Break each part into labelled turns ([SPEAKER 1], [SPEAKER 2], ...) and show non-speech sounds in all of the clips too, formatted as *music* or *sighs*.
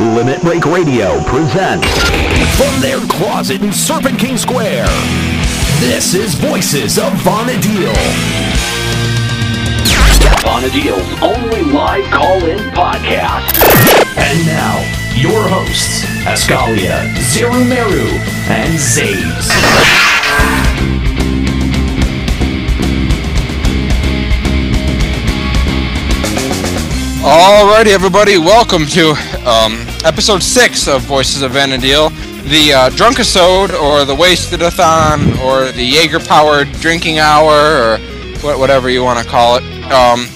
[SPEAKER 1] Limit Break Radio presents From Their Closet in Serpent King Square. This is Voices of Vonadil. Vonadil's only live call-in podcast. And now, your hosts, Ascalia, Zerumeru, and Zaves.
[SPEAKER 2] Alrighty, everybody, welcome to um, episode six of Voices of Vanadil, the uh, drunkisode, or the wastedathon, or the Jaeger-powered drinking hour, or wha- whatever you want to call it. Um,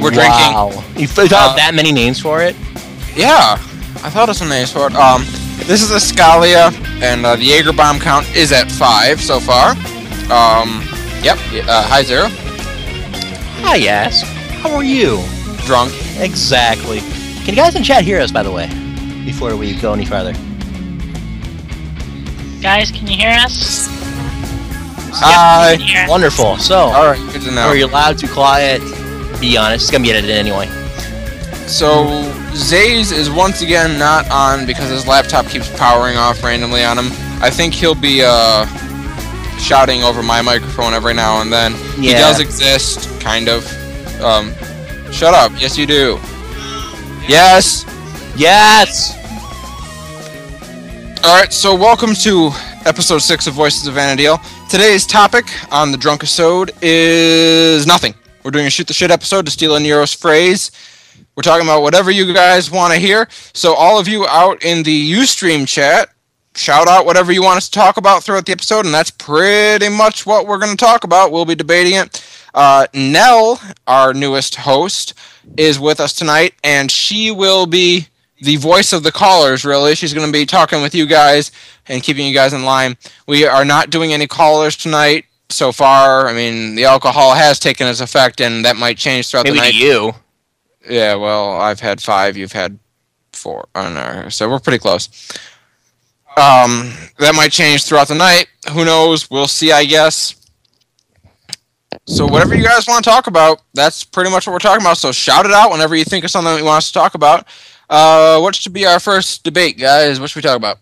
[SPEAKER 2] we're
[SPEAKER 3] wow. You thought
[SPEAKER 2] Uh,
[SPEAKER 3] that many names for it?
[SPEAKER 2] drinking. Yeah, I thought it was a nice one. Um, this is Escalia, and uh, the Jaeger bomb count is at five so far. Um, yep. y- Uh, hi, Zero.
[SPEAKER 3] Hi, yes. How are you?
[SPEAKER 2] Drunk.
[SPEAKER 3] Exactly. Can you guys in chat hear us, by the way? Before we go any further.
[SPEAKER 4] Guys, can you hear us?
[SPEAKER 2] Hi.
[SPEAKER 4] Can you hear us?
[SPEAKER 3] Wonderful. So,
[SPEAKER 2] All right. Good to know.
[SPEAKER 3] are you loud, too quiet? Be honest. It's gonna be edited anyway.
[SPEAKER 2] So Zays is once again not on because his laptop keeps powering off randomly on him. I think he'll be uh, shouting over my microphone every now and then. He
[SPEAKER 3] Yeah.
[SPEAKER 2] does exist, kind of. Um, shut up. Yes, you do. Yes.
[SPEAKER 3] Yes.
[SPEAKER 2] All right. So welcome to episode six of Voices of Vanadil. Today's topic on the drunk episode is nothing. We're doing a shoot the shit episode to steal a Nero's phrase. We're talking about whatever you guys want to hear. So all of you out in the Ustream chat, shout out whatever you want us to talk about throughout the episode, and that's pretty much what we're going to talk about. We'll be debating it. Uh, Nell, our newest host, is with us tonight, and she will be the voice of the callers. Really, she's going to be talking with you guys and keeping you guys in line. We are not doing any callers tonight. So far, I mean, the alcohol has taken its effect, and that might change throughout
[SPEAKER 3] Maybe
[SPEAKER 2] the night.
[SPEAKER 3] to you.
[SPEAKER 2] Yeah, well, I've had five. You've had four. I don't know. So we're pretty close. Um, that might change throughout the night. Who knows? We'll see, I guess. So whatever you guys want to talk about, that's pretty much what we're talking about. So shout it out whenever you think of something that you want us to talk about. Uh, what should be our first debate, guys? What should we talk about?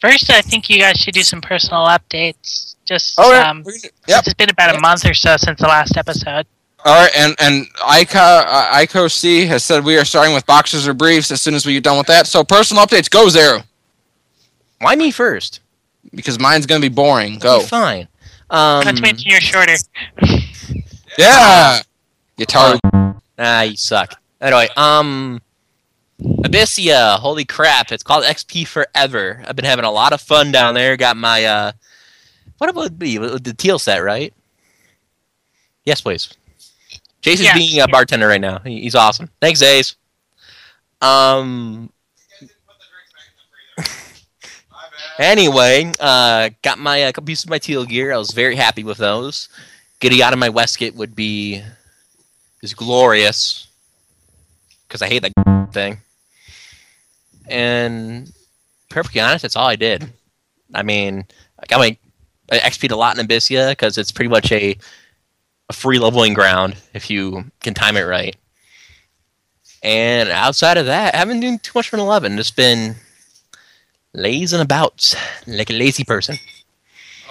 [SPEAKER 4] First, I think you guys should do some personal updates. Just um,
[SPEAKER 2] Oh, We're gonna- yep.
[SPEAKER 4] it's been about
[SPEAKER 2] Yeah.
[SPEAKER 4] a month or so since the last episode.
[SPEAKER 2] All right, and and Ico uh, Ico C has said we are starting with boxers or briefs as soon as we get done with that. So personal updates, go Zero,
[SPEAKER 3] Why me first?
[SPEAKER 2] because mine's gonna be boring. Go.
[SPEAKER 3] You're Fine. Um,
[SPEAKER 4] Not to mention you're shorter.
[SPEAKER 2] Yeah. Guitar.
[SPEAKER 3] ah, you suck. Anyway, um, Abyssia. Holy crap! It's called XP Forever. I've been having a lot of fun down there. Got my uh, what about it be the teal set, right? Yes, please. Jason's
[SPEAKER 4] Yeah.
[SPEAKER 3] being a bartender right now. He- He's awesome. Thanks, Ace. Um, *laughs* Anyway, uh, got my a couple pieces of my teal gear. I was very happy with those. Getting out of my Westgate would be is glorious because I hate that thing. And perfectly honest, that's all I did. I mean, I got my I XP'd a lot in Abyssia because it's pretty much a a free leveling ground if you can time it right. And outside of that, I haven't been doing too much for an eleven. Just been lazing about like a lazy person.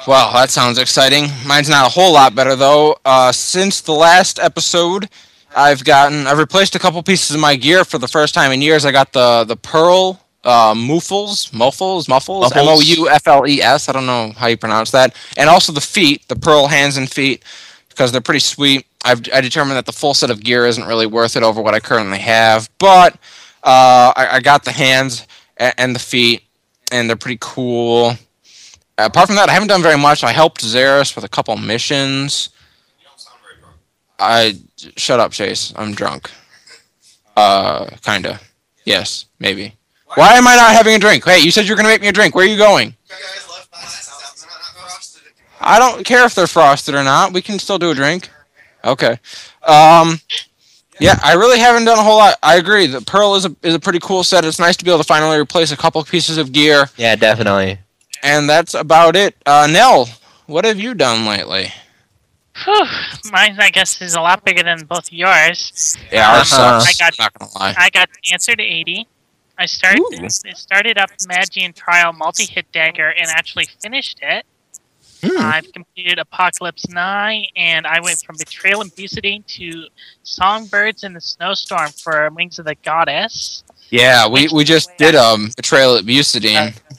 [SPEAKER 2] Wow, that sounds exciting. Mine's not a whole lot better though. Uh, since the last episode, I've gotten I've replaced a couple pieces of my gear for the first time in years. I got the the pearl uh, muffles, muffles, muffles,
[SPEAKER 3] Muffles.
[SPEAKER 2] M O U F L E S. I don't know how you pronounce that. And also the feet, the pearl hands and feet, because they're pretty sweet. I've I determined that the full set of gear isn't really worth it over what I currently have, but uh, I, I got the hands and, and the feet, and they're pretty cool apart from that, I haven't done very much. I helped Xeris with a couple missions. I shut up, Chase. I'm drunk. Uh, kinda. Yes, maybe. Why am I not having a drink? Hey, you said you were gonna make me a drink. Where are you going? I don't care if they're frosted or not. We can still do a drink. Okay. Um, yeah, I really haven't done a whole lot. I agree. The Pearl is a is a pretty cool set. It's nice to be able to finally replace a couple pieces of gear.
[SPEAKER 3] Yeah, definitely.
[SPEAKER 2] And that's about it. Uh, Nell, what have you done lately?
[SPEAKER 4] Whew. Mine, I guess, is a lot bigger than both yours.
[SPEAKER 2] Yeah,
[SPEAKER 3] ours sucks.
[SPEAKER 4] I got-
[SPEAKER 2] I'm not gonna lie.
[SPEAKER 4] I got the answer to 80. I started
[SPEAKER 3] Ooh.
[SPEAKER 4] I started up Magian Trial multi hit dagger and actually finished it. I've completed Apocalypse Nine, and I went from Betrayal and Busity to Songbirds in the Snowstorm for Wings of the Goddess.
[SPEAKER 2] Yeah, we, we just did um Betrayal at
[SPEAKER 4] Uh-huh.
[SPEAKER 2] Bucidine.
[SPEAKER 4] Uh,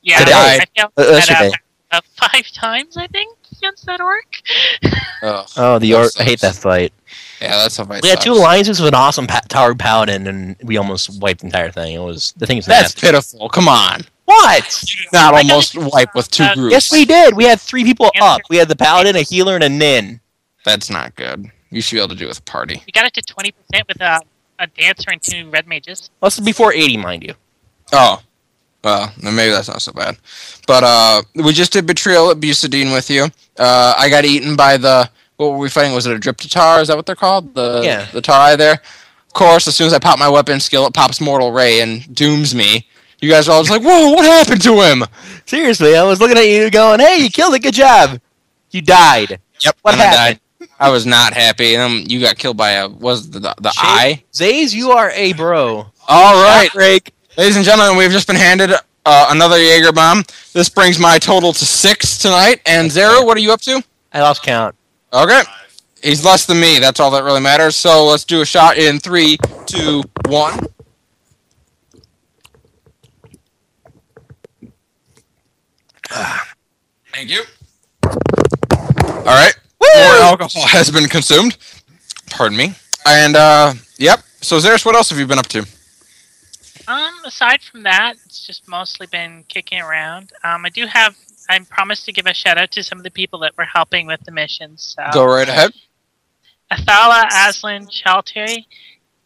[SPEAKER 4] Yeah,
[SPEAKER 2] Today.
[SPEAKER 4] I, I failed
[SPEAKER 3] Uh,
[SPEAKER 4] that
[SPEAKER 3] yesterday.
[SPEAKER 4] out, uh, five *laughs* times I think against that orc.
[SPEAKER 2] Oh,
[SPEAKER 3] Oh, the
[SPEAKER 2] That
[SPEAKER 3] orc! I hate that
[SPEAKER 2] sucks.
[SPEAKER 3] fight.
[SPEAKER 2] yeah, that's how I
[SPEAKER 3] We had two alliances with an awesome pa- tower paladin, and we almost wiped the entire thing. It was the thing's
[SPEAKER 2] That's
[SPEAKER 3] nasty.
[SPEAKER 2] pitiful. Come on.
[SPEAKER 3] What?
[SPEAKER 2] You did not
[SPEAKER 4] I gotta
[SPEAKER 2] almost
[SPEAKER 4] do
[SPEAKER 2] wipe with two
[SPEAKER 4] that.
[SPEAKER 2] groups.
[SPEAKER 3] Yes, we did. We had three people
[SPEAKER 4] Answer.
[SPEAKER 3] up. We had the paladin, a healer, and a nin.
[SPEAKER 2] That's not good. You should be able to do it with a party.
[SPEAKER 4] We got it to twenty percent with a, a dancer and two red mages.
[SPEAKER 3] Well, this is before eighty, mind you.
[SPEAKER 2] Oh. Well, then maybe that's not so bad. But uh we just did Betrayal at Bucidine with you. Uh I got eaten by the what were we fighting? Was it a Driptatar? Is that what they're called? The
[SPEAKER 3] Yeah.
[SPEAKER 2] the Tarai there? Of course, as soon as I pop my weapon skill, it pops Mortal Ray and dooms me. You guys are all just like, Whoa, what happened to him?
[SPEAKER 3] Seriously, I was looking at you, going, "Hey, you killed it. Good job." You died.
[SPEAKER 2] Yep.
[SPEAKER 3] What
[SPEAKER 2] and I
[SPEAKER 3] happened?
[SPEAKER 2] died. I, was not happy. And um, you got killed by a was it the the, the
[SPEAKER 3] Shit.
[SPEAKER 2] eye.
[SPEAKER 3] Zays, you are a bro.
[SPEAKER 2] All right,
[SPEAKER 3] Drake.
[SPEAKER 2] ladies and gentlemen, we've just been handed uh, another Jaeger bomb. This brings my total to six tonight. And Zero, what are you up to?
[SPEAKER 3] I lost count.
[SPEAKER 2] Okay, he's less than me. That's all that really matters. So let's do a shot in three, two, one. Ah, Thank you. All right. More alcohol *laughs* has been consumed. Pardon me. And uh, yep. So Zeris, what else have you been up to?
[SPEAKER 4] Um, aside from that, it's just mostly been kicking around. Um, I do have. I promised to give a shout out to some of the people that were helping with the missions. So.
[SPEAKER 2] Go right ahead.
[SPEAKER 4] Athala, Aslan, Chalteri,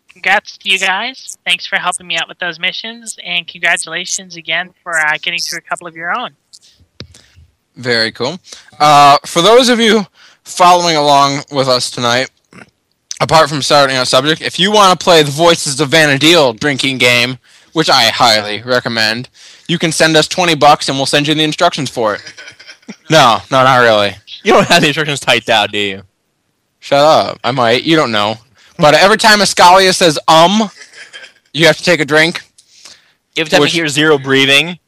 [SPEAKER 4] congrats to you guys. Thanks for helping me out with those missions, and congratulations again for uh, getting through a couple of your own.
[SPEAKER 2] Very cool. Uh, for those of you following along with us tonight, apart from starting our subject, if you want to play the Voices of Vanadil drinking game, which I highly recommend, you can send us 20 bucks and we'll send you the instructions for it. No, no, not really.
[SPEAKER 3] You don't have the instructions typed out, do you?
[SPEAKER 2] Shut up. I might. You don't know. But every time Ascalia says, um, you have to take a drink.
[SPEAKER 3] Every time
[SPEAKER 2] Which-
[SPEAKER 3] you hear zero breathing,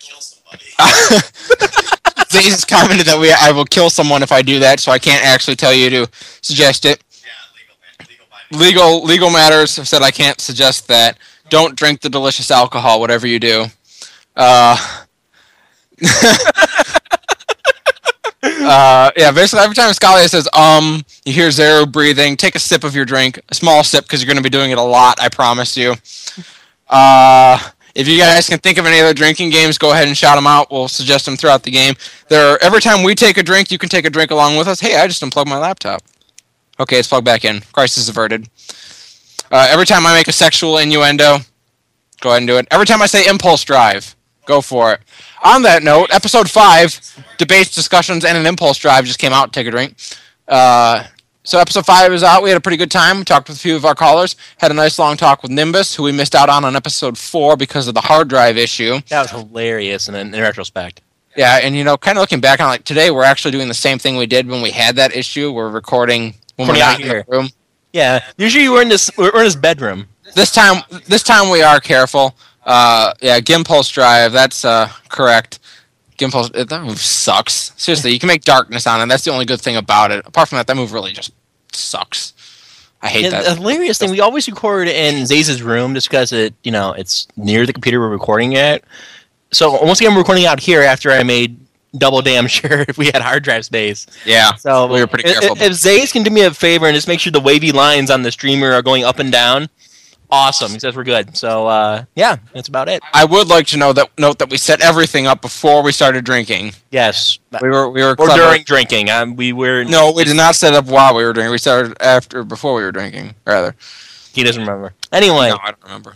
[SPEAKER 5] kill somebody.
[SPEAKER 2] *laughs* Zays has commented that we, I will kill someone if I do that, so I can't actually tell you to suggest it.
[SPEAKER 5] yeah, legal, man, legal by me.
[SPEAKER 2] legal legal matters have said I can't suggest that. Don't drink the delicious alcohol, whatever you do. Uh, *laughs* uh, yeah, basically every time Scalia says um, you hear zero breathing. Take a sip of your drink, a small sip, because you're going to be doing it a lot. I promise you. Uh, if you guys can think of any other drinking games, go ahead and shout them out. We'll suggest them throughout the game. There, are, every time we take a drink, you can take a drink along with us. Hey, I just unplugged my laptop. Okay, it's plugged back in. Crisis averted. Uh, every time I make a sexual innuendo, go ahead and do it. Every time I say impulse drive, go for it. On that note, episode five, debates, discussions, and an impulse drive just came out. Take a drink. Uh, so episode five is out. We had a pretty good time. We talked with a few of our callers. Had a nice long talk with Nimbus, who we missed out on on episode four because of the hard drive issue.
[SPEAKER 3] that was hilarious. And in, in retrospect,
[SPEAKER 2] Yeah, and you know, kind of looking back on it, like today, we're actually doing the same thing we did when we had that issue. We're recording when we're
[SPEAKER 3] Recording
[SPEAKER 2] not
[SPEAKER 3] out
[SPEAKER 2] in the
[SPEAKER 3] here.
[SPEAKER 2] room.
[SPEAKER 3] yeah. Usually, you were in this. We're in his bedroom.
[SPEAKER 2] this time this time we are careful uh yeah gimpulse drive that's uh correct gimpulse eh, that move sucks seriously you can make darkness on it that's the only good thing about it apart from that that move really just sucks i hate
[SPEAKER 3] Yeah, the
[SPEAKER 2] that
[SPEAKER 3] hilarious thing. We always record in Zaze's room just because it, you know, it's near the computer we're recording at. So once again, I'm recording out here after I made double damn *laughs* sure if we had hard drive space.
[SPEAKER 2] yeah
[SPEAKER 3] So
[SPEAKER 2] We were pretty
[SPEAKER 3] i- i-
[SPEAKER 2] careful.
[SPEAKER 3] If, Zaze can do me a favor and just make sure the wavy lines on the streamer are going up and down, awesome. He says we're good. So uh, yeah, that's about it.
[SPEAKER 2] i would like to know that note that we set everything up before we started drinking
[SPEAKER 3] Yes,
[SPEAKER 2] we were we were
[SPEAKER 3] or
[SPEAKER 2] clever.
[SPEAKER 3] during drinking. Um, we were.
[SPEAKER 2] no we did not set up while we were drinking we started after before we were drinking rather
[SPEAKER 3] he doesn't remember. Anyway,
[SPEAKER 2] no i don't remember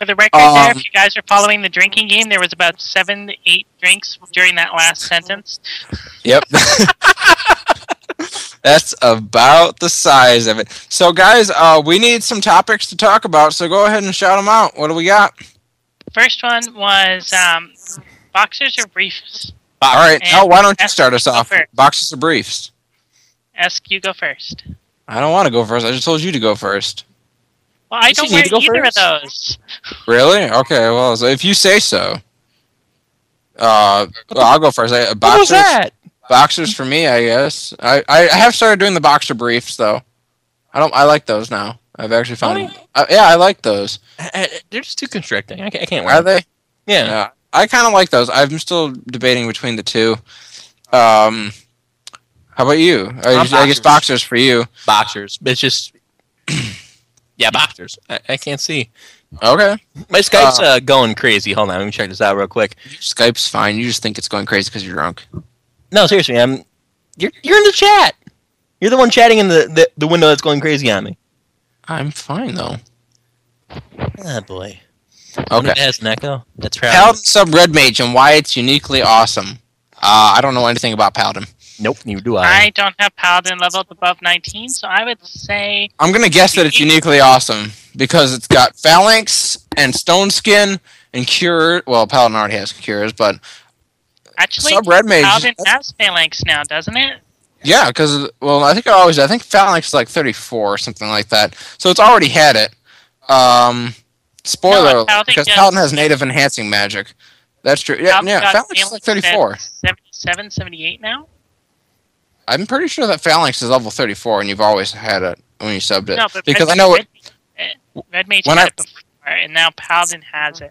[SPEAKER 4] For the record,
[SPEAKER 2] Um,
[SPEAKER 4] there, if you guys are following the drinking game, there was about seven to eight drinks during that last sentence.
[SPEAKER 2] Yep. *laughs* That's about the size of it. So, guys, uh, we need some topics to talk about. So, go ahead and shout them out. What do we got?
[SPEAKER 4] First one was um, boxers or briefs.
[SPEAKER 2] All right. Now, why don't you
[SPEAKER 4] And-
[SPEAKER 2] start us off?
[SPEAKER 4] Sure.
[SPEAKER 2] Boxes or briefs?
[SPEAKER 4] Ask you go first.
[SPEAKER 2] I don't want to go first. I just told you to go first.
[SPEAKER 4] Well, I
[SPEAKER 3] Does he
[SPEAKER 4] don't
[SPEAKER 3] need
[SPEAKER 4] wear
[SPEAKER 3] to go
[SPEAKER 4] either
[SPEAKER 3] first?
[SPEAKER 4] of those.
[SPEAKER 2] Really? Okay. Well, so if you say so. Uh, well, I'll go first. I,
[SPEAKER 3] What was
[SPEAKER 2] boxers,
[SPEAKER 3] that?
[SPEAKER 2] boxers for me, I guess. I, I, I have started doing the boxer briefs though. I don't. I like those now. I've actually found. Uh, yeah, I like those.
[SPEAKER 3] I- I- They're just too constricting. I can't, I can't wear
[SPEAKER 2] Are
[SPEAKER 3] them.
[SPEAKER 2] they?
[SPEAKER 3] Yeah.
[SPEAKER 2] Yeah, I kind of like those. I'm still debating between the two. Um, how about you? I,
[SPEAKER 3] I'm
[SPEAKER 2] I guess
[SPEAKER 3] boxers.
[SPEAKER 2] boxers for you.
[SPEAKER 3] Boxers. It's just. *clears throat* yeah, boxers. I, I can't see.
[SPEAKER 2] Okay.
[SPEAKER 3] My Skype's uh, going crazy. Hold on. Let me check this out real quick.
[SPEAKER 2] Skype's fine. You just think it's going crazy because you're drunk.
[SPEAKER 3] No, seriously, I'm. You're, you're in the chat. You're the one chatting in the, the, the window that's going crazy on me.
[SPEAKER 2] I'm fine though.
[SPEAKER 3] Ah, boy.
[SPEAKER 2] Okay.
[SPEAKER 3] Wonder if It has an echo. That's probably.
[SPEAKER 2] Paladin sub red mage and why it's uniquely awesome. Uh, I don't know anything about Paladin.
[SPEAKER 3] Nope, neither do I.
[SPEAKER 4] I don't have paladin leveled above 19, so I would say
[SPEAKER 2] I'm gonna guess that it's uniquely awesome because it's got phalanx and stone skin and cure. Well, Paladin already has cures, but
[SPEAKER 4] actually
[SPEAKER 2] sub red mage.
[SPEAKER 4] paladin has phalanx now, doesn't it?
[SPEAKER 2] Yeah, because well, I think I always I think Phalanx is like 34 or something like that. So it's already had it. Um, spoiler,
[SPEAKER 4] No,
[SPEAKER 2] alert,
[SPEAKER 4] Paladin
[SPEAKER 2] because
[SPEAKER 4] does-
[SPEAKER 2] Paladin has native enhancing magic. That's true. Yeah,
[SPEAKER 4] Paladin
[SPEAKER 2] yeah
[SPEAKER 4] got
[SPEAKER 2] Phalanx is like
[SPEAKER 4] phalanx at
[SPEAKER 2] 34.
[SPEAKER 4] 77, 78 now?
[SPEAKER 2] I'm pretty sure that Phalanx is level 34, and you've always had it when you subbed it.
[SPEAKER 4] No, but
[SPEAKER 2] because
[SPEAKER 4] red,
[SPEAKER 2] I know,
[SPEAKER 4] red, eh, red mage
[SPEAKER 2] when
[SPEAKER 4] had
[SPEAKER 2] I-
[SPEAKER 4] it before, and now paladin has it.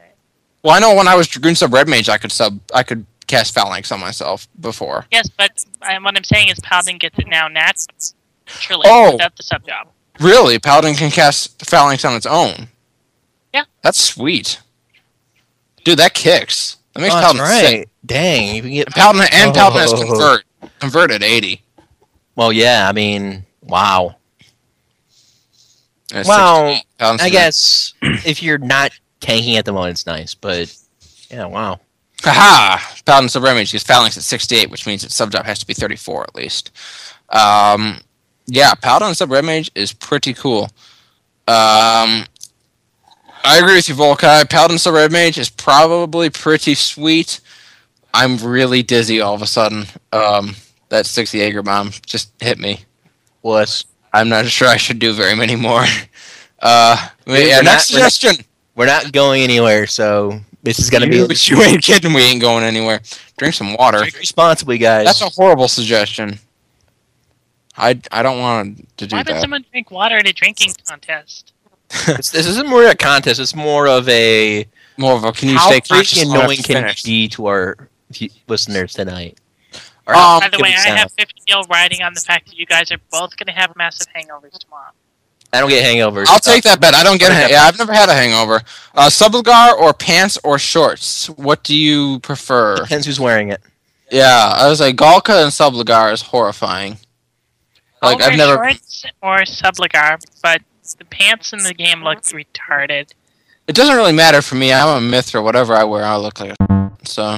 [SPEAKER 2] well, I know when I was Dragoon sub Red Mage, I could sub, I could cast Phalanx on myself before.
[SPEAKER 4] Yes, but I, what I'm saying is Paladin gets it now naturally
[SPEAKER 2] Oh.
[SPEAKER 4] without the sub job.
[SPEAKER 2] Really, Paladin can cast Phalanx on its own.
[SPEAKER 4] Yeah.
[SPEAKER 2] that's sweet, dude. That kicks. That makes
[SPEAKER 3] Oh, that's
[SPEAKER 2] Paladin sick.
[SPEAKER 3] right. Dang. You can get
[SPEAKER 2] Paladin and Paladin has
[SPEAKER 3] Oh.
[SPEAKER 2] convert converted eighty.
[SPEAKER 3] Well, yeah. I mean, wow.
[SPEAKER 2] And it's
[SPEAKER 3] Wow.
[SPEAKER 2] 60. Paladin's
[SPEAKER 3] I
[SPEAKER 2] convert.
[SPEAKER 3] guess *clears throat* if you're not tanking at the moment, it's nice. But yeah, wow.
[SPEAKER 2] Haha! Paladin sub remage because Phalanx at sixty-eight, which means its sub job has to be thirty-four at least. Um, yeah, Paladin sub remage is pretty cool. Um, I agree with you, Volkai. Paladin sub remage is probably pretty sweet. I'm really dizzy all of a sudden. Um, that sixty Jaeger bomb just hit me.
[SPEAKER 3] Was
[SPEAKER 2] I'm not sure I should do very many more. *laughs* Uh,
[SPEAKER 3] Dude,
[SPEAKER 2] yeah,
[SPEAKER 3] we're
[SPEAKER 2] next
[SPEAKER 3] not- we're not-
[SPEAKER 2] suggestion.
[SPEAKER 3] we're not going anywhere, so this is gonna
[SPEAKER 2] you,
[SPEAKER 3] be
[SPEAKER 2] *laughs* you ain't kidding. We ain't going anywhere. Drink some water.
[SPEAKER 3] drink responsibly, guys.
[SPEAKER 2] That's a horrible suggestion. I, I don't want to do
[SPEAKER 4] Why would
[SPEAKER 2] that.
[SPEAKER 4] someone drink water at a drinking contest?
[SPEAKER 3] It's- *laughs* this isn't more a contest. It's more of a
[SPEAKER 2] More of a can you
[SPEAKER 3] how
[SPEAKER 2] stay
[SPEAKER 3] freaking
[SPEAKER 2] conscious long enough
[SPEAKER 3] annoying
[SPEAKER 2] to
[SPEAKER 3] can
[SPEAKER 2] finish?
[SPEAKER 3] you be to our v- listeners tonight? Or how
[SPEAKER 2] Um,
[SPEAKER 4] By the
[SPEAKER 3] can
[SPEAKER 4] way,
[SPEAKER 3] we
[SPEAKER 4] I
[SPEAKER 3] sound?
[SPEAKER 4] have 50 gil riding on the fact that you guys are both going to have massive hangovers tomorrow.
[SPEAKER 3] I don't get hangovers.
[SPEAKER 2] I'll take that bet. I don't get.
[SPEAKER 3] What is
[SPEAKER 2] Ha-
[SPEAKER 3] that?
[SPEAKER 2] yeah, I've never had a hangover. Uh, subligar or pants or shorts. What do you
[SPEAKER 3] *laughs*
[SPEAKER 2] prefer?
[SPEAKER 3] Depends who's wearing it.
[SPEAKER 2] Yeah, I was like Galka and subligar is horrifying. Like
[SPEAKER 4] Over
[SPEAKER 2] I've never.
[SPEAKER 4] shorts or subligar, but the pants in the game look retarded.
[SPEAKER 2] It doesn't really matter for me. I'm a myth or whatever I wear. I look like a *laughs* so.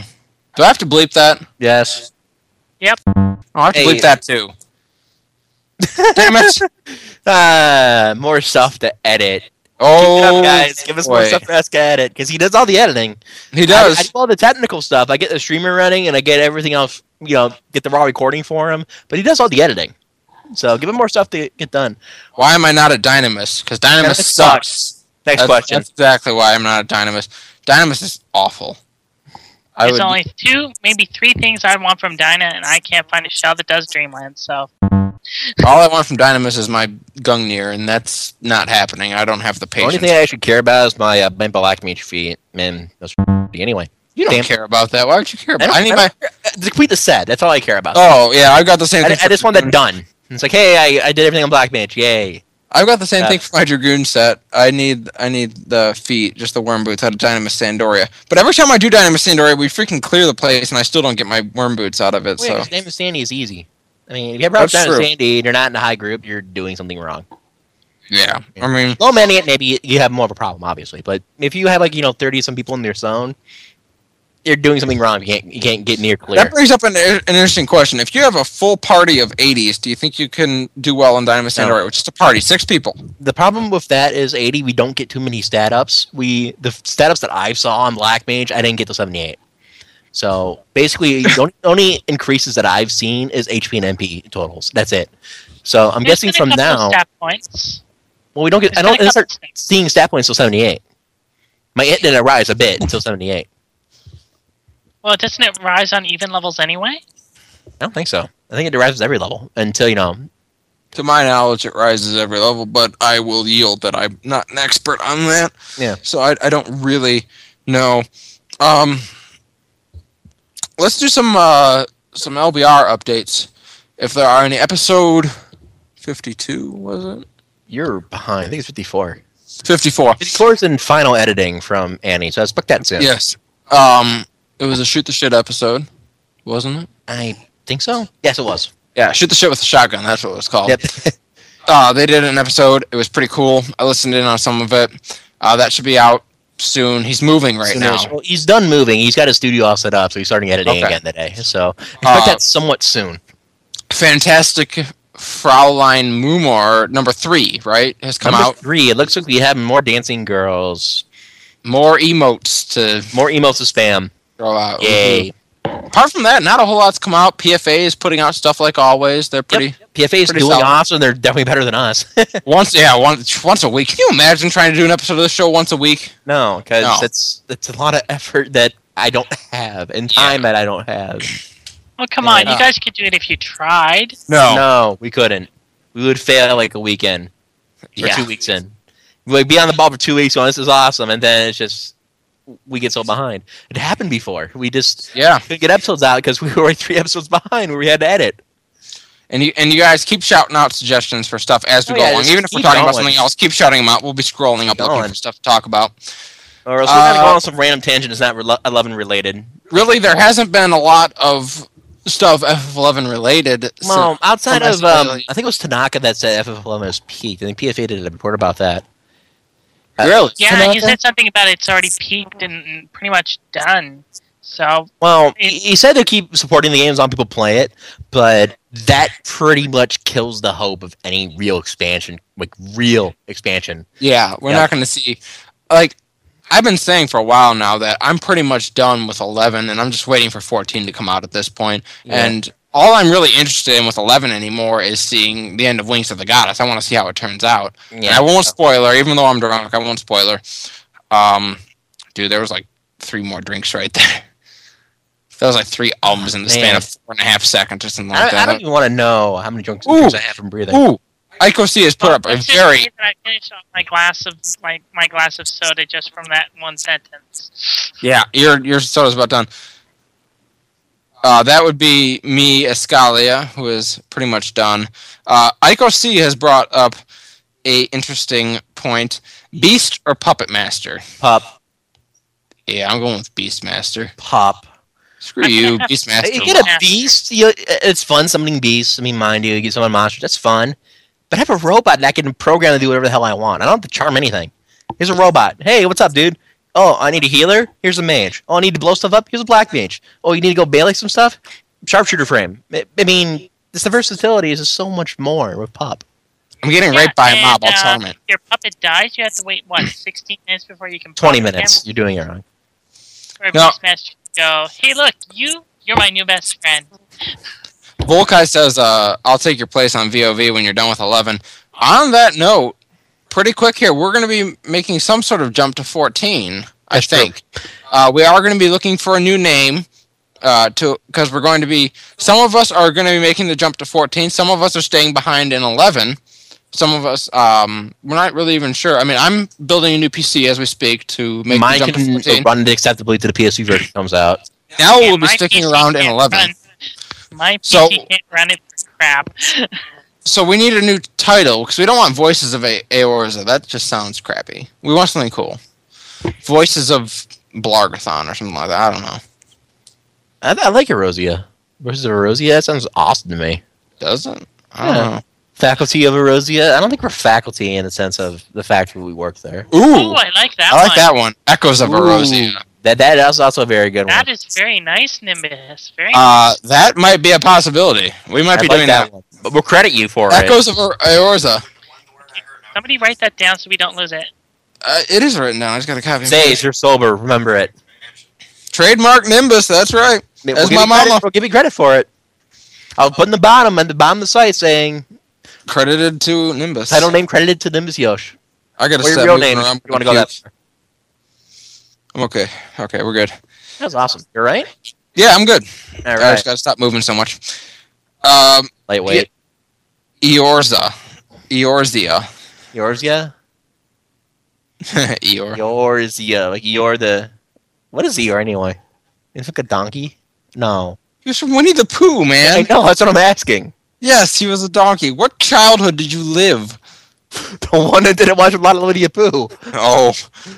[SPEAKER 2] Do I have to bleep that?
[SPEAKER 3] Yes.
[SPEAKER 2] Oh, I have to
[SPEAKER 3] Hey.
[SPEAKER 2] bleep that
[SPEAKER 3] *laughs*
[SPEAKER 2] too. Damn it!
[SPEAKER 3] Uh, more stuff to edit.
[SPEAKER 2] Oh,
[SPEAKER 3] Keep it up, guys. Give us more
[SPEAKER 2] boy.
[SPEAKER 3] stuff for us to edit because he does all the editing.
[SPEAKER 2] He
[SPEAKER 3] I, I do
[SPEAKER 2] does.
[SPEAKER 3] all the technical stuff. I get the streamer running and I get everything else. You know, get the raw recording for him. But he does all the editing. So give him more stuff to get done.
[SPEAKER 2] Why am I not a dynamis? Because dynamis
[SPEAKER 3] Dynamis
[SPEAKER 2] sucks.
[SPEAKER 3] Next
[SPEAKER 2] That's,
[SPEAKER 3] question.
[SPEAKER 2] that's exactly why I'm not a dynamis. Dynamis is awful. I
[SPEAKER 4] There's
[SPEAKER 2] would.
[SPEAKER 4] only two, maybe three things I want from Dinah, and I can't find a shell that does Dreamland, so
[SPEAKER 2] all I want from dynamis is my gungnir, and that's not happening. I don't have the
[SPEAKER 3] the only
[SPEAKER 2] patience.
[SPEAKER 3] thing I actually care about is my uh, Bambalakmi feet. Man, those anyway.
[SPEAKER 2] you don't
[SPEAKER 3] damn-
[SPEAKER 2] care about that. Why would you care
[SPEAKER 3] I,
[SPEAKER 2] about?
[SPEAKER 3] don't,
[SPEAKER 2] I, need my.
[SPEAKER 3] complete the set. That's all I care about.
[SPEAKER 2] Oh yeah, I've got the same.
[SPEAKER 3] I,
[SPEAKER 2] thing
[SPEAKER 3] I
[SPEAKER 2] for-
[SPEAKER 3] just want that done. It's like, hey, I, I did everything on Black Mage. Yay.
[SPEAKER 2] I've got the same
[SPEAKER 3] Uh,
[SPEAKER 2] thing for my dragoon set. I need I need the feet, just the worm boots out of Dynamis Sandoria. But every time I do Dynamis Sandoria, we freaking clear the place, and I still don't get my worm boots out of it.
[SPEAKER 3] Wait,
[SPEAKER 2] so
[SPEAKER 3] his name is Sandy is easy. I mean, if you ever out
[SPEAKER 2] That's
[SPEAKER 3] down to
[SPEAKER 2] true.
[SPEAKER 3] Sandy and you're not in a high group, you're doing something wrong.
[SPEAKER 2] yeah, I mean,
[SPEAKER 3] Low manning it, maybe you have more of a problem, obviously. But if you have like you know thirty some people in your zone, you're doing something wrong. You can't you can't get near clear.
[SPEAKER 2] that brings up an, an interesting question. If you have a full party of 80s, do you think you can do well in Dynamis
[SPEAKER 3] No.
[SPEAKER 2] Sandoria, which is a party, six people?
[SPEAKER 3] The problem with that is eighty. We don't get too many stat ups. We the f- stat ups that I saw on Black Mage, I didn't get to seventy eight. So
[SPEAKER 4] *laughs*
[SPEAKER 3] basically, the only- only increases that I've seen is HP and MP totals. That's it. So I'm
[SPEAKER 4] There's
[SPEAKER 3] guessing
[SPEAKER 4] been a
[SPEAKER 3] from
[SPEAKER 4] couple
[SPEAKER 3] now,
[SPEAKER 4] Stat points.
[SPEAKER 3] well, we don't get. I
[SPEAKER 4] There's
[SPEAKER 3] don't
[SPEAKER 4] been a
[SPEAKER 3] start
[SPEAKER 4] couple stats.
[SPEAKER 3] seeing stat points till seventy eight. My int didn't rise a bit until 78.
[SPEAKER 4] Well, doesn't it rise on even levels anyway?
[SPEAKER 3] I don't think so. I think it rises every level until, you know,
[SPEAKER 2] To my knowledge, it rises every level, but I will yield that I'm not an expert on that.
[SPEAKER 3] Yeah.
[SPEAKER 2] So I, I don't really know. Um, let's do some uh, some LBR updates, if there are any. Episode fifty-two was it?
[SPEAKER 3] you're behind. I think it's 54.
[SPEAKER 2] Fifty-four.
[SPEAKER 3] 54 is in final editing from Annie, so I expect that soon.
[SPEAKER 2] Yes. Um, it was a shoot the shit episode, wasn't it?
[SPEAKER 3] I think so. Yes, it was.
[SPEAKER 2] Yeah, shoot the shit with a shotgun. That's what it was called.
[SPEAKER 3] Yep.
[SPEAKER 2] Uh, they did an episode. It was pretty cool. I listened in on some of it. Uh, that should be out soon. He's moving right
[SPEAKER 3] Soon
[SPEAKER 2] now.
[SPEAKER 3] as- well, he's done moving. He's got his studio all set up, so he's starting editing
[SPEAKER 2] Okay.
[SPEAKER 3] again today. So I expect
[SPEAKER 2] Uh,
[SPEAKER 3] that somewhat soon.
[SPEAKER 2] Fantastic Fraulein Mumor number three, right? Has come
[SPEAKER 3] Number
[SPEAKER 2] out.
[SPEAKER 3] three, it looks like we have more dancing girls,
[SPEAKER 2] More emotes to
[SPEAKER 3] more emails to spam.
[SPEAKER 2] throw out. Mm-hmm.
[SPEAKER 3] Yay.
[SPEAKER 2] Apart from that, not a whole lot's come out. PFA is putting out stuff like always. They're pretty
[SPEAKER 3] Yep. PFA is
[SPEAKER 2] pretty
[SPEAKER 3] doing
[SPEAKER 2] solid.
[SPEAKER 3] awesome. They're definitely better than us. *laughs*
[SPEAKER 2] *laughs* once yeah, once once a week. Can you imagine trying to do an episode of this show once a week?
[SPEAKER 3] no, because
[SPEAKER 2] No.
[SPEAKER 3] that's that's a lot of effort that I don't have and time that I don't have.
[SPEAKER 4] Oh, come
[SPEAKER 3] Yeah,
[SPEAKER 4] on.
[SPEAKER 2] yeah.
[SPEAKER 4] You guys could do it if you tried.
[SPEAKER 3] No, we couldn't. We would fail like a weekend or
[SPEAKER 2] Yeah.
[SPEAKER 3] two weeks in. We'd like, be on the ball for two weeks going, this is awesome. And then it's just, we get so behind. It happened before. We just
[SPEAKER 2] Yeah.
[SPEAKER 3] couldn't get episodes out because we were like three *laughs* episodes behind where we had to edit.
[SPEAKER 2] And you and you guys keep shouting out suggestions for stuff as we
[SPEAKER 3] Oh,
[SPEAKER 2] go
[SPEAKER 3] yeah,
[SPEAKER 2] along.
[SPEAKER 3] just
[SPEAKER 2] Even if we're
[SPEAKER 3] keep
[SPEAKER 2] talking about
[SPEAKER 3] going.
[SPEAKER 2] something else, keep shouting them out. We'll be scrolling up looking
[SPEAKER 3] going.
[SPEAKER 2] for stuff to talk about.
[SPEAKER 3] Or else we're going to go
[SPEAKER 2] Uh,
[SPEAKER 3] on some random tangent that's not rel- 11 related.
[SPEAKER 2] Really, there hasn't been a lot of stuff F11 related. since-
[SPEAKER 3] Well, outside
[SPEAKER 2] unless
[SPEAKER 3] of,
[SPEAKER 2] you
[SPEAKER 3] um,
[SPEAKER 2] really-
[SPEAKER 3] I think it was Tanaka that said FF11 has peaked. I think PFA did a report about that. Uh,
[SPEAKER 2] really?
[SPEAKER 4] Yeah, he
[SPEAKER 3] Tanaka?
[SPEAKER 4] said something about it's already peaked and- and pretty much done. So
[SPEAKER 3] Well, he he said to keep supporting the games on people play it, but that pretty much kills the hope of any real expansion, like real expansion.
[SPEAKER 2] Yeah, we're
[SPEAKER 3] Yeah.
[SPEAKER 2] not going to see. Like, I've been saying for a while now that I'm pretty much done with 11, and I'm just waiting for 14 to come out at this point.
[SPEAKER 3] Yeah.
[SPEAKER 2] And all I'm really interested in with 11 anymore is seeing the end of Wings of the Goddess. I want to see how it turns out. And I won't spoiler, even though I'm drunk. I won't spoiler. Um, dude, there was like three more drinks right there. *laughs* That was like three ums in the span
[SPEAKER 3] man.
[SPEAKER 2] of four and a half seconds or something
[SPEAKER 3] I,
[SPEAKER 2] like
[SPEAKER 3] I don't
[SPEAKER 2] that.
[SPEAKER 3] even want to know how many drinks,
[SPEAKER 2] Ooh.
[SPEAKER 3] drinks I have from breathing.
[SPEAKER 2] Ooh, Ico C has put up a
[SPEAKER 4] Let's just
[SPEAKER 2] very
[SPEAKER 4] say that I finished off my glass of my, my glass of soda just from that one sentence.
[SPEAKER 2] Yeah, your your soda's about done. Uh, that would be me, Escalia, who is pretty much done. Uh, Ico C has brought up a interesting point: Beast or Puppet Master?
[SPEAKER 3] Pop,
[SPEAKER 2] Yeah, I'm going with Beast Master.
[SPEAKER 3] pop.
[SPEAKER 2] Screw
[SPEAKER 3] *laughs*
[SPEAKER 2] you, Beast Master.
[SPEAKER 3] You get a
[SPEAKER 4] monster.
[SPEAKER 3] beast. You, it's fun summoning beasts. I mean, mind you, you get someone monsters. That's fun. But I have a robot that I can program to do whatever the hell I want. I don't have to charm anything. Here's a robot. Hey, what's up, dude? Oh, I need a healer. Here's a mage. Oh, I need to blow stuff up. Here's a black mage. Oh, you need to go bailing some stuff. Sharpshooter frame. I, I mean, it's the versatility is just so much more with pop.
[SPEAKER 2] I'm getting
[SPEAKER 4] Yeah,
[SPEAKER 2] raped by a
[SPEAKER 4] and,
[SPEAKER 2] mob. I'll
[SPEAKER 4] uh,
[SPEAKER 2] charm it.
[SPEAKER 4] If your puppet dies, you have to wait what, sixteen minutes before you can. pop
[SPEAKER 3] Twenty
[SPEAKER 4] it
[SPEAKER 3] minutes. You're doing it wrong.
[SPEAKER 4] Again,
[SPEAKER 2] No.
[SPEAKER 4] no. Master go. Hey, look, you. You're my new best friend.
[SPEAKER 2] Volkai says, uh, "I'll take your place on VOV when you're done with 11." On that note, pretty quick here, we're going to be making some sort of jump to 14. I
[SPEAKER 3] That's true.
[SPEAKER 2] think uh, we are going to be looking for a new name uh, to because we're going to be some of us are going to be making the jump to 14. Some of us are staying behind in 11. Some of us, um, we're not really even sure. I mean, I'm building a new PC as we speak to make
[SPEAKER 3] Mine
[SPEAKER 2] the jump to
[SPEAKER 3] can
[SPEAKER 2] 14.
[SPEAKER 3] run acceptably to the PSU version comes out.
[SPEAKER 2] Now
[SPEAKER 4] Yeah,
[SPEAKER 2] Oh, we'll be
[SPEAKER 4] my
[SPEAKER 2] sticking
[SPEAKER 4] PC
[SPEAKER 2] around in
[SPEAKER 4] can't
[SPEAKER 2] 11.
[SPEAKER 4] run- My PC
[SPEAKER 2] So-
[SPEAKER 4] can't run it for crap.
[SPEAKER 2] So we need a new title because we don't want Voices of a- Aorza. That just sounds crappy. We want something cool. Voices of Blargathon or something like that. I don't know.
[SPEAKER 3] I, I like Erosia. Versus Erosia, that sounds awesome to me.
[SPEAKER 2] Does it? I don't
[SPEAKER 3] Yeah. faculty of Erosia. I don't think we're faculty in the sense of the fact that we work there.
[SPEAKER 2] know. Ooh,
[SPEAKER 4] Ooh, I like that
[SPEAKER 2] I like
[SPEAKER 4] one.
[SPEAKER 2] that one. Echoes of
[SPEAKER 3] Ooh.
[SPEAKER 2] Erosia.
[SPEAKER 3] That that is also a very good
[SPEAKER 4] That
[SPEAKER 3] one.
[SPEAKER 4] is very nice, Nimbus. Very
[SPEAKER 2] Uh, that might be a possibility. We might
[SPEAKER 3] I
[SPEAKER 2] be
[SPEAKER 3] like
[SPEAKER 2] doing
[SPEAKER 3] that
[SPEAKER 2] that.
[SPEAKER 3] one. But we'll credit you for it.
[SPEAKER 2] Echoes of Er- Aorza.
[SPEAKER 4] Somebody write that down so we don't lose it.
[SPEAKER 2] Uh, it is written down. I just got a copy. and
[SPEAKER 3] Says you're sober. Remember it.
[SPEAKER 2] paste. Trademark Nimbus. That's right. That's
[SPEAKER 3] give
[SPEAKER 2] my
[SPEAKER 3] you credit-
[SPEAKER 2] mama.
[SPEAKER 3] We'll give you credit for it. I'll put in the bottom at the bottom of the site saying
[SPEAKER 2] Credited to Nimbus.
[SPEAKER 3] title name credited to Nimbus Yosh.
[SPEAKER 2] I got a
[SPEAKER 3] Or your
[SPEAKER 2] seven.
[SPEAKER 3] real name. if You want to go that? far.
[SPEAKER 2] I'm okay. Okay, we're good.
[SPEAKER 3] That was awesome. You're right.
[SPEAKER 2] Yeah, I'm good.
[SPEAKER 3] All
[SPEAKER 2] I
[SPEAKER 3] right.
[SPEAKER 2] just gotta stop moving so much. Um,
[SPEAKER 3] Lightweight.
[SPEAKER 2] Eorza, *laughs* Eorzia,
[SPEAKER 3] Yours, yeah.
[SPEAKER 2] Eor.
[SPEAKER 3] Yours, yeah. Like you're the. What is Eeyore anyway? Is it like a donkey? No.
[SPEAKER 2] He was from Winnie the Pooh, man.
[SPEAKER 3] I know. That's what I'm asking.
[SPEAKER 2] Yes, he was a donkey. What childhood did you live?
[SPEAKER 3] *laughs* The one that didn't watch a lot of Lydia Pooh.
[SPEAKER 2] Oh,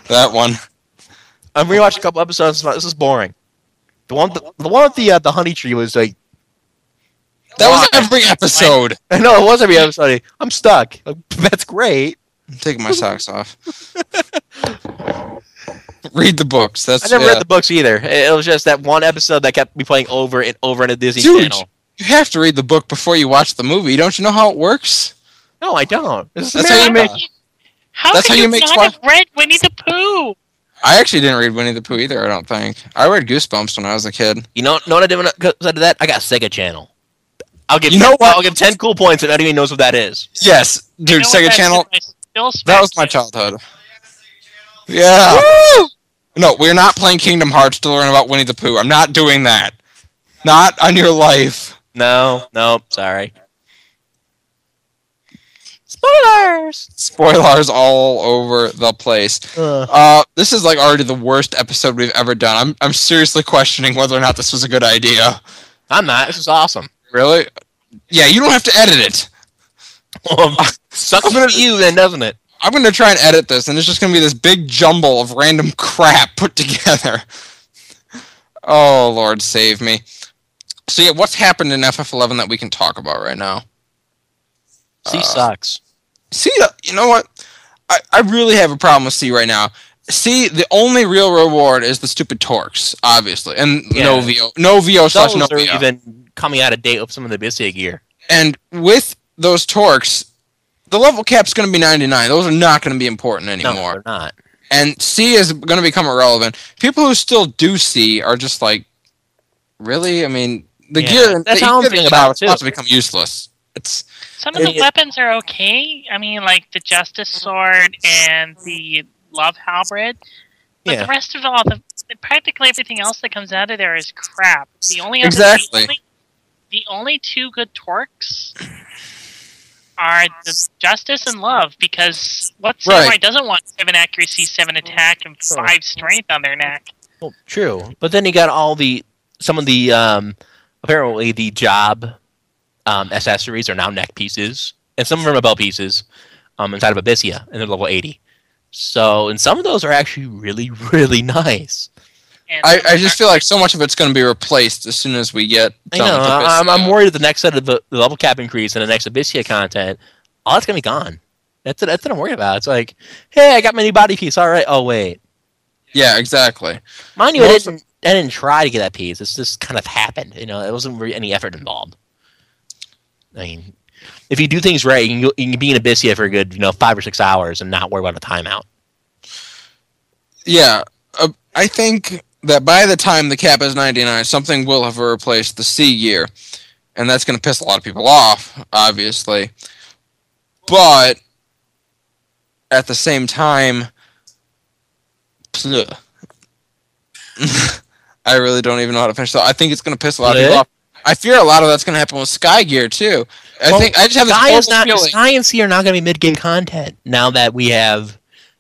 [SPEAKER 2] that one.
[SPEAKER 3] I'm rewatching a couple episodes. This is boring. The one, the, the one with the uh, the honey tree was like. *laughs*
[SPEAKER 2] That was
[SPEAKER 3] Why?
[SPEAKER 2] every episode.
[SPEAKER 3] I know it was every episode. I'm stuck. Like, *laughs* that's great.
[SPEAKER 2] I'm taking my socks
[SPEAKER 3] *laughs*
[SPEAKER 2] off. Read the books. That's uh,
[SPEAKER 3] I never
[SPEAKER 2] yeah.
[SPEAKER 3] read the books either. It it was just that one episode that kept me playing over and over on a Disney
[SPEAKER 2] Dude.
[SPEAKER 3] Channel.
[SPEAKER 2] You have to read the book before you watch the movie. Don't you know how it works?
[SPEAKER 3] No, I don't. This is
[SPEAKER 2] That's
[SPEAKER 3] America.
[SPEAKER 2] how you make.
[SPEAKER 4] How
[SPEAKER 2] That's how
[SPEAKER 4] could
[SPEAKER 2] you
[SPEAKER 4] you
[SPEAKER 2] make
[SPEAKER 4] not
[SPEAKER 2] swan-
[SPEAKER 4] have read Winnie the Pooh?
[SPEAKER 2] I actually didn't read Winnie the Pooh either. I don't think. I read Goosebumps when I was a kid.
[SPEAKER 3] You know, know what I did when I said to that? I got Sega Channel. I'll give
[SPEAKER 2] You know what?
[SPEAKER 3] I'll give ten cool points, and nobody even knows what that is.
[SPEAKER 2] Yes, dude.
[SPEAKER 4] You know what
[SPEAKER 2] Sega
[SPEAKER 4] that
[SPEAKER 2] Channel.
[SPEAKER 4] is? I still
[SPEAKER 2] That
[SPEAKER 4] smack
[SPEAKER 2] was my
[SPEAKER 4] kids.
[SPEAKER 2] childhood. Yeah. No, we're not playing Kingdom Hearts to learn about Winnie the Pooh. I'm not doing that. Not on your life.
[SPEAKER 3] No, no, sorry. Spoilers.
[SPEAKER 2] Spoilers all over the place.
[SPEAKER 3] Uh,
[SPEAKER 2] Uh, this is like already the worst episode we've ever done. I'm I'm seriously questioning whether or not this was a good idea.
[SPEAKER 3] I'm not. This is awesome. *laughs*
[SPEAKER 2] Really? Yeah, you don't have to edit it.
[SPEAKER 3] *laughs* Sucks for you, then, doesn't it?
[SPEAKER 2] I'm gonna try and edit this, and it's just gonna be this big jumble of random *laughs* crap put together. *laughs* Oh Lord, save me! So yeah, what's happened in FF11 that we can talk about right now?
[SPEAKER 3] C
[SPEAKER 2] Uh,
[SPEAKER 3] sucks.
[SPEAKER 2] See, uh, you know what? I, I really have a problem with C right now. C, the only real reward is the stupid Torx, obviously, and
[SPEAKER 3] Yeah.
[SPEAKER 2] Novio, Novio slash
[SPEAKER 3] Those
[SPEAKER 2] Novio.
[SPEAKER 3] are even coming out of date with some of the Bissia gear.
[SPEAKER 2] And with those torques, the level cap's going to be 99. Those are not going to be important
[SPEAKER 3] No,
[SPEAKER 2] anymore.
[SPEAKER 3] they're not.
[SPEAKER 2] And C is going to become irrelevant. People who still do C are just like, really? I mean, the
[SPEAKER 3] Yeah,
[SPEAKER 2] gear
[SPEAKER 3] that's
[SPEAKER 2] the
[SPEAKER 3] how I'm
[SPEAKER 2] gear
[SPEAKER 3] feeling
[SPEAKER 2] is
[SPEAKER 3] about it,
[SPEAKER 2] about about
[SPEAKER 3] too.
[SPEAKER 2] to become useless. It's
[SPEAKER 4] Some of the
[SPEAKER 3] It-
[SPEAKER 4] weapons are okay. I mean, like the Justice Sword and the Love Halberd. But
[SPEAKER 3] Yeah.
[SPEAKER 4] the rest of all the practically everything else that comes out of there is crap. The only other,
[SPEAKER 2] Exactly.
[SPEAKER 4] The only, the only two good torques are the justice and love because what
[SPEAKER 2] Right.
[SPEAKER 4] samurai doesn't want seven accuracy, seven attack, and
[SPEAKER 3] Sure.
[SPEAKER 4] five strength on their neck?
[SPEAKER 3] Well, true. But then you got all the some of the um, apparently the job um, accessories are now neck pieces, and some of them are belt pieces um, inside of Abyssia, and they're level eighty. So, and some of those are actually really, *laughs* really nice.
[SPEAKER 4] And
[SPEAKER 2] I, I just feel like so much of it's going to be replaced as soon as we get.
[SPEAKER 3] I
[SPEAKER 2] done
[SPEAKER 3] know.
[SPEAKER 2] with this.
[SPEAKER 3] I, I'm, I'm worried that the next set of the, the level cap increase and the next Abyssia content, all that's gonna be gone. That's that's what I'm worried about. It's like, hey, I got my new body piece. All right. Oh wait,
[SPEAKER 2] Yeah, exactly.
[SPEAKER 3] mind you, I
[SPEAKER 2] Most
[SPEAKER 3] didn't, I didn't try to get that piece. It's just kind of happened. You know, it wasn't really any effort involved. I mean, if you do things right, you can, go- you can be in Abyssia for a good, you know, five or six hours and not worry about a timeout.
[SPEAKER 2] Yeah, uh, I think that by the time the cap is 99, something will have replaced the C gear, and that's going to piss a lot of people off, obviously. But at the same time, pleh. *laughs* I really don't even know how to finish that. I think it's going to piss a lot of people
[SPEAKER 3] Pleh?
[SPEAKER 2] off. I fear a lot of that's going to happen with Sky Gear too. I
[SPEAKER 3] Well,
[SPEAKER 2] think I just have this
[SPEAKER 3] Sky
[SPEAKER 2] horrible
[SPEAKER 3] is not,
[SPEAKER 2] feeling.
[SPEAKER 3] Sky and C are not going to be mid-game content now that we have,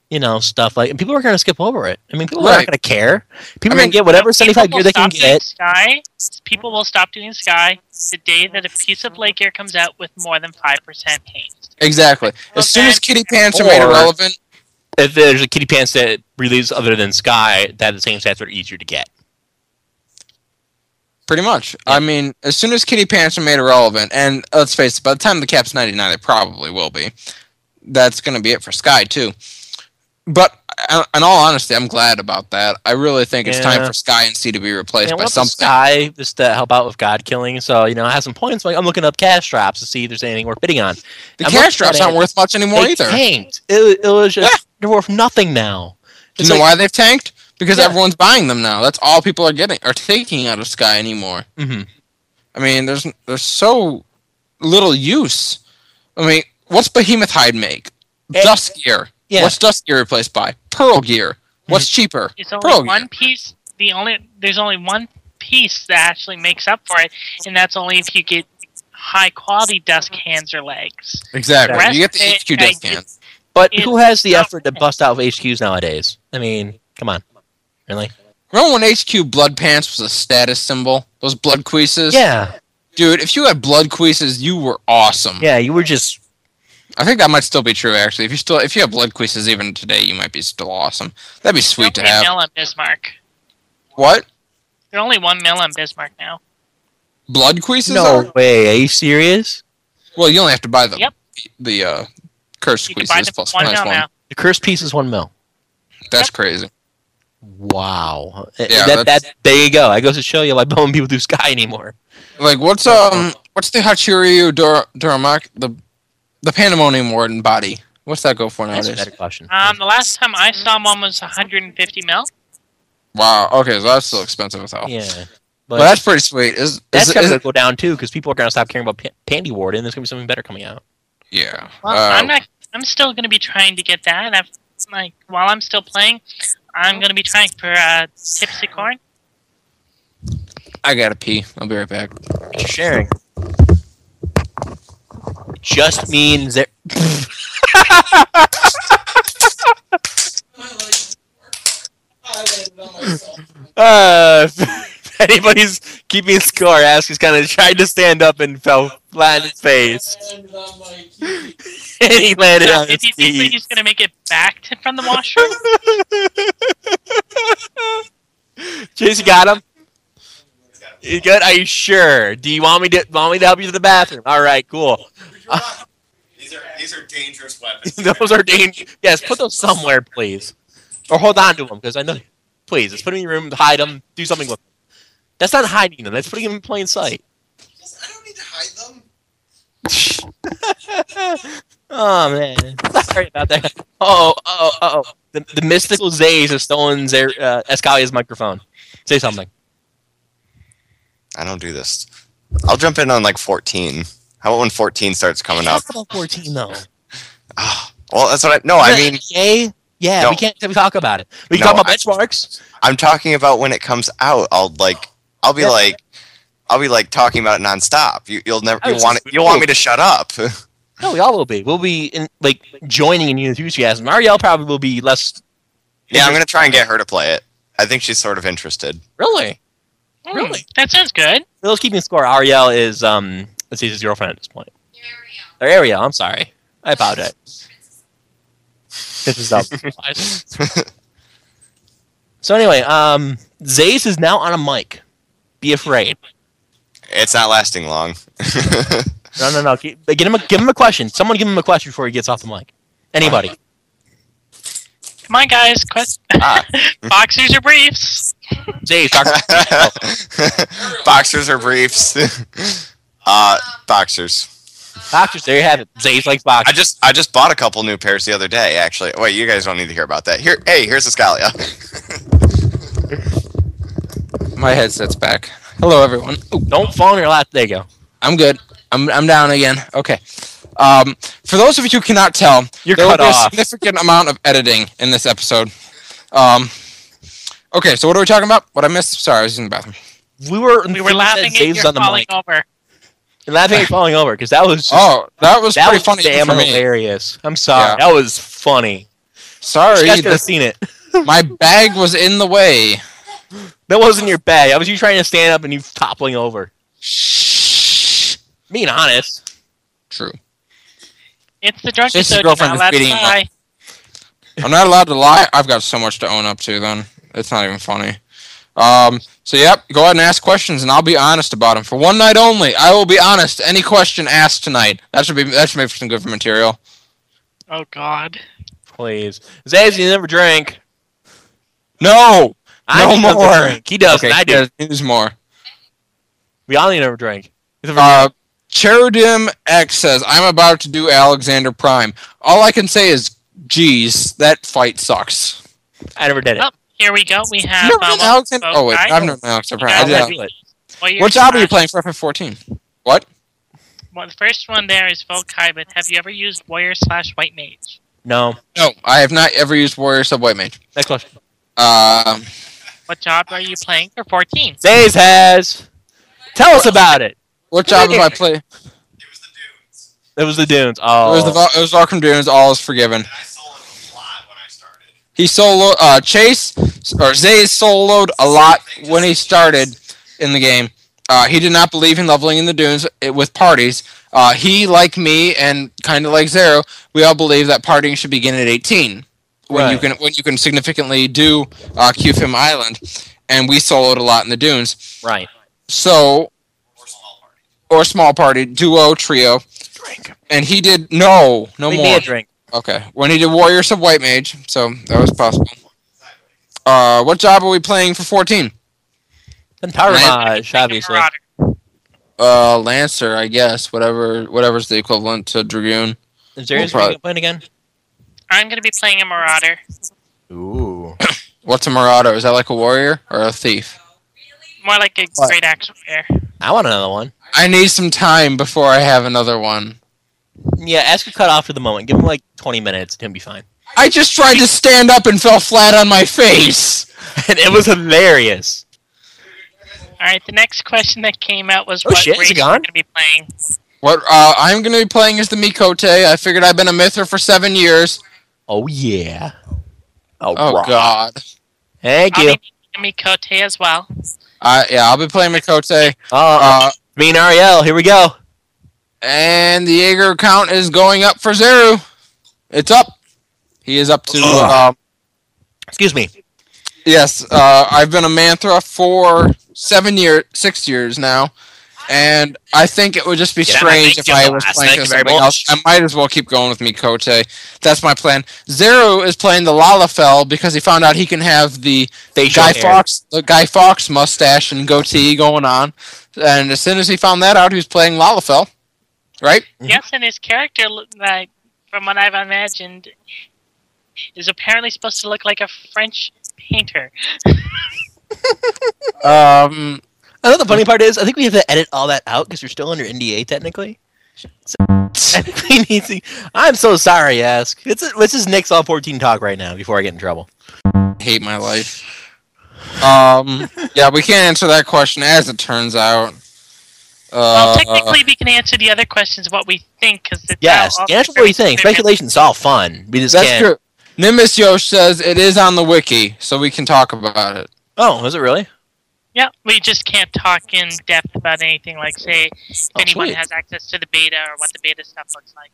[SPEAKER 3] you know, stuff like, and people are going to skip over it. I mean, people are
[SPEAKER 2] Right.
[SPEAKER 3] not going to care. People
[SPEAKER 2] I
[SPEAKER 3] are going
[SPEAKER 2] mean-
[SPEAKER 3] to get whatever
[SPEAKER 4] People
[SPEAKER 3] 75
[SPEAKER 4] will
[SPEAKER 3] gear they can
[SPEAKER 4] stop doing
[SPEAKER 3] get.
[SPEAKER 4] Sky, people will stop doing Sky the day that a piece of play gear comes out with more than five percent haste.
[SPEAKER 2] Exactly. As soon as
[SPEAKER 4] Okay.
[SPEAKER 2] Kitty Pants are made
[SPEAKER 3] Or-
[SPEAKER 2] irrelevant,
[SPEAKER 3] If there's a kitty pants that release other than Sky, that the same stats are easier to get.
[SPEAKER 2] Pretty much. I mean, as soon as Kitty Pants are made irrelevant, and let's face it, by the time the cap's 99, it probably will be. That's going to be it for Sky, too. But uh, in all honesty, I'm glad about that. I really think it's time
[SPEAKER 3] Yeah.
[SPEAKER 2] for Sky and C to be replaced
[SPEAKER 3] Yeah,
[SPEAKER 2] by
[SPEAKER 3] well,
[SPEAKER 2] something.
[SPEAKER 3] Sky just to help out with God killing. So you know, I have some points. Like I'm looking up cash drops to see if there's anything worth bidding on.
[SPEAKER 2] The
[SPEAKER 3] I'm
[SPEAKER 2] cash
[SPEAKER 3] looking at
[SPEAKER 2] drops
[SPEAKER 3] it.
[SPEAKER 2] aren't worth much anymore
[SPEAKER 3] they
[SPEAKER 2] either.
[SPEAKER 3] tanked. It, wa- it was just they're worth nothing now.
[SPEAKER 2] Do
[SPEAKER 3] It's
[SPEAKER 2] you know
[SPEAKER 3] like-
[SPEAKER 2] why they've tanked? Because
[SPEAKER 3] Yeah.
[SPEAKER 2] everyone's buying them now. That's all people are getting are taking out of Sky anymore.
[SPEAKER 3] Mhm.
[SPEAKER 2] I mean, there's there's so little use. I mean, what's Behemoth Hide make?
[SPEAKER 3] Eh,
[SPEAKER 2] Dusk Gear.
[SPEAKER 3] yeah.
[SPEAKER 2] What's Dusk Gear replaced by? Pearl Gear.
[SPEAKER 4] *laughs*
[SPEAKER 2] What's cheaper?
[SPEAKER 4] It's only
[SPEAKER 2] Pro
[SPEAKER 4] one
[SPEAKER 2] Gear.
[SPEAKER 4] piece. The only there's only one piece that actually makes up for it, and that's only if you get high quality desk hands or legs.
[SPEAKER 2] Exactly.
[SPEAKER 4] Rest
[SPEAKER 2] You get the
[SPEAKER 4] it,
[SPEAKER 2] HQ
[SPEAKER 4] I
[SPEAKER 2] desk
[SPEAKER 4] get-
[SPEAKER 2] hand.
[SPEAKER 3] But
[SPEAKER 4] It's
[SPEAKER 3] who has the
[SPEAKER 4] not-
[SPEAKER 3] effort to bust out of HQs nowadays? I mean, come on, really?
[SPEAKER 2] Remember when HQ blood pants was a status symbol? Those blood creases?
[SPEAKER 3] Yeah,
[SPEAKER 2] Dude, if you had blood creases, you were awesome.
[SPEAKER 3] yeah. You were just
[SPEAKER 2] I think that might still be true actually. If you still if you have blood creases even today, you might be still awesome. That'd be sweet to
[SPEAKER 4] They're only
[SPEAKER 2] have.
[SPEAKER 4] a mill on Bismarck.
[SPEAKER 2] What?
[SPEAKER 4] They're only one mill on Bismarck now.
[SPEAKER 2] Blood creases
[SPEAKER 3] no
[SPEAKER 2] are?
[SPEAKER 3] way. Are you serious?
[SPEAKER 2] Well, you only have to buy the
[SPEAKER 4] Yep.
[SPEAKER 2] the uh curse
[SPEAKER 4] You can buy
[SPEAKER 2] creases
[SPEAKER 4] them
[SPEAKER 2] plus
[SPEAKER 4] one
[SPEAKER 2] minus
[SPEAKER 4] mill
[SPEAKER 2] one.
[SPEAKER 4] now.
[SPEAKER 3] The cursed piece is one mil.
[SPEAKER 2] That's crazy.
[SPEAKER 3] Wow. Eh,
[SPEAKER 2] Yeah,
[SPEAKER 3] that,
[SPEAKER 2] that's-
[SPEAKER 3] that there you go. I goes to show you why bone people do sky *laughs* anymore.
[SPEAKER 2] Like what's um what's the Hachiryu Dur- Duramak the the Pandemonium Warden body? What's that go for
[SPEAKER 3] That's a
[SPEAKER 2] nowadays?
[SPEAKER 3] better question.
[SPEAKER 4] Um, the last time I saw one was 150 mil.
[SPEAKER 2] Wow. Okay, so that's still expensive as hell.
[SPEAKER 3] yeah,
[SPEAKER 2] Well,
[SPEAKER 3] but
[SPEAKER 2] that's pretty sweet. Is, is,
[SPEAKER 3] that's
[SPEAKER 2] is-
[SPEAKER 3] got to go down too because people are going to stop caring about pa- Pandy Ward and there's going to be something better coming out.
[SPEAKER 2] yeah.
[SPEAKER 4] Well,
[SPEAKER 2] Uh,
[SPEAKER 4] I'm not. I'm still going to be trying to get that. I've, like while I'm still playing, I'm going to be trying for uh, Tipsy
[SPEAKER 2] *laughs*
[SPEAKER 4] Corn.
[SPEAKER 2] I gotta pee. I'll be right back.
[SPEAKER 3] Sharing just means that Uh, *laughs* if anybody's keeping score, Ask he's kind of tried to stand up and fell flat in his face. *laughs* and he landed on *laughs*
[SPEAKER 4] if
[SPEAKER 3] his
[SPEAKER 4] you think that
[SPEAKER 3] feet.
[SPEAKER 4] he's going to make it back to, from the
[SPEAKER 2] *laughs*
[SPEAKER 4] washroom,
[SPEAKER 3] Jason got him. You good? Are you sure? Do you want me to want me to help you to the bathroom? All right, cool.
[SPEAKER 5] These are these are dangerous
[SPEAKER 3] *laughs*
[SPEAKER 5] weapons.
[SPEAKER 3] those are dangerous. Yes, put those somewhere, please, or hold on to them because I know. Please, just put them in your room, hide them, do something with them. That's not hiding them. That's putting them in plain sight. *laughs*
[SPEAKER 5] I don't need to hide them.
[SPEAKER 3] oh man, sorry about that. Oh, oh, oh! The, the mystical Zays have stolen their uh, Escalia's microphone. Say something.
[SPEAKER 5] I don't do this. I'll jump in on like 14. How about when 14 starts coming up?
[SPEAKER 3] Talk about fourteen though.
[SPEAKER 5] Ah, well, that's what I. No, I mean,
[SPEAKER 3] yay, yeah.
[SPEAKER 5] No.
[SPEAKER 3] We can't talk about it. We can
[SPEAKER 5] No,
[SPEAKER 3] talk about
[SPEAKER 5] I-
[SPEAKER 3] benchmarks.
[SPEAKER 5] I'm talking about when it comes out. I'll like, I'll be
[SPEAKER 3] Yeah.
[SPEAKER 5] like, I'll be like talking about it nonstop. You, you'll never.
[SPEAKER 3] I
[SPEAKER 5] You
[SPEAKER 3] was
[SPEAKER 5] want.
[SPEAKER 3] Oh, just-
[SPEAKER 5] You want me to shut up? *laughs*
[SPEAKER 3] No, we all will be. We'll be in, like joining in your enthusiasm. Ariel probably will be less.
[SPEAKER 5] yeah, I'm gonna try and get her to play it. I think she's sort of interested.
[SPEAKER 3] Really,
[SPEAKER 4] Hmm,
[SPEAKER 3] Really?
[SPEAKER 4] that sounds good.
[SPEAKER 3] for those keeping score, Ariel is um. Let's see, his girlfriend at this point. Or Ariel. I'm sorry. I apologize. This is up. *laughs* So anyway, um, Zays is now on a mic. Be afraid.
[SPEAKER 5] It's not lasting long. *laughs*
[SPEAKER 3] No, no, no. Get get him a give him a question. Someone give him a question before he gets off the mic. Anybody?
[SPEAKER 4] Come on, guys. Quest- *laughs*
[SPEAKER 5] Ah.
[SPEAKER 4] Boxers or briefs?
[SPEAKER 3] Zays, talk *laughs* about
[SPEAKER 5] *laughs* boxers or briefs? *laughs* uh, boxers.
[SPEAKER 3] boxers. There you have it. Zays likes
[SPEAKER 5] I
[SPEAKER 3] boxers.
[SPEAKER 5] just I just bought a couple new pairs the other day. Actually, wait, you guys don't need to hear about that. Here, hey, here's Escalia.
[SPEAKER 2] My headset's back. Hello, everyone. Ooh,
[SPEAKER 3] Don't fall on your lap. There you go.
[SPEAKER 2] I'm good. I'm I'm down again. Okay. Um, for those of you who cannot tell,
[SPEAKER 3] You're
[SPEAKER 2] there will
[SPEAKER 3] cut
[SPEAKER 2] be a
[SPEAKER 3] off.
[SPEAKER 2] significant amount of editing in this episode. Um, okay, so what are we talking about? What I missed? Sorry, I was in the bathroom.
[SPEAKER 3] We were
[SPEAKER 2] *laughs*
[SPEAKER 4] We were laughing at
[SPEAKER 3] Zays
[SPEAKER 4] you
[SPEAKER 3] on the
[SPEAKER 4] falling
[SPEAKER 3] mic.
[SPEAKER 4] over.
[SPEAKER 3] And laughing
[SPEAKER 4] *laughs*
[SPEAKER 3] at falling over because that was just,
[SPEAKER 2] Oh, that was
[SPEAKER 3] that
[SPEAKER 2] pretty
[SPEAKER 3] was
[SPEAKER 2] funny even
[SPEAKER 3] damn
[SPEAKER 2] for me.
[SPEAKER 3] hilarious. I'm sorry.
[SPEAKER 2] Yeah.
[SPEAKER 3] That was funny. You
[SPEAKER 2] Sorry,
[SPEAKER 3] guys could have
[SPEAKER 2] that-
[SPEAKER 3] seen it.
[SPEAKER 2] my bag was in the way.
[SPEAKER 3] That wasn't your bag. That was you trying to stand up and you toppling over.
[SPEAKER 2] Shh.
[SPEAKER 3] Being honest.
[SPEAKER 2] True.
[SPEAKER 4] It's the drunk
[SPEAKER 2] Jason's
[SPEAKER 4] episode.
[SPEAKER 2] girlfriend
[SPEAKER 4] You're
[SPEAKER 2] is
[SPEAKER 4] not allowed to
[SPEAKER 2] beating him up.
[SPEAKER 4] lie.
[SPEAKER 2] I'm not allowed to lie. I've got so much to own up to. Then it's not even funny. Um, so yep, go ahead and ask questions, and I'll be honest about them for one night only. I will be honest. Any question asked tonight, that should be that should make for some good material.
[SPEAKER 4] Oh God.
[SPEAKER 3] Please. Zays, you never drink.
[SPEAKER 2] No,
[SPEAKER 3] I
[SPEAKER 2] No
[SPEAKER 3] need another
[SPEAKER 2] more.
[SPEAKER 3] Drink. He does. I do.
[SPEAKER 2] yeah, There's more.
[SPEAKER 3] We all need another drink.
[SPEAKER 2] Uh, Cherudim X says, "I'm about to do Alexander Prime. All I can say is, geez, that fight sucks."
[SPEAKER 3] I never did it.
[SPEAKER 4] Oh, here we go. We have.
[SPEAKER 2] You never
[SPEAKER 4] um,
[SPEAKER 2] done Alexander?
[SPEAKER 4] both
[SPEAKER 2] Oh wait,
[SPEAKER 4] guys.
[SPEAKER 2] I've never done Alexander
[SPEAKER 4] Yeah,
[SPEAKER 3] I
[SPEAKER 2] Prime.
[SPEAKER 3] never
[SPEAKER 2] I
[SPEAKER 4] let's-
[SPEAKER 2] did.
[SPEAKER 3] do it.
[SPEAKER 4] Warrior
[SPEAKER 2] What job are you
[SPEAKER 4] Smash.
[SPEAKER 2] playing for F14? What?
[SPEAKER 4] Well, the first one there is Volkai, but have you ever used Warrior slash White Mage?
[SPEAKER 3] No.
[SPEAKER 2] No, I have not ever used Warrior Sub White Mage.
[SPEAKER 3] Next question.
[SPEAKER 2] Um,
[SPEAKER 4] What job are you playing for 14?
[SPEAKER 3] Dave has. Tell us about it.
[SPEAKER 2] what job am I playing?
[SPEAKER 5] It was the dudes.
[SPEAKER 3] It was the Dunes. Oh,
[SPEAKER 2] It was the Val- it was Arkham Dunes. All is forgiven.
[SPEAKER 5] *laughs* I sold a lot when I started.
[SPEAKER 2] He solo uh, Chase or Zay soloed a lot when he started in the game. Uh, he did not believe in leveling in the dunes eh, with parties. Uh, he, like me, and kind of like Zero, we all believe that partying should begin at 18 when you
[SPEAKER 3] Right.
[SPEAKER 2] can when you can significantly do uh, QFIM Island, and we soloed a lot in the dunes.
[SPEAKER 3] right.
[SPEAKER 2] So or small party, duo, trio,
[SPEAKER 3] Drink.
[SPEAKER 2] and he did no, no
[SPEAKER 3] Make
[SPEAKER 2] more.
[SPEAKER 3] me a drink.
[SPEAKER 2] Okay. When he did Warriors of White Mage, so that was possible. Uh, what job are we playing for 14?
[SPEAKER 3] Then Power
[SPEAKER 2] Nice.
[SPEAKER 3] Mage, obviously.
[SPEAKER 4] Marauder.
[SPEAKER 2] Uh, Lancer, I guess. Whatever, whatever's the equivalent to Dragoon.
[SPEAKER 3] Is there
[SPEAKER 2] We'll
[SPEAKER 3] is there
[SPEAKER 2] probably-
[SPEAKER 3] a point again?
[SPEAKER 4] I'm going to be playing a Marauder.
[SPEAKER 3] Ooh.
[SPEAKER 2] What's a Marauder? Is that like a warrior or a thief?
[SPEAKER 4] More like a
[SPEAKER 2] What?
[SPEAKER 4] great axe player.
[SPEAKER 3] I want another one.
[SPEAKER 2] I need some time before I have another one.
[SPEAKER 3] Yeah, ask a cut off to the moment. Give him like 20 minutes and he'll be fine.
[SPEAKER 2] I just tried to stand up and fell flat on my face.
[SPEAKER 3] *laughs* and it was hilarious.
[SPEAKER 4] Alright, the next question that came out was
[SPEAKER 3] Oh,
[SPEAKER 4] what
[SPEAKER 3] shit, is
[SPEAKER 4] race
[SPEAKER 3] it
[SPEAKER 4] you're
[SPEAKER 3] gone?
[SPEAKER 4] going to be playing.
[SPEAKER 2] What uh, I'm going to be playing is the Mikote. I figured I've been a Mithra for seven years.
[SPEAKER 3] Oh, yeah. Oh,
[SPEAKER 2] Oh,
[SPEAKER 3] rock.
[SPEAKER 2] God.
[SPEAKER 3] Thank
[SPEAKER 4] I'll
[SPEAKER 3] you. Mm-hmm.
[SPEAKER 4] be playing Mikote as well.
[SPEAKER 2] I yeah, I'll be playing Mikote.
[SPEAKER 3] Uh,
[SPEAKER 2] Uh,
[SPEAKER 3] me and Ariel, here we go.
[SPEAKER 2] And the Jaeger count is going up for Zeru. It's up. He is up to.
[SPEAKER 3] Ugh.
[SPEAKER 2] Um,
[SPEAKER 3] Excuse me.
[SPEAKER 2] yes, uh, I've been a Manthra for seven years, six years now. And I think it would just be
[SPEAKER 3] Yeah,
[SPEAKER 2] strange
[SPEAKER 3] thank
[SPEAKER 2] if
[SPEAKER 3] you,
[SPEAKER 2] I was
[SPEAKER 3] Elias.
[SPEAKER 2] playing
[SPEAKER 3] Thank you very
[SPEAKER 2] something
[SPEAKER 3] much.
[SPEAKER 2] else. I might as well keep going with Mikote. That's my plan. Zeru is playing the Lalafell because he found out he can have the
[SPEAKER 3] Facial
[SPEAKER 2] Guy
[SPEAKER 3] hair.
[SPEAKER 2] Fox, the Guy Fox mustache and goatee going on. And as soon as he found that out, he was playing Lalafell, right?
[SPEAKER 3] Mhm.
[SPEAKER 4] Yes, and his character, lo- like, from what I've imagined, is apparently supposed to look like a French painter.
[SPEAKER 2] Um,
[SPEAKER 3] I know the funny part is, I think we have to edit all that out because we're still under NDA technically. *laughs* So, I think we need to, I'm so sorry, Ask. It's a, let's just nix all 14 talk right now before I get in trouble.
[SPEAKER 2] hate my life. *laughs* Um, yeah, we can't answer that question as it turns out.
[SPEAKER 4] well,
[SPEAKER 2] Uh,
[SPEAKER 4] technically, we can answer the other questions what we think, because
[SPEAKER 3] Yes,
[SPEAKER 4] uh,
[SPEAKER 3] yeah, that's what we think. Speculation's all fun. We just
[SPEAKER 2] that's
[SPEAKER 3] can't.
[SPEAKER 2] true. Nimbus Yosh says it is on the wiki, so we can talk about it.
[SPEAKER 3] Oh, is it really?
[SPEAKER 4] Yeah, we just can't talk in depth about anything, like say if
[SPEAKER 3] Oh,
[SPEAKER 4] anyone
[SPEAKER 3] sweet.
[SPEAKER 4] has access to the beta or what the beta stuff looks like.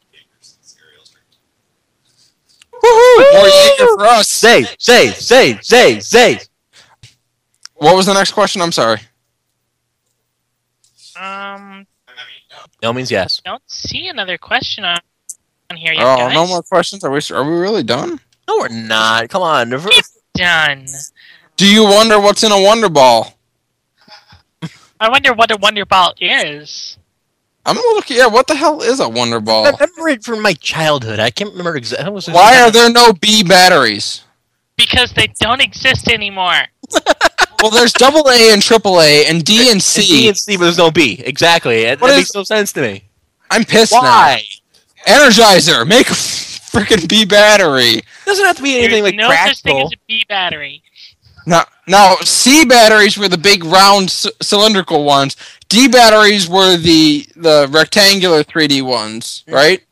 [SPEAKER 2] More Jaeger for us.
[SPEAKER 3] Say, say, say, say, say.
[SPEAKER 2] What was the next question? I'm sorry.
[SPEAKER 4] Um,
[SPEAKER 3] No means yes.
[SPEAKER 4] don't see another question on, on here yet,
[SPEAKER 2] Oh,
[SPEAKER 4] guys.
[SPEAKER 2] no more questions. Are we? Are we really done?
[SPEAKER 3] No, we're not. Come on. Never-
[SPEAKER 4] Done.
[SPEAKER 2] Do you wonder what's in a Wonder Ball?
[SPEAKER 4] I wonder what a Wonder Ball is.
[SPEAKER 2] I'm looking. Yeah, what the hell is a Wonder
[SPEAKER 3] I
[SPEAKER 2] Ball?
[SPEAKER 3] remember it from my childhood. I can't remember exactly.
[SPEAKER 2] Oh. Why are there no B batteries?
[SPEAKER 4] Because they don't exist anymore.
[SPEAKER 2] Well, there's double A and triple A and D and
[SPEAKER 3] C
[SPEAKER 2] C.
[SPEAKER 3] and C, but there's no B? Exactly. It,
[SPEAKER 2] What
[SPEAKER 3] that
[SPEAKER 2] is-
[SPEAKER 3] makes no sense to me.
[SPEAKER 2] I'm pissed now.
[SPEAKER 3] Why?
[SPEAKER 2] Energizer, make a freaking B battery.
[SPEAKER 3] doesn't have to be
[SPEAKER 4] There's
[SPEAKER 3] anything like
[SPEAKER 4] no such thing
[SPEAKER 3] practical.
[SPEAKER 4] as a B battery.
[SPEAKER 2] Now, now C batteries were the big round c- cylindrical ones. D batteries were the the rectangular 3D ones, right?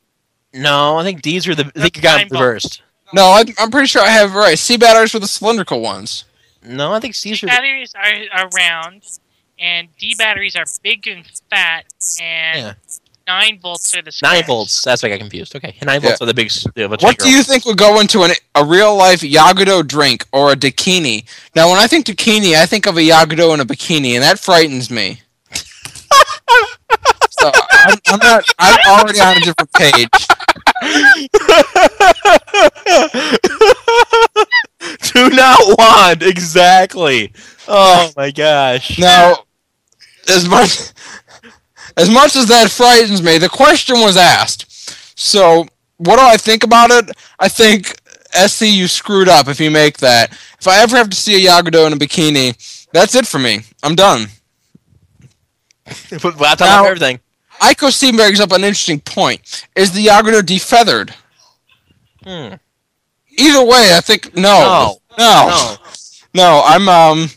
[SPEAKER 3] No, I think D's are the. I think you
[SPEAKER 4] That's
[SPEAKER 3] got them
[SPEAKER 4] fine, but-
[SPEAKER 3] reversed.
[SPEAKER 2] No, I'm, I'm pretty sure I have it right. C batteries were the cylindrical ones.
[SPEAKER 3] No, I think C's are. The,
[SPEAKER 4] Batteries are, are round, and D batteries are big and fat, and
[SPEAKER 3] Yeah.
[SPEAKER 4] nine volts are the
[SPEAKER 3] nine
[SPEAKER 4] squares.
[SPEAKER 3] volts. That's why I got confused. Okay, nine volts are the big. s- the- what's
[SPEAKER 2] What
[SPEAKER 3] bigger
[SPEAKER 2] do you think would go into an, a real life Yagudo drink or a Dakini? Now, when I think Dakini, I think of a Yagudo and a bikini, and that frightens me. so I'm, I'm not. I'm already on a different page.
[SPEAKER 3] Do not want exactly. *laughs* Oh my gosh.
[SPEAKER 2] Now, as much as much as that frightens me, the question was asked. So, what do I think about it? I think SC you screwed up if you make that. If I ever have to see a Yagudo in a bikini, that's it for me. I'm done.
[SPEAKER 3] Put laptop
[SPEAKER 2] Now-
[SPEAKER 3] on everything.
[SPEAKER 2] Iko Steam brings up an interesting point. Is the Yagudo defeathered?
[SPEAKER 3] Hmm.
[SPEAKER 2] Either way, I think no.
[SPEAKER 3] No.
[SPEAKER 2] No.
[SPEAKER 3] No.
[SPEAKER 2] No, I'm um,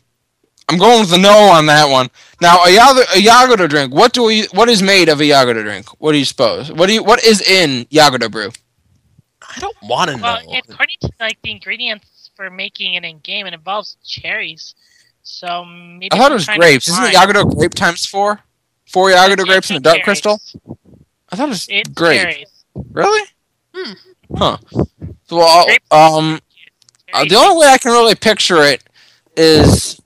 [SPEAKER 2] I'm going with the no on that one. Now, a, yago, a Yagoda drink. What do we? What is made of a Yagoda drink? What do you suppose? What do you? What is in Yagoda brew?
[SPEAKER 3] I don't want to
[SPEAKER 4] Well,
[SPEAKER 3] know.
[SPEAKER 4] according to like the ingredients for making it in game, it involves cherries. So maybe
[SPEAKER 2] I thought
[SPEAKER 4] they're
[SPEAKER 2] it was
[SPEAKER 4] trying to
[SPEAKER 2] grapes. Isn't it
[SPEAKER 4] find-
[SPEAKER 2] Yagoda grape times four? Four Yagoda
[SPEAKER 4] It's
[SPEAKER 2] grapes in a dark
[SPEAKER 4] cherries.
[SPEAKER 2] crystal. I thought it was
[SPEAKER 4] It's
[SPEAKER 2] grape.
[SPEAKER 4] cherries.
[SPEAKER 2] Really?
[SPEAKER 4] Hmm.
[SPEAKER 2] Huh. Well,
[SPEAKER 4] Grape-
[SPEAKER 2] um, uh,
[SPEAKER 4] Cherries.
[SPEAKER 2] the only way I can really picture it is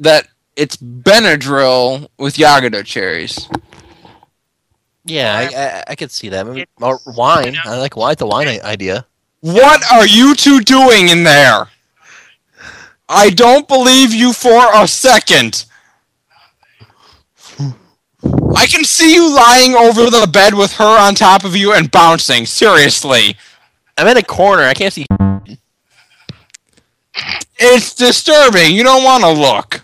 [SPEAKER 2] that it's Benadryl with Yagoda cherries.
[SPEAKER 3] Yeah, I, I, I could see that. Maybe-
[SPEAKER 4] It's-
[SPEAKER 3] Or wine.
[SPEAKER 4] you know.
[SPEAKER 3] I like wine. The wine i- idea.
[SPEAKER 2] What are you two doing in there? I don't believe you for a second. I can see you lying over the bed with her on top of you and bouncing. Seriously.
[SPEAKER 3] I'm in a corner. I *laughs* can't see.
[SPEAKER 2] It's disturbing. You don't want to look.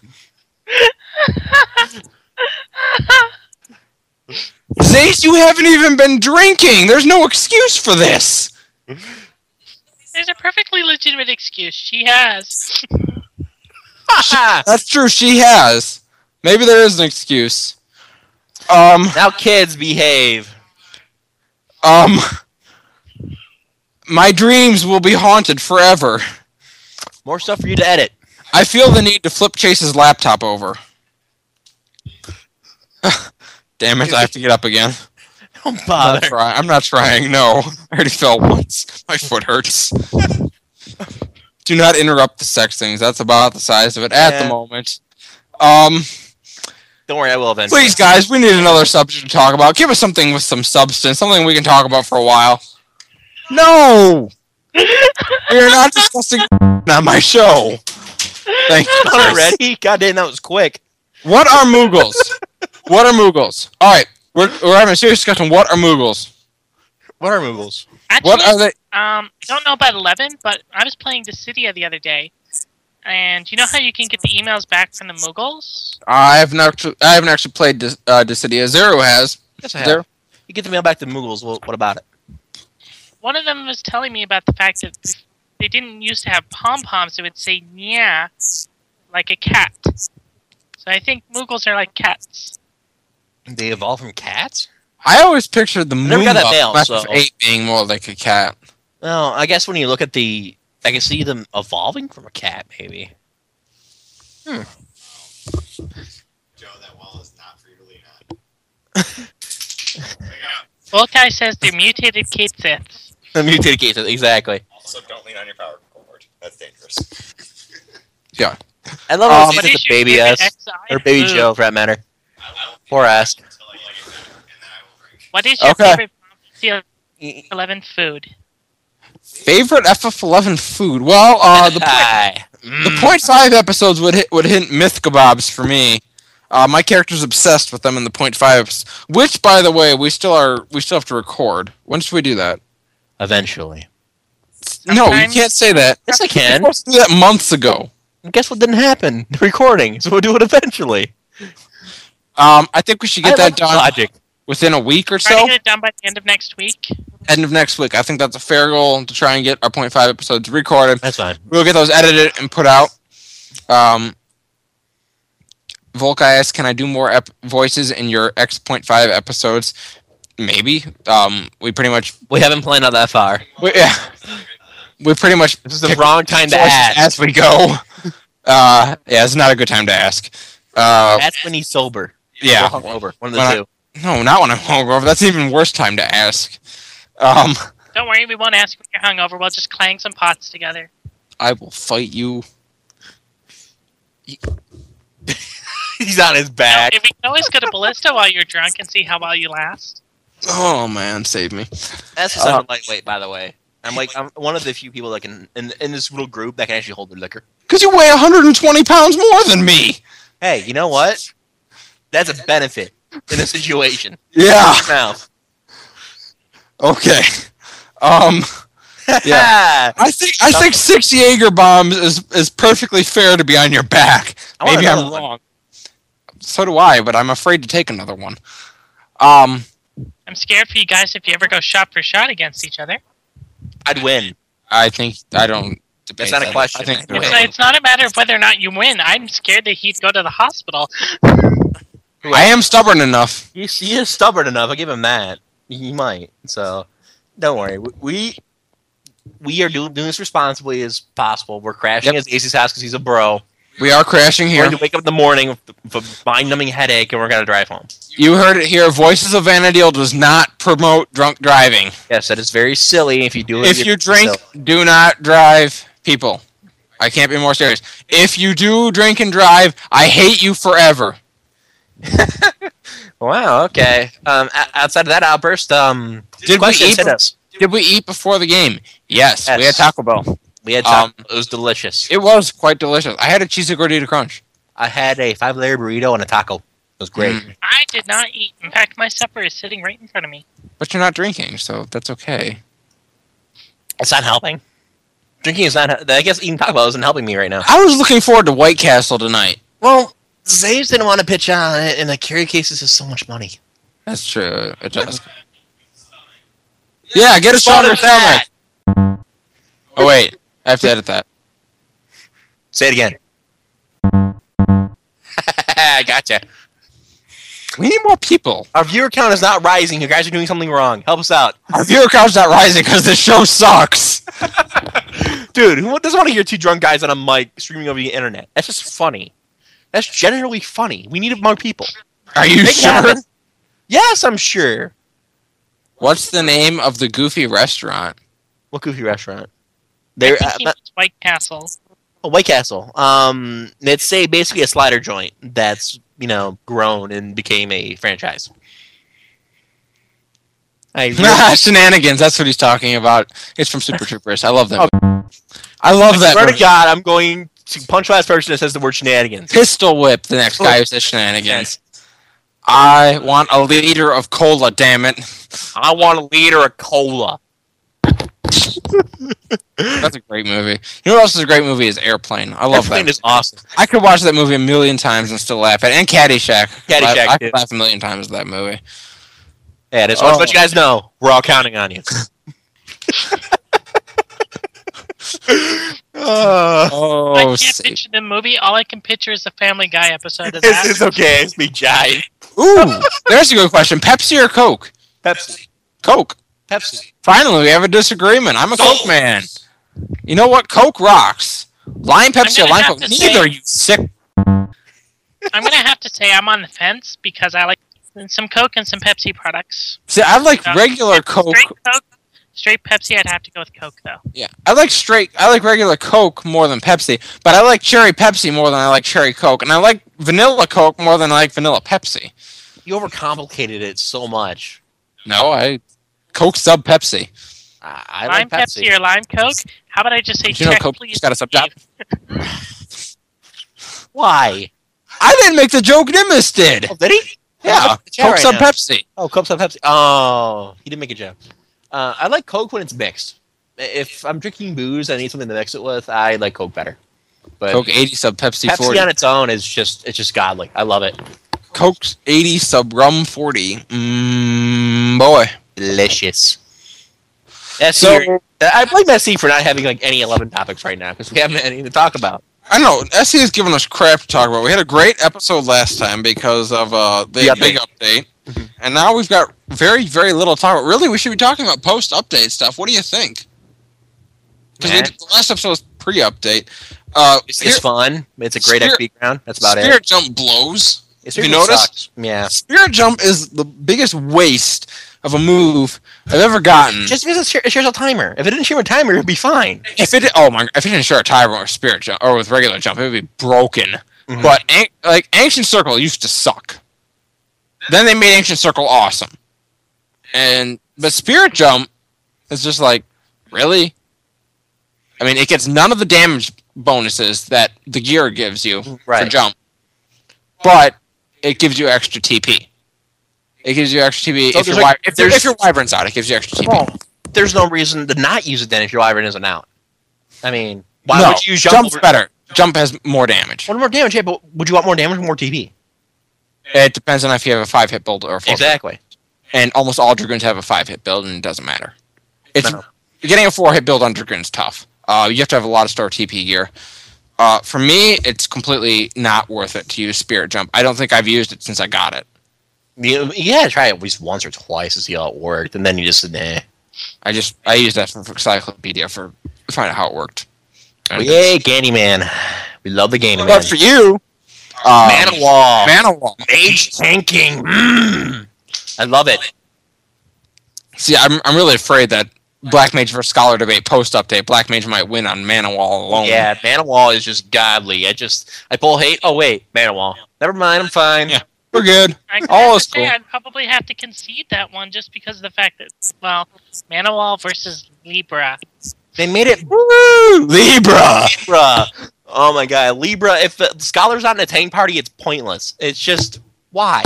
[SPEAKER 2] Zace, you haven't even been drinking. There's no excuse for this.
[SPEAKER 4] There's a perfectly legitimate excuse. She has.
[SPEAKER 3] Ah!
[SPEAKER 2] That's true. She has. Maybe there is an excuse. Um.
[SPEAKER 3] now kids behave.
[SPEAKER 2] Um. My dreams will be haunted forever.
[SPEAKER 3] More stuff for you to edit. *laughs*
[SPEAKER 2] I feel the need to flip Chase's laptop over. *sighs* Damn it! I have to get up again.
[SPEAKER 3] Don't
[SPEAKER 2] I'm
[SPEAKER 3] bother.
[SPEAKER 2] not, try- I'm not trying. No, I already fell once. My foot hurts. Do not interrupt the sex things. That's about the size of it at the
[SPEAKER 3] Yeah.
[SPEAKER 2] moment. Um,
[SPEAKER 3] Don't worry, I will eventually.
[SPEAKER 2] please, guys, we need another subject to talk about. Give us something with some substance, something we can talk about for a while. No, we are not discussing on my show. Thank you.
[SPEAKER 3] *laughs* Not already? God damn, that was quick.
[SPEAKER 2] What are Moogles? what are Moogles? All right, we're, we're having a serious discussion. What are Moogles?
[SPEAKER 3] What are Moogles?
[SPEAKER 2] *laughs*
[SPEAKER 4] Actually,
[SPEAKER 2] What are they?
[SPEAKER 4] um, don't know about Eleven, but I was playing Dissidia the other day, and you know how you can get the emails back from the Muggles?
[SPEAKER 2] I haven't actually, I haven't actually played Dis- uh, Dissidia. Zero has.
[SPEAKER 3] Yes, I have.
[SPEAKER 2] Zero.
[SPEAKER 3] You get the mail back to Moogles. Well, what about it?
[SPEAKER 4] One of them was telling me about the fact that they didn't used to have pom poms; it would say "yeah," like a cat. So I think Muggles are like cats.
[SPEAKER 3] They evolve from cats?
[SPEAKER 2] I always pictured the
[SPEAKER 3] never
[SPEAKER 2] moon
[SPEAKER 3] got that
[SPEAKER 2] of
[SPEAKER 3] mail,
[SPEAKER 2] Mass
[SPEAKER 3] so-
[SPEAKER 2] Effect 8 being more like a cat.
[SPEAKER 3] Well, I guess when you look at the, I can see them evolving from a cat, maybe.
[SPEAKER 5] Joe, that wall is not for you to lean
[SPEAKER 4] Volkai says they're mutated Katsiths.
[SPEAKER 3] The mutated cases, exactly.
[SPEAKER 5] *laughs* Also, don't lean on your power cord. That's dangerous.
[SPEAKER 2] Yeah.
[SPEAKER 3] I love
[SPEAKER 2] Um,
[SPEAKER 3] how it's just a baby S or baby Joe, for that matter. Poor ass.
[SPEAKER 4] What is your
[SPEAKER 2] Okay.
[SPEAKER 4] favorite favorite Eleven food?
[SPEAKER 2] Favorite FF11 food? Well,
[SPEAKER 3] Oh,
[SPEAKER 2] uh,
[SPEAKER 3] *laughs*
[SPEAKER 2] the, point,
[SPEAKER 3] Hi.
[SPEAKER 5] Mm.
[SPEAKER 2] the point five episodes would hit, would hint myth kebabs for me. Uh, my character's obsessed with them in the point five, episodes, which, by the way, we still are. We still have to record. When should we do that?
[SPEAKER 3] Eventually.
[SPEAKER 2] No, you
[SPEAKER 4] Sometimes-
[SPEAKER 2] can't say that.
[SPEAKER 3] Yes, I
[SPEAKER 2] We were
[SPEAKER 3] can.
[SPEAKER 2] supposed to do that months ago.
[SPEAKER 3] Guess what didn't happen? *laughs* The recording. So we'll do it eventually.
[SPEAKER 2] Um, I think we should get
[SPEAKER 3] I
[SPEAKER 2] that
[SPEAKER 3] like
[SPEAKER 2] done
[SPEAKER 3] Logic.
[SPEAKER 2] within a week or
[SPEAKER 4] Try
[SPEAKER 2] so.
[SPEAKER 4] to get it done by the end of next week.
[SPEAKER 2] end of next week. I think that's a fair goal to try and get our point five episodes recorded.
[SPEAKER 3] That's fine.
[SPEAKER 2] We'll get those edited and put out. Um, Volk I asked, can I do more ep- voices in your X point five episodes? Maybe. Um, we pretty much
[SPEAKER 3] We haven't planned out that far.
[SPEAKER 2] we, *laughs* yeah, we pretty much
[SPEAKER 3] This is the wrong time to
[SPEAKER 2] voices
[SPEAKER 3] ask.
[SPEAKER 2] as we
[SPEAKER 3] *laughs*
[SPEAKER 2] go. Uh, yeah, it's not a good time to ask. Uh,
[SPEAKER 3] That's when he's sober.
[SPEAKER 2] yeah.
[SPEAKER 3] Or hungover.
[SPEAKER 2] When
[SPEAKER 3] One of the
[SPEAKER 2] I-
[SPEAKER 3] two.
[SPEAKER 2] No, not when I'm hungover. That's an even worse time to ask. Um,
[SPEAKER 4] Don't worry, we won't ask when you're hungover. We'll just clang some pots together.
[SPEAKER 2] I will fight you.
[SPEAKER 3] he's on his
[SPEAKER 4] Now,
[SPEAKER 3] back.
[SPEAKER 4] if we can always go to Ballista while you're drunk and see how well you last.
[SPEAKER 2] Oh man, save me.
[SPEAKER 3] That's
[SPEAKER 2] Uh,
[SPEAKER 3] a lightweight, by the way. I'm like I'm one of the few people that can in in this little group that can actually hold their liquor.
[SPEAKER 2] Because you weigh 120 pounds more than me.
[SPEAKER 3] Hey, you know what? That's a benefit in a situation.
[SPEAKER 2] Yeah.
[SPEAKER 3] Now,
[SPEAKER 2] Okay. Um, Yeah.
[SPEAKER 3] *laughs* yeah.
[SPEAKER 2] I think I think six Jaeger bombs is is perfectly fair to be on your back.
[SPEAKER 3] *laughs* I want
[SPEAKER 2] Maybe I'm
[SPEAKER 3] another one.
[SPEAKER 2] wrong. So do I, but I'm afraid to take another one. Um,
[SPEAKER 4] I'm scared for you guys if you ever go shot for shot against each other.
[SPEAKER 3] I'd win.
[SPEAKER 2] I think I don't.
[SPEAKER 3] That's not a question.
[SPEAKER 2] I think-
[SPEAKER 4] It's,
[SPEAKER 3] Okay.
[SPEAKER 4] it's not a matter of whether or not you win. I'm scared that he'd go to the hospital.
[SPEAKER 2] I am stubborn enough.
[SPEAKER 3] He, he is stubborn enough. I'll give him that. He might. So don't worry. We- We we are do, doing this responsibly as possible. We're crashing
[SPEAKER 2] Yep.
[SPEAKER 3] at Acey's house because he's a bro.
[SPEAKER 2] We are crashing
[SPEAKER 3] We're
[SPEAKER 2] here.
[SPEAKER 3] going to wake up in the morning with, with a mind-numbing headache, and we're going to drive home.
[SPEAKER 2] You heard it here. Voices of Vanadil does not promote drunk driving.
[SPEAKER 3] Yes, that is very silly. If you do it,
[SPEAKER 2] If
[SPEAKER 3] you're
[SPEAKER 2] you drink,
[SPEAKER 3] silly.
[SPEAKER 2] do not drive, people. I can't be more serious. If you do drink and drive, I hate you forever.
[SPEAKER 3] wow. Okay. Um, o- outside of that outburst, um,
[SPEAKER 2] Did we
[SPEAKER 3] questions
[SPEAKER 2] eat?
[SPEAKER 3] hit us.
[SPEAKER 2] Did we eat before the game? Yes, we had
[SPEAKER 3] Yes.
[SPEAKER 2] Taco Bell.
[SPEAKER 3] We had
[SPEAKER 2] Um,
[SPEAKER 3] tacos. it was delicious.
[SPEAKER 2] It was quite delicious. I had a cheesy gordita crunch.
[SPEAKER 3] I had a five-layer burrito and a taco. It was great.
[SPEAKER 2] Mm.
[SPEAKER 4] I did not eat. In fact, my supper is sitting right in front of me.
[SPEAKER 2] But you're not drinking, so that's okay.
[SPEAKER 3] It's not helping. Drinking is not. I guess eating Taco Bell isn't helping me right now.
[SPEAKER 2] I was looking forward to White Castle tonight.
[SPEAKER 3] Well, Zaves didn't want to pitch on it, and the carry cases is so much money.
[SPEAKER 2] That's true. It does. Yeah, get a stronger stomach. Oh wait, I have to edit that.
[SPEAKER 3] Say it again. *laughs* I gotcha.
[SPEAKER 2] We need more people.
[SPEAKER 3] Our viewer count is not rising. You guys are doing something wrong. Help us out,
[SPEAKER 2] Our viewer count's not rising because the show sucks.
[SPEAKER 3] *laughs* dude. Who doesn't want to hear two drunk guys on a mic streaming over the internet? That's just funny. That's generally funny. We need more people.
[SPEAKER 2] Are you
[SPEAKER 3] Make it
[SPEAKER 2] sure?
[SPEAKER 3] happen. Yes, I'm sure.
[SPEAKER 2] What's the name of the goofy restaurant?
[SPEAKER 3] What goofy restaurant? They're
[SPEAKER 4] I
[SPEAKER 3] uh,
[SPEAKER 4] think he
[SPEAKER 3] not-
[SPEAKER 4] means White Castle.
[SPEAKER 3] oh, White Castle. Um, it's a basically a slider joint that's you know grown and became a franchise. *laughs* I
[SPEAKER 2] *laughs*
[SPEAKER 3] really,
[SPEAKER 2] Shenanigans. That's what he's talking about. It's from Super Troopers. I love that. movie. I love that.
[SPEAKER 3] swear to
[SPEAKER 2] movie.
[SPEAKER 3] God, I'm going to punch the last person that says the word shenanigans.
[SPEAKER 2] Pistol whip the next guy who says shenanigans. I want a liter of cola. Damn it.
[SPEAKER 3] I want a liter of cola.
[SPEAKER 2] That's a great movie. You know what else is a great movie is Airplane. I love
[SPEAKER 3] Everything
[SPEAKER 2] that.
[SPEAKER 3] is awesome.
[SPEAKER 2] I could watch that movie a million times and still laugh at it. And Caddyshack.
[SPEAKER 3] Caddyshack,
[SPEAKER 2] I, I could
[SPEAKER 3] too.
[SPEAKER 2] laugh a million times at that movie.
[SPEAKER 3] Yeah, that's
[SPEAKER 2] Oh.
[SPEAKER 3] what you guys know. We're all counting *laughs* on you. Uh,
[SPEAKER 2] Oh,
[SPEAKER 4] I can't
[SPEAKER 2] see.
[SPEAKER 4] picture the movie. All I can picture is a Family
[SPEAKER 2] *laughs*
[SPEAKER 4] Guy episode of
[SPEAKER 3] it's,
[SPEAKER 4] that.
[SPEAKER 3] it's okay. It's me, Jai.
[SPEAKER 2] Ooh, there's a good question. Pepsi or Coke?
[SPEAKER 3] Pepsi.
[SPEAKER 2] Coke.
[SPEAKER 3] Pepsi.
[SPEAKER 2] Finally, we have a disagreement. I'm a
[SPEAKER 4] Oh.
[SPEAKER 2] Coke man. You know what? Coke rocks. Lime Pepsi or
[SPEAKER 4] gonna
[SPEAKER 2] lime
[SPEAKER 4] have
[SPEAKER 2] Coke?
[SPEAKER 4] to
[SPEAKER 2] Neither,
[SPEAKER 4] say-
[SPEAKER 2] you sick.
[SPEAKER 4] I'm gonna have to say I'm on the fence because I like some Coke and some Pepsi products.
[SPEAKER 2] See, I like
[SPEAKER 4] Uh,
[SPEAKER 2] regular
[SPEAKER 4] straight
[SPEAKER 2] Coke.
[SPEAKER 4] Straight Coke, straight Pepsi. I'd have to go with Coke though.
[SPEAKER 2] Yeah, I like straight. I like regular Coke more than Pepsi, but I like cherry Pepsi more than I like cherry Coke, and I like vanilla Coke more than I like vanilla Pepsi.
[SPEAKER 3] You overcomplicated it so much.
[SPEAKER 2] No, I Coke sub Pepsi.
[SPEAKER 3] I, I
[SPEAKER 4] lime
[SPEAKER 3] like Pepsi.
[SPEAKER 4] or lime Coke. How about I just say
[SPEAKER 2] Did you know
[SPEAKER 4] check,
[SPEAKER 2] Coke
[SPEAKER 4] please?
[SPEAKER 2] just got a sub job?
[SPEAKER 3] Why?
[SPEAKER 2] I didn't make the joke. Nimbus did.
[SPEAKER 3] Oh, did he?
[SPEAKER 2] Yeah,
[SPEAKER 3] Look at the chat
[SPEAKER 2] Coke
[SPEAKER 3] right
[SPEAKER 2] sub
[SPEAKER 3] now.
[SPEAKER 2] Pepsi.
[SPEAKER 3] Oh, Coke sub Pepsi. Oh, he didn't make a joke. Uh, I like Coke when it's mixed. I- If I'm drinking booze, I need something to mix it with. I like Coke better. But
[SPEAKER 2] Coke eighty sub Pepsi,
[SPEAKER 3] Pepsi
[SPEAKER 2] forty.
[SPEAKER 3] on its own is just it's just godly. I love it.
[SPEAKER 2] Coke eighty sub rum forty. Mmm, boy.
[SPEAKER 3] Delicious. That's
[SPEAKER 2] So-
[SPEAKER 3] so. I blame Messi for not having like any eleven topics right now because we haven't had anything to talk about.
[SPEAKER 2] I know. SE has given us crap to talk about. We had a great episode last time because of uh, the
[SPEAKER 3] The
[SPEAKER 2] big update. Mm-hmm. And now we've got very, very little to talk about. Really, we should be talking about post update stuff. What do you think? Because
[SPEAKER 3] Nah.
[SPEAKER 2] the last episode was pre update. Uh,
[SPEAKER 3] It's,
[SPEAKER 2] Spirit,
[SPEAKER 3] it's fun. It's a great
[SPEAKER 2] Spirit-
[SPEAKER 3] XP ground. That's about
[SPEAKER 2] Spirit Jump blows.
[SPEAKER 3] it. It's
[SPEAKER 2] you noticed?
[SPEAKER 3] Yeah.
[SPEAKER 2] Spirit Jump is the biggest waste of a move I've ever gotten.
[SPEAKER 3] Just because it, share, it shares a timer. If it didn't share a timer, it'd be fine.
[SPEAKER 2] if it oh my if it didn't share a timer with Spirit Jump or with regular jump, it would be broken.
[SPEAKER 3] Mhm.
[SPEAKER 2] Mm-hmm. But an- like Ancient Circle used to suck. Then they made Ancient Circle awesome. And but Spirit Jump is just like really. I mean, it gets none of the damage bonuses that the gear gives you for
[SPEAKER 3] Mm-hmm. Right.
[SPEAKER 2] jump, but it gives you extra TP. It gives you extra TP
[SPEAKER 3] So
[SPEAKER 2] if, your
[SPEAKER 3] there's like-
[SPEAKER 2] wi- if, your-
[SPEAKER 3] there's-
[SPEAKER 2] if your wyvern's out. It gives you extra TP.
[SPEAKER 3] Well, there's no reason to not use it then if your wyvern isn't out. I mean, why
[SPEAKER 2] No,
[SPEAKER 3] would you use jump?
[SPEAKER 2] jump's
[SPEAKER 3] over-
[SPEAKER 2] better. Jump has more damage.
[SPEAKER 3] One more damage, yeah, but would you want more damage or more TP?
[SPEAKER 2] It depends on if you have a five hit build or a four.
[SPEAKER 3] Exactly.
[SPEAKER 2] And almost all dragoons have a five hit build, and it doesn't matter. It's
[SPEAKER 3] No.
[SPEAKER 2] getting a four hit build on dragoons tough. Uh, you have to have a lot of star TP gear. Uh, for me, it's completely not worth it to use Spirit Jump. I don't think I've used it since I got it.
[SPEAKER 3] You, you gotta try it at least once or twice to see how it worked, and then you just said, nah.
[SPEAKER 2] I just I used that for, for Encyclopedia for to find out how it worked.
[SPEAKER 3] Oh, yay, Candyman. We love the Oh, Candyman.
[SPEAKER 2] But for you, um,
[SPEAKER 3] Manowar.
[SPEAKER 2] Manowar.
[SPEAKER 3] Mage tanking. Mm. I love it.
[SPEAKER 2] See, I'm I'm really afraid that Black Mage versus Scholar debate post update, Black Mage might win on Manowar alone.
[SPEAKER 3] Yeah, Manowar is just godly. I just, I pull hate. Oh, wait, Manowar. Never mind, I'm fine.
[SPEAKER 2] Yeah. we're good.
[SPEAKER 4] I could
[SPEAKER 2] All
[SPEAKER 4] have
[SPEAKER 2] is
[SPEAKER 4] to say
[SPEAKER 2] cool.
[SPEAKER 4] I'd probably have to concede that one just because of the fact that well, Manowar versus Libra.
[SPEAKER 3] They made it
[SPEAKER 2] Woo! Libra.
[SPEAKER 3] Libra. Oh my god, Libra! If the scholar's not in a tang party, it's pointless. It's just why,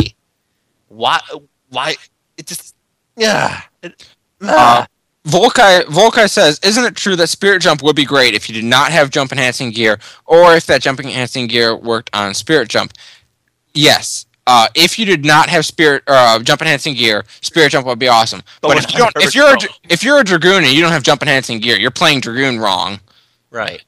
[SPEAKER 3] why, why? It just yeah. It-
[SPEAKER 2] Uh, Volkai Volkai says, "Isn't it true that Spirit Jump would be great if you did not have jump enhancing gear, or if that jumping enhancing gear worked on Spirit Jump?" Yes. Uh, if you did not have spirit uh, jump enhancing gear, Spirit Jump would be awesome.
[SPEAKER 3] But
[SPEAKER 2] But, if you don't, if
[SPEAKER 3] 100%
[SPEAKER 2] you're a,
[SPEAKER 3] wrong.
[SPEAKER 2] dra- if you're a Dragoon and you don't have jump enhancing gear, you're playing Dragoon wrong.
[SPEAKER 3] right.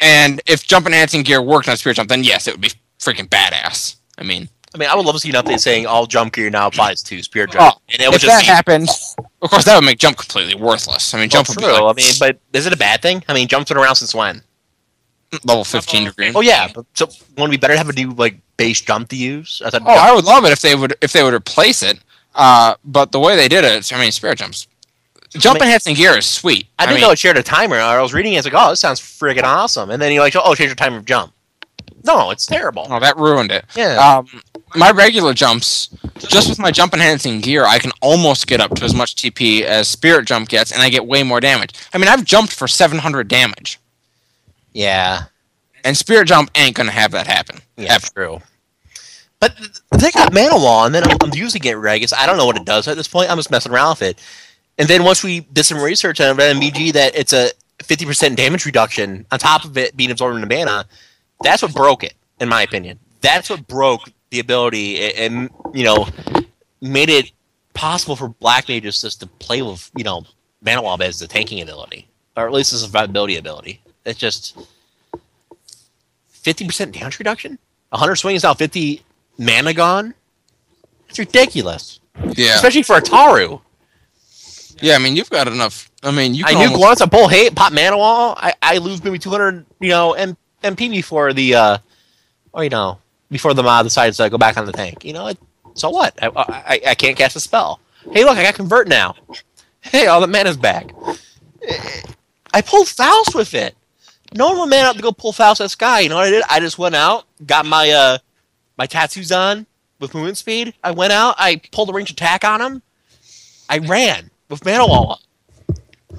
[SPEAKER 2] And if jump enhancing gear worked on Spirit Jump, then yes, it would be freaking badass. I mean,
[SPEAKER 3] I mean, I would love to see an update saying all jump gear now applies to spear jump,
[SPEAKER 2] Oh,
[SPEAKER 3] and it would
[SPEAKER 2] if that
[SPEAKER 3] just be
[SPEAKER 2] happened, of course, that would make jump completely worthless. I mean,
[SPEAKER 3] well,
[SPEAKER 2] jump would be
[SPEAKER 3] true. I
[SPEAKER 2] like
[SPEAKER 3] mean, but is it a bad thing? I mean, jump's been around since when?
[SPEAKER 2] level 15 Dragoon.
[SPEAKER 3] Oh yeah, but so wouldn't it be better to have a new like base jump to use? I thought
[SPEAKER 2] Oh, I would love it if they would if they would replace it. Uh, but the way they did it, I mean, spirit jumps, jump
[SPEAKER 3] I mean-
[SPEAKER 2] enhancing gear is sweet.
[SPEAKER 3] I didn't
[SPEAKER 2] mean,
[SPEAKER 3] know it shared a timer. I was reading it, it's like, oh, this sounds friggin' awesome. And then you're like, oh, change your timer of jump. No, it's terrible.
[SPEAKER 2] oh, that ruined it.
[SPEAKER 3] Yeah.
[SPEAKER 2] Um, my regular jumps, just with my jump enhancing gear, I can almost get up to as much TP as spirit jump gets, and I get way more damage. I mean, I've jumped for 700 damage,
[SPEAKER 3] yeah.
[SPEAKER 2] and spirit jump ain't gonna have that happen.
[SPEAKER 3] Yeah,
[SPEAKER 2] ever.
[SPEAKER 3] true. But th- they got Manowar, and then I'm, I'm using it right. I guess I don't know what it does at this point. I'm just messing around with it. And then once we did some research on MBG that it's a 50% damage reduction on top of it being absorbed into mana, that's what broke it, in my opinion. That's what broke the ability a- and, you know, made it possible for Black Mages just to play with, you know, Manowar as the tanking ability, or at least the survivability ability. It's just 50% damage reduction? 100 swings now 50 mana gone? It's ridiculous.
[SPEAKER 2] Yeah,
[SPEAKER 3] Especially for Ataru.
[SPEAKER 2] yeah. I mean, you've got enough. I mean, you
[SPEAKER 3] I
[SPEAKER 2] can
[SPEAKER 3] knew
[SPEAKER 2] almost-
[SPEAKER 3] once I pull hate, pop mana wall, I, I lose maybe 200, you know, M- MP before the, uh, or, you know, before the mod decides to go back on the tank. You know, it, so what? I, I, I can't cast a spell. Hey, look, I got convert now. Hey, all the mana's back. I pulled Faust with it. No one man out to go pull Faust at Sky. You know what I did? I just went out, got my uh my tattoos on with movement speed. I went out, I pulled a range attack on him. I ran with Manowar. up.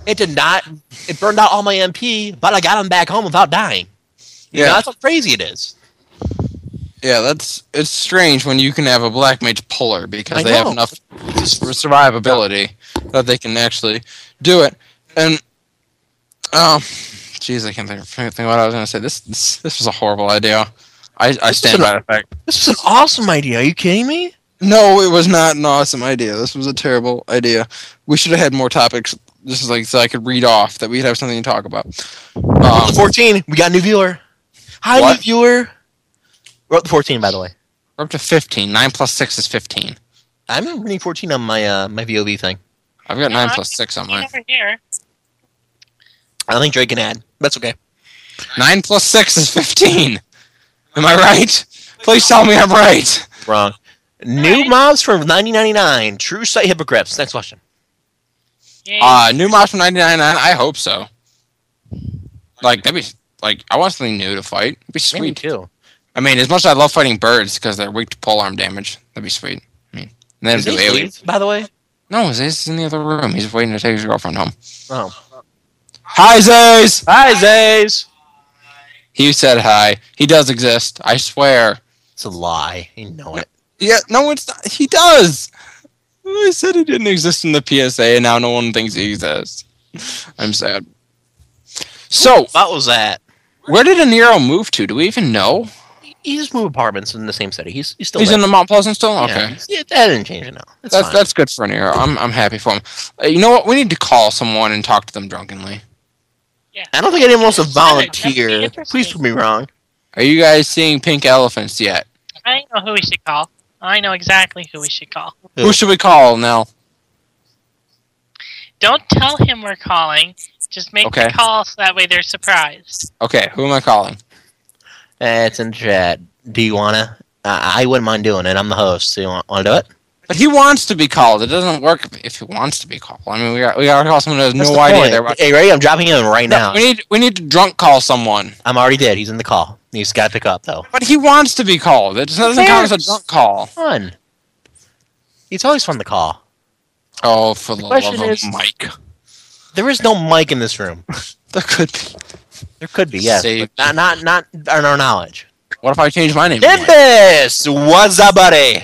[SPEAKER 3] It did not it burned out all my MP, but I got him back home without dying. You know,
[SPEAKER 2] Yeah.
[SPEAKER 3] that's how crazy it is.
[SPEAKER 2] Yeah, that's it's strange when you can have a black mage puller because
[SPEAKER 3] I
[SPEAKER 2] they have
[SPEAKER 3] know.
[SPEAKER 2] enough s- survivability that they can actually do it. And um, jeez, I can't think, think think what I was gonna say. This this, this was a horrible idea. I, I
[SPEAKER 3] This
[SPEAKER 2] stand
[SPEAKER 3] is
[SPEAKER 2] by
[SPEAKER 3] an-
[SPEAKER 2] the fact.
[SPEAKER 3] This is an awesome idea. Are you kidding me?
[SPEAKER 2] No, it was not an awesome idea. This was a terrible idea. We should have had more topics. This is like so I could read off that we'd have something to talk about. Um,
[SPEAKER 3] 14. We got a new viewer. Hi,
[SPEAKER 2] What?
[SPEAKER 3] new viewer. We're up to 14, by the way.
[SPEAKER 2] we're up to fifteen. Nine plus six is fifteen.
[SPEAKER 3] I'm reading 14 on my uh, my VOV thing.
[SPEAKER 2] I've got nine
[SPEAKER 4] Uh,
[SPEAKER 2] plus six on
[SPEAKER 4] Get
[SPEAKER 2] mine.
[SPEAKER 4] over here.
[SPEAKER 3] I don't think Drake can add. That's okay.
[SPEAKER 2] Nine plus six is fifteen. Am I right? Please tell me I'm right.
[SPEAKER 3] Wrong. New mobs from 1999. True site hypocrites. Next question.
[SPEAKER 4] Yay.
[SPEAKER 2] Uh, new mods from 99. I hope so. Like that'd be like I want something new to fight. It'd be
[SPEAKER 3] Maybe
[SPEAKER 2] sweet.
[SPEAKER 3] two.
[SPEAKER 2] I mean, as much as I love fighting birds because they're weak to pole arm damage, that'd be sweet. I mean, and then
[SPEAKER 3] Is
[SPEAKER 2] do
[SPEAKER 3] he
[SPEAKER 2] AoE.
[SPEAKER 3] asleep, by the way?
[SPEAKER 2] No, Zay's in the other room. He's waiting to take his girlfriend home.
[SPEAKER 3] Oh.
[SPEAKER 2] Hi, Zay's.
[SPEAKER 3] Hi, Zays.
[SPEAKER 2] He said hi. He does exist. I swear.
[SPEAKER 3] It's a lie. You know it.
[SPEAKER 2] Yeah, no, it's not. He does. I said he didn't exist in the PSA, and now no one thinks he exists. I'm sad. So,
[SPEAKER 3] What was that?
[SPEAKER 2] where did De Niro move to? Do we even know?
[SPEAKER 3] He's moved apartments in the same city. He's, he's still
[SPEAKER 2] He's
[SPEAKER 3] there.
[SPEAKER 2] in the Mount Pleasant still. Okay,
[SPEAKER 3] Yeah, he's- yeah, that didn't change it now. That's,
[SPEAKER 2] that's
[SPEAKER 3] fine.
[SPEAKER 2] that's good for De Niro. I'm I'm happy for him. Uh, you know what? We need to call someone and talk to them drunkenly.
[SPEAKER 4] Yeah.
[SPEAKER 3] I don't think anyone wants to
[SPEAKER 4] That's fine. That'd be
[SPEAKER 3] volunteer. Please
[SPEAKER 4] interesting.
[SPEAKER 3] prove me wrong.
[SPEAKER 2] Are you guys seeing pink elephants yet?
[SPEAKER 4] I know who we should call. I know exactly who we should call.
[SPEAKER 3] Who?
[SPEAKER 2] Who should we call, Nell?
[SPEAKER 4] Don't tell him we're calling. Just make
[SPEAKER 2] Okay.
[SPEAKER 4] the call so that way they're surprised.
[SPEAKER 2] Okay, who am I calling?
[SPEAKER 3] That's in chat. Do you wanna? I I wouldn't mind doing it. I'm the host. So you want, want to do it?
[SPEAKER 2] But he wants to be called. It doesn't work if he wants to be called. I mean, we got we got to call someone who has
[SPEAKER 3] That's
[SPEAKER 2] no
[SPEAKER 3] the
[SPEAKER 2] idea
[SPEAKER 3] point.
[SPEAKER 2] they're watching.
[SPEAKER 3] Hey, ready? I'm dropping him right now.
[SPEAKER 2] We need we need to drunk call someone.
[SPEAKER 3] I'm already dead. He's in the call. He's got to pick up though.
[SPEAKER 2] But he wants to be called. It doesn't count as a
[SPEAKER 3] cares?
[SPEAKER 2] drunk call.
[SPEAKER 3] Fun. It's always fun to call.
[SPEAKER 2] Oh, for the, love
[SPEAKER 3] question
[SPEAKER 2] of
[SPEAKER 3] is-
[SPEAKER 2] Mike.
[SPEAKER 3] There is no mic in this room.
[SPEAKER 2] There could be.
[SPEAKER 3] There could be, yes,
[SPEAKER 2] Save.
[SPEAKER 3] but not not not on our knowledge.
[SPEAKER 2] What if I change my name? to Mike?
[SPEAKER 3] Nimbus, what's up, buddy?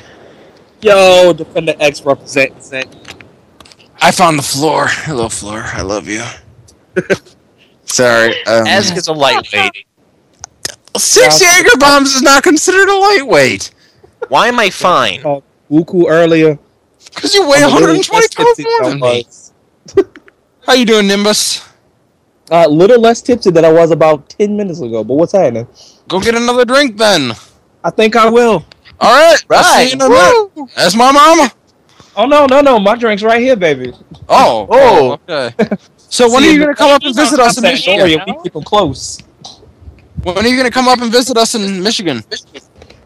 [SPEAKER 6] Yo, Defender X represent. represent.
[SPEAKER 2] I found the floor. Hello, floor. I love you. Sorry. Um,
[SPEAKER 3] Esk is a lightweight.
[SPEAKER 2] six Jager bombs is not considered a lightweight
[SPEAKER 3] Why am I fine?
[SPEAKER 6] Called Uku earlier.
[SPEAKER 2] because you weigh 120 pounds
[SPEAKER 6] tipsy
[SPEAKER 2] more
[SPEAKER 6] than
[SPEAKER 2] than
[SPEAKER 6] I
[SPEAKER 2] me.
[SPEAKER 6] was.
[SPEAKER 2] How you doing, Nimbus?
[SPEAKER 6] Uh, little less tipsy than I was about ten minutes ago. But what's happening?
[SPEAKER 2] Go get another drink then.
[SPEAKER 6] I think I will.
[SPEAKER 2] All right. I'll see
[SPEAKER 3] Right.
[SPEAKER 2] you in a minute. That's my mama.
[SPEAKER 6] Oh no, no, no! My drink's right here, baby.
[SPEAKER 2] Oh.
[SPEAKER 3] Oh.
[SPEAKER 2] Okay. So when
[SPEAKER 6] See
[SPEAKER 2] are
[SPEAKER 6] you
[SPEAKER 2] you gonna come up and
[SPEAKER 4] He's
[SPEAKER 2] visit
[SPEAKER 4] on
[SPEAKER 2] us in
[SPEAKER 4] Sunday.
[SPEAKER 6] Don't worry,
[SPEAKER 2] Michigan?
[SPEAKER 6] we keep them close.
[SPEAKER 2] When are you gonna come up and visit us in Michigan?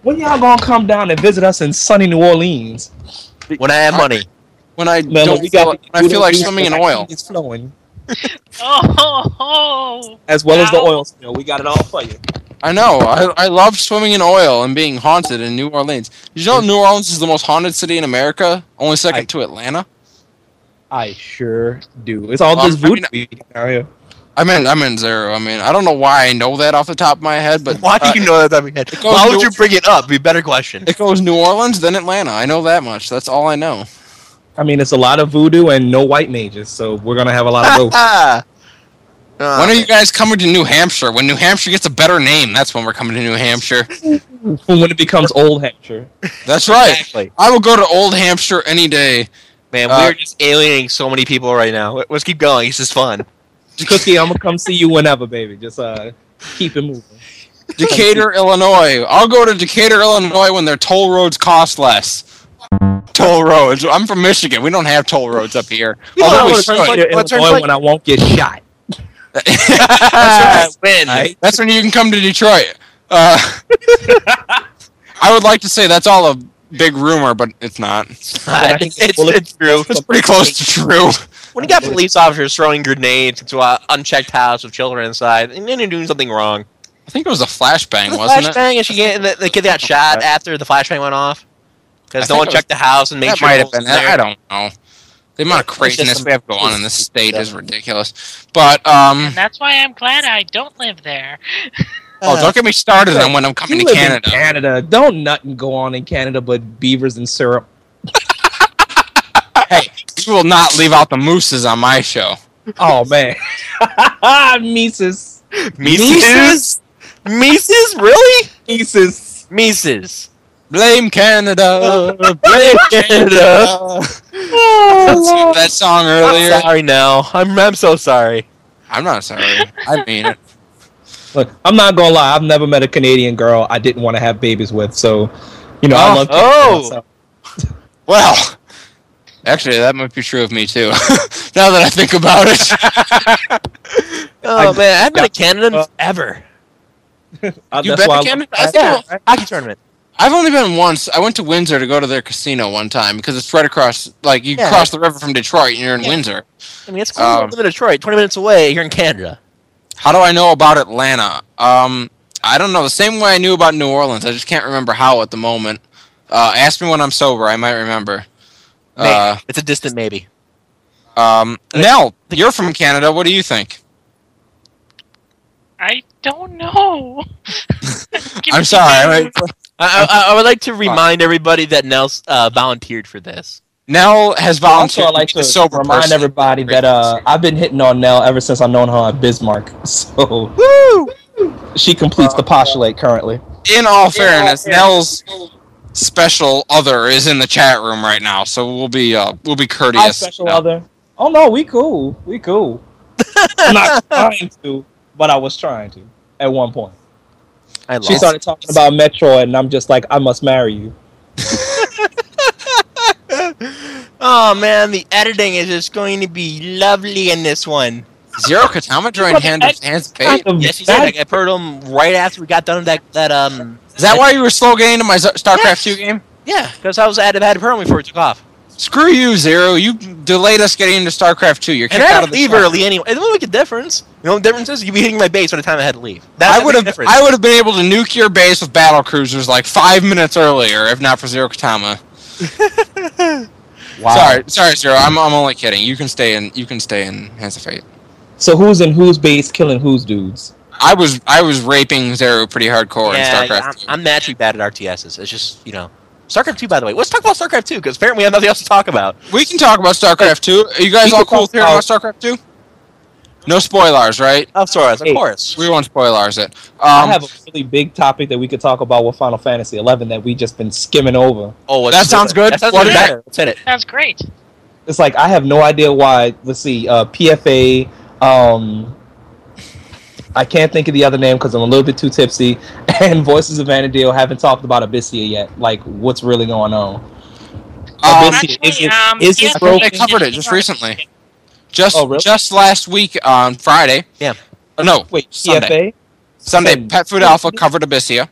[SPEAKER 6] When y'all gonna come down and visit us in sunny New Orleans?
[SPEAKER 3] When I have money.
[SPEAKER 2] When I
[SPEAKER 6] Man,
[SPEAKER 2] don't
[SPEAKER 6] we
[SPEAKER 2] feel,
[SPEAKER 6] got-
[SPEAKER 2] when I
[SPEAKER 6] we
[SPEAKER 2] feel
[SPEAKER 6] don't
[SPEAKER 2] like
[SPEAKER 6] use
[SPEAKER 2] swimming in
[SPEAKER 6] the-
[SPEAKER 2] oil.
[SPEAKER 6] It's flowing,
[SPEAKER 4] Oh, ho, ho.
[SPEAKER 6] as well as the
[SPEAKER 4] Wow.
[SPEAKER 6] oil spill. We got it all for you.
[SPEAKER 2] I know. I, I love swimming in oil and being haunted in New Orleans. Did you know New Orleans is the most haunted city in America, only second
[SPEAKER 6] I-
[SPEAKER 2] to Atlanta?
[SPEAKER 6] I sure do. It's all
[SPEAKER 2] Well,
[SPEAKER 6] just
[SPEAKER 2] I mean-
[SPEAKER 6] voodoo we got down here.
[SPEAKER 2] I mean, I'm in zero. I mean, I don't know why I know that off the top of my head, but
[SPEAKER 3] *laughs* Why
[SPEAKER 2] uh,
[SPEAKER 3] do you know that? Head?
[SPEAKER 2] goes
[SPEAKER 3] Why would
[SPEAKER 2] to-
[SPEAKER 3] you bring it up? Be a better *laughs* question.
[SPEAKER 2] it goes New Orleans, then Atlanta. I know that much. That's all I know.
[SPEAKER 6] I mean, it's a lot of voodoo and no white mages, so we're gonna have a
[SPEAKER 2] *laughs*
[SPEAKER 6] lot of both.
[SPEAKER 3] *laughs* Ah. Ah,
[SPEAKER 2] when are you
[SPEAKER 3] man.
[SPEAKER 2] guys coming to New Hampshire? When New Hampshire gets a better name, that's when we're coming to New Hampshire.
[SPEAKER 6] when it becomes Old Hampshire,
[SPEAKER 2] That's right.
[SPEAKER 3] Exactly.
[SPEAKER 2] I will go to Old Hampshire any day.
[SPEAKER 3] Man,
[SPEAKER 2] Uh,
[SPEAKER 3] we're just alienating so many people right now. Let's keep going. It's just fun.
[SPEAKER 6] Cookie, I'm gonna come see you whenever, baby. Just uh, keep it moving.
[SPEAKER 2] Decatur, Illinois. I'll go to Decatur, Illinois when their toll roads cost less. Toll roads. I'm from Michigan. We don't have toll roads up here. Although we should.
[SPEAKER 6] You're in
[SPEAKER 3] What's her
[SPEAKER 6] Illinois
[SPEAKER 3] plate?
[SPEAKER 6] when I won't get shot.
[SPEAKER 3] *laughs* That's right. Win.
[SPEAKER 6] Right?
[SPEAKER 2] That's when you can come to Detroit. Uh, *laughs* I would like to say that's all a big rumor, but it's not.
[SPEAKER 6] I think
[SPEAKER 3] *laughs* it's,
[SPEAKER 6] it's bullet-
[SPEAKER 3] it's true.
[SPEAKER 2] It's pretty close to true.
[SPEAKER 3] When you got police officers throwing grenades into an unchecked house with children inside, and then you're doing something wrong.
[SPEAKER 2] I think it was a flashbang,
[SPEAKER 3] The
[SPEAKER 2] wasn't it?
[SPEAKER 3] flashbang, and she get, the, the
[SPEAKER 2] *laughs*
[SPEAKER 3] kid got shot after the flashbang went off
[SPEAKER 2] I
[SPEAKER 3] because no
[SPEAKER 2] think it
[SPEAKER 3] one
[SPEAKER 2] was-
[SPEAKER 3] checked the house and made
[SPEAKER 2] That
[SPEAKER 3] sure.
[SPEAKER 2] might
[SPEAKER 3] no
[SPEAKER 2] have
[SPEAKER 3] one
[SPEAKER 2] been
[SPEAKER 3] was
[SPEAKER 2] that.
[SPEAKER 3] there.
[SPEAKER 2] I don't know. The amount of
[SPEAKER 3] It's just
[SPEAKER 2] craziness
[SPEAKER 3] some-
[SPEAKER 2] we have going on in this state is ridiculous. But um,
[SPEAKER 4] And *laughs* that's why I'm glad I don't live there.
[SPEAKER 2] oh, don't get me started on when I'm coming
[SPEAKER 6] You
[SPEAKER 2] to
[SPEAKER 6] live
[SPEAKER 2] Canada.
[SPEAKER 6] in Canada. Don't nothing go on in Canada but beavers and syrup.
[SPEAKER 2] Hey, you will not leave out the mooses on my show.
[SPEAKER 6] Oh man, *laughs* Mises,
[SPEAKER 3] Mises, Mises, really?
[SPEAKER 6] Mises.
[SPEAKER 3] *laughs* Mises.
[SPEAKER 2] Blame
[SPEAKER 3] Uh,
[SPEAKER 2] Canada.
[SPEAKER 3] *laughs* Blame Canada.
[SPEAKER 2] That's that song earlier.
[SPEAKER 3] I'm sorry now. I'm I'm so sorry.
[SPEAKER 2] I'm not sorry. I mean it.
[SPEAKER 6] Look, I'm not gonna lie. I've never met a Canadian girl I didn't want to have babies with. So, you know, I
[SPEAKER 2] Oh,
[SPEAKER 6] love.
[SPEAKER 3] oh.
[SPEAKER 6] Canada, so-
[SPEAKER 2] Well, actually, that might be true of me too. *laughs* now that I think about
[SPEAKER 3] *laughs*
[SPEAKER 2] it,
[SPEAKER 3] Oh
[SPEAKER 6] I-
[SPEAKER 3] man, I haven't been to Canada in forever.
[SPEAKER 6] Uh,
[SPEAKER 2] You bet
[SPEAKER 6] that's why I
[SPEAKER 2] the
[SPEAKER 6] love
[SPEAKER 2] Canada-
[SPEAKER 6] Canada.
[SPEAKER 2] Yeah.
[SPEAKER 3] Hockey tournament.
[SPEAKER 2] I've only been once. I went to Windsor to go to their casino one time because it's right across. Like you
[SPEAKER 3] Yeah.
[SPEAKER 2] cross the river from Detroit, and you're in Windsor.
[SPEAKER 3] I mean, it's cool.
[SPEAKER 2] Um,
[SPEAKER 3] I live in Detroit, 20 minutes away. You're in Canada.
[SPEAKER 2] How do I know about Atlanta? Um, I don't know. The same way I knew about New Orleans, I just can't remember how at the moment. Uh, ask me when I'm sober. I might remember.
[SPEAKER 3] Maybe.
[SPEAKER 2] Uh,
[SPEAKER 3] it's a distant maybe.
[SPEAKER 2] um, Nell, you're from Canada. What do you think?
[SPEAKER 4] I don't know. *laughs* Give
[SPEAKER 2] I'm
[SPEAKER 4] me
[SPEAKER 2] sorry.
[SPEAKER 4] some-
[SPEAKER 2] I-
[SPEAKER 3] I, I, I would like to remind everybody that Nels uh, volunteered for this.
[SPEAKER 2] Nell has volunteered.
[SPEAKER 6] Also, I like
[SPEAKER 2] to be
[SPEAKER 6] to
[SPEAKER 2] the sober
[SPEAKER 6] remind
[SPEAKER 2] person.
[SPEAKER 6] everybody that uh, I've been hitting on Nell ever since I've known her on Bismarck. *laughs* So she completes
[SPEAKER 2] Uh,
[SPEAKER 6] the postulate currently.
[SPEAKER 2] in all fairness, Nell's special other is in the chat room right now, so we'll be uh, we'll be courteous.
[SPEAKER 6] Our special
[SPEAKER 2] Nell. *laughs*
[SPEAKER 6] other. Oh no, we cool. We cool. I'm not trying to, but I was trying to at one point.
[SPEAKER 3] I
[SPEAKER 6] She
[SPEAKER 3] lost.
[SPEAKER 6] started talking about Metroid, and I'm just like, I must marry you.
[SPEAKER 3] oh man, the editing is just going to be lovely in this one.
[SPEAKER 2] Uh, Zero Katomadra and Hand of Hands of Fate?
[SPEAKER 6] Kind of
[SPEAKER 3] Yes, he did.
[SPEAKER 6] bad.
[SPEAKER 3] I heard him right after we got done with that. That um.
[SPEAKER 2] Is that why you were slow getting into my Z- StarCraft
[SPEAKER 3] Yes.
[SPEAKER 2] 2 game?
[SPEAKER 3] Yeah, because I was at had a program before it took off,
[SPEAKER 2] Screw you, Zero. You delayed us getting into StarCraft 2. You're kicked
[SPEAKER 3] and I
[SPEAKER 2] out
[SPEAKER 3] had
[SPEAKER 2] of
[SPEAKER 3] to
[SPEAKER 2] the
[SPEAKER 3] leave
[SPEAKER 2] club.
[SPEAKER 3] early anyway. It didn't make a difference. You know what the difference is? You'd be hitting my base by the time I had to leave. That
[SPEAKER 2] I would have
[SPEAKER 3] Difference.
[SPEAKER 2] I would have been able to nuke your base with battle cruisers like five minutes earlier, if not for Zero Katama.
[SPEAKER 6] Wow.
[SPEAKER 2] Sorry, sorry, Zero. I'm, I'm only kidding. You can stay in. You can stay in Hands of Fate.
[SPEAKER 6] So who's in whose base killing whose dudes?
[SPEAKER 2] I was I was raping Zero pretty hardcore
[SPEAKER 3] yeah,
[SPEAKER 2] in StarCraft.
[SPEAKER 3] I'm, I'm naturally bad at RTSs. It's just you know, StarCraft two. By the way, let's talk about StarCraft two because apparently we have nothing else to talk about.
[SPEAKER 2] we can talk about StarCraft 2. Are you guys
[SPEAKER 6] We
[SPEAKER 2] all
[SPEAKER 6] can
[SPEAKER 2] cool with
[SPEAKER 6] talk
[SPEAKER 2] hearing about StarCraft 2? No spoilers, right?
[SPEAKER 3] Of course, of
[SPEAKER 6] Hey.
[SPEAKER 3] course.
[SPEAKER 2] We won't spoilers it. Um,
[SPEAKER 6] I have a really big topic that we could talk about with Final Fantasy XI that we just been skimming over.
[SPEAKER 3] Oh, let's
[SPEAKER 2] That
[SPEAKER 3] do
[SPEAKER 2] sounds
[SPEAKER 3] it.
[SPEAKER 2] good.
[SPEAKER 3] That sounds
[SPEAKER 2] What
[SPEAKER 3] even
[SPEAKER 2] is that?
[SPEAKER 3] better. Let's hit it.
[SPEAKER 4] Sounds great.
[SPEAKER 6] It's like I have no idea why. Let's see, uh, PFA. Um, I can't think of the other name because I'm a little bit too tipsy. *laughs* And Voices of Vanadil haven't talked about Abyssia yet. Like, what's really going on?
[SPEAKER 2] um,
[SPEAKER 6] Obviously-
[SPEAKER 4] Actually,
[SPEAKER 6] is it-
[SPEAKER 4] um,
[SPEAKER 6] is it
[SPEAKER 4] yes,
[SPEAKER 6] broken?
[SPEAKER 4] we
[SPEAKER 2] They covered it
[SPEAKER 4] did
[SPEAKER 2] just
[SPEAKER 4] talk about
[SPEAKER 2] recently.
[SPEAKER 4] it.
[SPEAKER 2] just
[SPEAKER 6] Oh, really?
[SPEAKER 2] just last week on Friday.
[SPEAKER 3] Yeah.
[SPEAKER 2] Oh, no,
[SPEAKER 6] Wait,
[SPEAKER 2] Sunday.
[SPEAKER 6] PFA?
[SPEAKER 2] Sunday.
[SPEAKER 6] Sunday.
[SPEAKER 2] Pet Food Alpha covered Abyssia.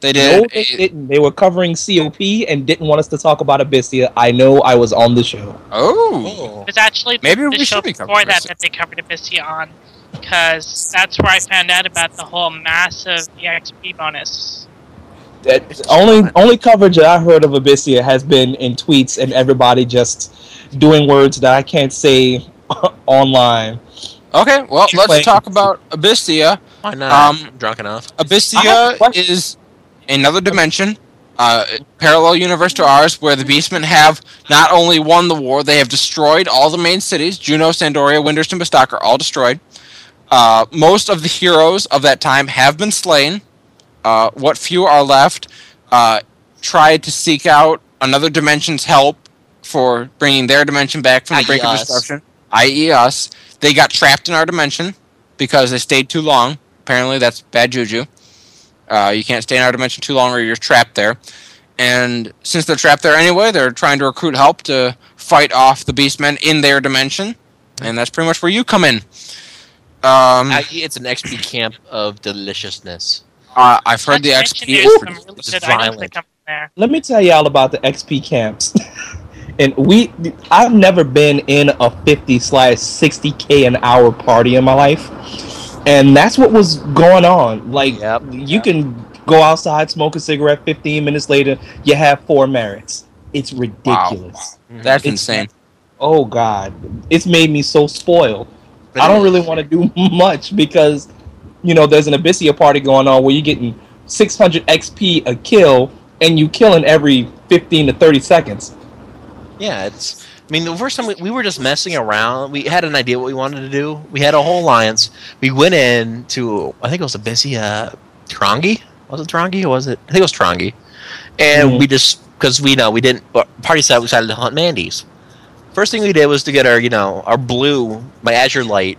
[SPEAKER 2] They did.
[SPEAKER 6] No, they
[SPEAKER 2] a-
[SPEAKER 6] didn't. They were covering COP and didn't want us to talk about Abyssia. I know. I was on the show.
[SPEAKER 2] oh.
[SPEAKER 4] It was actually
[SPEAKER 2] Maybe
[SPEAKER 4] the
[SPEAKER 2] we
[SPEAKER 4] show
[SPEAKER 2] should be covering
[SPEAKER 4] before that
[SPEAKER 2] Abyssia.
[SPEAKER 4] that they covered Abyssia on, because that's where I found out about the whole massive EXP bonus.
[SPEAKER 6] That only only coverage that I heard of Abyssia has been in tweets and everybody just doing words that I can't say *laughs* online. Oh.
[SPEAKER 2] Okay, well,
[SPEAKER 6] Keep
[SPEAKER 2] let's
[SPEAKER 6] playing.
[SPEAKER 2] talk about Abyssia.
[SPEAKER 3] Why not?
[SPEAKER 2] Um,
[SPEAKER 3] I'm drunk enough.
[SPEAKER 6] I have
[SPEAKER 2] Abyssia
[SPEAKER 6] a question.
[SPEAKER 2] is another dimension, uh, parallel universe to ours, where the Beastmen have not only won the war, they have destroyed all the main cities. Juno, Sandoria, Winders, and Bastak are all destroyed. Uh, most of the heroes of that time have been slain. Uh, what few are left uh, tried to seek out another dimension's help for bringing their dimension back from the brink of
[SPEAKER 3] I.e. us.
[SPEAKER 2] destruction, i.e., us. They got trapped in our dimension because they stayed too long. Apparently, that's bad juju. Uh, you can't stay in our dimension too long, or you're trapped there. And since they're trapped there anyway, they're trying to recruit help to fight off the beastmen in their dimension, and that's pretty much where you come in. Um,
[SPEAKER 3] I,
[SPEAKER 2] I,
[SPEAKER 3] it's an XP camp of deliciousness.
[SPEAKER 2] uh, I've heard the
[SPEAKER 4] Not to
[SPEAKER 2] XP
[SPEAKER 4] mention
[SPEAKER 2] is
[SPEAKER 4] there's
[SPEAKER 2] pretty-
[SPEAKER 4] some really
[SPEAKER 3] is
[SPEAKER 4] good items
[SPEAKER 3] violent.
[SPEAKER 4] that come from there.
[SPEAKER 6] Let me tell y'all about the XP camps. *laughs* and we I've never been in a 50 slash 60k an hour party in my life. And that's what was going on. Like
[SPEAKER 3] Yep.
[SPEAKER 6] you
[SPEAKER 3] Yep.
[SPEAKER 6] can go outside, smoke a cigarette, 15 minutes later, you have four merits. It's ridiculous.
[SPEAKER 2] that's
[SPEAKER 6] It's-
[SPEAKER 2] insane.
[SPEAKER 6] Oh God, it's made me so spoiled. I don't really want to do *laughs* much because, you know, there's an Abyssia party going on where you're getting 600 XP a kill, and you killing every 15 to 30 seconds.
[SPEAKER 3] Yeah, it's. I mean, the first time we, we were just messing around, we had an idea what we wanted to do. We had a whole alliance. We went in to, I think it was a busy uh, Trongi. Was it Trongi or was it? I think it was Trongi. And
[SPEAKER 2] Mm.
[SPEAKER 6] Mhm.
[SPEAKER 3] we just, because we know we didn't, uh, party side, we decided to hunt Mandy's. First thing we did was to get our, you know, our blue, my Azure Light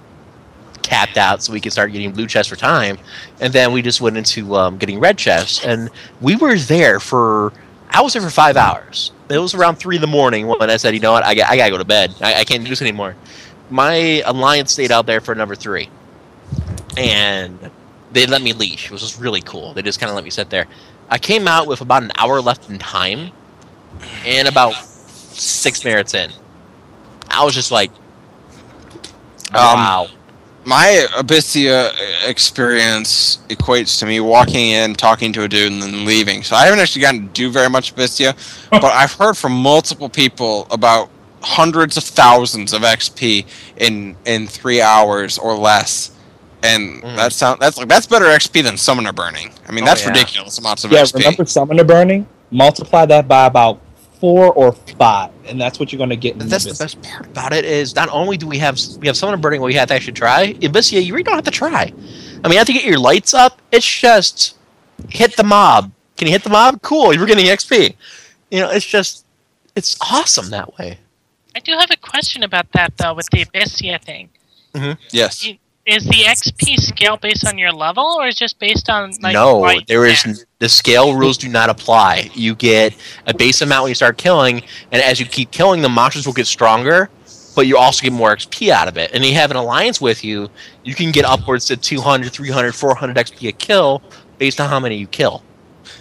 [SPEAKER 3] capped out so we could start getting blue chests for time. And then we just went into um, getting red chests. And we were there for, I was there for five hours. It was around three in the morning when I said, you know what, I, got, I gotta go to bed. I, I can't do this anymore. My alliance stayed out there for number three. And they let me leash, It was just really cool. They just kind of let me sit there. I came out with about an hour left in time and about six merits in. I was just like, wow.
[SPEAKER 2] My Abyssia experience equates to me walking in, talking to a dude, and then leaving. So I haven't actually gotten to do very much Abyssia, but I've heard from multiple people about hundreds of thousands of XP in in three hours or less. And
[SPEAKER 3] Mm.
[SPEAKER 2] that sound that's like that's better XP than summoner burning. I mean
[SPEAKER 3] Oh,
[SPEAKER 2] that's
[SPEAKER 3] yeah.
[SPEAKER 2] ridiculous amounts of
[SPEAKER 6] yeah,
[SPEAKER 2] XP.
[SPEAKER 6] remember Summoner Burning? Multiply that by about four or five, and that's what you're gonna get. In
[SPEAKER 3] That's the
[SPEAKER 6] Abyssia.
[SPEAKER 3] best part about it is not only do we have we have someone burning what we have to actually try. Abyssia, you really don't have to try. I mean, after you get your lights up, it's just hit the mob. Can you hit the mob? Cool, you're getting XP. You know, it's just it's awesome that way.
[SPEAKER 4] I do have a question about that though, with the Abyssia thing.
[SPEAKER 2] Yes.
[SPEAKER 4] Is the XP scale based on your level, or is it just based on like?
[SPEAKER 3] no,
[SPEAKER 4] why you
[SPEAKER 3] there is
[SPEAKER 4] cast?
[SPEAKER 3] n- the scale rules do not apply. You get a base amount when you start killing, and as you keep killing, the monsters will get stronger, but you also get more XP out of it. And if you have an alliance with you, you can get upwards to 200, 300, 400 XP a kill based on how many you kill.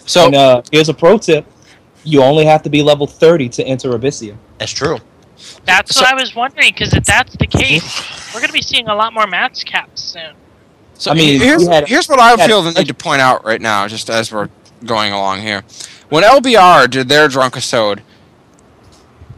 [SPEAKER 2] So
[SPEAKER 6] And uh, here's a pro tip: you only have to be level 30 to enter Abyssia.
[SPEAKER 3] That's true.
[SPEAKER 4] That's
[SPEAKER 2] so-
[SPEAKER 4] what I was wondering. Because if that's the case, we're going to be seeing a lot more match caps soon.
[SPEAKER 2] So
[SPEAKER 6] I mean,
[SPEAKER 2] here's,
[SPEAKER 6] we had-
[SPEAKER 2] here's what I
[SPEAKER 6] we had-
[SPEAKER 2] feel the need to point out right now, just as we're going along here. When LBR did their drunkisode,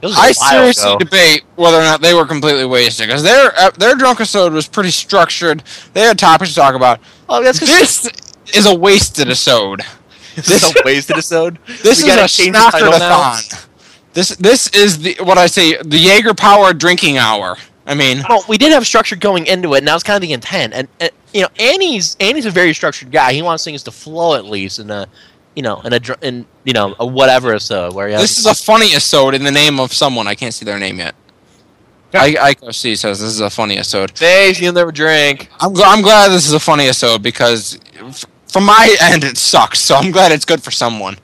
[SPEAKER 3] It was a
[SPEAKER 2] I
[SPEAKER 3] while
[SPEAKER 2] seriously
[SPEAKER 3] ago.
[SPEAKER 2] debate whether or not they were completely wasted because their uh, their drunkisode was pretty structured. They had topics to talk about.
[SPEAKER 3] Oh, that's 'cause
[SPEAKER 2] This is a wasted episode.
[SPEAKER 3] *laughs* this is a wasted episode.
[SPEAKER 2] This
[SPEAKER 3] We
[SPEAKER 2] is
[SPEAKER 3] gotta
[SPEAKER 2] a
[SPEAKER 3] change the title now.
[SPEAKER 2] snockerdathon. This this is the what I say the Jaeger power drinking hour. I mean,
[SPEAKER 3] Well, we did have structure going into it, and that was kind of the intent. And, and you know, Annie's Annie's a very structured guy. He wants things to flow at least in a, you know, in a dr- in you know a whatever so where he has
[SPEAKER 2] this is a funny episode in the name of someone. I can't see their name yet. I Ico C says this is a funny episode.
[SPEAKER 3] face you'll never drink.
[SPEAKER 2] I'm, gl- I'm glad this is a funny episode because f- from my *laughs* end it sucks. So I'm glad it's good for someone.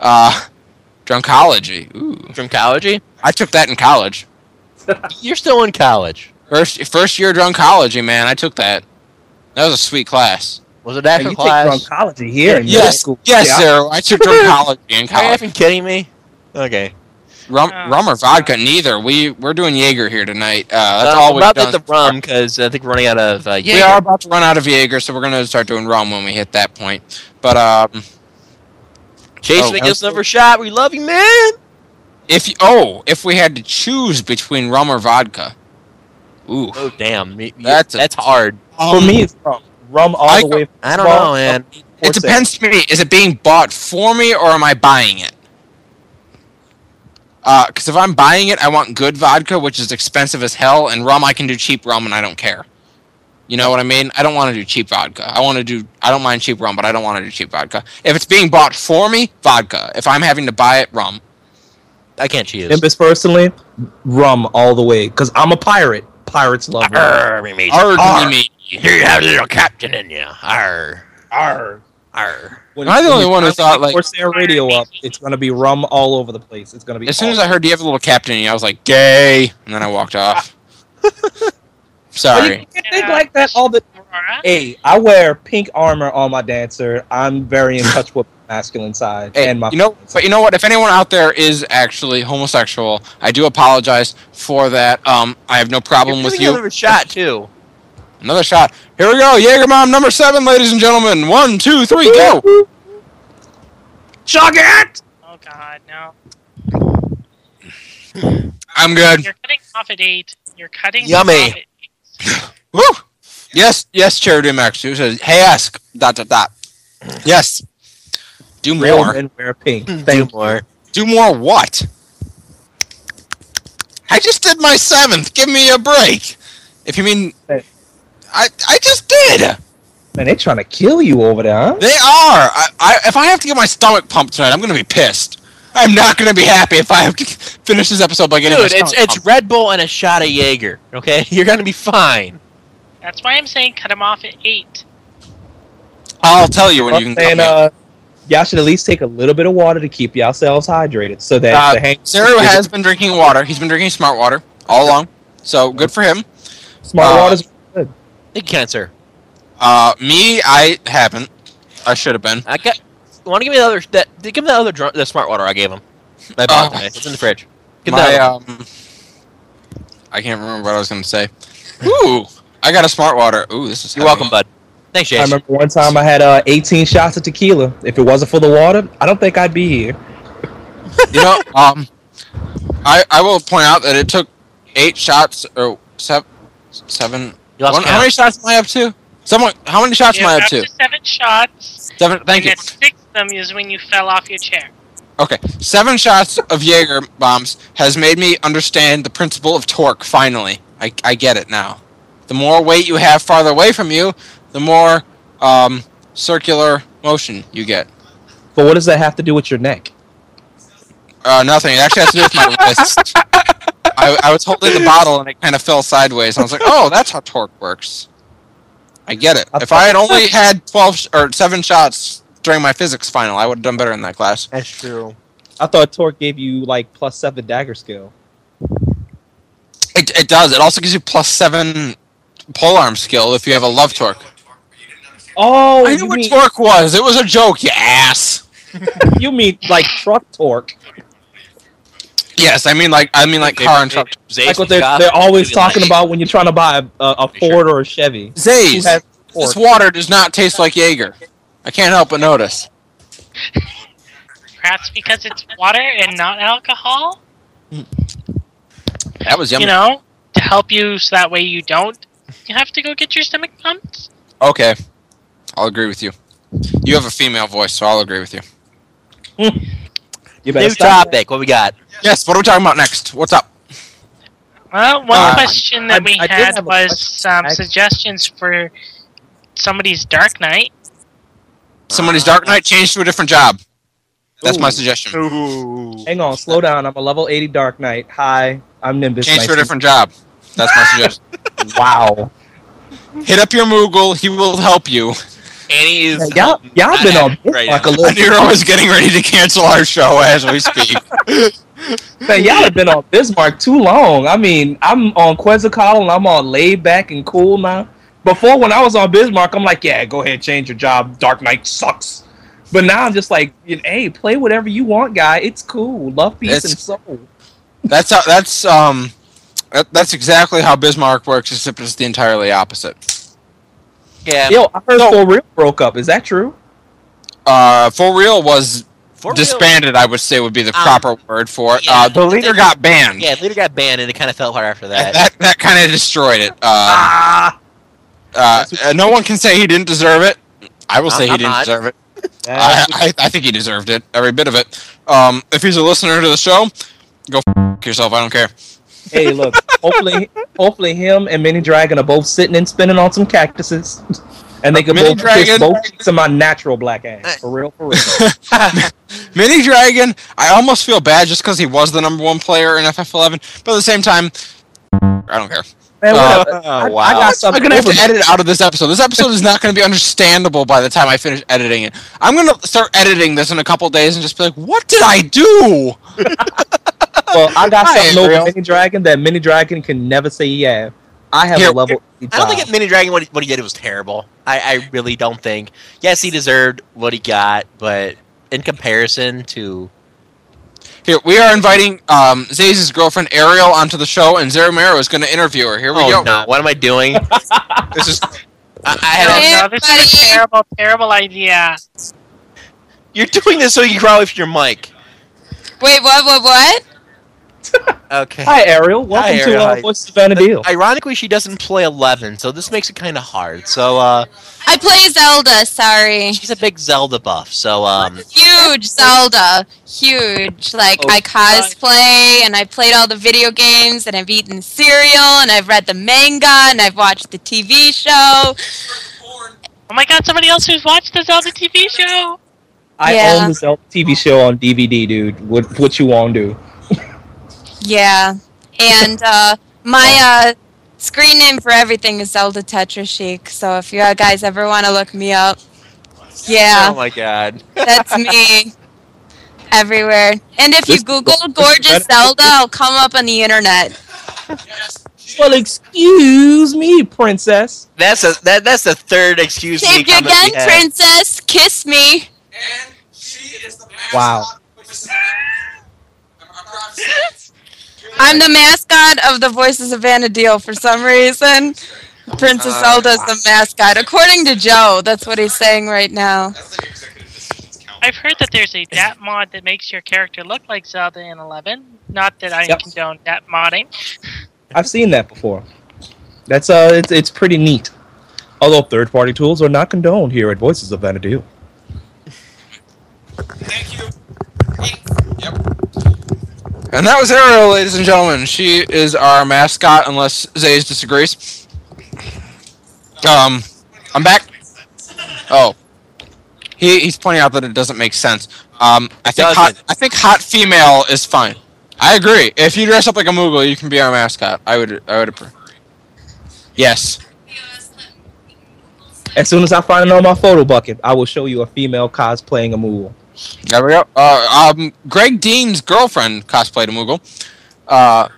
[SPEAKER 2] Uh, drunkology. Ooh,
[SPEAKER 3] Drinkology.
[SPEAKER 2] I took that in college.
[SPEAKER 3] You're still in college.
[SPEAKER 2] First first year drunkology, man. I took that. That was a sweet class.
[SPEAKER 3] Was it after
[SPEAKER 6] you
[SPEAKER 3] class?
[SPEAKER 6] take drunkology here in middle
[SPEAKER 2] Yes,
[SPEAKER 6] school.
[SPEAKER 2] yes,
[SPEAKER 6] Yeah.
[SPEAKER 2] sir. I took drunkology
[SPEAKER 6] *laughs*
[SPEAKER 2] in
[SPEAKER 3] Are you
[SPEAKER 2] college.
[SPEAKER 3] even kidding me? Okay.
[SPEAKER 2] Rum,
[SPEAKER 4] Oh,
[SPEAKER 2] rum or
[SPEAKER 4] God.
[SPEAKER 2] vodka? Neither. We we're doing Jaeger here tonight. Uh, that's
[SPEAKER 3] Uh,
[SPEAKER 2] all
[SPEAKER 3] we're
[SPEAKER 2] we've done.
[SPEAKER 3] about the rum because I think we're running out of uh,
[SPEAKER 2] We
[SPEAKER 3] Jaeger.
[SPEAKER 2] are about to run out of Jaeger, so we're gonna start doing rum when we hit that point. But um,
[SPEAKER 3] Jason
[SPEAKER 2] Oh,
[SPEAKER 3] oh, gets another shot. We love you, man.
[SPEAKER 2] if you, oh, if we had to choose between rum or vodka, ooh,
[SPEAKER 3] Oh damn, Y- y-
[SPEAKER 2] That's a-
[SPEAKER 3] that's hard.
[SPEAKER 6] For me, it's rum. Rum all
[SPEAKER 2] I
[SPEAKER 6] the
[SPEAKER 2] go-
[SPEAKER 6] way.
[SPEAKER 3] I don't
[SPEAKER 6] Well,
[SPEAKER 3] know, man.
[SPEAKER 2] it
[SPEAKER 6] Forsyth.
[SPEAKER 2] depends to me. Is it being bought for me or am I buying it? Because if I'm buying it, I want good vodka, which is expensive as hell, and rum. I can do cheap rum, and I don't care. You know what I mean? I don't want to do cheap vodka. I want to do. I don't mind cheap rum, but I don't want to do cheap vodka. If it's being bought for me, vodka. If I'm having to buy it, rum.
[SPEAKER 3] I can't choose.
[SPEAKER 6] Nimbus personally, rum all the way because I'm a pirate. Pirates love rum.
[SPEAKER 3] Arr, me mates.
[SPEAKER 2] Arr,
[SPEAKER 3] Arr.
[SPEAKER 2] me.
[SPEAKER 3] Do you have a little captain in you? Arr. Arr.
[SPEAKER 6] When-
[SPEAKER 2] Am I the
[SPEAKER 6] when
[SPEAKER 2] only
[SPEAKER 6] you
[SPEAKER 2] one who
[SPEAKER 6] turn
[SPEAKER 2] thought,
[SPEAKER 6] the
[SPEAKER 2] like-
[SPEAKER 6] Corsair radio up? It's gonna be rum all over the place. It's gonna be.
[SPEAKER 2] As soon
[SPEAKER 6] all-
[SPEAKER 2] as I heard you have a little captain, in you," I was like, gay, and then I walked off. Sorry.
[SPEAKER 6] You can think like that all the.
[SPEAKER 4] Aurora?
[SPEAKER 6] Hey, I wear pink armor on my dancer. I'm very in touch with my masculine side
[SPEAKER 2] Hey,
[SPEAKER 6] and my.
[SPEAKER 2] you know, but you know what? If anyone out there is actually homosexual, I do apologize for that. Um, I have no problem
[SPEAKER 3] You're
[SPEAKER 2] with
[SPEAKER 3] giving
[SPEAKER 2] you.
[SPEAKER 3] Another shot too.
[SPEAKER 2] Another shot. Here we go, Jaeger Mom number seven, ladies and gentlemen. One, two, three, go. Chuck it.
[SPEAKER 4] Oh God, no!
[SPEAKER 2] I'm good.
[SPEAKER 4] You're cutting off at eight. You're cutting.
[SPEAKER 3] Yummy.
[SPEAKER 4] Off at eight.
[SPEAKER 2] Woo. Yes, yes, Charity Max. Who says, "Hey, ask dot dot dot." Yes. Do
[SPEAKER 6] real
[SPEAKER 2] more. Hmm.
[SPEAKER 6] men wear pink.
[SPEAKER 3] Thank more.
[SPEAKER 2] Do more what? I just did my seventh. Give me a break. If you mean,
[SPEAKER 6] Hey.
[SPEAKER 2] I I just did.
[SPEAKER 6] Man, they trying to kill you over there, huh?
[SPEAKER 2] They are. I, I if I have to get my stomach pumped tonight, I'm gonna be pissed. I'm not gonna be happy if I have to *laughs* finish this episode by getting my
[SPEAKER 3] Dude,
[SPEAKER 2] stomach
[SPEAKER 3] it's it's
[SPEAKER 2] pumped.
[SPEAKER 3] Red Bull and a shot of Jaeger. Okay, *laughs* you're gonna be fine.
[SPEAKER 4] That's why I'm saying cut him off at eight.
[SPEAKER 2] I'll tell you when you can.
[SPEAKER 6] I'm saying,
[SPEAKER 2] come in.
[SPEAKER 6] uh, y'all should at least take a little bit of water to keep yourselves hydrated, so that
[SPEAKER 2] Uh,
[SPEAKER 6] the hang-
[SPEAKER 2] Sarah has been drinking water. He's been drinking smart water all along, so good for him.
[SPEAKER 6] smart
[SPEAKER 2] uh,
[SPEAKER 6] waters.
[SPEAKER 3] Thank you, cancer.
[SPEAKER 2] Uh, me, I haven't. I should have been.
[SPEAKER 3] I got. Want to give me the other that? Give him the other drunk, the smart water I gave him. I bought
[SPEAKER 2] Oh.
[SPEAKER 3] today. It's in the fridge. Give him
[SPEAKER 2] My,
[SPEAKER 3] that.
[SPEAKER 2] um, I can't remember what I was gonna say. Ooh, I got a smart water. Ooh, this is.
[SPEAKER 3] You're
[SPEAKER 2] heavy.
[SPEAKER 3] welcome, bud. Thanks,
[SPEAKER 6] I
[SPEAKER 3] Jason.
[SPEAKER 6] remember one time I had uh, 18 shots of tequila. If it wasn't for the water, I don't think I'd be here.
[SPEAKER 2] you *laughs* know, um, I I will point out that it took eight shots or seven, seven.
[SPEAKER 3] You lost
[SPEAKER 2] one- how
[SPEAKER 3] count.
[SPEAKER 2] many shots am I up to? Someone, how many shots
[SPEAKER 4] You
[SPEAKER 2] am I
[SPEAKER 4] have
[SPEAKER 2] up
[SPEAKER 4] up
[SPEAKER 2] to?
[SPEAKER 4] to seven shots.
[SPEAKER 2] Seven. Thank
[SPEAKER 4] and
[SPEAKER 2] you.
[SPEAKER 4] that sixth of them is when you fell off your chair.
[SPEAKER 2] Okay, seven shots of Jaeger bombs has made me understand the principle of torque. Finally, I I get it now. The more weight you have farther away from you, the more um, circular motion you get.
[SPEAKER 6] But what does that have to do with your neck?
[SPEAKER 2] Uh, nothing. It actually has to do with my wrist. I I, I was holding the bottle and it kind of fell sideways. And I was like, oh, that's how torque works. I get it. If I had only had 12 sh- or 7 shots during my physics final, I would have done better in that class.
[SPEAKER 3] That's true.
[SPEAKER 6] I thought Torque gave you like plus seven dagger skill.
[SPEAKER 2] It, it does. It also gives you plus 7 polearm skill if you have a love torque.
[SPEAKER 6] Oh,
[SPEAKER 2] I knew
[SPEAKER 6] you
[SPEAKER 2] what
[SPEAKER 6] mean,
[SPEAKER 2] torque was. It was a joke, you ass.
[SPEAKER 6] you mean like truck torque?
[SPEAKER 2] Yes, I mean like I mean like car and truck.
[SPEAKER 6] Like what they're, they're always talking about when you're trying to buy a, a, a
[SPEAKER 3] Sure.
[SPEAKER 6] Ford or a Chevy. Who
[SPEAKER 2] Zays,
[SPEAKER 6] has
[SPEAKER 2] this
[SPEAKER 6] torque?
[SPEAKER 2] water does not taste like Jaeger. I can't help but notice.
[SPEAKER 4] Perhaps because it's water and not alcohol,
[SPEAKER 2] That was yummy.
[SPEAKER 4] you know, to help you so that way you don't have to go get your stomach pumped.
[SPEAKER 2] Okay. I'll agree with you. You have a female voice, so I'll agree with you.
[SPEAKER 6] You better
[SPEAKER 3] New
[SPEAKER 6] stop.
[SPEAKER 3] topic. What we got?
[SPEAKER 2] Yes, what are we talking about next? What's up?
[SPEAKER 4] Well, one
[SPEAKER 2] Uh,
[SPEAKER 4] question
[SPEAKER 6] I-
[SPEAKER 4] that we
[SPEAKER 6] I did
[SPEAKER 4] had
[SPEAKER 6] have a
[SPEAKER 4] was
[SPEAKER 6] question.
[SPEAKER 4] some
[SPEAKER 6] I-
[SPEAKER 4] suggestions for somebody's Dark Knight.
[SPEAKER 2] Somebody's Dark Knight changed to a different job. That's my
[SPEAKER 6] Ooh.
[SPEAKER 2] suggestion.
[SPEAKER 3] Ooh.
[SPEAKER 6] Hang on, slow down. I'm a level 80 Dark Knight. Hi, I'm Nimbus.
[SPEAKER 2] Change to a
[SPEAKER 6] Nice to-
[SPEAKER 2] different job.
[SPEAKER 6] *laughs*
[SPEAKER 2] That's my suggestion.
[SPEAKER 6] Wow.
[SPEAKER 2] Hit up your Moogle. He will help you.
[SPEAKER 3] Annie is.
[SPEAKER 6] Y'all, y'all been on
[SPEAKER 3] Right
[SPEAKER 6] like a
[SPEAKER 2] I
[SPEAKER 3] now.
[SPEAKER 6] little.
[SPEAKER 2] knew I was getting ready to cancel our show as we speak.
[SPEAKER 6] Man, y'all have been on Bismarck too long. I mean, I'm on Quetzalcoatl and I'm on laid back and cool now. Before, when I was on Bismarck, I'm like, yeah, go ahead, change your job. Dark Knight sucks. But now I'm just like, hey, play whatever you want, guy. It's cool. Love, peace,
[SPEAKER 2] It's-
[SPEAKER 6] and soul.
[SPEAKER 2] *laughs* That's how. That's um. That, that's exactly how Bismarck works, except it's the entirely opposite.
[SPEAKER 3] Yeah.
[SPEAKER 6] Yo, I heard
[SPEAKER 2] No.
[SPEAKER 6] For Real broke up. Is that true?
[SPEAKER 2] Uh, for real was
[SPEAKER 3] For real.
[SPEAKER 2] disbanded. I would say would be the
[SPEAKER 3] Um,
[SPEAKER 2] proper word for it.
[SPEAKER 3] yeah.
[SPEAKER 2] uh, the leader got banned.
[SPEAKER 3] Yeah, later got banned, and it kind of fell hard after
[SPEAKER 2] that *laughs*
[SPEAKER 3] that.
[SPEAKER 2] that, kind of destroyed it. Uh,
[SPEAKER 6] Ah.
[SPEAKER 2] uh, uh, no one can say he didn't deserve it. I will
[SPEAKER 3] I'm-
[SPEAKER 2] say he
[SPEAKER 3] Uh, I'm
[SPEAKER 2] didn't
[SPEAKER 3] not.
[SPEAKER 2] deserve it. I, *laughs*
[SPEAKER 6] That's-
[SPEAKER 2] I, I think he deserved it, every bit of it. Um, if he's a listener to the show, go f- yourself. I don't care.
[SPEAKER 6] hey, look. Hopefully, hopefully, him and Mini Dragon are both sitting and spinning on some cactuses, and they can
[SPEAKER 2] Mini
[SPEAKER 6] both
[SPEAKER 2] Dragon-
[SPEAKER 6] kiss both cheeks of my natural black ass. For real, for real.
[SPEAKER 2] *laughs* Mini Dragon, I almost feel bad just because he was the number one player in FF11, but at the same time, I don't care. Uh,
[SPEAKER 6] Man, whatever. I,
[SPEAKER 5] wow.
[SPEAKER 6] I got
[SPEAKER 2] I'm
[SPEAKER 6] something.
[SPEAKER 2] gonna have to
[SPEAKER 6] over-
[SPEAKER 2] edit out of this episode. This episode is not gonna be understandable by the time I finish editing it. I'm gonna start editing this in a couple days and just be like, "What did I do?"
[SPEAKER 6] well, I got
[SPEAKER 2] Hi,
[SPEAKER 6] something
[SPEAKER 2] Ariel.
[SPEAKER 6] over Mini Dragon that Mini Dragon can never say yeah. I have
[SPEAKER 2] Here,
[SPEAKER 6] a level.
[SPEAKER 3] I don't think at Mini Dragon what he, what he did was terrible. I, I really don't think. Yes, he deserved what he got, but in comparison to
[SPEAKER 2] Here, we are inviting um, Zay's girlfriend Ariel onto the show, and Zeramero is going to interview her. Here we
[SPEAKER 3] oh
[SPEAKER 2] go.
[SPEAKER 3] no, what am I
[SPEAKER 6] *laughs*
[SPEAKER 3] doing? I,
[SPEAKER 2] This is
[SPEAKER 3] I
[SPEAKER 4] I
[SPEAKER 3] had a,
[SPEAKER 4] don't know. Oh, This is a
[SPEAKER 7] Everybody.
[SPEAKER 4] terrible, terrible idea.
[SPEAKER 3] you're doing this so you can growl off your mic.
[SPEAKER 7] Wait, what, what, what?
[SPEAKER 3] Okay.
[SPEAKER 6] Hi, Ariel. Welcome
[SPEAKER 3] Hi,
[SPEAKER 6] to
[SPEAKER 3] Ariel.
[SPEAKER 6] uh,
[SPEAKER 3] Hi.
[SPEAKER 6] Voice of Vanadil.
[SPEAKER 3] Ironically, she doesn't play eleven, so this makes it kind of hard. So uh,
[SPEAKER 7] I play Zelda, sorry.
[SPEAKER 3] she's a big Zelda buff. So um,
[SPEAKER 7] Huge Zelda. Huge. Like,
[SPEAKER 6] Oh,
[SPEAKER 7] I cosplay and I played all the video games and I've eaten cereal and I've read the manga and I've watched the TV show.
[SPEAKER 4] Oh my god, somebody else who's watched the Zelda TV show!
[SPEAKER 6] I
[SPEAKER 7] Yeah.
[SPEAKER 6] own this Zelda TV show on DVD, dude. What what you want to do?
[SPEAKER 7] Yeah. And uh, my uh, screen name for everything is Zelda Tetra Chic. So if you guys ever want to look me up, yeah.
[SPEAKER 3] oh my god,
[SPEAKER 7] That's me.
[SPEAKER 6] *laughs*
[SPEAKER 7] Everywhere. And if
[SPEAKER 6] This-
[SPEAKER 7] you Google gorgeous Zelda, I'll come up on the internet.
[SPEAKER 6] Well, excuse me, princess.
[SPEAKER 3] that's a that that's the third excuse. me
[SPEAKER 7] Take your
[SPEAKER 3] comment
[SPEAKER 7] gun,
[SPEAKER 3] we had.
[SPEAKER 7] princess. Kiss me.
[SPEAKER 6] Wow.
[SPEAKER 7] I'm the mascot of the Voices of Vanadil for some reason. Princess
[SPEAKER 3] Uh,
[SPEAKER 7] Zelda's the mascot, according to Joe. That's what he's saying right now.
[SPEAKER 4] I've heard that there's a dat mod that makes your character look like Zelda in 11. Not that I
[SPEAKER 6] Yep.
[SPEAKER 4] condone dat modding.
[SPEAKER 6] I've seen that before. That's uh, it's it's pretty neat. Although third party tools are not condoned here at Voices of Vanadil.
[SPEAKER 2] and that was Ariel, ladies and gentlemen. She is our mascot, unless Zay's disagrees. Um, I'm back. Oh, he, he's pointing out that it doesn't make sense. Um, I think hot,
[SPEAKER 3] Doesn't.
[SPEAKER 2] I think hot female is fine. I agree. If you dress up like a Moogle, you can be our mascot. I would. I would approve. Yes.
[SPEAKER 6] As soon as I find it on my photo bucket, I will show you a female cosplaying a Moogle.
[SPEAKER 2] There we go. Uh, um, Greg Dean's girlfriend cosplayed a Moogle. Uh,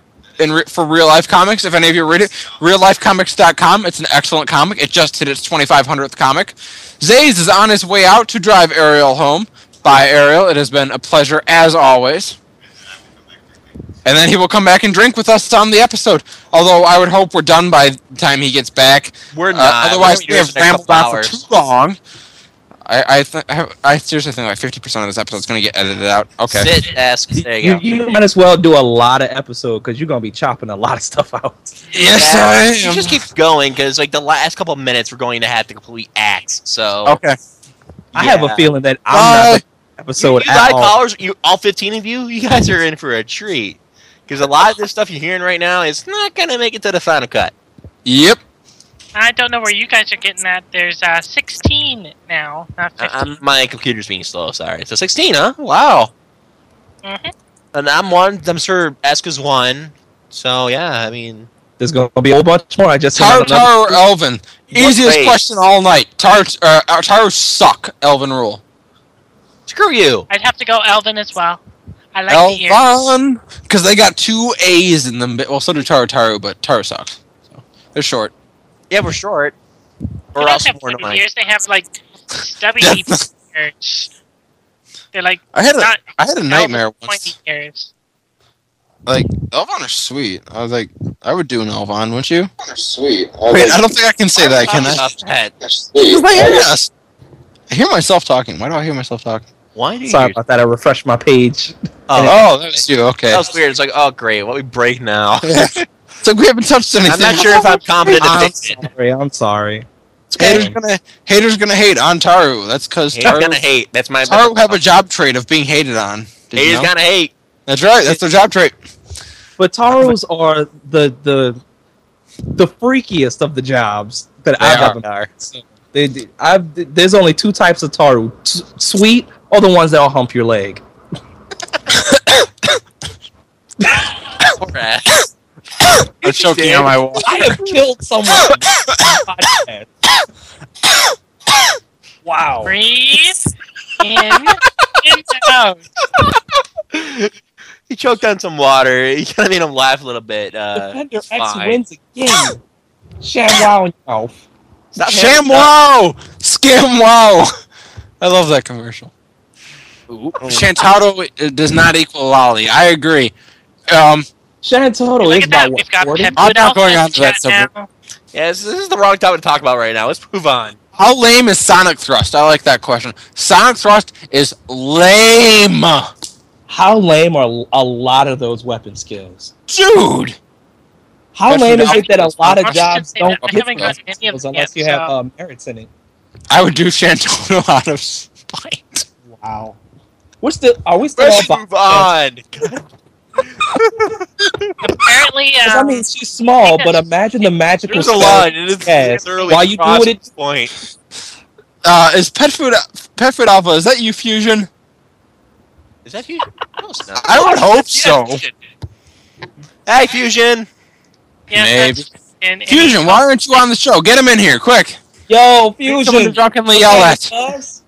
[SPEAKER 2] in re- for real life comics, if any of you read it, reallifecomics.com. It's an excellent comic. It just hit its 2500th comic. Zays is on his way out to drive Ariel home. Bye, Ariel. It has been a pleasure as always. And then he will come back and drink with us on the episode. Although I would hope we're done by the time he gets back.
[SPEAKER 3] We're
[SPEAKER 2] Uh,
[SPEAKER 3] not.
[SPEAKER 2] otherwise,
[SPEAKER 3] We're
[SPEAKER 2] we
[SPEAKER 3] gonna be
[SPEAKER 2] have
[SPEAKER 3] doing this in a
[SPEAKER 2] rambled
[SPEAKER 3] couple
[SPEAKER 2] on for
[SPEAKER 3] hours.
[SPEAKER 2] too long. I I, th- I, have- I seriously think like 50% of this episode is going to get edited out. Okay.
[SPEAKER 3] Sit, ask. There you
[SPEAKER 6] You,
[SPEAKER 3] go.
[SPEAKER 6] you might as well do a lot of episodes because you're gonna be chopping a lot of stuff out.
[SPEAKER 2] Yes,
[SPEAKER 3] Yeah,
[SPEAKER 2] I
[SPEAKER 3] She
[SPEAKER 2] am.
[SPEAKER 3] just keeps going because like the last couple of minutes we're going to have to complete acts. So
[SPEAKER 2] okay.
[SPEAKER 6] I have a
[SPEAKER 3] Yeah.
[SPEAKER 6] feeling that I'm
[SPEAKER 2] Uh,
[SPEAKER 6] not making an
[SPEAKER 3] you,
[SPEAKER 6] episode
[SPEAKER 3] you
[SPEAKER 6] at
[SPEAKER 3] guys,
[SPEAKER 6] all.
[SPEAKER 3] callers, you all fifteen of you, you guys are in for a treat because a lot of this stuff you're hearing right now is not gonna make it to the final cut.
[SPEAKER 2] Yep.
[SPEAKER 4] I don't know where you guys are getting at. There's uh, 16 now, not
[SPEAKER 2] Uh,
[SPEAKER 3] I,
[SPEAKER 2] um,
[SPEAKER 4] 15.
[SPEAKER 3] I'm, my computer's being slow. Sorry. So sixteen, huh? Wow.
[SPEAKER 4] Mhm.
[SPEAKER 3] And I'm one. I'm sure Eska's one. So yeah, I mean,
[SPEAKER 6] There's gonna be a whole bunch more. I just
[SPEAKER 2] Taro
[SPEAKER 6] found another-
[SPEAKER 2] Taro or Elvin? Easiest
[SPEAKER 3] race?
[SPEAKER 2] question all night. Taro, uh, uh, Taro suck, Elvin rule.
[SPEAKER 3] screw you.
[SPEAKER 4] I'd have to go Elvin as well. I like the ears.
[SPEAKER 2] Elvin! Because they got two A's in them. but- Well, so do Taro Taro, but Taro sucks. So, they're short.
[SPEAKER 3] Yeah, we're short.
[SPEAKER 4] They
[SPEAKER 3] Or
[SPEAKER 4] don't
[SPEAKER 3] else
[SPEAKER 4] have
[SPEAKER 3] more
[SPEAKER 4] pointy
[SPEAKER 3] annoying.
[SPEAKER 4] ears. They have like
[SPEAKER 2] *laughs*
[SPEAKER 4] stubby
[SPEAKER 2] That's-
[SPEAKER 4] ears. They're like
[SPEAKER 2] I had a,
[SPEAKER 4] not
[SPEAKER 2] I had a nightmare
[SPEAKER 4] pointy
[SPEAKER 2] once.
[SPEAKER 4] ears.
[SPEAKER 2] Like, Elvin are sweet. I was like, I would do an Elvon, wouldn't you?
[SPEAKER 8] Sweet.
[SPEAKER 2] Wait, I don't think I can say that, can I?
[SPEAKER 3] Stop that.
[SPEAKER 8] Sweet.
[SPEAKER 2] Yes. I hear myself talking. Why do I hear myself talking?
[SPEAKER 3] Why do you?
[SPEAKER 6] Sorry about that. I refreshed my page.
[SPEAKER 2] Oh, that's you. Okay.
[SPEAKER 3] That was weird. It's like, oh great, what we break *laughs* now.
[SPEAKER 2] *laughs* So we haven't touched anything.
[SPEAKER 3] I'm not sure if *laughs* I'm competent to
[SPEAKER 2] Um,
[SPEAKER 3] fix it.
[SPEAKER 6] Sorry, I'm sorry.
[SPEAKER 2] Haters
[SPEAKER 6] Okay.
[SPEAKER 2] gonna haters gonna hate on Taru. That's because
[SPEAKER 3] Hater's
[SPEAKER 2] Taru,
[SPEAKER 3] gonna hate. That's my.
[SPEAKER 2] Taru have a job trait of being hated on. Did you
[SPEAKER 3] Hater's
[SPEAKER 2] know?
[SPEAKER 3] gonna hate.
[SPEAKER 2] That's right. That's their job trait.
[SPEAKER 6] But Taros are the the the freakiest of the jobs that
[SPEAKER 2] They
[SPEAKER 6] I've
[SPEAKER 2] are.
[SPEAKER 6] ever known. So They, they- I've, there's only two types of Taru: S- sweet or the ones that'll hump your leg.
[SPEAKER 3] Poor ass.
[SPEAKER 2] I'm choking on my wall.
[SPEAKER 6] I have killed someone. *coughs* wow.
[SPEAKER 2] *laughs*
[SPEAKER 4] Breathe in and out.
[SPEAKER 3] *laughs* he choked on some water. *laughs* You kind of made him laugh a little bit. Uh,
[SPEAKER 6] Defender X
[SPEAKER 3] fine.
[SPEAKER 6] wins again. Shamwow and Elf.
[SPEAKER 3] stop him.
[SPEAKER 2] Sham wow, scam wow. *laughs* I love that commercial.
[SPEAKER 3] Oh.
[SPEAKER 2] Shantado uh, does not equal Lolly. I agree. Um,
[SPEAKER 6] Shantotto
[SPEAKER 4] Look
[SPEAKER 6] is
[SPEAKER 4] at that.
[SPEAKER 6] about what,
[SPEAKER 4] We've got
[SPEAKER 6] 40?
[SPEAKER 4] Pep
[SPEAKER 2] I'm not
[SPEAKER 4] Goodall
[SPEAKER 2] going
[SPEAKER 4] in
[SPEAKER 2] on to that
[SPEAKER 4] chat
[SPEAKER 2] subject.
[SPEAKER 4] now.
[SPEAKER 3] Yeah, this, this is the wrong topic to talk about right now. Let's move on.
[SPEAKER 2] how lame is Sonic Thrust? I like that question. Sonic Thrust is lame,
[SPEAKER 6] How lame are a lot of those weapon skills?
[SPEAKER 2] dude.
[SPEAKER 6] How
[SPEAKER 2] That's
[SPEAKER 6] lame is
[SPEAKER 2] not-
[SPEAKER 6] it that a lot
[SPEAKER 4] I
[SPEAKER 6] of
[SPEAKER 4] was just
[SPEAKER 6] jobs
[SPEAKER 4] gonna say that.
[SPEAKER 6] don't
[SPEAKER 4] I
[SPEAKER 6] get
[SPEAKER 4] haven't
[SPEAKER 6] those
[SPEAKER 4] gotten any of
[SPEAKER 6] skills
[SPEAKER 4] them
[SPEAKER 6] unless you
[SPEAKER 4] yet,
[SPEAKER 6] have
[SPEAKER 4] so-
[SPEAKER 6] uh, merits in it?
[SPEAKER 2] I would do Shantado *laughs* out of spite.
[SPEAKER 6] Wow. We're still. Are we still
[SPEAKER 3] Let's
[SPEAKER 6] all
[SPEAKER 3] move on.
[SPEAKER 4] Apparently,
[SPEAKER 6] Because,
[SPEAKER 4] um,
[SPEAKER 6] I mean, she's small, but imagine the magical
[SPEAKER 3] There's a
[SPEAKER 6] spell.
[SPEAKER 3] lot. It is
[SPEAKER 6] Yes.
[SPEAKER 3] early
[SPEAKER 6] While you do it,
[SPEAKER 3] process point.
[SPEAKER 2] Uh, is pet food pet food alpha? Is that you fusion?
[SPEAKER 3] Is that huge? No, it's not.
[SPEAKER 2] I would *laughs* hope
[SPEAKER 3] Yes,
[SPEAKER 2] so.
[SPEAKER 3] Fusion. Hey, Fusion.
[SPEAKER 4] yeah,
[SPEAKER 2] Maybe.
[SPEAKER 4] that's- and- and-
[SPEAKER 2] Fusion, why aren't you on the show? Get him in here, quick!
[SPEAKER 6] Yo,
[SPEAKER 2] Get Someone to
[SPEAKER 6] fusion.
[SPEAKER 2] drunkenly yell at.
[SPEAKER 6] Us?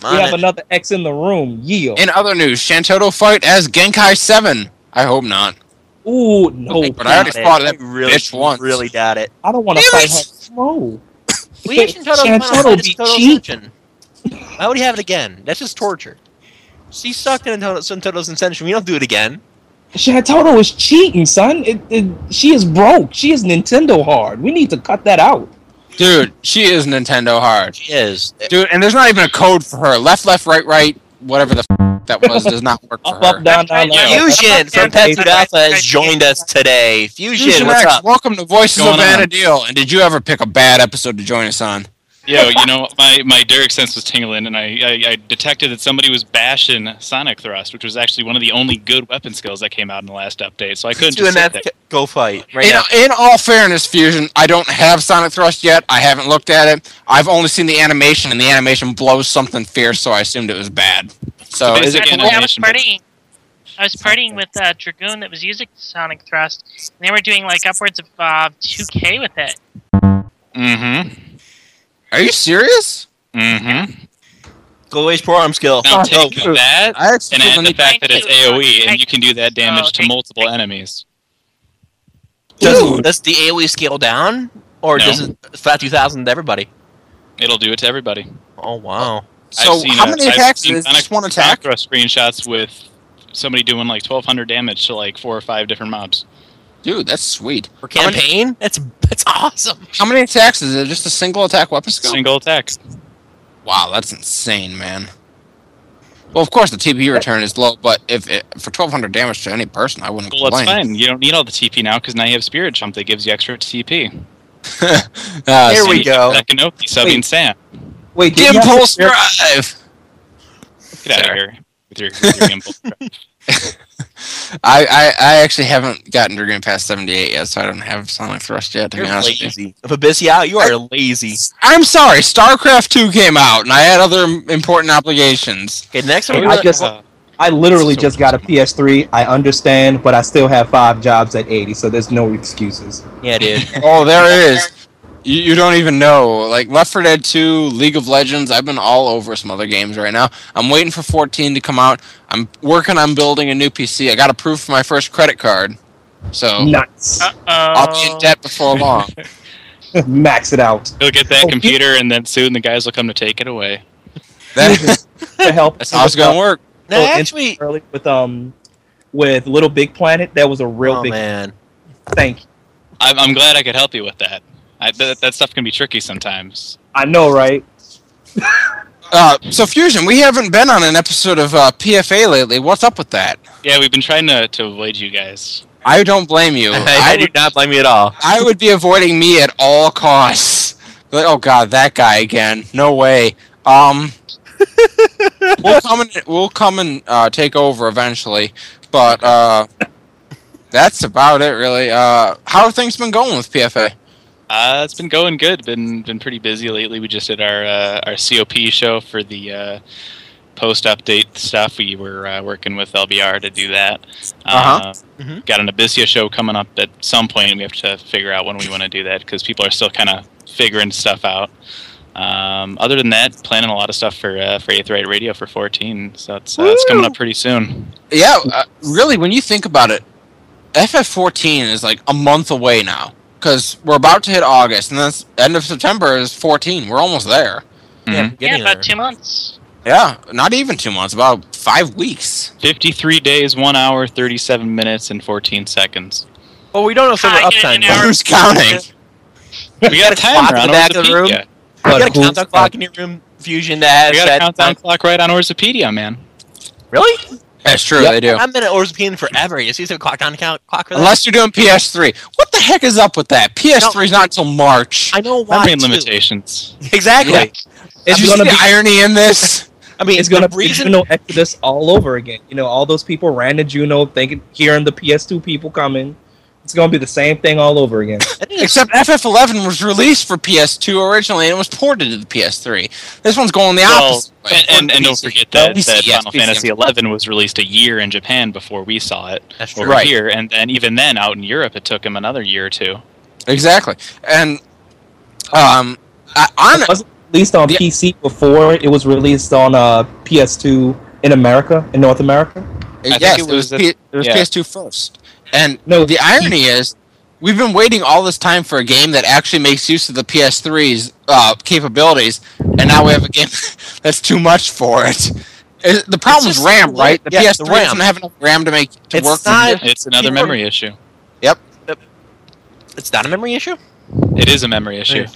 [SPEAKER 3] Come
[SPEAKER 6] We
[SPEAKER 3] on
[SPEAKER 6] have
[SPEAKER 3] in.
[SPEAKER 6] another X in the room. Yield.
[SPEAKER 2] In other news, Shantotto fight as Genkai Seven. I hope not.
[SPEAKER 6] Ooh, no.
[SPEAKER 2] But I already
[SPEAKER 3] Doubt it.
[SPEAKER 2] fought that
[SPEAKER 3] I really,
[SPEAKER 2] bitch once.
[SPEAKER 3] Really doubt it.
[SPEAKER 6] I don't want to
[SPEAKER 2] Damn
[SPEAKER 6] fight
[SPEAKER 2] it.
[SPEAKER 6] her. No.
[SPEAKER 3] We should total
[SPEAKER 6] Shan
[SPEAKER 3] Final
[SPEAKER 6] Tuttle
[SPEAKER 3] Fight is
[SPEAKER 6] be
[SPEAKER 3] Total
[SPEAKER 6] cheap.
[SPEAKER 3] Ascension. Why would he have it again? That's just torture. She sucked in Total- some Toto's Ascension. We don't do it again.
[SPEAKER 6] Shatoto is cheating, son. It, it, she is broke. She is Nintendo hard. We need to cut that out.
[SPEAKER 2] Dude, she is Nintendo hard,
[SPEAKER 3] She is.
[SPEAKER 2] dude. And there's not even a code for her. Left, left, right, right, whatever the f- *laughs* that was does not work for
[SPEAKER 6] Up, up,
[SPEAKER 2] her.
[SPEAKER 6] down, down,
[SPEAKER 4] Yeah.
[SPEAKER 6] down.
[SPEAKER 3] Fusion from Pet Food Alpha has joined us today. Fusion,
[SPEAKER 2] Fusion
[SPEAKER 3] what's
[SPEAKER 2] X,
[SPEAKER 3] up?
[SPEAKER 2] welcome to Voices of
[SPEAKER 9] Going on?
[SPEAKER 2] Vanadil. And did you ever pick a bad episode to join us on?
[SPEAKER 9] Yo, you know, my, my Derek sense was tingling, and I, I, I detected that somebody was bashing Sonic Thrust, which was actually one of the only good weapon skills that came out in the last update, so I couldn't
[SPEAKER 3] Doing
[SPEAKER 9] just sit
[SPEAKER 3] that
[SPEAKER 9] there.
[SPEAKER 3] go fight right
[SPEAKER 2] In,
[SPEAKER 3] now.
[SPEAKER 2] in all fairness, Fusion, I don't have Sonic Thrust yet. I haven't looked at it. I've only seen the animation, and the animation blows something fierce, so I assumed it was bad. So
[SPEAKER 9] It's a
[SPEAKER 2] is it
[SPEAKER 9] basic
[SPEAKER 4] Actually,
[SPEAKER 2] cool?
[SPEAKER 4] I was
[SPEAKER 9] animation, but-
[SPEAKER 4] partying. I was partying with uh, Dragoon that was using Sonic Thrust, and they were doing like upwards of uh, 2K with it.
[SPEAKER 9] Mm-hmm.
[SPEAKER 2] Are you serious?
[SPEAKER 9] Mm-hmm.
[SPEAKER 3] Glowage forearm skill.
[SPEAKER 9] Now
[SPEAKER 6] Oh,
[SPEAKER 9] take
[SPEAKER 6] oh,
[SPEAKER 9] that
[SPEAKER 2] I actually feel
[SPEAKER 9] and
[SPEAKER 2] the
[SPEAKER 9] add the
[SPEAKER 2] need-
[SPEAKER 9] fact that it's AOE,
[SPEAKER 4] Thank
[SPEAKER 9] and you can do that damage
[SPEAKER 4] Oh,
[SPEAKER 9] to
[SPEAKER 4] thank-
[SPEAKER 9] multiple
[SPEAKER 4] thank-
[SPEAKER 9] enemies.
[SPEAKER 3] Does, does the AoE scale down? Or
[SPEAKER 9] No.
[SPEAKER 3] does it flat 2000 to everybody?
[SPEAKER 9] It'll do it to everybody.
[SPEAKER 3] Oh, wow.
[SPEAKER 2] So
[SPEAKER 9] seen
[SPEAKER 2] how
[SPEAKER 9] a-
[SPEAKER 2] many
[SPEAKER 9] I've
[SPEAKER 2] attacks
[SPEAKER 9] seen
[SPEAKER 2] is
[SPEAKER 9] Sonic
[SPEAKER 2] just one attack?
[SPEAKER 9] Sakura screenshots with somebody doing like 1,200 damage to like four or five different mobs.
[SPEAKER 2] Dude, that's sweet.
[SPEAKER 3] For
[SPEAKER 2] How many-
[SPEAKER 3] campaign? That's, that's awesome.
[SPEAKER 2] How many attacks is it? Just a single attack weapon skill?
[SPEAKER 9] Single attack.
[SPEAKER 2] Wow, that's insane, man. Well, of course the TP return is low, but if it, for 1,200 damage to any person, I wouldn't
[SPEAKER 9] Well, that's
[SPEAKER 2] complain.
[SPEAKER 9] fine. You don't need all the TP now because now you have Spirit Jump that gives you extra TP.
[SPEAKER 2] Uh,
[SPEAKER 3] Here
[SPEAKER 2] so
[SPEAKER 3] we
[SPEAKER 2] you-
[SPEAKER 3] go.
[SPEAKER 9] Sakanoki subbing
[SPEAKER 6] Wait.
[SPEAKER 9] Sam.
[SPEAKER 6] Wait, did you have
[SPEAKER 2] Impulse
[SPEAKER 6] Spirit-
[SPEAKER 2] drive.
[SPEAKER 9] Get out of here with your, with
[SPEAKER 3] *laughs*
[SPEAKER 9] your gimbal.
[SPEAKER 2] I, I, I actually haven't gotten Dragoon past 78 yet, so I don't have Sonic Thrust yet, to
[SPEAKER 3] You're
[SPEAKER 2] be honest with you.
[SPEAKER 3] lazy. If Abyssia, you are lazy.
[SPEAKER 2] I'm sorry, StarCraft 2 came out, and I had other im- important
[SPEAKER 3] *laughs*
[SPEAKER 2] obligations.
[SPEAKER 3] Okay, next one.
[SPEAKER 6] I
[SPEAKER 3] we're gonna-
[SPEAKER 6] just- I literally
[SPEAKER 9] So-
[SPEAKER 6] just got a PS3. I understand, but I still have five jobs at 80, so there's no excuses.
[SPEAKER 3] yeah, *laughs* dude.
[SPEAKER 2] Oh, there it is. You, you don't even know. Like, Left 4 Dead 2, League of Legends, I've been all over some other games right now. I'm waiting for 14 to come out. I'm working on building a new PC. I got approved for my first credit card,
[SPEAKER 6] Oh.
[SPEAKER 2] so
[SPEAKER 6] Nuts.
[SPEAKER 4] Uh
[SPEAKER 2] I'll be in
[SPEAKER 4] oh.
[SPEAKER 2] debt before long.
[SPEAKER 6] *laughs* Max it out.
[SPEAKER 9] You'll get that
[SPEAKER 6] Oh, you-
[SPEAKER 9] computer, and then soon the guys will come to take it away.
[SPEAKER 2] That-
[SPEAKER 6] To help.
[SPEAKER 2] that's how it's going to work.
[SPEAKER 3] No,
[SPEAKER 6] So, in-
[SPEAKER 3] actually.
[SPEAKER 6] Early with um, with Little Big Planet, that was a real
[SPEAKER 3] Oh,
[SPEAKER 6] big
[SPEAKER 3] man.
[SPEAKER 6] thank. you.
[SPEAKER 9] I'm, I'm glad I could help you with that. I, that, that stuff can be tricky sometimes.
[SPEAKER 6] I know, right?
[SPEAKER 2] Uh, so, Fusion, we haven't been on an episode of uh, PFA lately. What's up with that?
[SPEAKER 9] Yeah, we've been trying to, to avoid you guys.
[SPEAKER 2] I don't blame you.
[SPEAKER 3] I, *laughs* I
[SPEAKER 2] would-
[SPEAKER 3] do not blame you at all.
[SPEAKER 2] I would be avoiding me at all costs. Like, oh god, that guy again. No way. Um, we'll come and we'll come and uh, take over eventually, but uh, that's about it really. Uh, how have things been going with PFA?
[SPEAKER 9] Uh, it's been going good. Been been pretty busy lately. We just did our uh, our COP show for the uh, post update stuff. We were uh, working with LBR to do that.
[SPEAKER 2] Uh-huh.
[SPEAKER 9] Uh,
[SPEAKER 3] Mhm.
[SPEAKER 9] Got an Abyssia show coming up at some point. We have to figure out when we want to do that because people are still kind of figuring stuff out. Um, other than that, planning a lot of stuff for uh, for Eighth Right Radio for 14. So it's uh, it's coming up pretty soon.
[SPEAKER 2] Yeah, uh, really. When you think about it, FF14 is like a month away now because we're about to hit August, and that's end of September is 14. We're almost there.
[SPEAKER 3] Yeah,
[SPEAKER 9] Mhm.
[SPEAKER 4] Yeah,
[SPEAKER 3] getting
[SPEAKER 4] about
[SPEAKER 3] there.
[SPEAKER 4] two months.
[SPEAKER 2] Yeah, not even two months. About five weeks.
[SPEAKER 9] 53 days, one hour, 37 minutes, and 14 seconds.
[SPEAKER 3] Well, we don't know if we're
[SPEAKER 4] Uh,
[SPEAKER 3] up
[SPEAKER 4] in
[SPEAKER 3] time.
[SPEAKER 4] an hour.
[SPEAKER 2] *laughs* Who's counting?
[SPEAKER 9] We got
[SPEAKER 3] Clock in
[SPEAKER 9] a timer
[SPEAKER 3] the
[SPEAKER 9] on
[SPEAKER 3] back of the room.
[SPEAKER 9] Wikipedia.
[SPEAKER 3] You got a
[SPEAKER 6] Cool.
[SPEAKER 3] countdown clock in your room, Fusion, that
[SPEAKER 9] We
[SPEAKER 3] has
[SPEAKER 9] got a
[SPEAKER 3] that.
[SPEAKER 9] countdown clock right on Orzopedia, man.
[SPEAKER 3] Really?
[SPEAKER 2] That's true.
[SPEAKER 6] Yep.
[SPEAKER 2] They do.
[SPEAKER 3] I've been at Orzpian forever. You see, have a clock on count clock for that?
[SPEAKER 2] Unless you're doing PS3. What the heck is up with that? PS3 is not until March.
[SPEAKER 3] I know why.
[SPEAKER 9] Memory
[SPEAKER 3] too.
[SPEAKER 9] limitations.
[SPEAKER 3] Exactly.
[SPEAKER 2] Yeah.
[SPEAKER 6] It's
[SPEAKER 2] Do you see
[SPEAKER 6] gonna
[SPEAKER 2] the
[SPEAKER 6] be
[SPEAKER 2] irony in
[SPEAKER 6] *laughs*
[SPEAKER 2] this?
[SPEAKER 3] I mean,
[SPEAKER 6] it's gonna
[SPEAKER 3] the
[SPEAKER 6] be
[SPEAKER 3] reason
[SPEAKER 6] Juno Exodus all over again. You know, all those people ran to Juno, thinking hearing the PS2 people coming. It's gonna be the same thing all over again.
[SPEAKER 3] That is-
[SPEAKER 2] Except FF11 was released for PS2 originally and it was ported to the PS3. This one's going the
[SPEAKER 9] Well,
[SPEAKER 2] opposite way.
[SPEAKER 9] and, and, and don't forget that,
[SPEAKER 2] PC,
[SPEAKER 9] that
[SPEAKER 2] yes,
[SPEAKER 9] Final
[SPEAKER 2] PC.
[SPEAKER 9] Fantasy XI was released a year in Japan before we saw it
[SPEAKER 3] That's true.
[SPEAKER 9] over
[SPEAKER 2] Right.
[SPEAKER 9] here, and then even then out in Europe it took him another year or two.
[SPEAKER 2] Exactly. And um, I, on
[SPEAKER 6] It wasn't released on
[SPEAKER 2] Yeah.
[SPEAKER 6] PC before it was released on uh, PS2 in America, in North America.
[SPEAKER 9] think
[SPEAKER 2] yes,
[SPEAKER 9] it
[SPEAKER 2] it was,
[SPEAKER 9] was a-
[SPEAKER 2] P- it was
[SPEAKER 9] yeah.
[SPEAKER 2] PS2 first. And
[SPEAKER 6] No,
[SPEAKER 2] the irony is, we've been waiting all this time for a game that actually makes use of the PS3's uh, capabilities, and now we have a game *laughs* that's too much for it. Is- The problem is
[SPEAKER 3] just
[SPEAKER 2] RAM,
[SPEAKER 3] the
[SPEAKER 2] right? The
[SPEAKER 3] RAM- yeah,
[SPEAKER 2] PS3
[SPEAKER 3] the RAM.
[SPEAKER 2] doesn't have enough RAM to make to
[SPEAKER 3] It's
[SPEAKER 2] work. for
[SPEAKER 3] not-
[SPEAKER 2] this.
[SPEAKER 9] It's another
[SPEAKER 3] People-
[SPEAKER 9] memory issue.
[SPEAKER 3] it's not a memory issue.
[SPEAKER 9] It is a memory issue.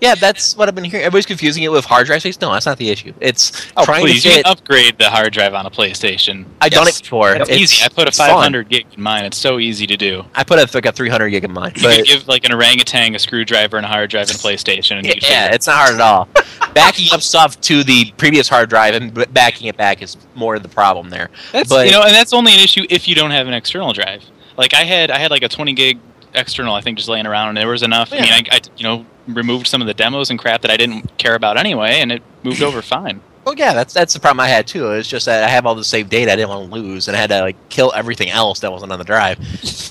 [SPEAKER 3] Yeah, that's what I've been hearing. Everybody's confusing it with hard drive space. No, that's not the issue. It's
[SPEAKER 9] Oh,
[SPEAKER 3] trying
[SPEAKER 9] please,
[SPEAKER 3] to
[SPEAKER 9] you can
[SPEAKER 3] fit.
[SPEAKER 9] upgrade the hard drive on a PlayStation.
[SPEAKER 3] I've done
[SPEAKER 2] Yes.
[SPEAKER 3] it before.
[SPEAKER 9] It's,
[SPEAKER 3] It's-
[SPEAKER 9] easy. I put a
[SPEAKER 3] it's fun.
[SPEAKER 9] 500 gig in mine. It's so easy to do.
[SPEAKER 3] I put a, like a 300 gig in mine.
[SPEAKER 9] *laughs* You
[SPEAKER 3] But
[SPEAKER 9] could give like an orangutan a screwdriver and a hard drive and a PlayStation, and you could figure
[SPEAKER 3] yeah, it's not hard at all. backing up stuff to the previous hard drive and b- backing it back is more the problem there.
[SPEAKER 9] That's
[SPEAKER 3] But-
[SPEAKER 9] you know, and that's only an issue if you don't have an external drive. Like I had, I had like a 20 gig external, I think, just laying around, and there was enough. I mean, I, I, you know, removed some of the demos and crap that I didn't care about anyway, and it moved over fine.
[SPEAKER 3] Well, yeah, that's that's the problem I had too. It's just that I have all the saved data I didn't want to lose, and I had to like kill everything else that wasn't on the drive.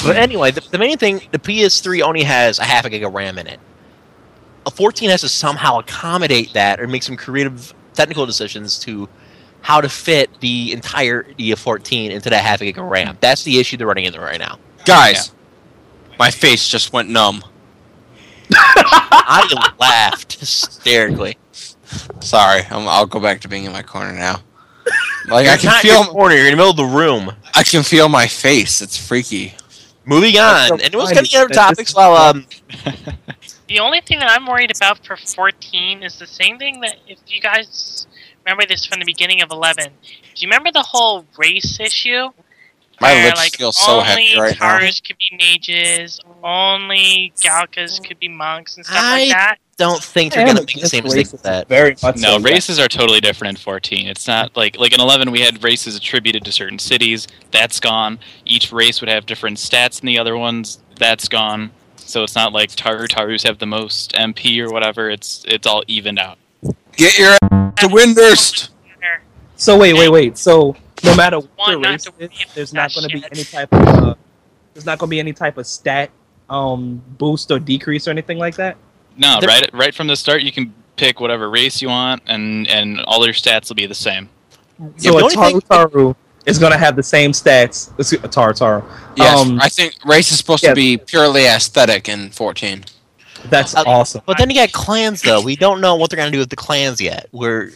[SPEAKER 3] but anyway, the, the main thing, the PS3 only has a half a gig of RAM in it. A 14 has to somehow accommodate that or make some creative technical decisions to how to fit the entirety of 14 into that half a gig of RAM. That's the issue they're running into right now.
[SPEAKER 2] Guys, my face just went numb.
[SPEAKER 3] I laughed hysterically.
[SPEAKER 2] Sorry, I'm, I'll go back to being in my corner now. Like I
[SPEAKER 3] You're
[SPEAKER 2] can
[SPEAKER 3] not in your
[SPEAKER 2] feel,
[SPEAKER 3] corner. You're in the middle of the room.
[SPEAKER 2] I can feel my face. It's freaky.
[SPEAKER 3] Moving on. Anyone's got any other
[SPEAKER 6] That
[SPEAKER 3] topics
[SPEAKER 6] this is
[SPEAKER 3] while um,
[SPEAKER 4] The only thing that I'm worried about for 14 is the same thing that if you guys remember this from the beginning of 11. Do you remember the whole race issue?
[SPEAKER 2] My
[SPEAKER 4] Where,
[SPEAKER 2] lips feel so heavy
[SPEAKER 4] Only
[SPEAKER 2] right now.
[SPEAKER 4] Tars could be mages. Only Galkas could be monks and stuff
[SPEAKER 3] I-
[SPEAKER 4] like that.
[SPEAKER 3] don't think they're
[SPEAKER 6] Yeah,
[SPEAKER 3] going to
[SPEAKER 6] but
[SPEAKER 3] make the
[SPEAKER 6] this
[SPEAKER 3] same
[SPEAKER 6] race
[SPEAKER 3] mistake
[SPEAKER 6] is
[SPEAKER 3] with that.
[SPEAKER 6] Very much so,
[SPEAKER 9] No,
[SPEAKER 6] yeah.
[SPEAKER 9] races are totally different in 14. It's not like like in 11 we had races attributed to certain cities. That's gone. Each race would have different stats than the other ones. That's gone. So it's not like Taru Tarus have the most MP or whatever. It's it's all evened out.
[SPEAKER 2] Get your ass to Windurst.
[SPEAKER 6] So wait, wait, wait. So no matter what
[SPEAKER 4] One,
[SPEAKER 6] the
[SPEAKER 4] not
[SPEAKER 6] race
[SPEAKER 4] to
[SPEAKER 6] is,
[SPEAKER 4] win
[SPEAKER 6] there's
[SPEAKER 4] that
[SPEAKER 6] not going to be
[SPEAKER 4] shit.
[SPEAKER 6] any type of uh, there's not going to be any type of stat um boost or decrease or anything like that.
[SPEAKER 9] No,
[SPEAKER 3] There-
[SPEAKER 9] right right from the start you can pick whatever race you want and and all your stats will be the same.
[SPEAKER 2] Yeah,
[SPEAKER 6] so
[SPEAKER 2] but
[SPEAKER 6] a
[SPEAKER 2] the only
[SPEAKER 6] Taru Taru is going to have the same stats. It's a Taru Taru.
[SPEAKER 2] Yes,
[SPEAKER 6] Um,
[SPEAKER 2] I think race is supposed
[SPEAKER 6] yeah.
[SPEAKER 2] to be purely aesthetic in 14.
[SPEAKER 6] That's
[SPEAKER 3] Uh,
[SPEAKER 6] awesome.
[SPEAKER 3] But then you got clans though. We don't know what they're gonna do with the clans yet. We're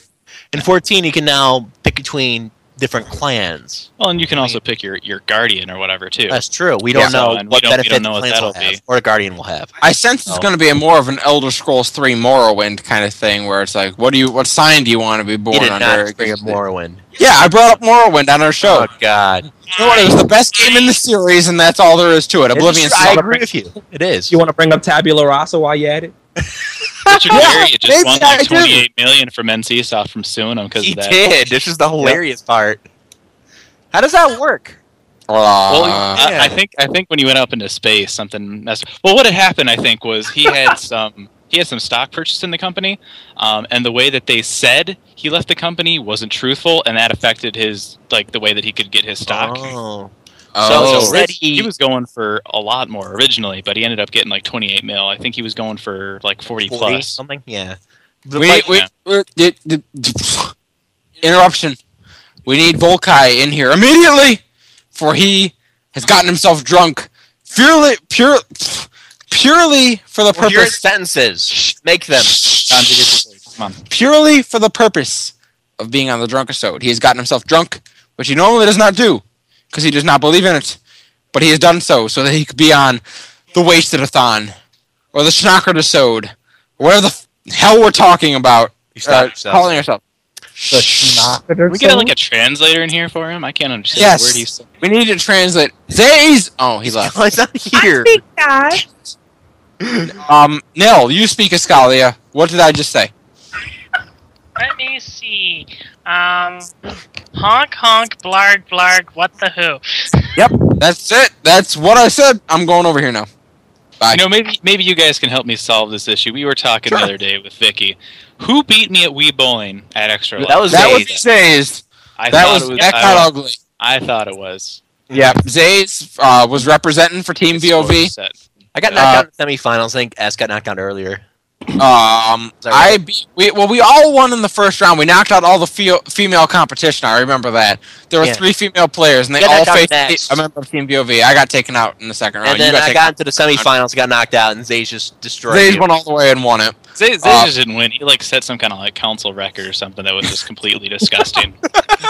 [SPEAKER 3] in fourteen you can now pick between different clans.
[SPEAKER 9] Well, and you can also pick your your guardian or whatever
[SPEAKER 3] *laughs*
[SPEAKER 9] too.
[SPEAKER 3] That's true. We don't
[SPEAKER 9] Yeah.
[SPEAKER 3] know
[SPEAKER 9] So, and we
[SPEAKER 3] what
[SPEAKER 9] don't- we
[SPEAKER 3] benefit
[SPEAKER 9] don't know
[SPEAKER 3] the
[SPEAKER 9] what
[SPEAKER 3] clans will
[SPEAKER 9] that'll
[SPEAKER 3] have
[SPEAKER 9] be.
[SPEAKER 3] or the guardian will have.
[SPEAKER 2] I sense it's
[SPEAKER 3] Oh.
[SPEAKER 2] going to be a more of an Elder Scrolls 3 Morrowind kind of thing, where it's like, what do you, what sign do you want to be born
[SPEAKER 3] He did
[SPEAKER 2] under?
[SPEAKER 3] not bring up Morrowind.
[SPEAKER 2] Yeah, I brought up Morrowind on our show.
[SPEAKER 3] Oh God!
[SPEAKER 2] You know what? It was the best game in the series, and that's all there is to it. Oblivion.
[SPEAKER 3] It's true. I
[SPEAKER 2] sucked.
[SPEAKER 3] agree with you. It is.
[SPEAKER 9] *laughs*
[SPEAKER 6] You want to bring up Tabula Rasa while you're at it?
[SPEAKER 9] Richard
[SPEAKER 2] Yeah,
[SPEAKER 9] Gary just
[SPEAKER 2] maybe
[SPEAKER 9] won
[SPEAKER 2] I
[SPEAKER 9] like
[SPEAKER 2] do.
[SPEAKER 9] 28 million from NC Soft from suing him because
[SPEAKER 3] he
[SPEAKER 9] of that.
[SPEAKER 3] did. This is the hilarious part. How does that work?
[SPEAKER 9] Well,
[SPEAKER 2] Well,
[SPEAKER 9] I, I
[SPEAKER 3] Uh, yeah.
[SPEAKER 9] think I think when he went up into space, something messed. Well, what had happened, I think, was
[SPEAKER 3] *laughs*
[SPEAKER 9] he had some he had some stock purchased in the company, um, and the way that they said he left the company wasn't truthful, and that affected his like the way that he could get his stock.
[SPEAKER 3] Oh.
[SPEAKER 2] oh,
[SPEAKER 9] so
[SPEAKER 3] said
[SPEAKER 9] Rich- he,
[SPEAKER 3] he-
[SPEAKER 9] was going for a lot more originally, but he ended up getting like 28 mil. I think he was going for like 40,
[SPEAKER 3] 40
[SPEAKER 9] plus.
[SPEAKER 3] something. Yeah. The
[SPEAKER 2] we,
[SPEAKER 9] like-
[SPEAKER 2] we, we, d- d- d- interruption. We need Volkai in here immediately, for he has gotten himself drunk, purely, pure, purely for the
[SPEAKER 3] Your
[SPEAKER 2] purpose,
[SPEAKER 3] sentences make them.
[SPEAKER 9] Time to get to- Come on.
[SPEAKER 2] purely for the purpose of being on the drunkisode. He has gotten himself drunk, which he normally does not do, because he does not believe in it. But he has done so so that he could be on the wastedathon or the schnockerdisode, or whatever the f- hell we're talking about.
[SPEAKER 3] You
[SPEAKER 2] Uh,
[SPEAKER 3] stop yourself.
[SPEAKER 2] calling yourself.
[SPEAKER 9] Can we get like a translator in here for him. I can't understand
[SPEAKER 2] Yes.
[SPEAKER 9] a word he's saying.
[SPEAKER 2] We need to translate. Zays. Oh, he left.
[SPEAKER 3] Oh, *laughs* it's not here.
[SPEAKER 2] Um, Nil, you speak Escalia. What did I just say?
[SPEAKER 4] Let me see. Um, honk, honk, blarg, blarg, what the who?
[SPEAKER 2] That's it. That's what I said. I'm going over here now. Bye.
[SPEAKER 9] You know, maybe maybe you guys can help me solve this issue. We were talking the
[SPEAKER 2] Sure.
[SPEAKER 9] other day with Vicky. Who beat me at Wii Bowling at Extra Life?
[SPEAKER 3] That was
[SPEAKER 2] that
[SPEAKER 3] Zays.
[SPEAKER 2] was Zays.
[SPEAKER 9] I
[SPEAKER 2] That
[SPEAKER 9] thought
[SPEAKER 2] was,
[SPEAKER 9] it was.
[SPEAKER 2] that
[SPEAKER 9] I,
[SPEAKER 2] got
[SPEAKER 9] was-
[SPEAKER 2] ugly.
[SPEAKER 9] I thought it was.
[SPEAKER 2] Yeah, Zays uh, was representing for Team VOV.
[SPEAKER 9] Set.
[SPEAKER 3] I got knocked out in the semifinals. I think S got knocked out earlier.
[SPEAKER 2] Um,
[SPEAKER 3] Is that right?
[SPEAKER 2] I beat, we, well, we all won in the first round. We knocked out all the fe- female competition. I remember that. There were
[SPEAKER 3] Yeah.
[SPEAKER 2] three female players, and they
[SPEAKER 3] You got
[SPEAKER 2] all
[SPEAKER 3] knocked out
[SPEAKER 2] faced
[SPEAKER 3] next.
[SPEAKER 2] a member of Team VOV. I got taken out in the second round.
[SPEAKER 3] and
[SPEAKER 2] uh,
[SPEAKER 3] then
[SPEAKER 2] you got
[SPEAKER 3] I
[SPEAKER 2] taken
[SPEAKER 3] got into the semifinals, got knocked out, and Zay just destroyed.
[SPEAKER 2] Zays
[SPEAKER 3] you.
[SPEAKER 2] went all the way and won it.
[SPEAKER 9] Zay, Zay
[SPEAKER 2] Uh,
[SPEAKER 9] just didn't win. He like set some kind of like council record or something that was just completely disgusting.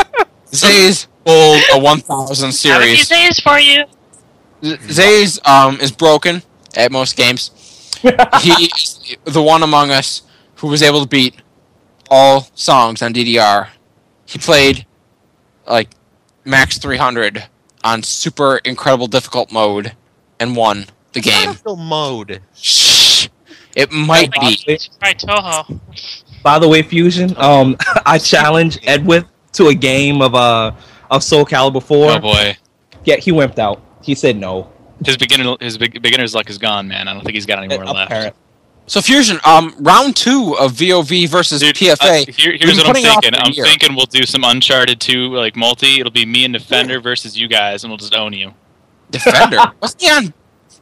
[SPEAKER 2] *laughs* Zays pulled a 1,000
[SPEAKER 4] How many
[SPEAKER 2] series.
[SPEAKER 4] days for you?
[SPEAKER 2] Z- Zay's um, is broken at most games. he is the one among us who was able to beat all songs on DDR. He played like max 300 on super incredible difficult mode and won the
[SPEAKER 3] *laughs*
[SPEAKER 2] game.
[SPEAKER 3] Critical mode.
[SPEAKER 2] Shh. It might be.
[SPEAKER 4] Right, Toho.
[SPEAKER 6] By the way, Fusion, um, *laughs* I challenged Edwith to a game of uh of Soul Calibur Four.
[SPEAKER 9] oh boy,
[SPEAKER 6] Yeah, he wimped out. He said no.
[SPEAKER 9] his beginner his big, beginner's luck is gone, man. I don't think he's got any more left.
[SPEAKER 6] Uh, Apparent.
[SPEAKER 2] So Fusion, um, round two of VOV versus
[SPEAKER 9] Dude,
[SPEAKER 2] PFA.
[SPEAKER 9] uh, here-
[SPEAKER 2] We've been
[SPEAKER 9] here's what I'm
[SPEAKER 2] putting it off
[SPEAKER 9] thinking.
[SPEAKER 2] for a
[SPEAKER 9] I'm
[SPEAKER 2] year.
[SPEAKER 9] thinking we'll do some Uncharted 2 like multi. It'll be me and Defender versus you guys, and we'll just own you.
[SPEAKER 2] Defender. wasn't he on?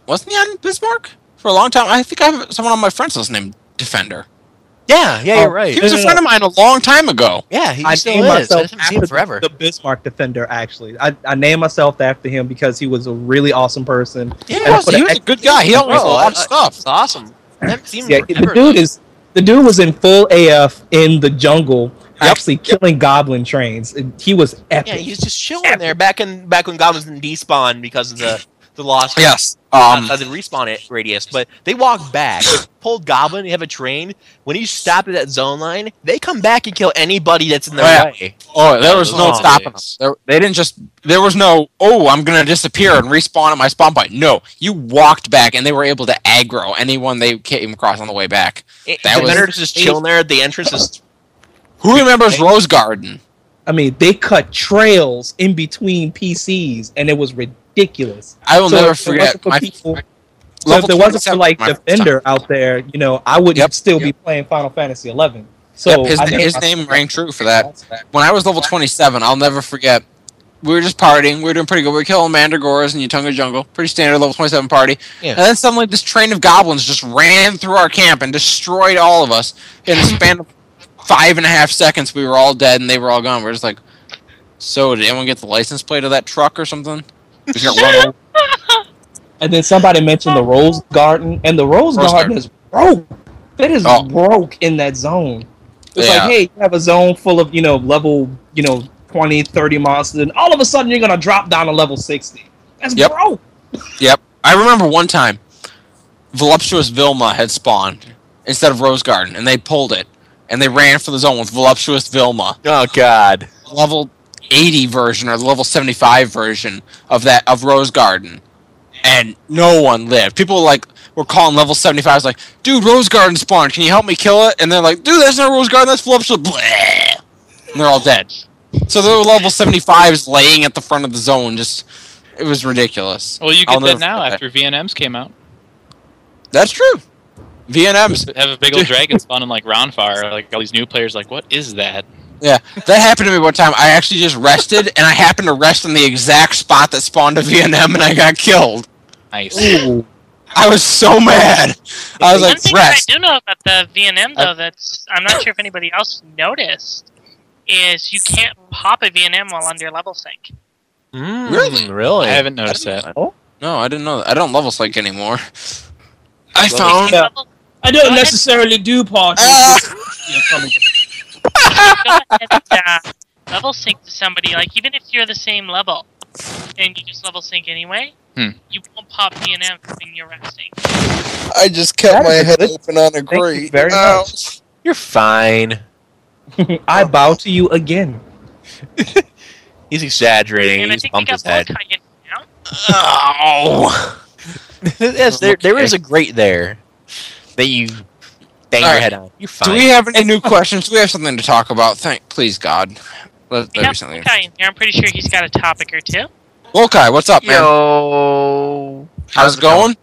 [SPEAKER 2] Wasn't he on Bismarck for a long time? I think I have someone on my friends list named Defender.
[SPEAKER 3] Yeah, yeah, you're right.
[SPEAKER 2] Um, He was
[SPEAKER 6] No,
[SPEAKER 2] a
[SPEAKER 6] no,
[SPEAKER 2] friend of mine a long time ago.
[SPEAKER 3] Oh, Yeah, he
[SPEAKER 6] I
[SPEAKER 3] still
[SPEAKER 6] named
[SPEAKER 3] is. I
[SPEAKER 6] myself
[SPEAKER 3] haven't seen him
[SPEAKER 6] after
[SPEAKER 3] forever.
[SPEAKER 6] the Bismarck Defender. Actually, I, I named myself after him because he was a really awesome person.
[SPEAKER 2] Yeah,
[SPEAKER 6] And
[SPEAKER 2] he was,
[SPEAKER 6] put
[SPEAKER 2] he
[SPEAKER 6] an
[SPEAKER 2] was a
[SPEAKER 6] X-
[SPEAKER 2] good guy. He helped me with a
[SPEAKER 3] Bro,
[SPEAKER 2] lot of
[SPEAKER 3] I-
[SPEAKER 2] stuff.
[SPEAKER 3] It's awesome. I haven't seen him
[SPEAKER 6] Yeah,
[SPEAKER 3] forever.
[SPEAKER 6] the dude is the dude was in full AF in the jungle,
[SPEAKER 2] Yep.
[SPEAKER 6] actually killing goblin trains. And He was epic.
[SPEAKER 3] Yeah, he was just chilling there back in back when goblins didn't despawn because of the the loss.
[SPEAKER 2] Yes.
[SPEAKER 3] Um,
[SPEAKER 2] Um,
[SPEAKER 3] the respawn it radius, but they walk back, pulled goblin. You have a train. When you stop at that zone line, they come back and kill anybody that's in their
[SPEAKER 2] Oh, yeah.
[SPEAKER 3] way.
[SPEAKER 2] oh, there was no
[SPEAKER 3] Oh,
[SPEAKER 2] stopping them.
[SPEAKER 3] yes.
[SPEAKER 2] There, they didn't just. There was no. Oh, I'm gonna disappear and respawn at my spawn point. No, you walked back, and they were able to aggro anyone they came across on the way back.
[SPEAKER 3] It,
[SPEAKER 2] That
[SPEAKER 3] the
[SPEAKER 2] was-
[SPEAKER 3] Defender's just chilling there at the entrance. Is,
[SPEAKER 2] Who remembers Rose Garden?
[SPEAKER 6] I mean, they cut trails in between PCs, and it was ridiculous.
[SPEAKER 2] I will
[SPEAKER 6] So
[SPEAKER 2] never
[SPEAKER 6] if it wasn't
[SPEAKER 2] forget.
[SPEAKER 6] for
[SPEAKER 2] My,
[SPEAKER 6] people- so if
[SPEAKER 2] level
[SPEAKER 6] there wasn't for
[SPEAKER 2] 27
[SPEAKER 6] like
[SPEAKER 2] my first
[SPEAKER 6] Defender out there, you know, I would
[SPEAKER 2] Yep.
[SPEAKER 6] still be
[SPEAKER 2] Yep.
[SPEAKER 6] playing Final Fantasy Eleven. So
[SPEAKER 2] Yep, his-
[SPEAKER 6] I named
[SPEAKER 2] his
[SPEAKER 6] myself
[SPEAKER 2] name rang true for
[SPEAKER 6] after him.
[SPEAKER 2] when I was level 27, I'll never forget. We were just partying. We were doing pretty good. We were killing Mandragoras and Yutunga Jungle. Pretty standard level 27 party.
[SPEAKER 3] Yeah.
[SPEAKER 2] And then suddenly this train of goblins just ran through our camp and destroyed all of us. In the span of five and a half seconds, we were all dead and they were all gone. We're just like, so did anyone get the license plate of that truck or something? We just got run over.
[SPEAKER 6] And then somebody mentioned the Rose Garden, and the Rose,
[SPEAKER 2] Rose
[SPEAKER 6] Garden,
[SPEAKER 2] Garden.
[SPEAKER 6] is broke. It is
[SPEAKER 2] Oh.
[SPEAKER 6] broke in that zone. It's
[SPEAKER 2] Yeah.
[SPEAKER 6] like, hey, you have a zone full of, you know, level, you know, 20, 30 monsters, and all of a sudden you're going to drop down to level 60. That's
[SPEAKER 2] Yep.
[SPEAKER 6] broke.
[SPEAKER 2] Yep. I remember one time, Voluptuous Vilma had spawned instead of Rose Garden, and they pulled it. And they ran for the zone with Voluptuous Vilma.
[SPEAKER 3] oh God!
[SPEAKER 2] level 80 version or the level 75 version of that of Rose Garden and no one lived. People like were calling level 75 's like, "Dude, Rose Garden spawned. Can you help me kill it?" And they're like, "Dude, that's not Rose Garden. That's Voluptuous." Bleh. And they're all dead. So there were level 75s laying at the front of the zone just it was ridiculous.
[SPEAKER 9] Well, you
[SPEAKER 2] I'll
[SPEAKER 9] get
[SPEAKER 2] never
[SPEAKER 9] that now
[SPEAKER 2] forget
[SPEAKER 9] after VNMs came out.
[SPEAKER 2] That's true. VNMs.
[SPEAKER 9] Have a
[SPEAKER 2] *laughs*
[SPEAKER 9] big old dragon spawn in like Roundfire. Like all these new players, like what is that?
[SPEAKER 2] That happened to me one time. I actually just rested and I happened to rest in the exact spot that spawned a VNM and I got killed.
[SPEAKER 9] Nice.
[SPEAKER 6] Ooh.
[SPEAKER 2] I was so mad. I was
[SPEAKER 4] One
[SPEAKER 2] like,
[SPEAKER 4] thing that
[SPEAKER 2] rest.
[SPEAKER 4] I do know about the VNM though, that's I'm not sure if anybody else noticed, is you can't pop a VNM while under level sync.
[SPEAKER 3] Mm,
[SPEAKER 2] Really?
[SPEAKER 3] really?
[SPEAKER 9] I haven't noticed that.
[SPEAKER 2] No, I didn't know that. I don't level sync anymore. I
[SPEAKER 3] Level
[SPEAKER 2] found.
[SPEAKER 6] Yeah.
[SPEAKER 4] Level-
[SPEAKER 6] I
[SPEAKER 4] Go
[SPEAKER 6] don't
[SPEAKER 4] ahead.
[SPEAKER 6] necessarily do parties.
[SPEAKER 2] Ah!
[SPEAKER 4] go ahead *laughs* and, uh, level sync to somebody, like even if you're the same level, and you just level sync anyway,
[SPEAKER 9] Hmm.
[SPEAKER 4] you won't pop DNM when you're resting.
[SPEAKER 2] *laughs* I just
[SPEAKER 6] That
[SPEAKER 2] kept
[SPEAKER 6] is
[SPEAKER 2] my
[SPEAKER 6] a
[SPEAKER 2] head
[SPEAKER 6] good-
[SPEAKER 2] open on a
[SPEAKER 6] you
[SPEAKER 2] grate. Oh.
[SPEAKER 6] very
[SPEAKER 2] Ow.
[SPEAKER 3] You're fine.
[SPEAKER 6] I bow to you again.
[SPEAKER 3] He's exaggerating.
[SPEAKER 4] and I
[SPEAKER 3] He's
[SPEAKER 4] think we
[SPEAKER 3] bumped
[SPEAKER 4] got
[SPEAKER 3] his head.
[SPEAKER 4] Mordecai in now.
[SPEAKER 3] Oh. *laughs* yes, there, there is a grate there that you bang
[SPEAKER 2] All
[SPEAKER 3] your
[SPEAKER 2] right.
[SPEAKER 3] head on. You're fine.
[SPEAKER 2] Do we have any new questions? Do we have something to talk about? Thank, please God. Let
[SPEAKER 4] We
[SPEAKER 2] there be
[SPEAKER 4] got
[SPEAKER 2] something.
[SPEAKER 4] Mordecai in here. I'm pretty sure he's got a topic or two.
[SPEAKER 2] Wokai, what's up, man?
[SPEAKER 3] Yo.
[SPEAKER 2] How's it going?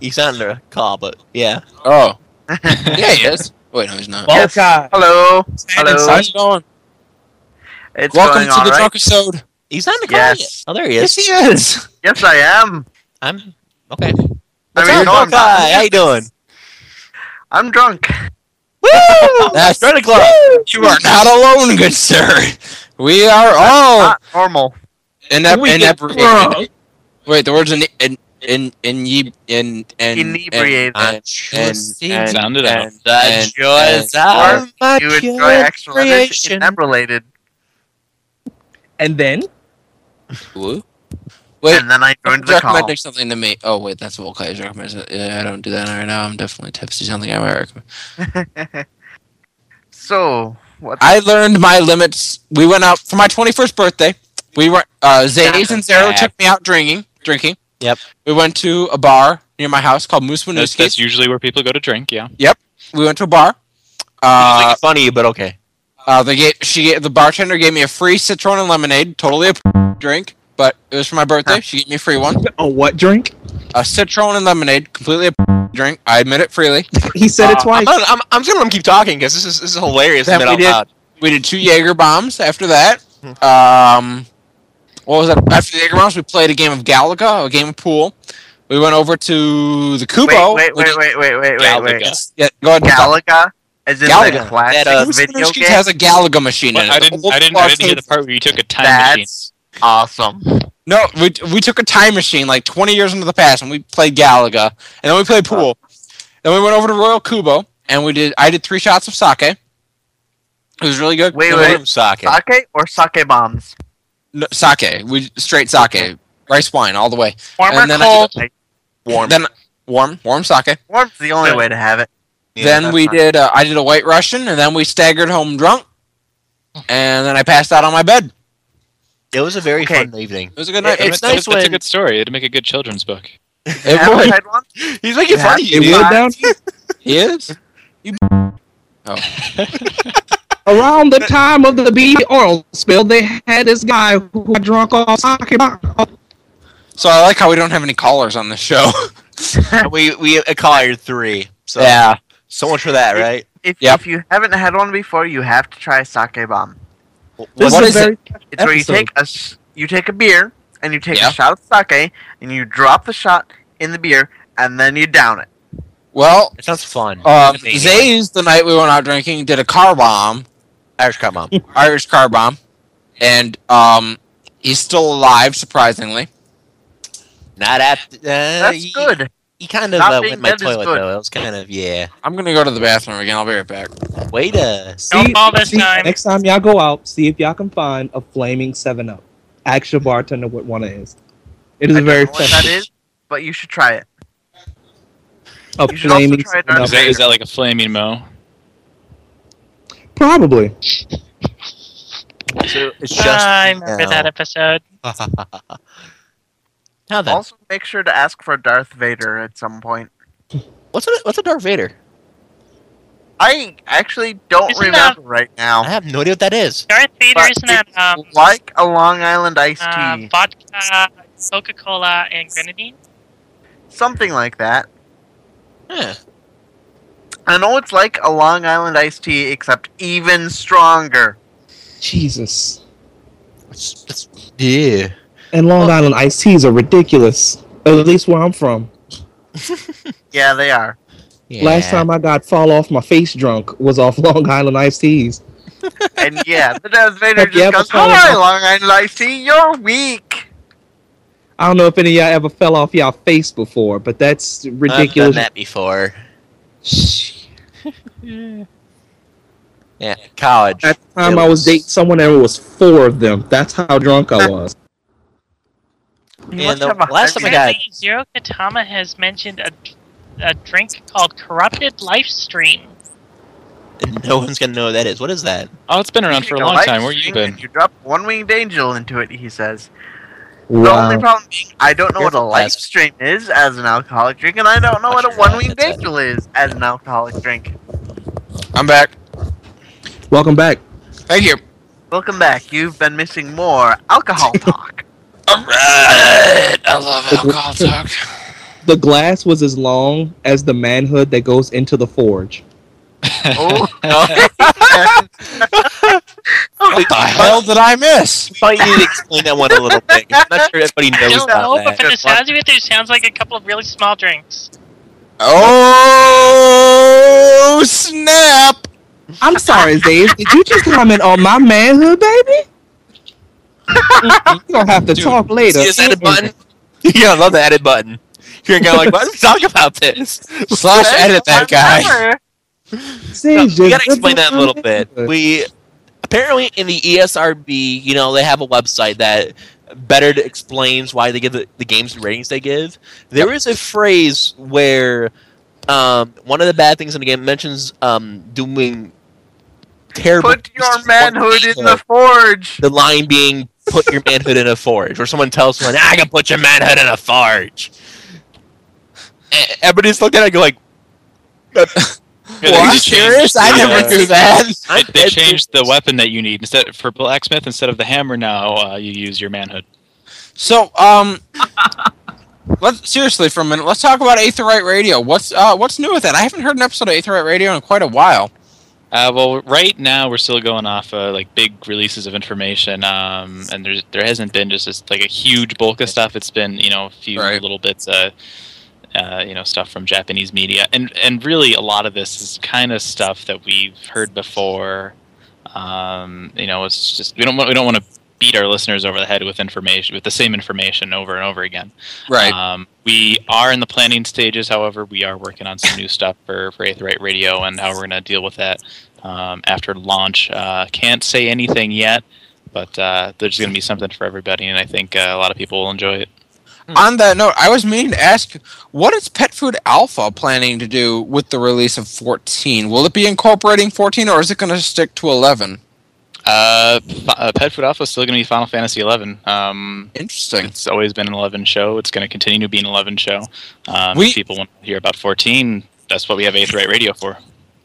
[SPEAKER 3] He's on the call, but yeah.
[SPEAKER 8] *laughs*
[SPEAKER 2] Oh, yeah, he is. Wait, no, he's not.
[SPEAKER 3] Yes.
[SPEAKER 6] Balkai.
[SPEAKER 8] Hello. Hello.
[SPEAKER 2] How's it going?
[SPEAKER 8] It's
[SPEAKER 2] Welcome
[SPEAKER 8] going
[SPEAKER 2] to
[SPEAKER 8] all
[SPEAKER 2] the
[SPEAKER 8] right.
[SPEAKER 2] drunk episode.
[SPEAKER 3] He's on the call.
[SPEAKER 8] Yes.
[SPEAKER 3] Yet. Oh, there he
[SPEAKER 2] Yes,
[SPEAKER 3] is.
[SPEAKER 2] he is.
[SPEAKER 8] Yes, I am.
[SPEAKER 3] I'm okay.
[SPEAKER 8] I
[SPEAKER 3] What's
[SPEAKER 8] mean,
[SPEAKER 3] up,
[SPEAKER 8] no, I'm
[SPEAKER 3] Malachi? How you doing?
[SPEAKER 2] *laughs*
[SPEAKER 8] I'm drunk.
[SPEAKER 3] Woo!
[SPEAKER 2] That's-
[SPEAKER 3] Join the club.
[SPEAKER 2] You are not alone, good sir. We are all
[SPEAKER 8] Not normal.
[SPEAKER 2] inep-
[SPEAKER 6] We get
[SPEAKER 2] inebriated. Wait, the words in in in in ye in in
[SPEAKER 8] Inebriated.
[SPEAKER 3] I'm sure
[SPEAKER 2] and-
[SPEAKER 3] seeing
[SPEAKER 8] and-
[SPEAKER 9] Sound it out.
[SPEAKER 8] and
[SPEAKER 3] the
[SPEAKER 2] and-
[SPEAKER 3] joys
[SPEAKER 8] Or
[SPEAKER 3] of my
[SPEAKER 8] you enjoy actual energy
[SPEAKER 3] creation.
[SPEAKER 8] and related.
[SPEAKER 6] And then
[SPEAKER 2] and- Wait,
[SPEAKER 8] and then I joined the call.
[SPEAKER 2] recommending something to me. Oh wait, that's what Clay is recommending. Yeah, I don't do that right now. I'm definitely tipsy. Something I might recommend.
[SPEAKER 8] *laughs* so what?
[SPEAKER 2] I learned my limits. We went out for my 21st birthday. We were uh, Zays and Zero took me out drinking. Drinking.
[SPEAKER 3] Yep.
[SPEAKER 2] We went to a bar near my house called Moose
[SPEAKER 9] That's,
[SPEAKER 2] Winooski.
[SPEAKER 9] that's usually where people go to drink. Yeah.
[SPEAKER 2] We went to a bar. Uh,
[SPEAKER 3] It's funny, but okay.
[SPEAKER 2] Uh, they gave, she gave- the bartender gave me a free citron and lemonade, totally a *laughs* p- drink, but it was for my birthday. She gave me a free one,
[SPEAKER 6] a oh, what drink?
[SPEAKER 2] a *laughs* citron and lemonade, completely a p- drink. I admit it freely.
[SPEAKER 6] He said it
[SPEAKER 3] Uh,
[SPEAKER 6] twice.
[SPEAKER 3] I'm, gonna- I'm, I'm just gonna let him keep talking because this is this is hilarious. to
[SPEAKER 2] That
[SPEAKER 3] admit
[SPEAKER 2] we
[SPEAKER 3] out
[SPEAKER 2] did.
[SPEAKER 3] loud.
[SPEAKER 2] We did two Jaeger bombs after that.
[SPEAKER 9] Hmm.
[SPEAKER 2] Um, what was that? After the Jaeger bombs, we played a game of Galaga, a game of pool. We went over to the Kubo.
[SPEAKER 8] Wait, wait,
[SPEAKER 2] which-
[SPEAKER 8] wait, wait, wait, wait, wait, wait.
[SPEAKER 9] Galaga.
[SPEAKER 2] Yeah, go ahead.
[SPEAKER 8] Galaga? As in
[SPEAKER 2] Galaga.
[SPEAKER 8] the classic
[SPEAKER 3] That, uh,
[SPEAKER 2] Who's
[SPEAKER 8] video
[SPEAKER 2] Finish Keys
[SPEAKER 8] game?
[SPEAKER 2] has a Galaga machine
[SPEAKER 9] What?
[SPEAKER 2] in it.
[SPEAKER 9] I didn't.
[SPEAKER 2] Old
[SPEAKER 9] I didn't. I didn't
[SPEAKER 2] arcade-
[SPEAKER 9] hear the part where you took a time machine.
[SPEAKER 8] That's awesome.
[SPEAKER 2] No, we, we took a time machine like 20 years into the past and we played Galaga and then we played pool. Then we went over to Royal Kubo and we did. I did three shots of sake. It was really good.
[SPEAKER 8] Wait,
[SPEAKER 2] No,
[SPEAKER 8] wait.
[SPEAKER 3] Boom, socket.
[SPEAKER 8] Sake or sake bombs?
[SPEAKER 2] no, sake. We straight sake, rice wine all the way.
[SPEAKER 4] Warm or
[SPEAKER 2] And then I-
[SPEAKER 4] cold?
[SPEAKER 8] Warm.
[SPEAKER 2] Then warm, warm sake.
[SPEAKER 8] Warm's the only way to have it.
[SPEAKER 5] Yeah,
[SPEAKER 2] then
[SPEAKER 8] that's
[SPEAKER 2] we
[SPEAKER 8] fine.
[SPEAKER 2] did. Uh, I did a White Russian and then we staggered home drunk. And then I passed out on my bed.
[SPEAKER 3] It was a very
[SPEAKER 8] Okay.
[SPEAKER 3] fun evening.
[SPEAKER 2] It was a good
[SPEAKER 3] Yeah,
[SPEAKER 2] night.
[SPEAKER 3] it
[SPEAKER 2] It's
[SPEAKER 3] was- it
[SPEAKER 2] nice
[SPEAKER 9] That's, that's a
[SPEAKER 2] when
[SPEAKER 9] good story. It'd make a good children's book.
[SPEAKER 2] it
[SPEAKER 8] Haven't
[SPEAKER 2] was-
[SPEAKER 8] had
[SPEAKER 3] *laughs*
[SPEAKER 8] one?
[SPEAKER 2] he's
[SPEAKER 8] You
[SPEAKER 2] making fun of
[SPEAKER 8] have to
[SPEAKER 2] you. dude.
[SPEAKER 8] lie.
[SPEAKER 2] He is. You
[SPEAKER 6] Around the time of the B oil spill, they had this guy who got drunk off sake. bottles.
[SPEAKER 2] So I like how we don't have any callers on
[SPEAKER 8] *laughs*
[SPEAKER 2] this show.
[SPEAKER 3] we we acquired three. So so much for that, right?
[SPEAKER 8] If,
[SPEAKER 2] Yep.
[SPEAKER 8] if you haven't had one before, you have to try sake bomb.
[SPEAKER 6] This
[SPEAKER 2] What
[SPEAKER 6] is
[SPEAKER 2] is
[SPEAKER 6] very
[SPEAKER 8] It's where you
[SPEAKER 6] Episode.
[SPEAKER 8] take a s- you take a beer and you take
[SPEAKER 2] Yeah.
[SPEAKER 8] a shot of sake and you drop the shot in the beer and then you down it.
[SPEAKER 2] Well,
[SPEAKER 3] It sounds fun.
[SPEAKER 2] um,
[SPEAKER 3] Amazing.
[SPEAKER 2] Zay's the night we went out drinking did a car bomb,
[SPEAKER 3] Irish
[SPEAKER 8] *laughs*
[SPEAKER 3] cut mom.
[SPEAKER 2] Irish car bomb, and um, he's still alive surprisingly.
[SPEAKER 3] Not at. Uh,
[SPEAKER 8] That's
[SPEAKER 3] he,
[SPEAKER 8] good.
[SPEAKER 3] He kind of
[SPEAKER 8] Not
[SPEAKER 3] uh,
[SPEAKER 8] being
[SPEAKER 3] went my
[SPEAKER 8] dead is
[SPEAKER 3] toilet
[SPEAKER 8] good.
[SPEAKER 3] though. It was kind of yeah.
[SPEAKER 2] I'm gonna go to the bathroom again. I'll be right back.
[SPEAKER 3] Way to
[SPEAKER 4] No fall this time.
[SPEAKER 6] Next time y'all go out, see if y'all can find a flaming Seven Up. Ask your bartender what one is. It is
[SPEAKER 8] I
[SPEAKER 6] a
[SPEAKER 8] don't
[SPEAKER 6] very
[SPEAKER 8] know what that
[SPEAKER 6] festive.
[SPEAKER 8] is, but you should try it.
[SPEAKER 6] A
[SPEAKER 8] You should also
[SPEAKER 6] flaming
[SPEAKER 8] try it out.
[SPEAKER 6] Seven Up.
[SPEAKER 9] Is that, is that like a flaming mo?
[SPEAKER 6] Probably.
[SPEAKER 3] So it's just *laughs*
[SPEAKER 4] Uh, I remember
[SPEAKER 3] now.
[SPEAKER 4] that episode.
[SPEAKER 3] Now then,
[SPEAKER 8] Also, make sure to ask for Darth Vader at some point.
[SPEAKER 3] what's a what's a Darth Vader?
[SPEAKER 8] I actually don't
[SPEAKER 4] Isn't that-
[SPEAKER 8] remember right now.
[SPEAKER 3] I have no idea what that is.
[SPEAKER 4] Darth Vader
[SPEAKER 8] But
[SPEAKER 4] isn't that um,
[SPEAKER 8] like a Long Island iced
[SPEAKER 4] uh,
[SPEAKER 8] tea,
[SPEAKER 4] vodka, Coca Cola, and grenadine?
[SPEAKER 8] something like that.
[SPEAKER 3] Huh.
[SPEAKER 8] I know it's like a Long Island iced tea, except even stronger.
[SPEAKER 6] Jesus.
[SPEAKER 3] It's- it's- yeah.
[SPEAKER 6] And Long Island iced teas are ridiculous. At least where I'm from.
[SPEAKER 8] Yeah, they are.
[SPEAKER 3] yeah.
[SPEAKER 6] Last time I got fall off my face drunk was off *laughs* Long Island iced teas.
[SPEAKER 8] And yeah, the Darth Vader
[SPEAKER 6] Have you
[SPEAKER 8] just
[SPEAKER 6] ever
[SPEAKER 8] goes,
[SPEAKER 6] thought
[SPEAKER 8] "Hi,
[SPEAKER 6] about-
[SPEAKER 8] Long Island iced tea. You're weak."
[SPEAKER 6] I don't know if any of y'all ever fell off y'all face before, but that's
[SPEAKER 3] I've done
[SPEAKER 6] ridiculous.
[SPEAKER 3] that before. yeah, college.
[SPEAKER 6] At the time, I was dating someone and it was four of them. That's how
[SPEAKER 8] *laughs*
[SPEAKER 6] drunk I was.
[SPEAKER 8] You
[SPEAKER 3] Yeah,
[SPEAKER 8] must
[SPEAKER 3] the
[SPEAKER 8] have a
[SPEAKER 3] last Oh my time God.
[SPEAKER 4] Apparently, Zero Katama has mentioned a, a drink called Corrupted Lifestream.
[SPEAKER 3] And *laughs* no one's gonna know what that is. What is that?
[SPEAKER 9] Oh, it's been around for a long time. Where you
[SPEAKER 8] Lightning
[SPEAKER 9] been?
[SPEAKER 8] and You drop one winged angel into it, he says. The
[SPEAKER 6] Wow.
[SPEAKER 8] only problem being, I don't know what a
[SPEAKER 3] Here's a
[SPEAKER 8] light
[SPEAKER 3] test.
[SPEAKER 8] stream is as an alcoholic drink, and I don't know
[SPEAKER 3] Not
[SPEAKER 8] what a
[SPEAKER 3] sure
[SPEAKER 8] one winged
[SPEAKER 3] that's it.
[SPEAKER 8] angel is as an alcoholic drink.
[SPEAKER 2] I'm back.
[SPEAKER 6] Welcome back.
[SPEAKER 2] Thank you.
[SPEAKER 8] Welcome back. You've been missing more alcohol talk.
[SPEAKER 2] All right. I love alcohol talk.
[SPEAKER 6] *laughs* The glass was as long as the manhood that goes into the forge.
[SPEAKER 8] oh,
[SPEAKER 2] what the hell did I miss?
[SPEAKER 3] Probably need to explain that one a little bit. 'cause I'm not sure everybody
[SPEAKER 4] I
[SPEAKER 3] knows
[SPEAKER 4] don't know,
[SPEAKER 3] about
[SPEAKER 4] but
[SPEAKER 3] that.
[SPEAKER 4] from the sounds of it, there sounds like a couple of really small drinks.
[SPEAKER 2] Oh snap!
[SPEAKER 6] I'm sorry, Zave. Did you just comment on my manhood, baby? Mm-mm, We're gonna have to
[SPEAKER 3] Mm-hmm. Dude,
[SPEAKER 6] talk later.
[SPEAKER 3] See this edit button? yeah, I love the edit button. You're gonna like,
[SPEAKER 8] *laughs*
[SPEAKER 3] why do we talk about this?
[SPEAKER 2] Slash edit that guy.
[SPEAKER 8] Remember,
[SPEAKER 6] Zave
[SPEAKER 3] No,
[SPEAKER 6] just-
[SPEAKER 3] we gotta explain that a little bit. We apparently in the E ESRB, you know, they have a website that better explains why they give the, the games the ratings they give. There is a phrase where um, one of the bad things in the game mentions um, doing terrible.
[SPEAKER 8] Put
[SPEAKER 3] things to
[SPEAKER 8] your
[SPEAKER 3] one
[SPEAKER 8] manhood in the
[SPEAKER 3] manhood.
[SPEAKER 8] forge.
[SPEAKER 3] The line being "Put your manhood in a forge," or someone tells someone, "I can put your manhood in a forge." And everybody's looking at it, go like,
[SPEAKER 9] Yeah, they
[SPEAKER 2] What?
[SPEAKER 9] just changed
[SPEAKER 2] Serious? I
[SPEAKER 9] the,
[SPEAKER 2] never
[SPEAKER 9] uh,
[SPEAKER 2] knew that.
[SPEAKER 9] They,
[SPEAKER 3] I'm
[SPEAKER 9] they
[SPEAKER 8] *laughs*
[SPEAKER 3] dead
[SPEAKER 9] changed the weapon that you need instead for blacksmith instead of the hammer. Now uh, you use your manhood.
[SPEAKER 2] So, um, *laughs* Let's seriously for a minute. Let's talk about Aetherite Radio. What's uh, what's new with that? I haven't heard an episode of Aetherite Radio in quite a while.
[SPEAKER 9] Uh, well, right now we're still going off uh, like big releases of information, um, and there's there hasn't been just this, like a huge bulk of stuff. It's been you know a few
[SPEAKER 2] Right.
[SPEAKER 9] little bits, uh, uh, you know, stuff from Japanese media, and and really a lot of this is kind of stuff that we've heard before. Um, you know, it's just we don't want, we don't want to beat our listeners over the head with information with the same information over and over again.
[SPEAKER 2] Right.
[SPEAKER 9] Um, we are in the planning stages, however, we are working on some new stuff for, for Eighth Right Radio and how we're going to deal with that um, after launch. Uh, can't say anything yet, but uh, there's going to be something for everybody, and I think uh, a lot of people will enjoy it.
[SPEAKER 2] On that note, I was meaning to ask you, what is Pet Food Alpha planning to do with the release of 14? Will it be incorporating 14 or is it going to stick to 11?
[SPEAKER 9] Uh, F- uh, Pet Food Alpha is still going to be Final Fantasy 11. Um,
[SPEAKER 2] Interesting.
[SPEAKER 9] it's always been an 11 show. It's going to continue to be an 11 show. Um,
[SPEAKER 2] We-
[SPEAKER 9] if people want to hear about 14, that's what we have Eighth Right Radio for.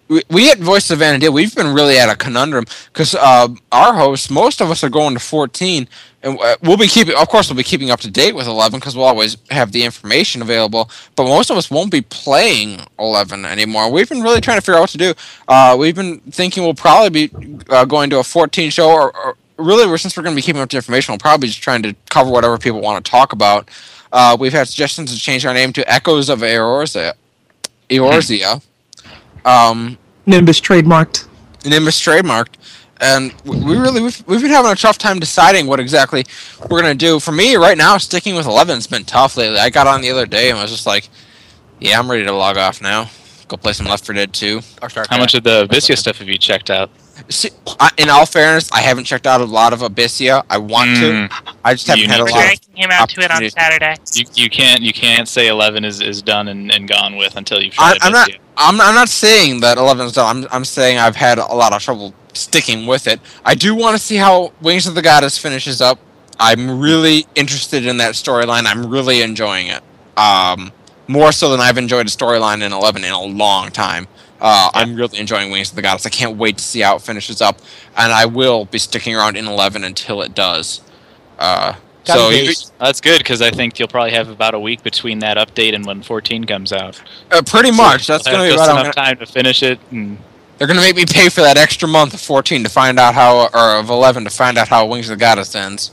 [SPEAKER 2] we, we at Voice of Vanity, we've been really at a conundrum because uh, our hosts, most of us are going to 14, and uh, we'll be keeping, of course, we'll be keeping up to date with 11 because we'll always have the information available. But most of us won't be playing 11 anymore. We've been really trying to figure out what to do. Uh, we've been thinking we'll probably be uh, going to a 14 show, or, or really, we're, since we're going to be keeping up to information, we're probably just trying to cover whatever people want to talk about. Uh, we've had suggestions to change our name to Echoes of Eorzea. Eorzea. Um,
[SPEAKER 10] Nimbus trademarked.
[SPEAKER 2] Nimbus trademarked, and we we really we've, we've been having a tough time deciding what exactly we're gonna do. For me, right now, sticking with eleven's been tough lately. I got on the other day and was just like, "Yeah, I'm ready to log off now. Go play some Left 4 Dead 2."
[SPEAKER 3] Or Starcraft.
[SPEAKER 9] How much of the Visio stuff have you checked out?
[SPEAKER 2] See, I, in all fairness, I haven't checked out a lot of Abyssia. I want
[SPEAKER 9] Hmm. Mm.
[SPEAKER 2] to. I just haven't
[SPEAKER 9] You
[SPEAKER 2] had a
[SPEAKER 9] need
[SPEAKER 4] We're
[SPEAKER 9] to.
[SPEAKER 2] lot. Of,
[SPEAKER 4] dragging him out to it on
[SPEAKER 2] opportunity.
[SPEAKER 4] Saturday.
[SPEAKER 9] You, you can't you can't say eleven is, is done and, and gone with until you've
[SPEAKER 2] I,
[SPEAKER 9] tried
[SPEAKER 2] I'm
[SPEAKER 9] it.
[SPEAKER 2] not. I'm, I'm not saying that 11's done. I'm, I'm saying I've had a lot of trouble sticking with it. I do want to see how Wings of the Goddess finishes up. I'm really interested in that storyline. I'm really enjoying it. Um, more so than I've enjoyed a storyline in 11 in a long time. Uh, I'm really enjoying Wings of the Goddess. I can't wait to see how it finishes up, and I will be sticking around in 11 until it does. Uh,
[SPEAKER 10] Got
[SPEAKER 2] so
[SPEAKER 10] engaged.
[SPEAKER 2] you-
[SPEAKER 9] That's good because I think you'll probably have about a week between that update and when fourteen comes out.
[SPEAKER 2] uh, pretty much that's going
[SPEAKER 9] You'll have
[SPEAKER 2] to be
[SPEAKER 9] just
[SPEAKER 2] right. I'm
[SPEAKER 9] enough
[SPEAKER 2] gonna-
[SPEAKER 9] time to finish it. And
[SPEAKER 2] They're gonna make me pay for that extra month of fourteen to find out how, or of eleven to find out how Wings of the Goddess ends.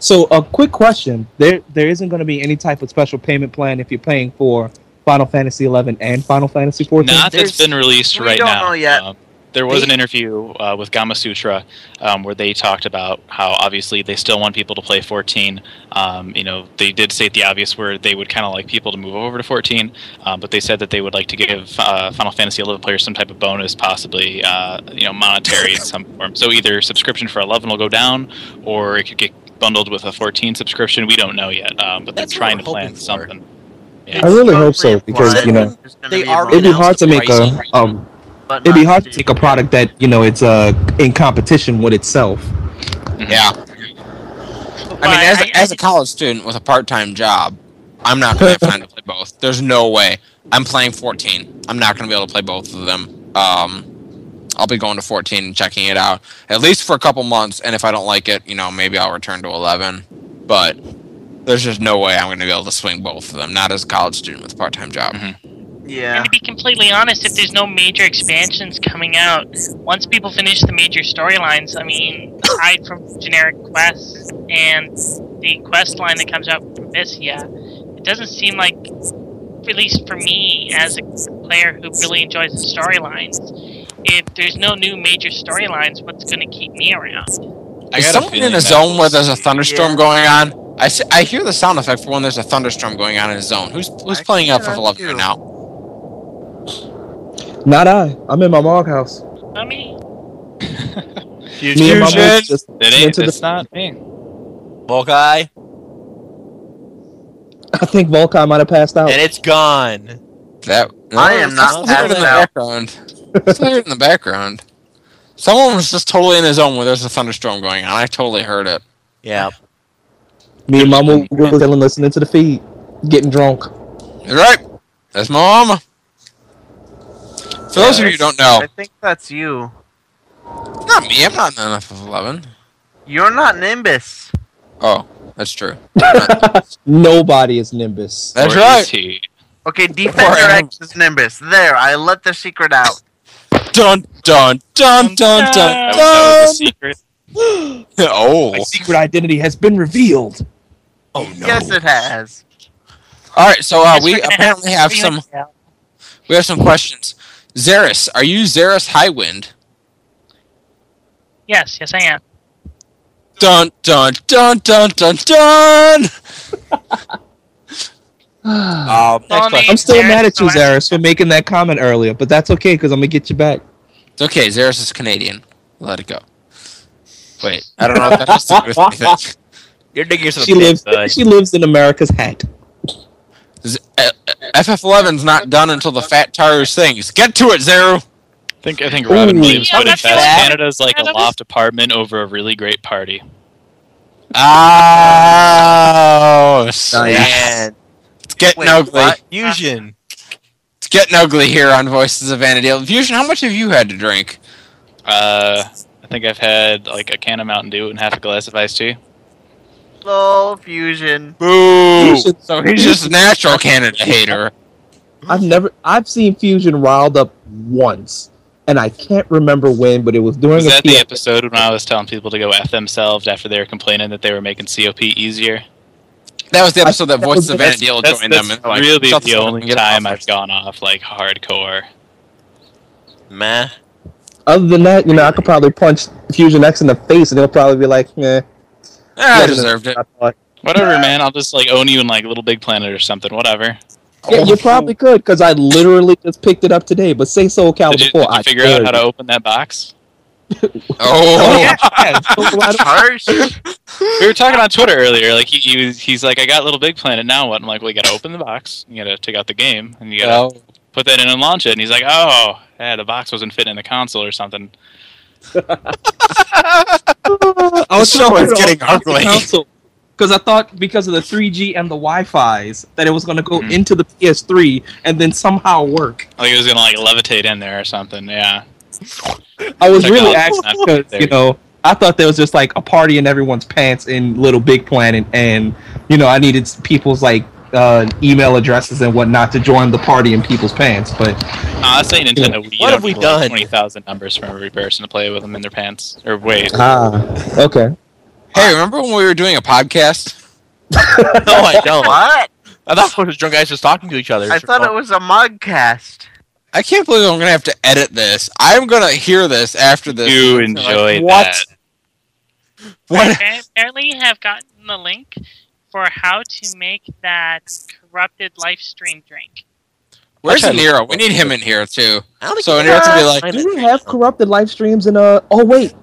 [SPEAKER 6] So, a quick question: there there isn't going to be any type of special payment plan if you're paying for Final Fantasy 11 and Final Fantasy 14.
[SPEAKER 9] not
[SPEAKER 8] There's-
[SPEAKER 9] that's been released
[SPEAKER 8] we
[SPEAKER 9] right
[SPEAKER 8] don't
[SPEAKER 9] now.
[SPEAKER 8] know yet.
[SPEAKER 9] Um, there was
[SPEAKER 8] They-
[SPEAKER 9] an interview uh, with Gama Sutra um, where they talked about how obviously they still want people to play 14. Um, you know, they did state the obvious where they would kind of like people to move over to 14, um, but they said that they would like to give uh, Final Fantasy 11 players some type of bonus, possibly uh, you know monetary in some form. So either subscription for 11 will go down, or it could get bundled with a 14 subscription. We don't know yet, um, but
[SPEAKER 3] That's
[SPEAKER 9] they're
[SPEAKER 3] what
[SPEAKER 9] trying
[SPEAKER 3] we're
[SPEAKER 9] to plan
[SPEAKER 3] hoping for.
[SPEAKER 9] something.
[SPEAKER 10] I really hope so, because, you know, They
[SPEAKER 8] are.
[SPEAKER 10] It'd be hard to make a
[SPEAKER 3] pricing.
[SPEAKER 10] um. It'd be hard to take a product that you know it's uh in competition with itself.
[SPEAKER 2] Yeah,
[SPEAKER 4] But
[SPEAKER 2] I mean, as a, as a
[SPEAKER 4] I-
[SPEAKER 2] college student with a part-time job, I'm not gonna have
[SPEAKER 4] *laughs*
[SPEAKER 2] time to play both. There's no way. I'm playing fourteen. I'm not gonna be able to play both of them. Um, I'll be going to fourteen and checking it out at least for a couple months, and if I don't like it, you know, maybe I'll return to eleven. But there's just no way I'm gonna be able to swing both of them. Not as a college student with a part-time job.
[SPEAKER 8] Yeah.
[SPEAKER 4] And to be completely honest, if there's no major expansions coming out, once people finish the major storylines, I mean, aside from generic quests and the quest line that comes out from this, yeah, it doesn't seem like, at least for me as a player who really enjoys the storylines, if there's no new major storylines, what's going to keep me around?
[SPEAKER 9] I
[SPEAKER 2] Is
[SPEAKER 9] got a
[SPEAKER 2] someone in
[SPEAKER 9] feeling
[SPEAKER 2] a
[SPEAKER 9] that
[SPEAKER 2] zone
[SPEAKER 9] we'll
[SPEAKER 2] where there's a
[SPEAKER 9] see.
[SPEAKER 2] thunderstorm
[SPEAKER 8] Yeah.
[SPEAKER 2] going on? I, s- I hear the sound effect for when there's a thunderstorm going on in a zone. Who's who's
[SPEAKER 8] I
[SPEAKER 2] playing up
[SPEAKER 8] hear
[SPEAKER 2] for
[SPEAKER 8] that
[SPEAKER 2] love
[SPEAKER 8] too.
[SPEAKER 2] right now?
[SPEAKER 10] Not I. I'm in my mog house.
[SPEAKER 4] I mean,
[SPEAKER 10] Me and my
[SPEAKER 9] Fusion.
[SPEAKER 10] boys just
[SPEAKER 9] It ain't.
[SPEAKER 10] Into the-
[SPEAKER 9] It's not me.
[SPEAKER 3] Volkai,
[SPEAKER 10] I think Volkai might have passed
[SPEAKER 6] Oh.
[SPEAKER 10] out.
[SPEAKER 3] and it's gone.
[SPEAKER 2] That no,
[SPEAKER 8] I am
[SPEAKER 2] it's
[SPEAKER 8] not
[SPEAKER 2] still heard in the
[SPEAKER 8] passed out.
[SPEAKER 2] background. It's still heard in the background. Someone was just totally in a zone where there's a thunderstorm going on. I totally heard it.
[SPEAKER 3] Yeah.
[SPEAKER 10] Me and Mama were chilling, listening to the feed, getting drunk.
[SPEAKER 2] You're right. That's my mama. For those of you who don't know,
[SPEAKER 8] I think that's you.
[SPEAKER 2] not me. I'm not in enough of eleven.
[SPEAKER 8] You're not Nimbus.
[SPEAKER 2] Oh, That's true.
[SPEAKER 11] Nobody is Nimbus.
[SPEAKER 2] That's right.
[SPEAKER 1] Okay, Defender X is Nimbus. There, I let the secret out.
[SPEAKER 2] Dun dun dun dun
[SPEAKER 9] That
[SPEAKER 2] dun.
[SPEAKER 9] was, that was the secret.
[SPEAKER 2] *laughs* oh.
[SPEAKER 6] Secret identity has been revealed.
[SPEAKER 2] Oh no.
[SPEAKER 1] Yes, it has.
[SPEAKER 2] All right, so uh,
[SPEAKER 4] Guess
[SPEAKER 2] we
[SPEAKER 4] we're gonna
[SPEAKER 2] apparently
[SPEAKER 4] to
[SPEAKER 2] have
[SPEAKER 4] figure
[SPEAKER 2] some
[SPEAKER 4] it out.
[SPEAKER 2] we have some questions. Xeris, are you Xeris Highwind?
[SPEAKER 4] Yes, yes, I am.
[SPEAKER 2] Dun dun dun dun dun dun. um,
[SPEAKER 4] Call me
[SPEAKER 6] I'm still
[SPEAKER 4] Xeris
[SPEAKER 6] mad at you,
[SPEAKER 4] Celeste.
[SPEAKER 6] Zaris, for making that comment earlier, but that's okay because I'm gonna get you back.
[SPEAKER 2] it's okay. Xeris is Canadian. Let it go. Wait, I don't know if that has to do with anything.
[SPEAKER 3] You're digging yourself
[SPEAKER 6] She
[SPEAKER 3] a pit,
[SPEAKER 6] lives.
[SPEAKER 3] bud.
[SPEAKER 6] She lives in America's hat.
[SPEAKER 2] Z- uh, uh, FF11's not done until the fat tire sings. Get to it, Zero.
[SPEAKER 9] I think I think Robin
[SPEAKER 6] Ooh.
[SPEAKER 9] Williams
[SPEAKER 4] Yeah,
[SPEAKER 9] put it
[SPEAKER 4] that's
[SPEAKER 9] best.
[SPEAKER 4] right.
[SPEAKER 9] Canada's like a
[SPEAKER 4] Canada's-
[SPEAKER 9] loft apartment over a really great party.
[SPEAKER 2] Oh, snap.
[SPEAKER 1] And
[SPEAKER 2] it's getting
[SPEAKER 1] Wait,
[SPEAKER 2] ugly.
[SPEAKER 1] what?
[SPEAKER 3] Fusion.
[SPEAKER 2] It's getting ugly here on Voices of Vanadale. Fusion, how much have you had to drink?
[SPEAKER 9] Uh, I think I've had like a can of Mountain Dew and half a glass of iced tea.
[SPEAKER 1] Soul Fusion.
[SPEAKER 2] Boo!
[SPEAKER 6] Fusion-
[SPEAKER 2] So he's just a natural Canada hater.
[SPEAKER 6] I've never. I've seen Fusion riled up once, and I can't remember when, but it was during
[SPEAKER 9] Was
[SPEAKER 6] a
[SPEAKER 9] that the
[SPEAKER 6] PSA.
[SPEAKER 9] episode when I was telling people to go f themselves after they were complaining that they were making COP easier?
[SPEAKER 2] That was the episode that
[SPEAKER 6] That
[SPEAKER 2] Voices of
[SPEAKER 6] was- that's-
[SPEAKER 2] Vanadale
[SPEAKER 9] That's,
[SPEAKER 2] joined them.
[SPEAKER 9] that's
[SPEAKER 2] and, like,
[SPEAKER 9] really
[SPEAKER 2] shut
[SPEAKER 9] the
[SPEAKER 2] fuck up
[SPEAKER 9] only
[SPEAKER 2] and get
[SPEAKER 9] time
[SPEAKER 2] off.
[SPEAKER 9] I've gone off like hardcore.
[SPEAKER 3] Meh.
[SPEAKER 6] Other than that, you know, I could probably punch Fusion X in the face, and he'll probably be like, "Yeah,
[SPEAKER 2] Ah, I deserved it.
[SPEAKER 6] I thought.
[SPEAKER 9] Whatever, man. I'll just like own you in like Little Big Planet or something. Whatever.
[SPEAKER 6] Yeah, you probably could, because I literally just picked it up today. But say Soul Calibur
[SPEAKER 9] Did you,
[SPEAKER 6] 4.
[SPEAKER 9] did you
[SPEAKER 6] I
[SPEAKER 9] figure out
[SPEAKER 6] dare
[SPEAKER 9] how to
[SPEAKER 6] you.
[SPEAKER 9] open that box?
[SPEAKER 2] Oh,
[SPEAKER 6] *laughs*
[SPEAKER 9] *laughs*
[SPEAKER 6] Yeah, so I don't-
[SPEAKER 1] Harsh.
[SPEAKER 9] We were talking on Twitter earlier. Like he, he was, he's like, I got Little Big Planet. Now what? I'm like, well, you gotta open the box. You gotta take out the game, and you gotta
[SPEAKER 2] well,
[SPEAKER 9] put that in and launch it. And he's like, oh, yeah, the box wasn't fitting in the console or something.
[SPEAKER 6] *laughs* I was
[SPEAKER 2] The
[SPEAKER 6] trying
[SPEAKER 2] show
[SPEAKER 6] to
[SPEAKER 2] is
[SPEAKER 6] put it
[SPEAKER 2] getting
[SPEAKER 6] on the
[SPEAKER 2] ugly.
[SPEAKER 6] console, Because I thought because of the 3G and the Wi-Fi's that it was going to go
[SPEAKER 9] Mhm.
[SPEAKER 6] into the PS3 and then somehow work.
[SPEAKER 9] Like it was gonna like levitate in there or something. Yeah.
[SPEAKER 6] I was
[SPEAKER 9] Check
[SPEAKER 6] really
[SPEAKER 9] out
[SPEAKER 6] actually
[SPEAKER 9] Snap.
[SPEAKER 6] because
[SPEAKER 9] There
[SPEAKER 6] you
[SPEAKER 9] you
[SPEAKER 6] know I thought there was just like a party in everyone's pants in Little Big Planet, and you know I needed s- people's like uh, email addresses and whatnot to join the party in people's pants. But
[SPEAKER 9] Nah, I say Nintendo. We
[SPEAKER 3] What
[SPEAKER 9] don't
[SPEAKER 3] have we
[SPEAKER 9] need, like,
[SPEAKER 3] done?
[SPEAKER 9] Twenty thousand numbers from every person to play with them in their pants. Or wait,
[SPEAKER 6] ah, okay.
[SPEAKER 2] hey, remember when we were doing a podcast?
[SPEAKER 3] *laughs* No, I don't.
[SPEAKER 1] What?
[SPEAKER 3] I thought it was drunk guys just talking to each other.
[SPEAKER 1] I thought it was a mugcast.
[SPEAKER 2] I can't believe I'm gonna have to edit this. I'm gonna hear this after this.
[SPEAKER 9] you enjoyed
[SPEAKER 2] what?
[SPEAKER 9] that?
[SPEAKER 2] What?
[SPEAKER 4] I apparently have gotten the link for how to make that corrupted live stream drink.
[SPEAKER 2] Where's Nero? We need him in here too.
[SPEAKER 3] I don't think
[SPEAKER 2] So
[SPEAKER 3] you
[SPEAKER 2] in order to be like,
[SPEAKER 3] Sign
[SPEAKER 6] Do
[SPEAKER 3] it.
[SPEAKER 6] we have corrupted live streams in uh? Oh wait,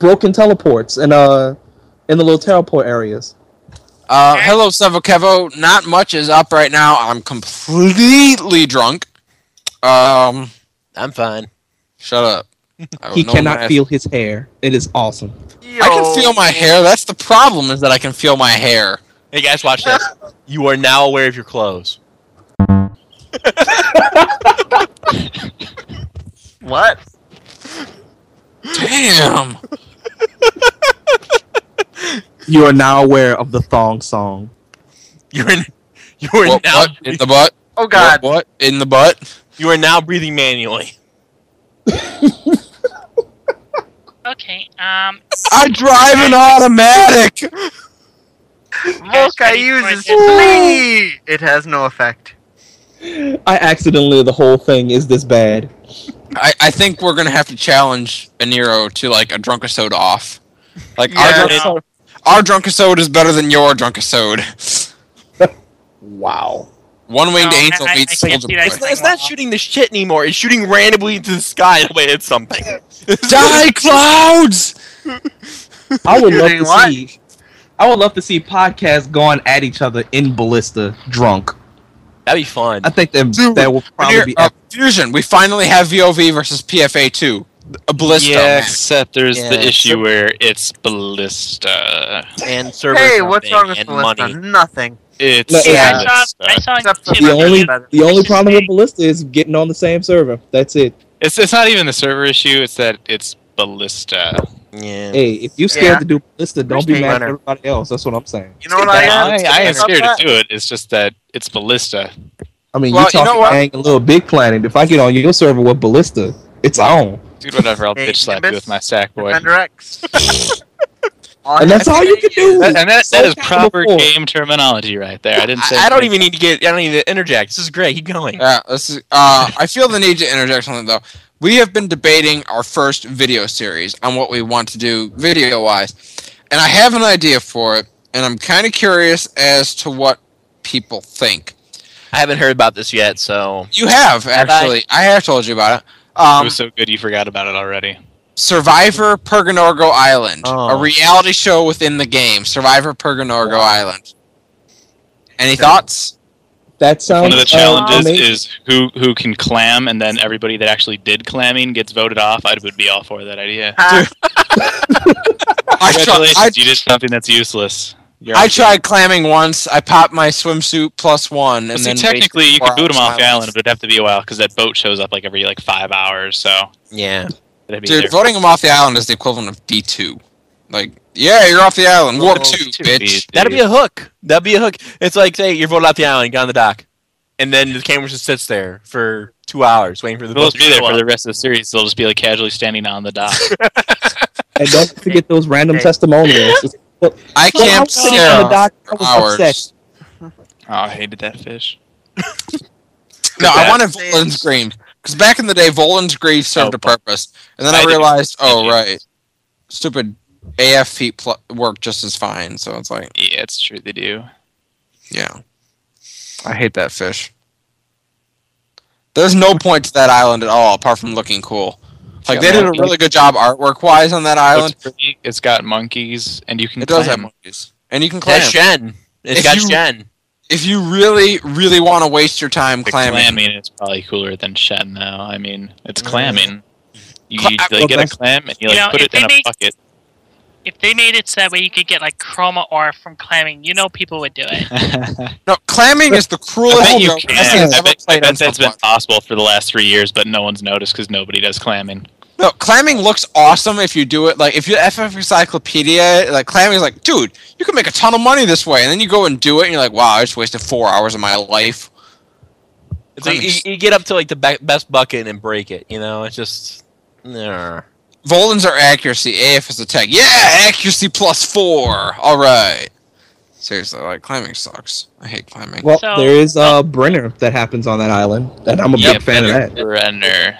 [SPEAKER 6] broken teleports and uh, in the little teleport areas.
[SPEAKER 2] Uh, hello, Sevokevo. Not much is up right now. I'm completely drunk. Um,
[SPEAKER 3] I'm fine.
[SPEAKER 2] shut
[SPEAKER 6] *laughs*
[SPEAKER 2] up. I
[SPEAKER 6] He
[SPEAKER 2] don't know
[SPEAKER 6] cannot
[SPEAKER 2] when I-
[SPEAKER 6] feel his hair. It is awesome.
[SPEAKER 2] I can feel my hair. That's the problem is that I can feel my hair.
[SPEAKER 3] Hey guys, watch this. You are now aware of your clothes.
[SPEAKER 1] What? *laughs*
[SPEAKER 2] Damn.
[SPEAKER 6] You are now aware of the thong song.
[SPEAKER 3] You're in. *laughs* You are
[SPEAKER 2] What,
[SPEAKER 3] now.
[SPEAKER 2] what in the butt?
[SPEAKER 1] Oh God.
[SPEAKER 2] What, what in the butt?
[SPEAKER 3] You are now breathing manually.
[SPEAKER 4] Okay, um,
[SPEAKER 2] I drive an automatic.
[SPEAKER 1] Volca uses me. It has no effect.
[SPEAKER 6] I accidentally the whole thing is this bad.
[SPEAKER 2] I, I think we're gonna have to challenge Nero to like a drunk soda off. Like our
[SPEAKER 1] Yeah.
[SPEAKER 2] drunk
[SPEAKER 4] now,
[SPEAKER 2] our drunk soda is better than your drunk soda.
[SPEAKER 6] Wow.
[SPEAKER 2] One winged
[SPEAKER 4] No, I-
[SPEAKER 2] angel
[SPEAKER 4] I- I
[SPEAKER 2] meets soldier
[SPEAKER 4] can't see that.
[SPEAKER 2] boy.
[SPEAKER 3] It's, it's not shooting the shit anymore. It's shooting randomly into the sky to hit something.
[SPEAKER 4] *laughs*
[SPEAKER 2] Die clouds!
[SPEAKER 8] *laughs*
[SPEAKER 6] I would
[SPEAKER 1] You're
[SPEAKER 6] love
[SPEAKER 1] doing
[SPEAKER 6] to
[SPEAKER 1] what?
[SPEAKER 6] see. I would love to see podcasts going at each other in ballista, drunk.
[SPEAKER 3] That'd be fun.
[SPEAKER 6] I think that
[SPEAKER 2] Dude,
[SPEAKER 6] that will probably
[SPEAKER 2] Here,
[SPEAKER 6] be.
[SPEAKER 2] uh, Fusion, we finally have VOV versus PFA two. A Ballisto.
[SPEAKER 9] yeah,
[SPEAKER 2] match.
[SPEAKER 9] except there's
[SPEAKER 3] Yeah.
[SPEAKER 9] the issue where it's Ballista.
[SPEAKER 3] And server.
[SPEAKER 1] Hey, what's wrong
[SPEAKER 3] something
[SPEAKER 1] with
[SPEAKER 3] and
[SPEAKER 1] Melissa?
[SPEAKER 3] money.
[SPEAKER 1] Nothing.
[SPEAKER 9] It's
[SPEAKER 6] No,
[SPEAKER 4] hey,
[SPEAKER 6] yeah.
[SPEAKER 4] I saw, I
[SPEAKER 2] uh,
[SPEAKER 4] saw
[SPEAKER 1] Except for
[SPEAKER 6] the
[SPEAKER 1] Yeah.
[SPEAKER 6] only
[SPEAKER 1] Better.
[SPEAKER 6] the only problem with ballista is getting on the same server. That's it.
[SPEAKER 9] It's it's not even the server issue. It's that it's Ballista.
[SPEAKER 3] Yeah.
[SPEAKER 10] Hey, if you scared
[SPEAKER 8] Yeah.
[SPEAKER 10] to do Ballista, don't be
[SPEAKER 8] Appreciate
[SPEAKER 10] mad at
[SPEAKER 8] it.
[SPEAKER 10] everybody else. That's what I'm saying.
[SPEAKER 8] You know what I am?
[SPEAKER 9] I, I
[SPEAKER 8] about
[SPEAKER 9] am scared
[SPEAKER 8] that?
[SPEAKER 9] to do it. It's just that it's ballista.
[SPEAKER 10] I mean,
[SPEAKER 2] Well,
[SPEAKER 10] you
[SPEAKER 2] you know
[SPEAKER 10] talking
[SPEAKER 2] what?
[SPEAKER 10] hang a little big planet. If I get on your server with Ballista, it's on.
[SPEAKER 9] Dude, whatever. I'll
[SPEAKER 8] Hey,
[SPEAKER 9] bitch slap you
[SPEAKER 8] Nimbus,
[SPEAKER 9] with my sack boy.
[SPEAKER 8] Defender X. All
[SPEAKER 10] And that's
[SPEAKER 8] I
[SPEAKER 10] all you
[SPEAKER 8] say
[SPEAKER 10] can do.
[SPEAKER 8] is-
[SPEAKER 9] That- and that,
[SPEAKER 10] So
[SPEAKER 9] that is
[SPEAKER 10] bad
[SPEAKER 9] proper
[SPEAKER 10] before.
[SPEAKER 9] game terminology right there. I didn't say.
[SPEAKER 3] I, I don't even need to get. I don't need to interject. This is great. Keep going.
[SPEAKER 2] Yeah, this is, uh, I feel the need to interject something though. We have been debating our first video series on what we want to do video wise, and I have an idea for it, and I'm kind of curious as to what people think.
[SPEAKER 3] I haven't heard about this yet, so
[SPEAKER 2] You have
[SPEAKER 3] Have I?
[SPEAKER 2] actually, I have told you about it.
[SPEAKER 9] It
[SPEAKER 2] Um,
[SPEAKER 9] was so good you forgot about it already.
[SPEAKER 2] Survivor Pergonorgo Island,
[SPEAKER 3] Oh.
[SPEAKER 2] a reality show within the game. Survivor Pergonorgo Island. Any thoughts?
[SPEAKER 10] That
[SPEAKER 6] Um,
[SPEAKER 10] sounds
[SPEAKER 9] One of the challenges
[SPEAKER 10] uh, amazing.
[SPEAKER 9] is who who can clam, and then everybody that actually did clamming gets voted off. I would be all for that idea.
[SPEAKER 8] Ha,
[SPEAKER 2] I, tried,
[SPEAKER 9] Congratulations,
[SPEAKER 2] I,
[SPEAKER 9] you did something that's useless. You're
[SPEAKER 2] I
[SPEAKER 9] on-
[SPEAKER 2] tried clamming once. I popped my swimsuit plus one, and
[SPEAKER 9] Well, see,
[SPEAKER 2] then
[SPEAKER 9] technically,
[SPEAKER 2] wasted
[SPEAKER 9] you
[SPEAKER 2] four
[SPEAKER 9] could boot
[SPEAKER 2] hours
[SPEAKER 9] them off the
[SPEAKER 2] silence.
[SPEAKER 9] island, but it'd have to be a while because that boat shows up like every like five hours. So
[SPEAKER 3] yeah.
[SPEAKER 9] that'd be
[SPEAKER 2] Dude,
[SPEAKER 9] their-
[SPEAKER 2] voting them off the island is the equivalent of D two. Like, yeah, you're off the island. Warp two, bitch.
[SPEAKER 3] That'd be a hook. That'd be a hook. It's like, say, you're voted off the island, get on the dock, and then the camera just sits there for two hours waiting for the
[SPEAKER 9] They'll
[SPEAKER 3] boat
[SPEAKER 9] just
[SPEAKER 3] to
[SPEAKER 9] be there
[SPEAKER 3] show
[SPEAKER 9] for
[SPEAKER 3] up.
[SPEAKER 9] the rest of the series. They'll just be like casually standing on the *laughs* dock.
[SPEAKER 10] and don't forget those random testimonials. It's-
[SPEAKER 2] I
[SPEAKER 10] Well, I
[SPEAKER 2] can't
[SPEAKER 10] was sitting on the
[SPEAKER 2] stare
[SPEAKER 10] dock. I was
[SPEAKER 2] hours.
[SPEAKER 10] upset.
[SPEAKER 9] oh, I hated that fish.
[SPEAKER 2] No, I
[SPEAKER 9] That-
[SPEAKER 2] wanted Volan's Scream because back in the day, Volan's Scream served
[SPEAKER 9] Oh,
[SPEAKER 2] a purpose, and then
[SPEAKER 9] I
[SPEAKER 2] I,
[SPEAKER 9] didn't-
[SPEAKER 2] realized,
[SPEAKER 9] I
[SPEAKER 2] oh
[SPEAKER 9] didn't.
[SPEAKER 2] right, stupid AF feet pl- work just as fine. So it's like,
[SPEAKER 9] Yeah, it's true. They do.
[SPEAKER 2] yeah, I hate that fish. There's no point to that island at all, apart from looking cool. Like they
[SPEAKER 9] Yeah,
[SPEAKER 2] did a
[SPEAKER 9] man.
[SPEAKER 2] really good job artwork wise on that island.
[SPEAKER 9] Looks pretty, it's got monkeys, and you can.
[SPEAKER 2] It does have
[SPEAKER 9] climb.
[SPEAKER 2] monkeys, and you can climb.
[SPEAKER 3] That's Shen. It's
[SPEAKER 2] If
[SPEAKER 3] got
[SPEAKER 2] you-
[SPEAKER 3] Shen.
[SPEAKER 2] if you really, really want to waste your time
[SPEAKER 9] The
[SPEAKER 2] climbing,
[SPEAKER 9] clamming is probably cooler than Shen, though. I mean, it's clamming. You,
[SPEAKER 2] Cla-
[SPEAKER 9] you, like, get a clam and you,
[SPEAKER 4] You
[SPEAKER 9] like
[SPEAKER 4] know,
[SPEAKER 9] put
[SPEAKER 4] if
[SPEAKER 9] it in
[SPEAKER 4] they
[SPEAKER 9] a
[SPEAKER 4] make-
[SPEAKER 9] *laughs* bucket.
[SPEAKER 4] If they made it so that way you could get like chroma R from clamming, you know people would do it.
[SPEAKER 9] I
[SPEAKER 2] no, clamming is the
[SPEAKER 9] *laughs*
[SPEAKER 2] cruelest
[SPEAKER 9] bet you
[SPEAKER 2] joke
[SPEAKER 9] can.
[SPEAKER 2] I've
[SPEAKER 9] I
[SPEAKER 2] ever
[SPEAKER 9] bet, I
[SPEAKER 2] played on
[SPEAKER 9] bet that's been
[SPEAKER 2] someone.
[SPEAKER 9] possible for the last three years, but no one's noticed because nobody does clamming.
[SPEAKER 2] No, clamming looks awesome if you do it. Like if you FF Encyclopedia, like clamming is like, dude, you can make a ton of money this way, and then you go and do it, and you're like, wow, I just wasted four hours of my life.
[SPEAKER 3] It's like, you, you get up to like the be- best bucket and break it. You know, it's just. Nah.
[SPEAKER 2] Volans are accuracy, AF is attack. Yeah, accuracy plus four. All right. Seriously, like climbing sucks. I hate climbing.
[SPEAKER 10] Well,
[SPEAKER 4] So-
[SPEAKER 10] there is uh, Brenner that happens on that island, and I'm a
[SPEAKER 9] Yeah,
[SPEAKER 10] big fan of that.
[SPEAKER 9] Brenner.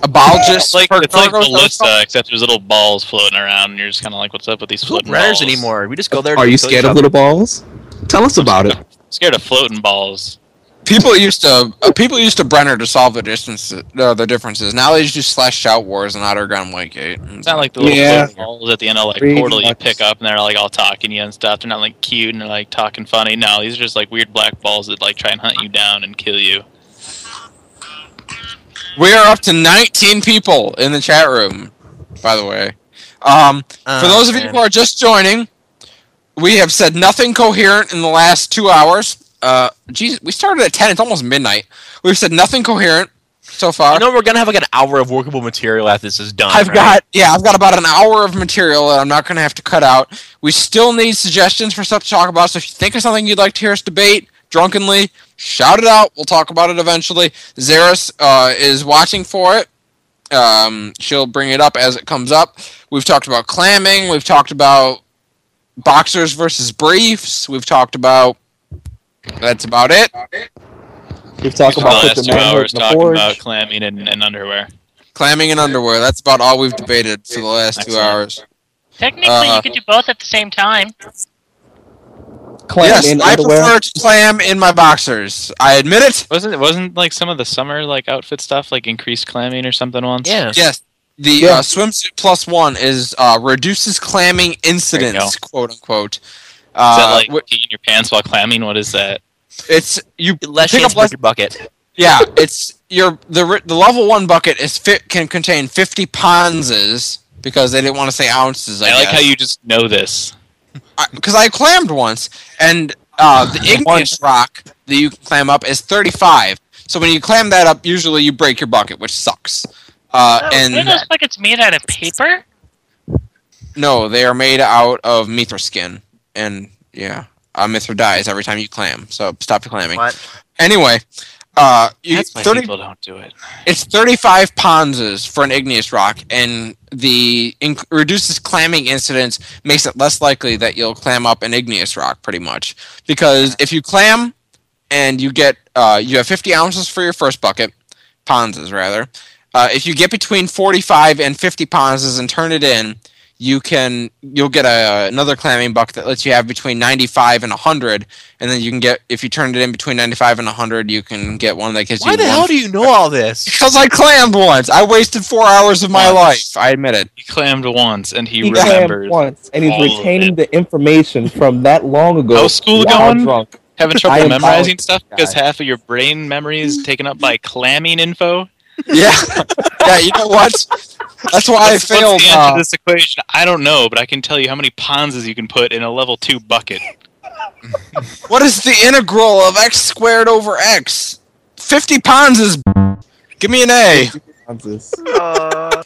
[SPEAKER 2] Abolgist,
[SPEAKER 9] It's like, it's like
[SPEAKER 2] Pergorgos,
[SPEAKER 9] Ballista, except there's little balls floating around, and you're just kind of like, what's up with these
[SPEAKER 3] Who
[SPEAKER 9] floating
[SPEAKER 3] runners
[SPEAKER 9] balls?
[SPEAKER 3] anymore? We just go there. to
[SPEAKER 10] Are you
[SPEAKER 3] kill
[SPEAKER 10] scared of
[SPEAKER 3] each other.
[SPEAKER 10] little balls? Tell us about it.
[SPEAKER 9] Scared of floating balls.
[SPEAKER 2] People used to uh, people used to Brenner to solve the distances, uh, the differences. Now they just do slash shout wars and outer gun Whitegate.
[SPEAKER 9] It's not like the little
[SPEAKER 10] Yeah.
[SPEAKER 9] floating balls at the end of like
[SPEAKER 10] Pretty
[SPEAKER 9] Portal you
[SPEAKER 10] much.
[SPEAKER 9] pick up, and they're like all talking to you and stuff. They're not like cute and they're like talking funny. No, these are just like weird black balls that like try and hunt you down and kill you.
[SPEAKER 2] We are up to 19 people in the chat room, by the way. Um, for
[SPEAKER 3] Oh,
[SPEAKER 2] those of you
[SPEAKER 3] man.
[SPEAKER 2] who are just joining, we have said nothing coherent in the last two hours. Uh, geez, we started at 10. It's almost midnight. We've said nothing coherent so far.
[SPEAKER 3] You know we're gonna have like an hour of workable material after this is done.
[SPEAKER 2] I've
[SPEAKER 3] right?
[SPEAKER 2] got yeah, I've got about an hour of material that I'm not gonna have to cut out. We still need suggestions for stuff to talk about. So if you think of something you'd like to hear us debate drunkenly, shout it out. We'll talk about it eventually. Zeris uh, is watching for it. Um, she'll bring it up as it comes up. We've talked about clamming. We've talked about boxers versus briefs. We've talked about. That's about it.
[SPEAKER 10] We've talked about
[SPEAKER 9] Spent the
[SPEAKER 10] put
[SPEAKER 9] last
[SPEAKER 10] the
[SPEAKER 9] two
[SPEAKER 10] manhood
[SPEAKER 9] hours
[SPEAKER 10] in the
[SPEAKER 9] talking about
[SPEAKER 10] forge.
[SPEAKER 9] clamming and, and underwear.
[SPEAKER 2] Clamming and underwear. That's about all we've debated for the last two
[SPEAKER 9] Excellent.
[SPEAKER 2] hours.
[SPEAKER 4] Technically,
[SPEAKER 2] Uh,
[SPEAKER 4] you could do both at the same time.
[SPEAKER 10] Clan
[SPEAKER 2] yes,
[SPEAKER 10] in
[SPEAKER 2] I
[SPEAKER 10] underwear.
[SPEAKER 2] prefer to clam in my boxers. I admit it.
[SPEAKER 9] Wasn't it wasn't like some of the summer like outfit stuff like increased clamming or something once?
[SPEAKER 3] Yeah.
[SPEAKER 2] Yes, the
[SPEAKER 10] Yeah.
[SPEAKER 2] uh, swimsuit plus one is uh, reduces clamming
[SPEAKER 9] There
[SPEAKER 2] incidents,
[SPEAKER 9] you
[SPEAKER 2] quote unquote.
[SPEAKER 9] Is that
[SPEAKER 2] Uh,
[SPEAKER 9] like
[SPEAKER 2] wh-
[SPEAKER 9] peeing your pants while clamming? What is that?
[SPEAKER 2] it's you
[SPEAKER 3] Less
[SPEAKER 2] pick
[SPEAKER 3] chance
[SPEAKER 2] up
[SPEAKER 3] to break
[SPEAKER 2] less.
[SPEAKER 3] your bucket.
[SPEAKER 2] Yeah, it's your the ri- the level one bucket is fit can contain fifty ponzes because they didn't want to say ounces. I,
[SPEAKER 9] I like how you just know this.
[SPEAKER 2] because I, clammed once and
[SPEAKER 9] *sighs*
[SPEAKER 2] uh, the igneous rock that you can clam up is thirty five. So when you clam that up, usually you break your bucket, which sucks. Uh,
[SPEAKER 4] Oh,
[SPEAKER 2] and
[SPEAKER 4] were those buckets made out of paper?
[SPEAKER 2] No, they are made out of Mithra skin, and yeah, uh, Mithra dies every time you clam. So stop clamming.
[SPEAKER 8] What?
[SPEAKER 2] Anyway, uh, you
[SPEAKER 9] That's why
[SPEAKER 2] 30
[SPEAKER 9] people don't do it.
[SPEAKER 2] it's 35 ponzas for an igneous rock, and the inc- reduces clamming incidents makes it less likely that you'll clam up an igneous rock, pretty much. Because if you clam and you get uh, you have 50 ounces for your first bucket, ponzas rather. Uh, if you get between 45 and 50 ponzas and turn it in, you can you'll get a, another clamming bucket that lets you have between 95 and 100, and then you can get if you turn it in between 95 and 100, you can get one that gives
[SPEAKER 3] Why
[SPEAKER 2] you.
[SPEAKER 3] the
[SPEAKER 2] one
[SPEAKER 3] hell do you know all this?
[SPEAKER 2] because I clammed once. I wasted four hours of my
[SPEAKER 9] Once.
[SPEAKER 2] life. I admit it.
[SPEAKER 9] He clammed once, and he,
[SPEAKER 10] He clammed
[SPEAKER 9] remembers
[SPEAKER 10] once, and
[SPEAKER 9] all of
[SPEAKER 10] he's retaining
[SPEAKER 9] it.
[SPEAKER 10] the information from that long ago.
[SPEAKER 9] How's school
[SPEAKER 10] while
[SPEAKER 9] going?
[SPEAKER 10] Drunk. *laughs*
[SPEAKER 9] having
[SPEAKER 10] I
[SPEAKER 9] trouble
[SPEAKER 10] am
[SPEAKER 9] memorizing
[SPEAKER 10] college
[SPEAKER 9] stuff because half of your brain memory is taken up by clamming info.
[SPEAKER 2] Yeah. *laughs* yeah, you know what? That's why
[SPEAKER 9] What's-
[SPEAKER 2] I failed.
[SPEAKER 9] What's the answer
[SPEAKER 2] uh,
[SPEAKER 9] to this equation? I don't know, but I can tell you how many ponzas you can put in a level two bucket.
[SPEAKER 2] what is the integral of x squared over x? 50 pounds is. Give me an A.
[SPEAKER 10] Ponzas.
[SPEAKER 8] Uh,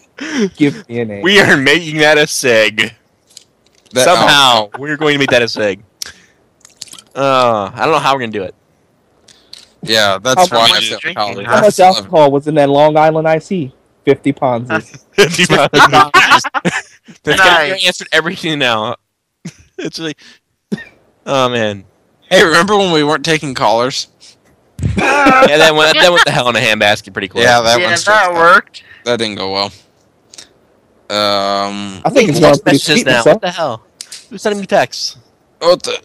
[SPEAKER 10] Give me a name.
[SPEAKER 3] *laughs* We are making that a seg.
[SPEAKER 2] That- oh.
[SPEAKER 3] Somehow, we're going to make that a seg. Uh, I don't know how we're going to do it.
[SPEAKER 2] oh, Yeah, that's
[SPEAKER 10] How
[SPEAKER 2] why I
[SPEAKER 9] much
[SPEAKER 2] failed
[SPEAKER 8] drinking?
[SPEAKER 2] college.
[SPEAKER 10] How much alcohol was in that Long Island IC? 50 *laughs* Ponzas.
[SPEAKER 3] *laughs* They're
[SPEAKER 8] Nice.
[SPEAKER 3] answered everything now. *laughs* It's like, oh man,
[SPEAKER 2] Hey, remember when we weren't taking callers?
[SPEAKER 3] yeah, that went that went the hell in a handbasket pretty quick.
[SPEAKER 2] Yeah, that
[SPEAKER 8] yeah,
[SPEAKER 2] went
[SPEAKER 8] that
[SPEAKER 2] straight down.
[SPEAKER 8] worked.
[SPEAKER 2] That didn't go well. Um,
[SPEAKER 10] I think it's going
[SPEAKER 3] text
[SPEAKER 10] pretty
[SPEAKER 3] messages
[SPEAKER 10] sweet.
[SPEAKER 3] now.
[SPEAKER 10] so-
[SPEAKER 3] What the hell? Who's sending me texts?
[SPEAKER 2] what the-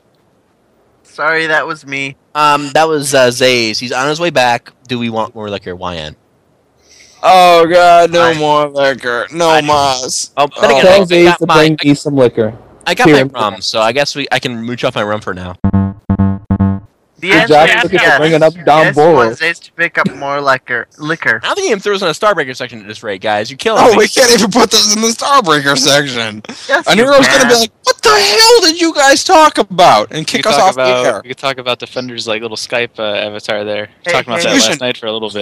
[SPEAKER 8] Sorry, that was me.
[SPEAKER 3] Um, that was uh, Zays. He's on his way back. Do we want more liquor? YN.
[SPEAKER 2] Oh God, no
[SPEAKER 8] I-
[SPEAKER 2] more liquor, no
[SPEAKER 3] I-
[SPEAKER 2] mas.
[SPEAKER 3] Oh,
[SPEAKER 2] Oh.
[SPEAKER 3] then again,
[SPEAKER 10] Tell
[SPEAKER 3] I- I
[SPEAKER 10] Zays
[SPEAKER 3] got
[SPEAKER 10] to
[SPEAKER 3] my
[SPEAKER 10] bring me some liquor.
[SPEAKER 3] I got my
[SPEAKER 10] here.
[SPEAKER 3] rum, so I guess we I can mooch off my rum for now.
[SPEAKER 8] The
[SPEAKER 10] Good
[SPEAKER 8] answer
[SPEAKER 10] job
[SPEAKER 8] is
[SPEAKER 10] for people
[SPEAKER 8] yes.
[SPEAKER 10] bringing up Don
[SPEAKER 8] yes,
[SPEAKER 10] Boyle.
[SPEAKER 8] was is to pick up more
[SPEAKER 10] *laughs*
[SPEAKER 8] liquor. Liquor.
[SPEAKER 3] I don't think he even threw us in a Starbreaker section at this rate, guys. You're killing
[SPEAKER 2] Oh,
[SPEAKER 3] me.
[SPEAKER 2] we can't even put this in the
[SPEAKER 9] *laughs*
[SPEAKER 2] Starbreaker section.
[SPEAKER 8] Yes,
[SPEAKER 2] I knew
[SPEAKER 8] you
[SPEAKER 2] I was gonna be
[SPEAKER 8] can.
[SPEAKER 2] like, "What the hell did you guys talk about?" and
[SPEAKER 9] We
[SPEAKER 2] kick
[SPEAKER 9] could
[SPEAKER 2] us
[SPEAKER 9] talk
[SPEAKER 2] off
[SPEAKER 9] about,
[SPEAKER 2] the air.
[SPEAKER 9] We could talk about Defender's like little Skype uh, avatar there.
[SPEAKER 8] Hey,
[SPEAKER 9] Talking about
[SPEAKER 8] hey.
[SPEAKER 9] that
[SPEAKER 2] Fusion.
[SPEAKER 9] last night for
[SPEAKER 2] *laughs*
[SPEAKER 9] a little bit.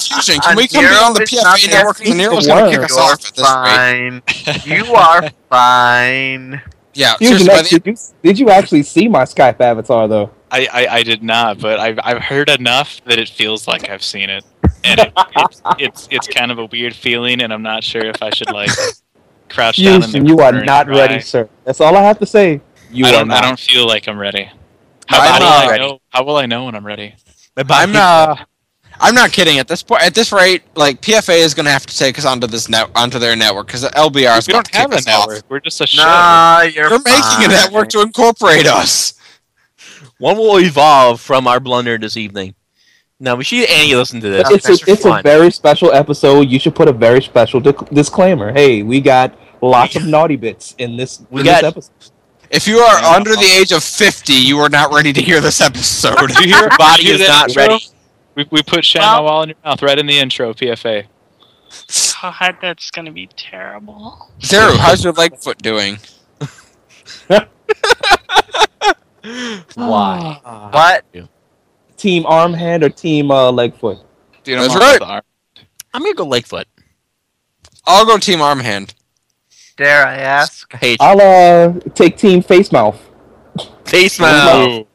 [SPEAKER 2] Fusion, can
[SPEAKER 8] On
[SPEAKER 2] we come
[SPEAKER 8] Nero,
[SPEAKER 2] beyond the
[SPEAKER 8] it's not
[SPEAKER 2] PFA network?
[SPEAKER 8] asking
[SPEAKER 2] The Nero's
[SPEAKER 10] the
[SPEAKER 2] gonna
[SPEAKER 10] word.
[SPEAKER 2] kick us
[SPEAKER 8] You are
[SPEAKER 2] off at this rate.
[SPEAKER 8] fine.
[SPEAKER 10] *laughs*
[SPEAKER 8] you are fine.
[SPEAKER 2] Yeah,
[SPEAKER 10] Fusion
[SPEAKER 2] seriously, by
[SPEAKER 10] X,
[SPEAKER 2] the-
[SPEAKER 10] did you, did you actually see my Skype avatar, though?
[SPEAKER 9] I, I, I did not, but I've, I've heard enough that it feels like I've seen it, and it, it's it's it's kind of a weird feeling, and I'm not sure if I should like crouch down. In
[SPEAKER 10] Fusion,
[SPEAKER 9] the
[SPEAKER 10] you are
[SPEAKER 9] corner and
[SPEAKER 10] not
[SPEAKER 9] cry.
[SPEAKER 10] ready, sir. That's all I have to say. You
[SPEAKER 9] I
[SPEAKER 10] are
[SPEAKER 9] don't
[SPEAKER 10] not.
[SPEAKER 9] I don't feel like I'm ready.
[SPEAKER 2] I'm
[SPEAKER 9] How, how
[SPEAKER 2] not
[SPEAKER 9] will I
[SPEAKER 2] ready.
[SPEAKER 9] know? How will I know when I'm ready?
[SPEAKER 2] I'm uh, I'm not kidding. At this point, at this rate, like PFA is gonna have to take us onto this net onto their network because LBR is
[SPEAKER 9] we
[SPEAKER 2] about
[SPEAKER 9] don't
[SPEAKER 2] to
[SPEAKER 9] have
[SPEAKER 2] kick
[SPEAKER 9] a
[SPEAKER 2] us off.
[SPEAKER 9] network. We're just a show.
[SPEAKER 8] Nah, you're
[SPEAKER 2] They're making
[SPEAKER 8] fine.
[SPEAKER 2] a network to incorporate us.
[SPEAKER 3] One will evolve from our blunder this evening. Now we should Annie listen to this.
[SPEAKER 10] it's
[SPEAKER 3] This
[SPEAKER 10] a,
[SPEAKER 3] is
[SPEAKER 10] it's a
[SPEAKER 3] fun.
[SPEAKER 10] very special episode. You should put a very special dic- disclaimer. Hey, we got lots of naughty bits in this,
[SPEAKER 3] We
[SPEAKER 10] in
[SPEAKER 3] got-
[SPEAKER 10] this episode.
[SPEAKER 2] If you are
[SPEAKER 9] Yeah.
[SPEAKER 2] under the age of 50, you are not ready to hear this episode.
[SPEAKER 9] *laughs*
[SPEAKER 3] *laughs*
[SPEAKER 9] Do you hear?
[SPEAKER 3] body
[SPEAKER 9] do you
[SPEAKER 3] is
[SPEAKER 9] hear that
[SPEAKER 3] not
[SPEAKER 9] intro?
[SPEAKER 3] ready.
[SPEAKER 9] We, we put Shamma Wall in your mouth right in the intro. PFA.
[SPEAKER 4] God, that's gonna be terrible.
[SPEAKER 2] Zeru, how's your leg foot doing?
[SPEAKER 3] Why?
[SPEAKER 8] What?
[SPEAKER 10] *gasps* Team arm hand or team uh, leg foot?
[SPEAKER 9] Dude,
[SPEAKER 2] That's
[SPEAKER 9] on
[SPEAKER 2] right.
[SPEAKER 9] the arm.
[SPEAKER 3] I'm gonna go Lakefoot.
[SPEAKER 2] I'll go team arm hand.
[SPEAKER 8] Dare I ask?
[SPEAKER 3] Hey,
[SPEAKER 10] I'll uh, take team face mouth.
[SPEAKER 3] face mouth.
[SPEAKER 9] Ooh,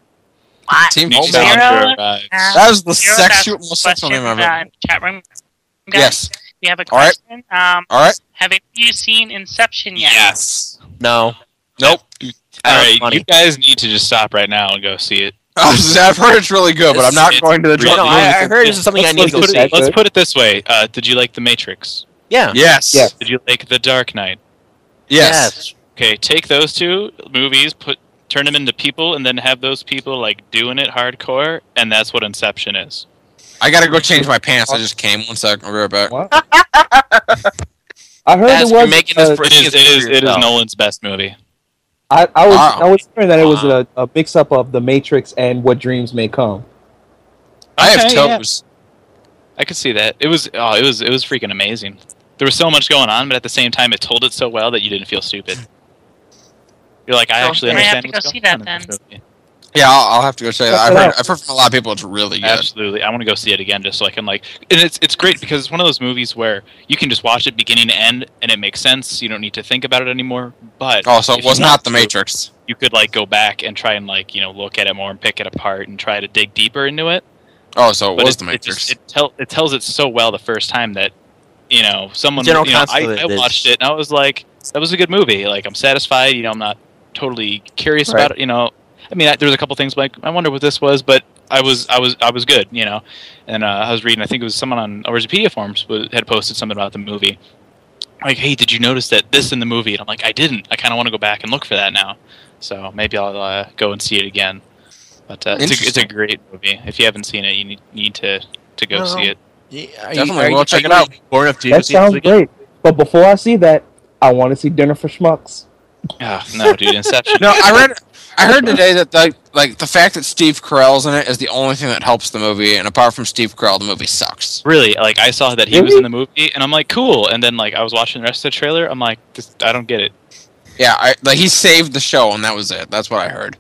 [SPEAKER 8] What?
[SPEAKER 2] Team
[SPEAKER 9] new
[SPEAKER 2] oh
[SPEAKER 4] man.
[SPEAKER 9] challenger
[SPEAKER 4] Zero.
[SPEAKER 9] arrives.
[SPEAKER 2] That was the
[SPEAKER 4] Zero
[SPEAKER 2] sexual
[SPEAKER 4] thousand
[SPEAKER 2] most sexual name I've
[SPEAKER 4] questions,
[SPEAKER 2] ever.
[SPEAKER 4] uh, Chat room. guys,
[SPEAKER 2] Yes.
[SPEAKER 4] We have a
[SPEAKER 2] All right.
[SPEAKER 4] question. Um,
[SPEAKER 2] All right.
[SPEAKER 4] have you seen Inception yet?
[SPEAKER 9] Yes.
[SPEAKER 3] No.
[SPEAKER 2] Nope. *laughs*
[SPEAKER 3] I don't
[SPEAKER 9] All
[SPEAKER 3] have
[SPEAKER 9] right,
[SPEAKER 3] money.
[SPEAKER 9] you guys need to just stop right now and go see it.
[SPEAKER 2] I've heard it's really good, but I'm not
[SPEAKER 9] It's-
[SPEAKER 2] going to the
[SPEAKER 9] it's-
[SPEAKER 2] drunk.
[SPEAKER 3] No, I, I heard this
[SPEAKER 9] Let's-
[SPEAKER 3] is something I need to go
[SPEAKER 10] look
[SPEAKER 9] let's,
[SPEAKER 10] at
[SPEAKER 9] put
[SPEAKER 3] see.
[SPEAKER 9] it,
[SPEAKER 10] that.
[SPEAKER 9] let's put it this way: uh, Did you like The Matrix?
[SPEAKER 3] Yeah.
[SPEAKER 2] Yes.
[SPEAKER 10] Yes.
[SPEAKER 9] Did you like The Dark Knight?
[SPEAKER 2] Yes.
[SPEAKER 9] Okay, take those two movies, put turn them into people, and then have those people like doing it hardcore, and that's what Inception is.
[SPEAKER 2] I gotta go change my pants. I just came. One sec. I'll be right back.
[SPEAKER 3] *laughs*
[SPEAKER 10] What? I heard
[SPEAKER 3] Yes,
[SPEAKER 10] it
[SPEAKER 3] you're
[SPEAKER 10] was.
[SPEAKER 3] making
[SPEAKER 10] uh,
[SPEAKER 3] this for
[SPEAKER 9] It is. It is. It is
[SPEAKER 3] yourself.
[SPEAKER 9] Nolan's best movie.
[SPEAKER 10] I, I was
[SPEAKER 2] Wow.
[SPEAKER 10] I was hearing that it was a, a mix up of the Matrix and What Dreams May Come.
[SPEAKER 2] I have
[SPEAKER 9] Okay, yeah.
[SPEAKER 2] toes.
[SPEAKER 9] I could see that. It was. Oh, it was. It was freaking amazing. There was so much going on, but at the same time, it told it so well that you didn't feel stupid. You're like, I
[SPEAKER 8] Oh,
[SPEAKER 9] actually
[SPEAKER 4] then I have
[SPEAKER 9] understand.
[SPEAKER 4] to
[SPEAKER 9] what's
[SPEAKER 4] go see
[SPEAKER 9] going
[SPEAKER 4] that
[SPEAKER 9] on in this movie.
[SPEAKER 2] Yeah, I'll, I'll have to go check it out.
[SPEAKER 9] Check
[SPEAKER 2] I've
[SPEAKER 9] it
[SPEAKER 2] heard,
[SPEAKER 9] out.
[SPEAKER 2] I've heard from a lot of people it's really good.
[SPEAKER 9] Absolutely, I want to go see it again just so I can like. And it's it's great because it's one of those movies where you can just watch it beginning to end and it makes sense. You don't need to think about it anymore. But
[SPEAKER 2] Oh, so
[SPEAKER 9] if
[SPEAKER 2] it was
[SPEAKER 9] you
[SPEAKER 2] not
[SPEAKER 9] want
[SPEAKER 2] The
[SPEAKER 9] to,
[SPEAKER 2] Matrix.
[SPEAKER 9] You could like go back and try and like you know look at it more and pick it apart and try to dig deeper into it.
[SPEAKER 2] Oh, so it
[SPEAKER 9] But
[SPEAKER 2] was The
[SPEAKER 9] it just-
[SPEAKER 2] Matrix.
[SPEAKER 9] It, tell, it tells it so well the first time that you know someone. You
[SPEAKER 3] General
[SPEAKER 9] know,
[SPEAKER 3] counsel
[SPEAKER 9] I, I
[SPEAKER 3] it is.
[SPEAKER 9] watched it and I was like, that was a good movie. Like I'm satisfied. You know, I'm not totally curious
[SPEAKER 3] Right.
[SPEAKER 9] about it. You know, I mean, I, there was a couple things like I wonder what this was, but I was I was I was good. You know, and uh, I was reading. I think it was someone on Wikipedia forums was, had posted something about the movie. Like, hey, did you notice that this in the movie? And I'm like, I didn't. I kind of want to go back and look for that now. So maybe I'll uh, go and see it again. But uh, it's, a, it's a
[SPEAKER 2] Interesting.
[SPEAKER 9] great movie. If you haven't seen it, you need, need to, to go
[SPEAKER 3] Well,
[SPEAKER 9] see it.
[SPEAKER 3] Yeah,
[SPEAKER 2] Definitely, we'll check it out.
[SPEAKER 3] Born enough to go see
[SPEAKER 6] That
[SPEAKER 3] it this
[SPEAKER 6] sounds
[SPEAKER 3] weekend?
[SPEAKER 6] great. But before I see that, I want to see Dinner for Schmucks.
[SPEAKER 9] Ah, no, dude, Inception.
[SPEAKER 2] *laughs* no, I read, I *laughs* heard today that the, like the fact that Steve Carell's in it is the only thing that helps the movie, and apart from Steve Carell, the movie sucks.
[SPEAKER 9] *laughs* Really, like I saw that he was
[SPEAKER 6] Really?
[SPEAKER 9] in the movie, and I'm like, cool. And then like I was watching the rest of the trailer, I'm like, this, I don't get it.
[SPEAKER 2] Yeah, I, like he saved the show, and that was it. That's what I heard.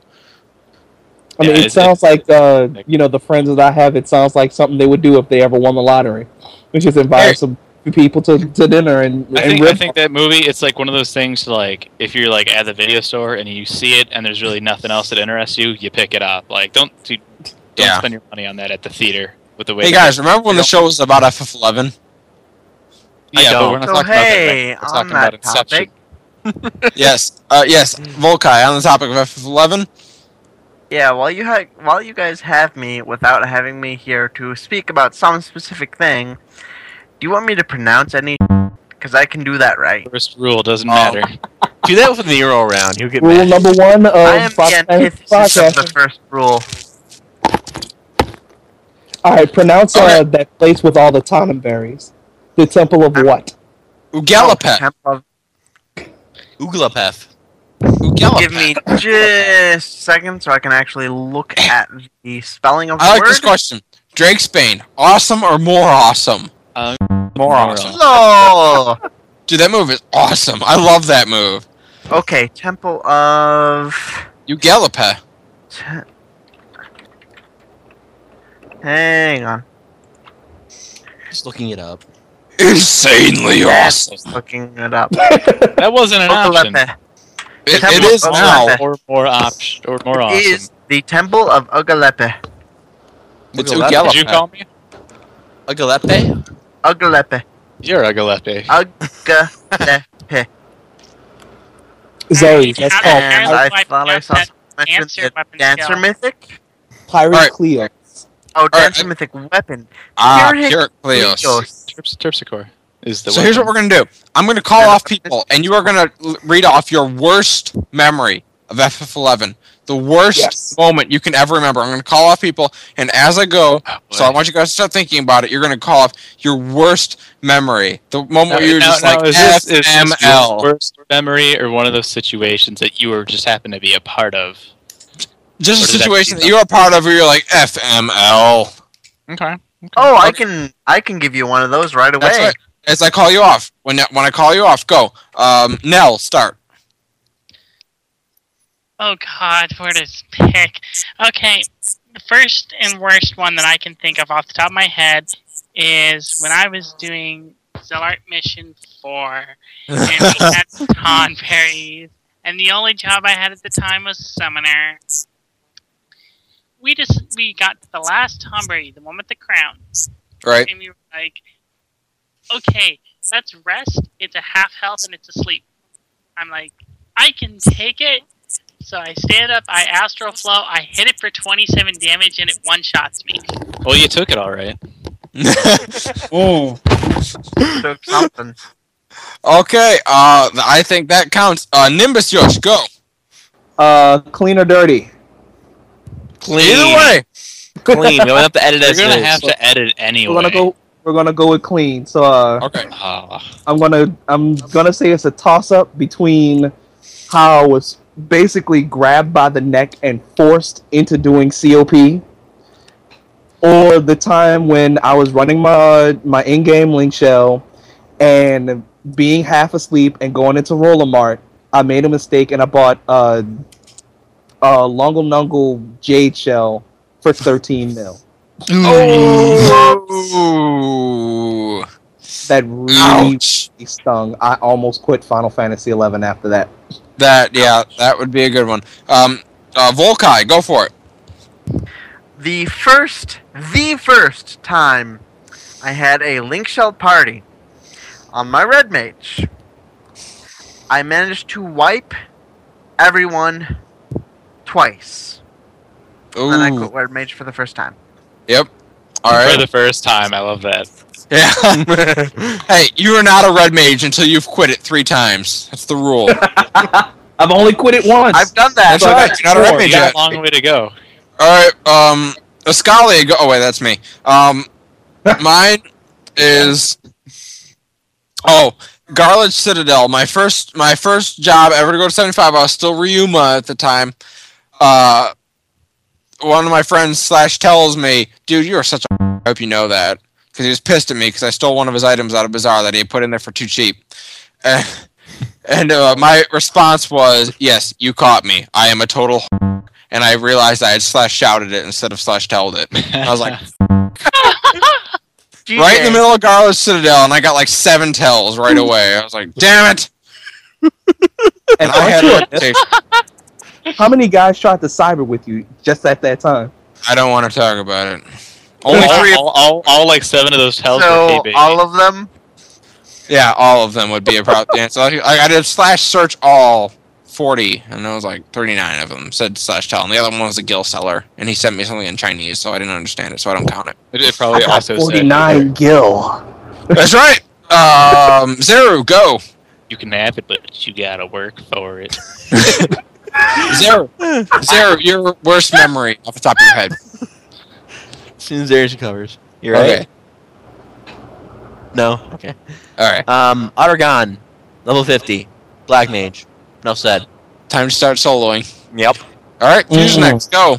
[SPEAKER 6] I mean,
[SPEAKER 9] Yeah,
[SPEAKER 6] it,
[SPEAKER 9] it-
[SPEAKER 6] sounds like uh, you know the friends that I have. It sounds like something they would do if they ever won the lottery, which is invite
[SPEAKER 2] Hey.
[SPEAKER 6] some people to, to dinner and
[SPEAKER 9] I
[SPEAKER 6] and
[SPEAKER 9] think, I
[SPEAKER 6] rip-
[SPEAKER 9] think that movie, it's like one of those things like if you're like at the video store and you see it, and there's really nothing else that interests you, you pick it up. Like don't dude, don't
[SPEAKER 2] Yeah.
[SPEAKER 9] spend your money on that at the theater with the way.
[SPEAKER 2] Hey
[SPEAKER 9] that-
[SPEAKER 2] guys, remember when the
[SPEAKER 9] Yeah.
[SPEAKER 2] show was about FF11?
[SPEAKER 3] I
[SPEAKER 9] yeah, but
[SPEAKER 3] don't.
[SPEAKER 9] we're not
[SPEAKER 5] So
[SPEAKER 9] talking
[SPEAKER 5] hey,
[SPEAKER 9] about that. right? We're
[SPEAKER 5] on
[SPEAKER 9] talking about
[SPEAKER 5] that
[SPEAKER 9] Inception.
[SPEAKER 5] topic, *laughs*
[SPEAKER 2] yes, uh, yes, Volkai. On the topic of FF11,
[SPEAKER 5] yeah, while you ha- while you guys have me without having me here to speak about some specific thing, do you want me to pronounce any? Because I can do that right.
[SPEAKER 9] First rule doesn't
[SPEAKER 3] Oh.
[SPEAKER 9] matter.
[SPEAKER 3] Do that with the Nero round. You'll get
[SPEAKER 6] rule
[SPEAKER 3] mad.
[SPEAKER 6] number one of
[SPEAKER 5] I am the
[SPEAKER 6] broadcast-
[SPEAKER 5] antithesis of the
[SPEAKER 6] broadcasting.
[SPEAKER 5] first rule.
[SPEAKER 6] All right, pronounce uh,
[SPEAKER 2] Okay.
[SPEAKER 6] that place with all the Tottenham berries. The temple of what?
[SPEAKER 2] Ugalapet.
[SPEAKER 5] Temple
[SPEAKER 3] Ooglepef.
[SPEAKER 5] of-
[SPEAKER 2] Ugalapet.
[SPEAKER 5] Give me just a second so I can actually look at the spelling of the
[SPEAKER 2] I like
[SPEAKER 5] word.
[SPEAKER 2] this question. Drake Spain, awesome or more awesome?
[SPEAKER 9] Uh,
[SPEAKER 2] more
[SPEAKER 9] moron.
[SPEAKER 2] awesome.
[SPEAKER 5] No.
[SPEAKER 2] Dude, that move is awesome. I love that move.
[SPEAKER 5] okay, temple of.
[SPEAKER 2] Ugalape.
[SPEAKER 5] Te- Hang on.
[SPEAKER 3] Just looking it up.
[SPEAKER 2] Insanely awesome.
[SPEAKER 5] Just looking it up.
[SPEAKER 9] That wasn't an option.
[SPEAKER 5] Ugalepe
[SPEAKER 2] It,
[SPEAKER 5] Temple
[SPEAKER 2] it is
[SPEAKER 5] of
[SPEAKER 2] now.
[SPEAKER 5] Ugalepe.
[SPEAKER 9] or more option or more awesome.
[SPEAKER 5] is the temple of Ugalepe.
[SPEAKER 2] It's
[SPEAKER 3] Oogalepe.
[SPEAKER 2] Ugalapet.
[SPEAKER 9] Did you call me?
[SPEAKER 3] Oogalepe?
[SPEAKER 5] Ugalepe.
[SPEAKER 9] You're a
[SPEAKER 5] Oh,
[SPEAKER 9] Galepe.
[SPEAKER 5] Ugalepe.
[SPEAKER 6] Zoe. That's
[SPEAKER 4] How
[SPEAKER 6] called
[SPEAKER 4] the hell
[SPEAKER 5] And I
[SPEAKER 4] do I
[SPEAKER 5] thought I
[SPEAKER 4] pronounce
[SPEAKER 5] saw
[SPEAKER 4] that
[SPEAKER 5] something
[SPEAKER 4] dancer
[SPEAKER 5] mentioned
[SPEAKER 4] weapon
[SPEAKER 5] the dancer
[SPEAKER 4] skill?
[SPEAKER 5] mythic.
[SPEAKER 6] Pirate
[SPEAKER 2] All right.
[SPEAKER 6] Cleo.
[SPEAKER 5] Oh,
[SPEAKER 2] right,
[SPEAKER 5] dancer
[SPEAKER 2] I-
[SPEAKER 5] mythic weapon.
[SPEAKER 2] Ah,
[SPEAKER 5] Pyrrhic
[SPEAKER 2] Pyrrhic Cleos.
[SPEAKER 5] Cleos.
[SPEAKER 9] Terps- Terpsichore is the
[SPEAKER 2] So here's what
[SPEAKER 9] weapon.
[SPEAKER 2] we're gonna do. I'm gonna call
[SPEAKER 5] Yeah.
[SPEAKER 2] off people, and you are gonna l- read off your worst memory of FF11, the worst
[SPEAKER 6] Yes.
[SPEAKER 2] moment you can ever remember. I'm gonna call off people, and as I go,
[SPEAKER 9] Oh, boy.
[SPEAKER 2] so I want you guys to start thinking about it. You're gonna call off your worst memory, the moment where you're
[SPEAKER 9] Now-
[SPEAKER 2] just
[SPEAKER 9] now,
[SPEAKER 2] like
[SPEAKER 9] is this- is this your
[SPEAKER 2] FML.
[SPEAKER 9] worst memory or one of those situations that you were just happened to be a part of.
[SPEAKER 2] Just a
[SPEAKER 9] or did that
[SPEAKER 2] situation
[SPEAKER 9] be
[SPEAKER 2] that you're a part of, where you're like FML.
[SPEAKER 9] Okay.
[SPEAKER 5] Oh, I can I can give you one of those right
[SPEAKER 2] That's
[SPEAKER 5] away.
[SPEAKER 2] right. As I call you off, when when I call you off, go. Um, Nell, start.
[SPEAKER 4] Oh God, where does pick? Okay, the first and worst one that I can think of off the top of my head is when I was doing Zellart Mission Four, and we had Tonberries, and the only job I had at the time was a summoner. We just we got to the last Tonberry, the one with the crown,
[SPEAKER 2] Right. *laughs*
[SPEAKER 4] and we were like, okay, that's rest. It's a half health and it's a sleep. I'm like, I can take it. So I stand up, I astral flow, I hit it for 27 damage, and it one shots me.
[SPEAKER 9] Well, you took it all right.
[SPEAKER 5] Took something.
[SPEAKER 2] Okay, uh, I think that counts. Uh, Nimbus Yosh, go.
[SPEAKER 6] Uh, clean or dirty?
[SPEAKER 3] Clean.
[SPEAKER 2] Either way,
[SPEAKER 3] Clean. We won't have to edit
[SPEAKER 9] You're
[SPEAKER 3] as
[SPEAKER 9] gonna
[SPEAKER 3] is.
[SPEAKER 9] have to edit anyway.
[SPEAKER 6] We're gonna go. We're gonna go with clean. So uh,
[SPEAKER 2] okay.
[SPEAKER 9] Ah,
[SPEAKER 6] I'm gonna I'm gonna say it's a toss up between how I was basically grabbed by the neck and forced into doing COP, or the time when I was running my my in game link shell and being half asleep and going into roller mart. I made a mistake and I bought uh, uh, Lungle Nungle Jade Shell for 13 mil.
[SPEAKER 2] Oh.
[SPEAKER 6] That really,
[SPEAKER 2] Ouch.
[SPEAKER 6] really stung. I almost quit Final Fantasy XI after that.
[SPEAKER 2] That yeah, that would be a good one. Um, uh, Volkai, go for it.
[SPEAKER 5] the first, the first time I had a link shell party on my red mage, I managed to wipe everyone twice.
[SPEAKER 2] Ooh.
[SPEAKER 5] And I quit red mage for the first time.
[SPEAKER 2] Yep. All right.
[SPEAKER 9] For the first time, I love that.
[SPEAKER 2] *laughs* Yeah. hey, you are not a red mage until you've quit it three times. That's the rule.
[SPEAKER 6] I've only quit it once.
[SPEAKER 5] I've done that.
[SPEAKER 2] That's right. You're not a red
[SPEAKER 9] We
[SPEAKER 2] mage
[SPEAKER 9] got
[SPEAKER 2] yet.
[SPEAKER 9] a long way to go.
[SPEAKER 2] All right. Um, Ascalia, go. Oh wait, that's me. Um, mine is. Oh, Garland Citadel. My first, my first job ever to go to seventy five. I was still Ryuma at the time. Uh, one of my friends slash tells me, "Dude, you are such a. I hope you know that." Because he was pissed at me because I stole one of his items out of Bazaar that he had put in there for too cheap. *laughs* And, and uh, my response was, "Yes, you caught me. I am a total *laughs* and I realized I had slash shouted it instead of slash told it. *laughs* I was like,
[SPEAKER 5] GJ,
[SPEAKER 2] right in the middle of Garland Citadel, and I got like seven tells right away. I was like, damn it!
[SPEAKER 6] and
[SPEAKER 2] And I had a
[SPEAKER 6] aren't you-
[SPEAKER 2] reputation.
[SPEAKER 6] how many guys tried to cyber with you just at that time?
[SPEAKER 2] I don't want to talk about it. Only
[SPEAKER 9] all,
[SPEAKER 2] three, uh,
[SPEAKER 9] all, all, all like seven of those tells
[SPEAKER 5] So
[SPEAKER 9] were KB.
[SPEAKER 5] all of them.
[SPEAKER 2] yeah, all of them would be a problem. Yeah, so I, I did slash search all forty, and there was like thirty nine of them said slash tell, and the other one was a gill seller, and he sent me something in Chinese, so I didn't understand it, so I don't count it.
[SPEAKER 9] it, it probably also said-
[SPEAKER 6] 49 gil.
[SPEAKER 2] That's right. Um, Zeru, go.
[SPEAKER 9] You can have it, but you gotta work for it.
[SPEAKER 2] Zeru, Zeru, your worst memory off the top of your head.
[SPEAKER 3] As soon as there's covers. You're right.
[SPEAKER 2] Okay.
[SPEAKER 3] No. Okay.
[SPEAKER 2] All right.
[SPEAKER 3] Um, Ottergon, level 50, Black Mage. No said.
[SPEAKER 2] Time to start soloing.
[SPEAKER 3] Yep.
[SPEAKER 2] All right, Fusion X, go.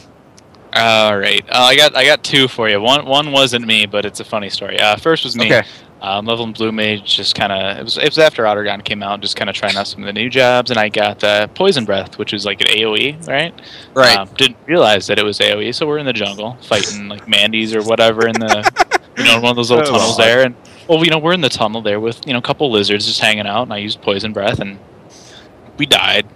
[SPEAKER 9] All right, uh, I got I got two for you. One one wasn't me, but it's a funny story. Uh, first was me.
[SPEAKER 2] Okay.
[SPEAKER 9] Um, Level and Blue Mage just kind of it was it was after Ottergon came out, just kind of trying out some of the new jobs, and I got uh, Poison Breath, which is like an AOE, right?
[SPEAKER 2] Right.
[SPEAKER 9] Um, didn't realize that it was AOE, so we're in the jungle fighting like Mandy's or whatever in the you know one of those little
[SPEAKER 3] Oh,
[SPEAKER 9] tunnels
[SPEAKER 3] God.
[SPEAKER 9] there, and well, you know we're in the tunnel there with you know a couple lizards just hanging out, and I used Poison Breath, and we died.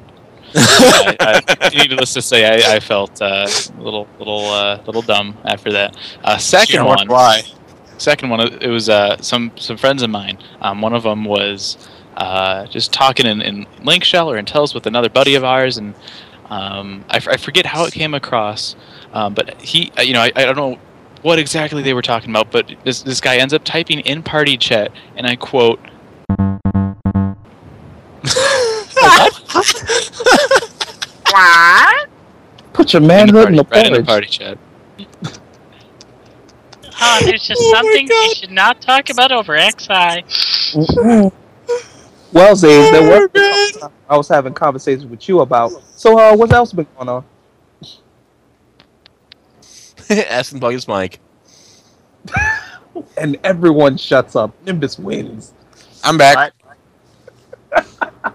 [SPEAKER 9] I, I, needless to say, I, I felt uh, a little, little, uh, little dumb after that. Uh, second
[SPEAKER 2] Yeah,
[SPEAKER 9] one,
[SPEAKER 2] Why?
[SPEAKER 9] second one, it was uh, some some friends of mine. Um, one of them was uh, just talking in, in Link Shell or in Tells with another buddy of ours, and um, I, f- I forget how it came across, um, but he, uh, you know, I, I don't know what exactly they were talking about, but this this guy ends up typing in party chat, and I quote.
[SPEAKER 4] What?
[SPEAKER 6] Put your
[SPEAKER 9] in the
[SPEAKER 6] manhood
[SPEAKER 9] party,
[SPEAKER 6] in the
[SPEAKER 9] right in the
[SPEAKER 6] porridge.
[SPEAKER 9] party chat.
[SPEAKER 4] Oh, there's just some things you should not talk about over XI.
[SPEAKER 6] Mm-mm. Well, Zays, there were I was having conversations with you about. So, uh, what else been going on?
[SPEAKER 3] *laughs* Ask him about his mic.
[SPEAKER 6] And everyone shuts up. Nimbus wins.
[SPEAKER 2] I'm back. *laughs*
[SPEAKER 5] What?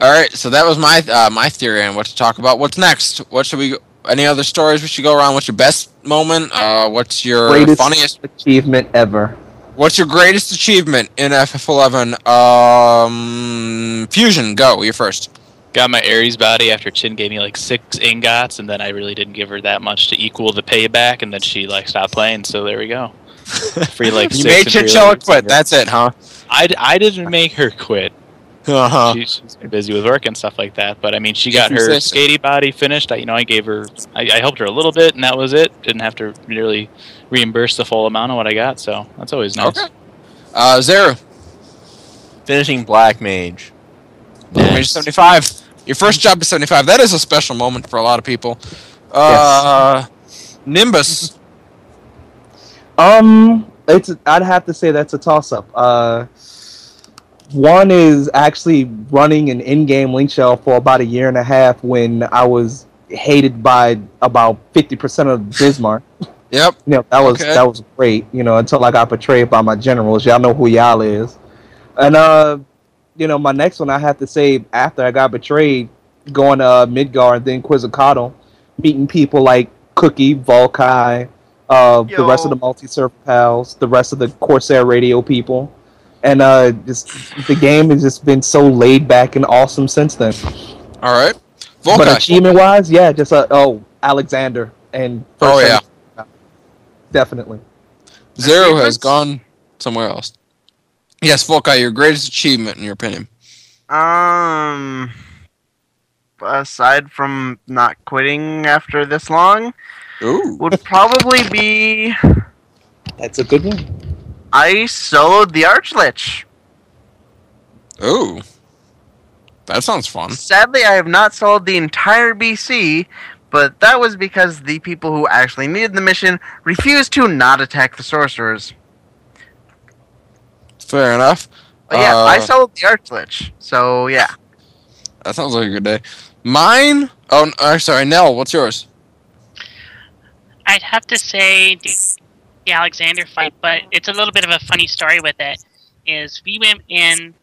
[SPEAKER 2] All right, so that was my uh, my theory on what to talk about. What's next? What should we? Any other stories we should go around? What's your best moment? Uh, what's your
[SPEAKER 6] Greatest
[SPEAKER 2] funniest?
[SPEAKER 6] achievement ever.
[SPEAKER 2] What's your greatest achievement in FF11? Um, Fusion, go. You're first.
[SPEAKER 9] Got my Ares body after Chin gave me like six ingots, and then I really didn't give her that much to equal the payback, and then she like stopped playing. So there we
[SPEAKER 2] *laughs*
[SPEAKER 9] go. Free like
[SPEAKER 2] You
[SPEAKER 9] six
[SPEAKER 2] made
[SPEAKER 9] and free,
[SPEAKER 2] Chinchilla
[SPEAKER 9] like,
[SPEAKER 2] quit.
[SPEAKER 9] seven.
[SPEAKER 2] That's it, huh? *laughs*
[SPEAKER 9] I, d- I didn't make her quit.
[SPEAKER 2] Uh-huh.
[SPEAKER 9] She, she's been busy with work and stuff like that. But I mean, she got
[SPEAKER 2] She's
[SPEAKER 9] her
[SPEAKER 2] consistent.
[SPEAKER 9] skatey body finished. I you know I gave her I, I helped her a little bit, and that was it. Didn't have to really reimburse the full amount of what I got. So that's always nice.
[SPEAKER 2] Okay. Uh, Zero.
[SPEAKER 3] Finishing Black Mage.
[SPEAKER 2] Major 75. Your first job is 75. That is a special moment for a lot of people. Uh, Nimbus.
[SPEAKER 6] Um, it's I'd have to say that's a toss up. Uh, one is actually running an in-game link shell for about a year and a half when I was hated by about fifty percent of Bismarck.
[SPEAKER 2] Yep.
[SPEAKER 6] You know that was
[SPEAKER 2] Okay.
[SPEAKER 6] that was great. You know until I got betrayed by my generals. Y'all know who y'all is. And uh, you know my next one I have to say after I got betrayed,
[SPEAKER 10] going to uh, Midgar and then Quizzicato, meeting people like Cookie, Volkai, uh, the rest of the Multi Surf pals, the rest of the Corsair Radio people, and uh, just the game has just been so laid back and awesome since then.
[SPEAKER 2] All right.
[SPEAKER 10] But
[SPEAKER 2] Volkai.
[SPEAKER 10] achievement wise, yeah, just uh, oh Alexander and
[SPEAKER 2] Oh, yeah.
[SPEAKER 10] definitely.
[SPEAKER 2] Zero has gone somewhere else. Yes, Volkai, your greatest achievement in your opinion.
[SPEAKER 8] Um, aside from not quitting after this long,
[SPEAKER 2] Ooh.
[SPEAKER 8] would probably be
[SPEAKER 10] That's a good one.
[SPEAKER 8] I soloed the Archlich.
[SPEAKER 2] Ooh. That sounds fun.
[SPEAKER 8] Sadly, I have not soloed the entire BC, but that was because the people who actually needed the mission refused to not attack the sorcerers.
[SPEAKER 2] Fair enough.
[SPEAKER 8] But yeah, I
[SPEAKER 2] Uh,
[SPEAKER 8] soloed the Archlich. So yeah,
[SPEAKER 2] That sounds like a good day. Mine? Oh, n- uh, sorry, Nell. What's yours?
[SPEAKER 4] I'd have to say the, the Alexander fight, but it's a little bit of a funny story with it. Is we went in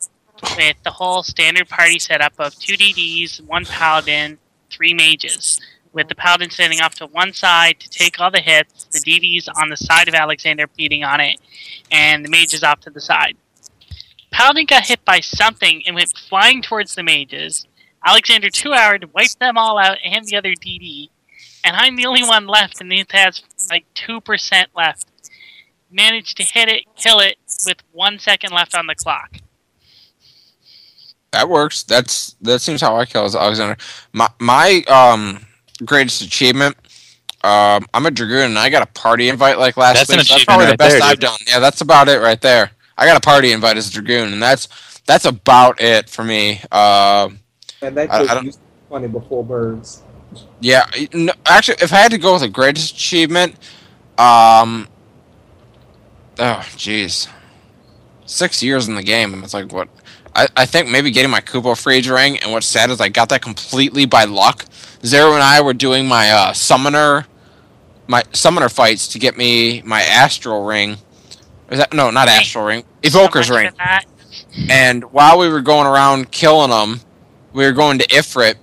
[SPEAKER 4] with the whole standard party setup of two DDs, one paladin, three mages, with the paladin standing off to one side to take all the hits, the DDs on the side of Alexander beating on it, and the mages off to the side. Paladin got hit by something and went flying towards the mages. Alexander two houred wiped them all out and the other DD and I'm the only one left, and it has like two percent left. Managed to hit it, kill it with one second left on the clock.
[SPEAKER 2] That works. That's that seems how I kill as Alexander. My my um greatest achievement. Um, I'm a dragoon and I got a party invite like last
[SPEAKER 9] That's an
[SPEAKER 2] week. so that's
[SPEAKER 9] achievement
[SPEAKER 2] probably the
[SPEAKER 9] right
[SPEAKER 2] best
[SPEAKER 9] there,
[SPEAKER 2] I've
[SPEAKER 9] dude.
[SPEAKER 2] done. Yeah, that's about it right there. I got a party invite as a dragoon, and that's that's about it for me. Um,
[SPEAKER 10] And that
[SPEAKER 2] I- I
[SPEAKER 10] joke
[SPEAKER 2] don't-
[SPEAKER 10] used to be funny before birds.
[SPEAKER 2] Yeah, I- no, actually, if I had to go with the greatest achievement, um, oh jeez, six years in the game, and it's like what? I, I think maybe getting my Kubo Freeze ring, and what's sad is I got that completely by luck. Zero and I were doing my uh, summoner, my summoner fights to get me my Astral ring. Is that no, not
[SPEAKER 4] Ring.
[SPEAKER 2] Astral ring, Evoker's
[SPEAKER 4] So much
[SPEAKER 2] ring.
[SPEAKER 4] for that.
[SPEAKER 2] And while we were going around killing them, we were going to Ifrit,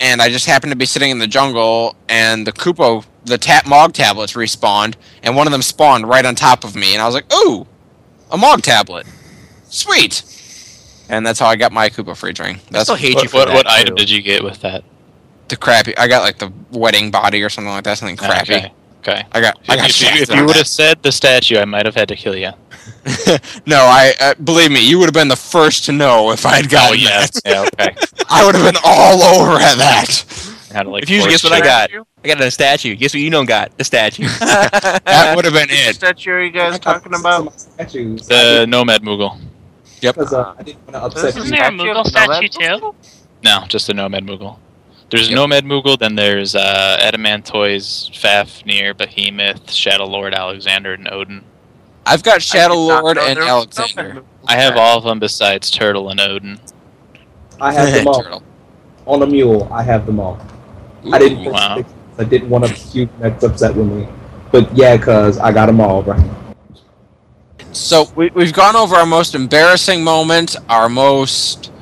[SPEAKER 2] and I just happened to be sitting in the jungle, and the Koopo, the tap Mog tablets respawned, and one of them spawned right on top of me, and I was like, "Ooh, a Mog tablet, sweet!" And that's how I got my Koopa free drink.
[SPEAKER 3] I
[SPEAKER 2] That's
[SPEAKER 3] still hate you
[SPEAKER 9] What,
[SPEAKER 3] for
[SPEAKER 9] what,
[SPEAKER 3] that.
[SPEAKER 9] what
[SPEAKER 3] too.
[SPEAKER 9] item did you get with that?
[SPEAKER 2] the crappy. I got like the wedding body or something like that, something crappy.
[SPEAKER 9] Ah, Okay. okay.
[SPEAKER 2] I got. I got
[SPEAKER 9] If you,
[SPEAKER 2] shafted
[SPEAKER 9] if
[SPEAKER 2] on
[SPEAKER 9] you would
[SPEAKER 2] that.
[SPEAKER 9] have said the statue, I might have had to kill you.
[SPEAKER 2] no, I uh, believe me. You would have been the first to know if I'd gotten
[SPEAKER 9] oh yeah,
[SPEAKER 2] that.
[SPEAKER 9] yeah, okay.
[SPEAKER 2] *laughs* I would have been all over at that.
[SPEAKER 9] How to, like,
[SPEAKER 3] If you
[SPEAKER 9] force
[SPEAKER 3] guess what I
[SPEAKER 9] shit.
[SPEAKER 3] got, I got a statue. Guess what you don't got?
[SPEAKER 10] *laughs*
[SPEAKER 3] A statue.
[SPEAKER 2] That would have been it.
[SPEAKER 8] statue are you guys
[SPEAKER 10] I got
[SPEAKER 8] talking
[SPEAKER 10] six of
[SPEAKER 8] about?
[SPEAKER 10] my statues. I
[SPEAKER 9] The
[SPEAKER 10] didn't-
[SPEAKER 9] Nomad Moogle.
[SPEAKER 10] because, uh, I didn't want to upset
[SPEAKER 8] This
[SPEAKER 4] Isn't
[SPEAKER 8] is
[SPEAKER 10] you.
[SPEAKER 4] there a
[SPEAKER 8] Statue?
[SPEAKER 4] Moogle
[SPEAKER 8] No, that's-
[SPEAKER 4] statue too?
[SPEAKER 9] No, just a Nomad Moogle. There's Nomad Moogle, then there's uh, Adamantoys, Fafnir, Behemoth, Shadow Lord, Alexander, and Odin.
[SPEAKER 2] I've got Shadow
[SPEAKER 8] I did not
[SPEAKER 2] Lord
[SPEAKER 8] know
[SPEAKER 2] and
[SPEAKER 8] there was
[SPEAKER 10] *laughs*
[SPEAKER 2] Alexander.
[SPEAKER 8] something.
[SPEAKER 9] I have all of them besides Turtle and Odin.
[SPEAKER 10] I have
[SPEAKER 2] *laughs*
[SPEAKER 10] them all
[SPEAKER 2] Turtle.
[SPEAKER 10] on a mule. I have them all. I
[SPEAKER 2] Ooh.
[SPEAKER 10] didn't. press
[SPEAKER 9] wow.
[SPEAKER 10] six. I didn't want to cute that's upset with me. But yeah, cause I got them all, bro.
[SPEAKER 2] So we, we've gone over our most embarrassing moment, our most,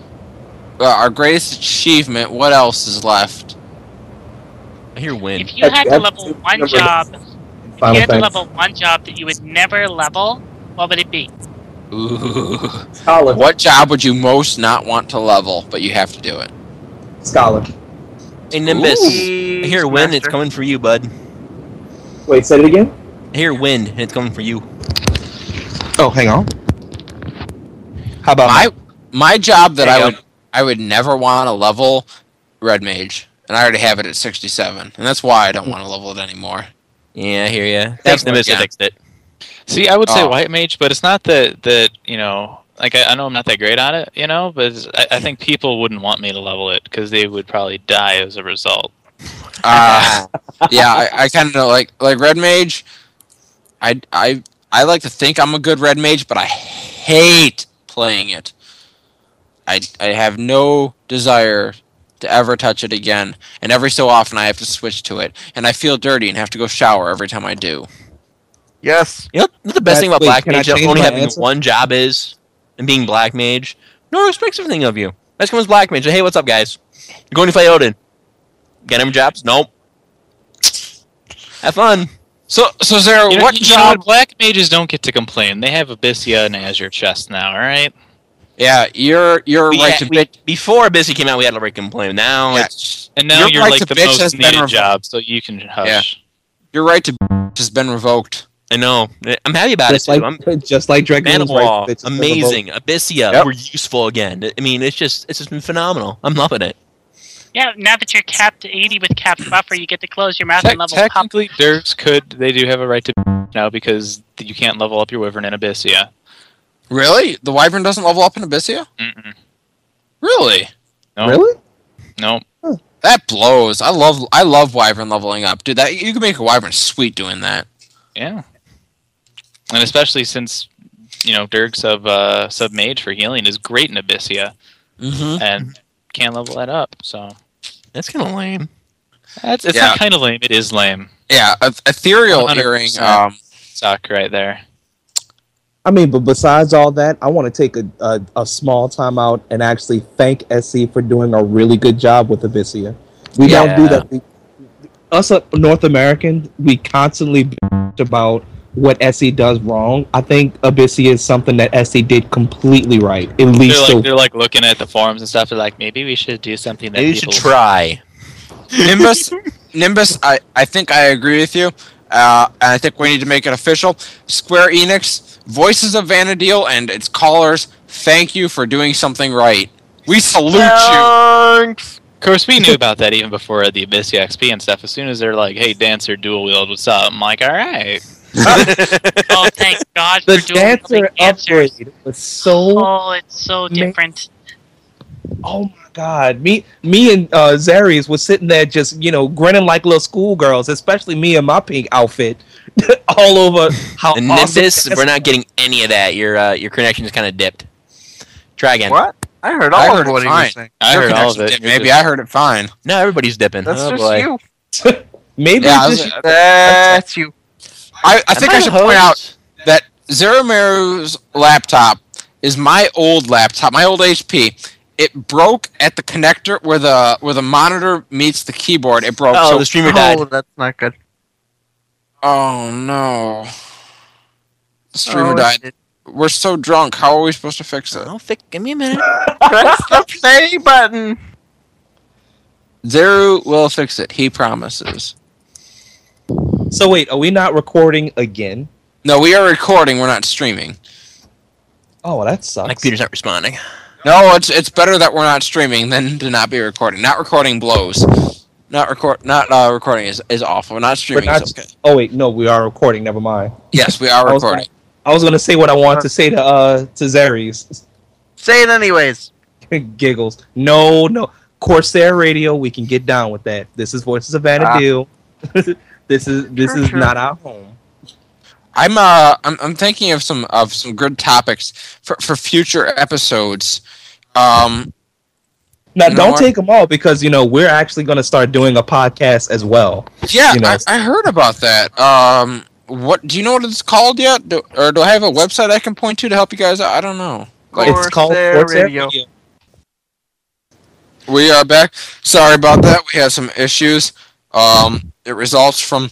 [SPEAKER 2] uh, our greatest achievement. What else is left?
[SPEAKER 3] I hear wind.
[SPEAKER 4] If you had to level one job, if you
[SPEAKER 10] Final
[SPEAKER 4] had to
[SPEAKER 10] thing.
[SPEAKER 4] level one job that you would never level, what would it be?
[SPEAKER 2] Ooh.
[SPEAKER 10] Scholar.
[SPEAKER 2] What job would you most not want to level, but you have to do it?
[SPEAKER 10] Scholar.
[SPEAKER 3] Hey Nimbus, I hear wind.
[SPEAKER 8] Master.
[SPEAKER 3] It's coming for you, bud.
[SPEAKER 10] Wait, said it again.
[SPEAKER 3] I hear wind. and It's coming for you.
[SPEAKER 10] Oh, hang on. How about
[SPEAKER 2] My my job that
[SPEAKER 3] There
[SPEAKER 2] I
[SPEAKER 3] you
[SPEAKER 2] would I would never want to level, red mage, and I already have it at sixty seven, and that's why I don't want to level it anymore.
[SPEAKER 3] Yeah, I hear ya. Thanks,
[SPEAKER 2] what
[SPEAKER 3] Nimbus.
[SPEAKER 2] you
[SPEAKER 3] I
[SPEAKER 2] got.
[SPEAKER 3] fixed it.
[SPEAKER 9] See, I would say
[SPEAKER 2] Oh.
[SPEAKER 9] White Mage, but it's not that that you know. Like I, I know I'm not that great on it, you know, but it's- I, I think people wouldn't want me to level it because they would probably die as a result.
[SPEAKER 2] Uh, yeah, I, I kind of know like like red mage. I I I like to think I'm a good red mage, but I hate playing it. I I have no desire to ever touch it again, and every so often I have to switch to it, and I feel dirty and have to go shower every time I do.
[SPEAKER 8] Yes.
[SPEAKER 3] You know what the
[SPEAKER 10] That's-
[SPEAKER 3] best thing about
[SPEAKER 10] wait,
[SPEAKER 3] Black
[SPEAKER 10] can I
[SPEAKER 3] Mage
[SPEAKER 10] change
[SPEAKER 3] only
[SPEAKER 10] my
[SPEAKER 3] having
[SPEAKER 10] answer?
[SPEAKER 3] one job is and being Black Mage. No one expects anything of you. Next comes Black Mage. Hey, what's up, guys? You're going to play Odin. Get him jobs? Nope. Have fun.
[SPEAKER 2] So, so Zara,
[SPEAKER 9] You know-
[SPEAKER 2] what
[SPEAKER 9] you know
[SPEAKER 2] job?
[SPEAKER 9] Black mages don't get to complain. They have Abyssia and Azure Chest now. All right.
[SPEAKER 2] yeah, you're you're
[SPEAKER 3] We
[SPEAKER 2] right
[SPEAKER 3] had-
[SPEAKER 2] to
[SPEAKER 3] we-
[SPEAKER 2] bitch.
[SPEAKER 3] before Busy came out, we had a break and blame. Now
[SPEAKER 2] Yeah.
[SPEAKER 3] it's
[SPEAKER 9] And now
[SPEAKER 2] Your
[SPEAKER 9] you're
[SPEAKER 2] right
[SPEAKER 9] like
[SPEAKER 2] to
[SPEAKER 9] the
[SPEAKER 2] bitch has
[SPEAKER 9] most
[SPEAKER 2] been
[SPEAKER 9] needed
[SPEAKER 2] revoked.
[SPEAKER 9] job, so you can hush.
[SPEAKER 2] Your right to *laughs* bitch has been revoked.
[SPEAKER 3] I know. I'm happy about
[SPEAKER 6] Just
[SPEAKER 3] it. Too.
[SPEAKER 6] like,
[SPEAKER 3] I'm
[SPEAKER 6] just like Dragoon's
[SPEAKER 3] Manowar,
[SPEAKER 6] right. bitch, it's been
[SPEAKER 3] amazing. Abyssia,
[SPEAKER 6] Yep.
[SPEAKER 3] we're useful again. I mean, it's just it's just been phenomenal. I'm loving it.
[SPEAKER 4] Yeah, now that you're capped to 80 with capped buffer, you get to close your mouth
[SPEAKER 9] Te-
[SPEAKER 4] and level up.
[SPEAKER 9] technically, Dirks could. They do have a right to now because you can't level up your Wyvern in Abyssia.
[SPEAKER 2] Really? The Wyvern doesn't level up in Abyssia?
[SPEAKER 9] Mm-mm.
[SPEAKER 2] Really?
[SPEAKER 9] No,
[SPEAKER 6] Really?
[SPEAKER 9] No.
[SPEAKER 2] That blows. I love I love Wyvern leveling up, dude. That you can make a Wyvern sweet doing that.
[SPEAKER 9] Yeah. And especially since you know Dirks of uh, sub mage for healing is great in Abyssia
[SPEAKER 2] Mm-hmm. *laughs*
[SPEAKER 9] and can level that up. So
[SPEAKER 3] That's kind of lame.
[SPEAKER 9] that's it's
[SPEAKER 2] Yeah.
[SPEAKER 9] not kind of lame. It is lame.
[SPEAKER 2] Yeah, a- ethereal
[SPEAKER 9] 100%.
[SPEAKER 2] earring. Um,
[SPEAKER 9] Suck right there.
[SPEAKER 6] I mean, but besides all that, I want to take a, a, a small time out and actually thank SC for doing a really good job with Abyssia. We don't do
[SPEAKER 3] Yeah.
[SPEAKER 6] that. We, us up North American, we constantly bitch about what SC does wrong. I think Abyssia is something that SC did completely right, at
[SPEAKER 9] They're
[SPEAKER 6] least
[SPEAKER 9] like
[SPEAKER 6] so
[SPEAKER 9] they're like looking at the forums and stuff. They're like, maybe we should do something that
[SPEAKER 3] Maybe you
[SPEAKER 9] people
[SPEAKER 3] should try.
[SPEAKER 2] Nimbus,
[SPEAKER 9] *laughs*
[SPEAKER 2] Nimbus, I, I think I agree with you. Uh, and I think we need to make it official. Square Enix, Voices of Vanadil, and its callers, thank you for doing something right. We salute you.
[SPEAKER 12] Thanks.
[SPEAKER 9] Of course, we knew about that even before the Abyss XP and stuff. As soon as they're like, "Hey, dancer, dual wield, what's up?" I'm like, "All right."
[SPEAKER 4] Oh, thank God
[SPEAKER 6] *laughs* the
[SPEAKER 4] for doing
[SPEAKER 6] dancer
[SPEAKER 4] public answers.
[SPEAKER 6] upgrade was so.
[SPEAKER 4] Oh, it's so
[SPEAKER 6] Ma-
[SPEAKER 4] different.
[SPEAKER 6] Oh my god, me, me and uh, Zaries was sitting there just you know grinning like little schoolgirls, especially me in my pink outfit, *laughs* all over how
[SPEAKER 3] And
[SPEAKER 6] awesome
[SPEAKER 3] Nimbus,
[SPEAKER 6] SC
[SPEAKER 3] we're not getting any of that. Your uh, your connection's kind of dipped. Try again.
[SPEAKER 12] What? I heard
[SPEAKER 2] I
[SPEAKER 12] all
[SPEAKER 2] heard
[SPEAKER 12] of what
[SPEAKER 2] it
[SPEAKER 12] he was
[SPEAKER 2] fine.
[SPEAKER 12] saying.
[SPEAKER 9] I
[SPEAKER 2] Your
[SPEAKER 9] heard all of
[SPEAKER 2] connection
[SPEAKER 9] it.
[SPEAKER 2] did.
[SPEAKER 9] You're
[SPEAKER 2] Maybe
[SPEAKER 9] just-
[SPEAKER 2] I heard it fine.
[SPEAKER 3] No, everybody's dipping.
[SPEAKER 12] That's
[SPEAKER 3] oh
[SPEAKER 12] just
[SPEAKER 3] boy.
[SPEAKER 12] you.
[SPEAKER 6] Maybe
[SPEAKER 2] Yeah, I
[SPEAKER 6] it's
[SPEAKER 2] was-
[SPEAKER 6] just
[SPEAKER 3] Uh,
[SPEAKER 12] That's you.
[SPEAKER 2] I, I think I should point out that Zeromeru's laptop is my old laptop, my old HP. It broke at the connector where the where the monitor meets the keyboard. It broke.
[SPEAKER 3] Oh,
[SPEAKER 2] so-
[SPEAKER 3] the streamer died.
[SPEAKER 12] Oh, that's not good.
[SPEAKER 2] oh no! The streamer
[SPEAKER 12] Oh,
[SPEAKER 2] died.
[SPEAKER 12] shit.
[SPEAKER 2] We're so drunk. How are we supposed to fix it?
[SPEAKER 3] I'll fix. Oh, Give me a minute.
[SPEAKER 12] *laughs* Press the play button.
[SPEAKER 2] Zeru will fix it. He promises.
[SPEAKER 6] So wait, are we not recording again?
[SPEAKER 2] No, we are recording. We're not streaming.
[SPEAKER 6] Oh, that
[SPEAKER 3] My
[SPEAKER 6] sucks.
[SPEAKER 3] computer's not responding.
[SPEAKER 2] No, it's it's better that we're not streaming than to not be recording. Not recording blows. Not record. Not uh, recording is, is awful. Not
[SPEAKER 6] We're
[SPEAKER 2] streaming
[SPEAKER 6] not-
[SPEAKER 2] is okay.
[SPEAKER 6] Oh wait, no, we are recording. Never mind.
[SPEAKER 2] Yes, we are
[SPEAKER 6] I was
[SPEAKER 2] recording.
[SPEAKER 6] I was gonna say what I wanted to say to uh to Zaries.
[SPEAKER 12] Say it anyways.
[SPEAKER 6] *laughs* Giggles. No, no. Corsair Radio. We can get down with that. This is Voices of
[SPEAKER 2] Ah.
[SPEAKER 6] Vanadil. *laughs* this is this
[SPEAKER 12] True,
[SPEAKER 6] is
[SPEAKER 12] true.
[SPEAKER 6] not our home.
[SPEAKER 2] I'm uh I'm, I'm thinking of some of some good topics for, for future episodes. Um
[SPEAKER 6] Now,
[SPEAKER 2] You know
[SPEAKER 6] don't
[SPEAKER 2] what?
[SPEAKER 6] take them all because you know we're actually gonna start doing a podcast as well.
[SPEAKER 2] yeah,
[SPEAKER 6] You know.
[SPEAKER 2] I, I heard about that. Um what do you know what it's called yet? Do, or do I have a website I can point to to help you guys out? I don't know.
[SPEAKER 6] it's called
[SPEAKER 12] Corsair
[SPEAKER 6] Corsair
[SPEAKER 12] Radio.
[SPEAKER 6] Radio.
[SPEAKER 2] We are back. Sorry about that. We had some issues. Um it results from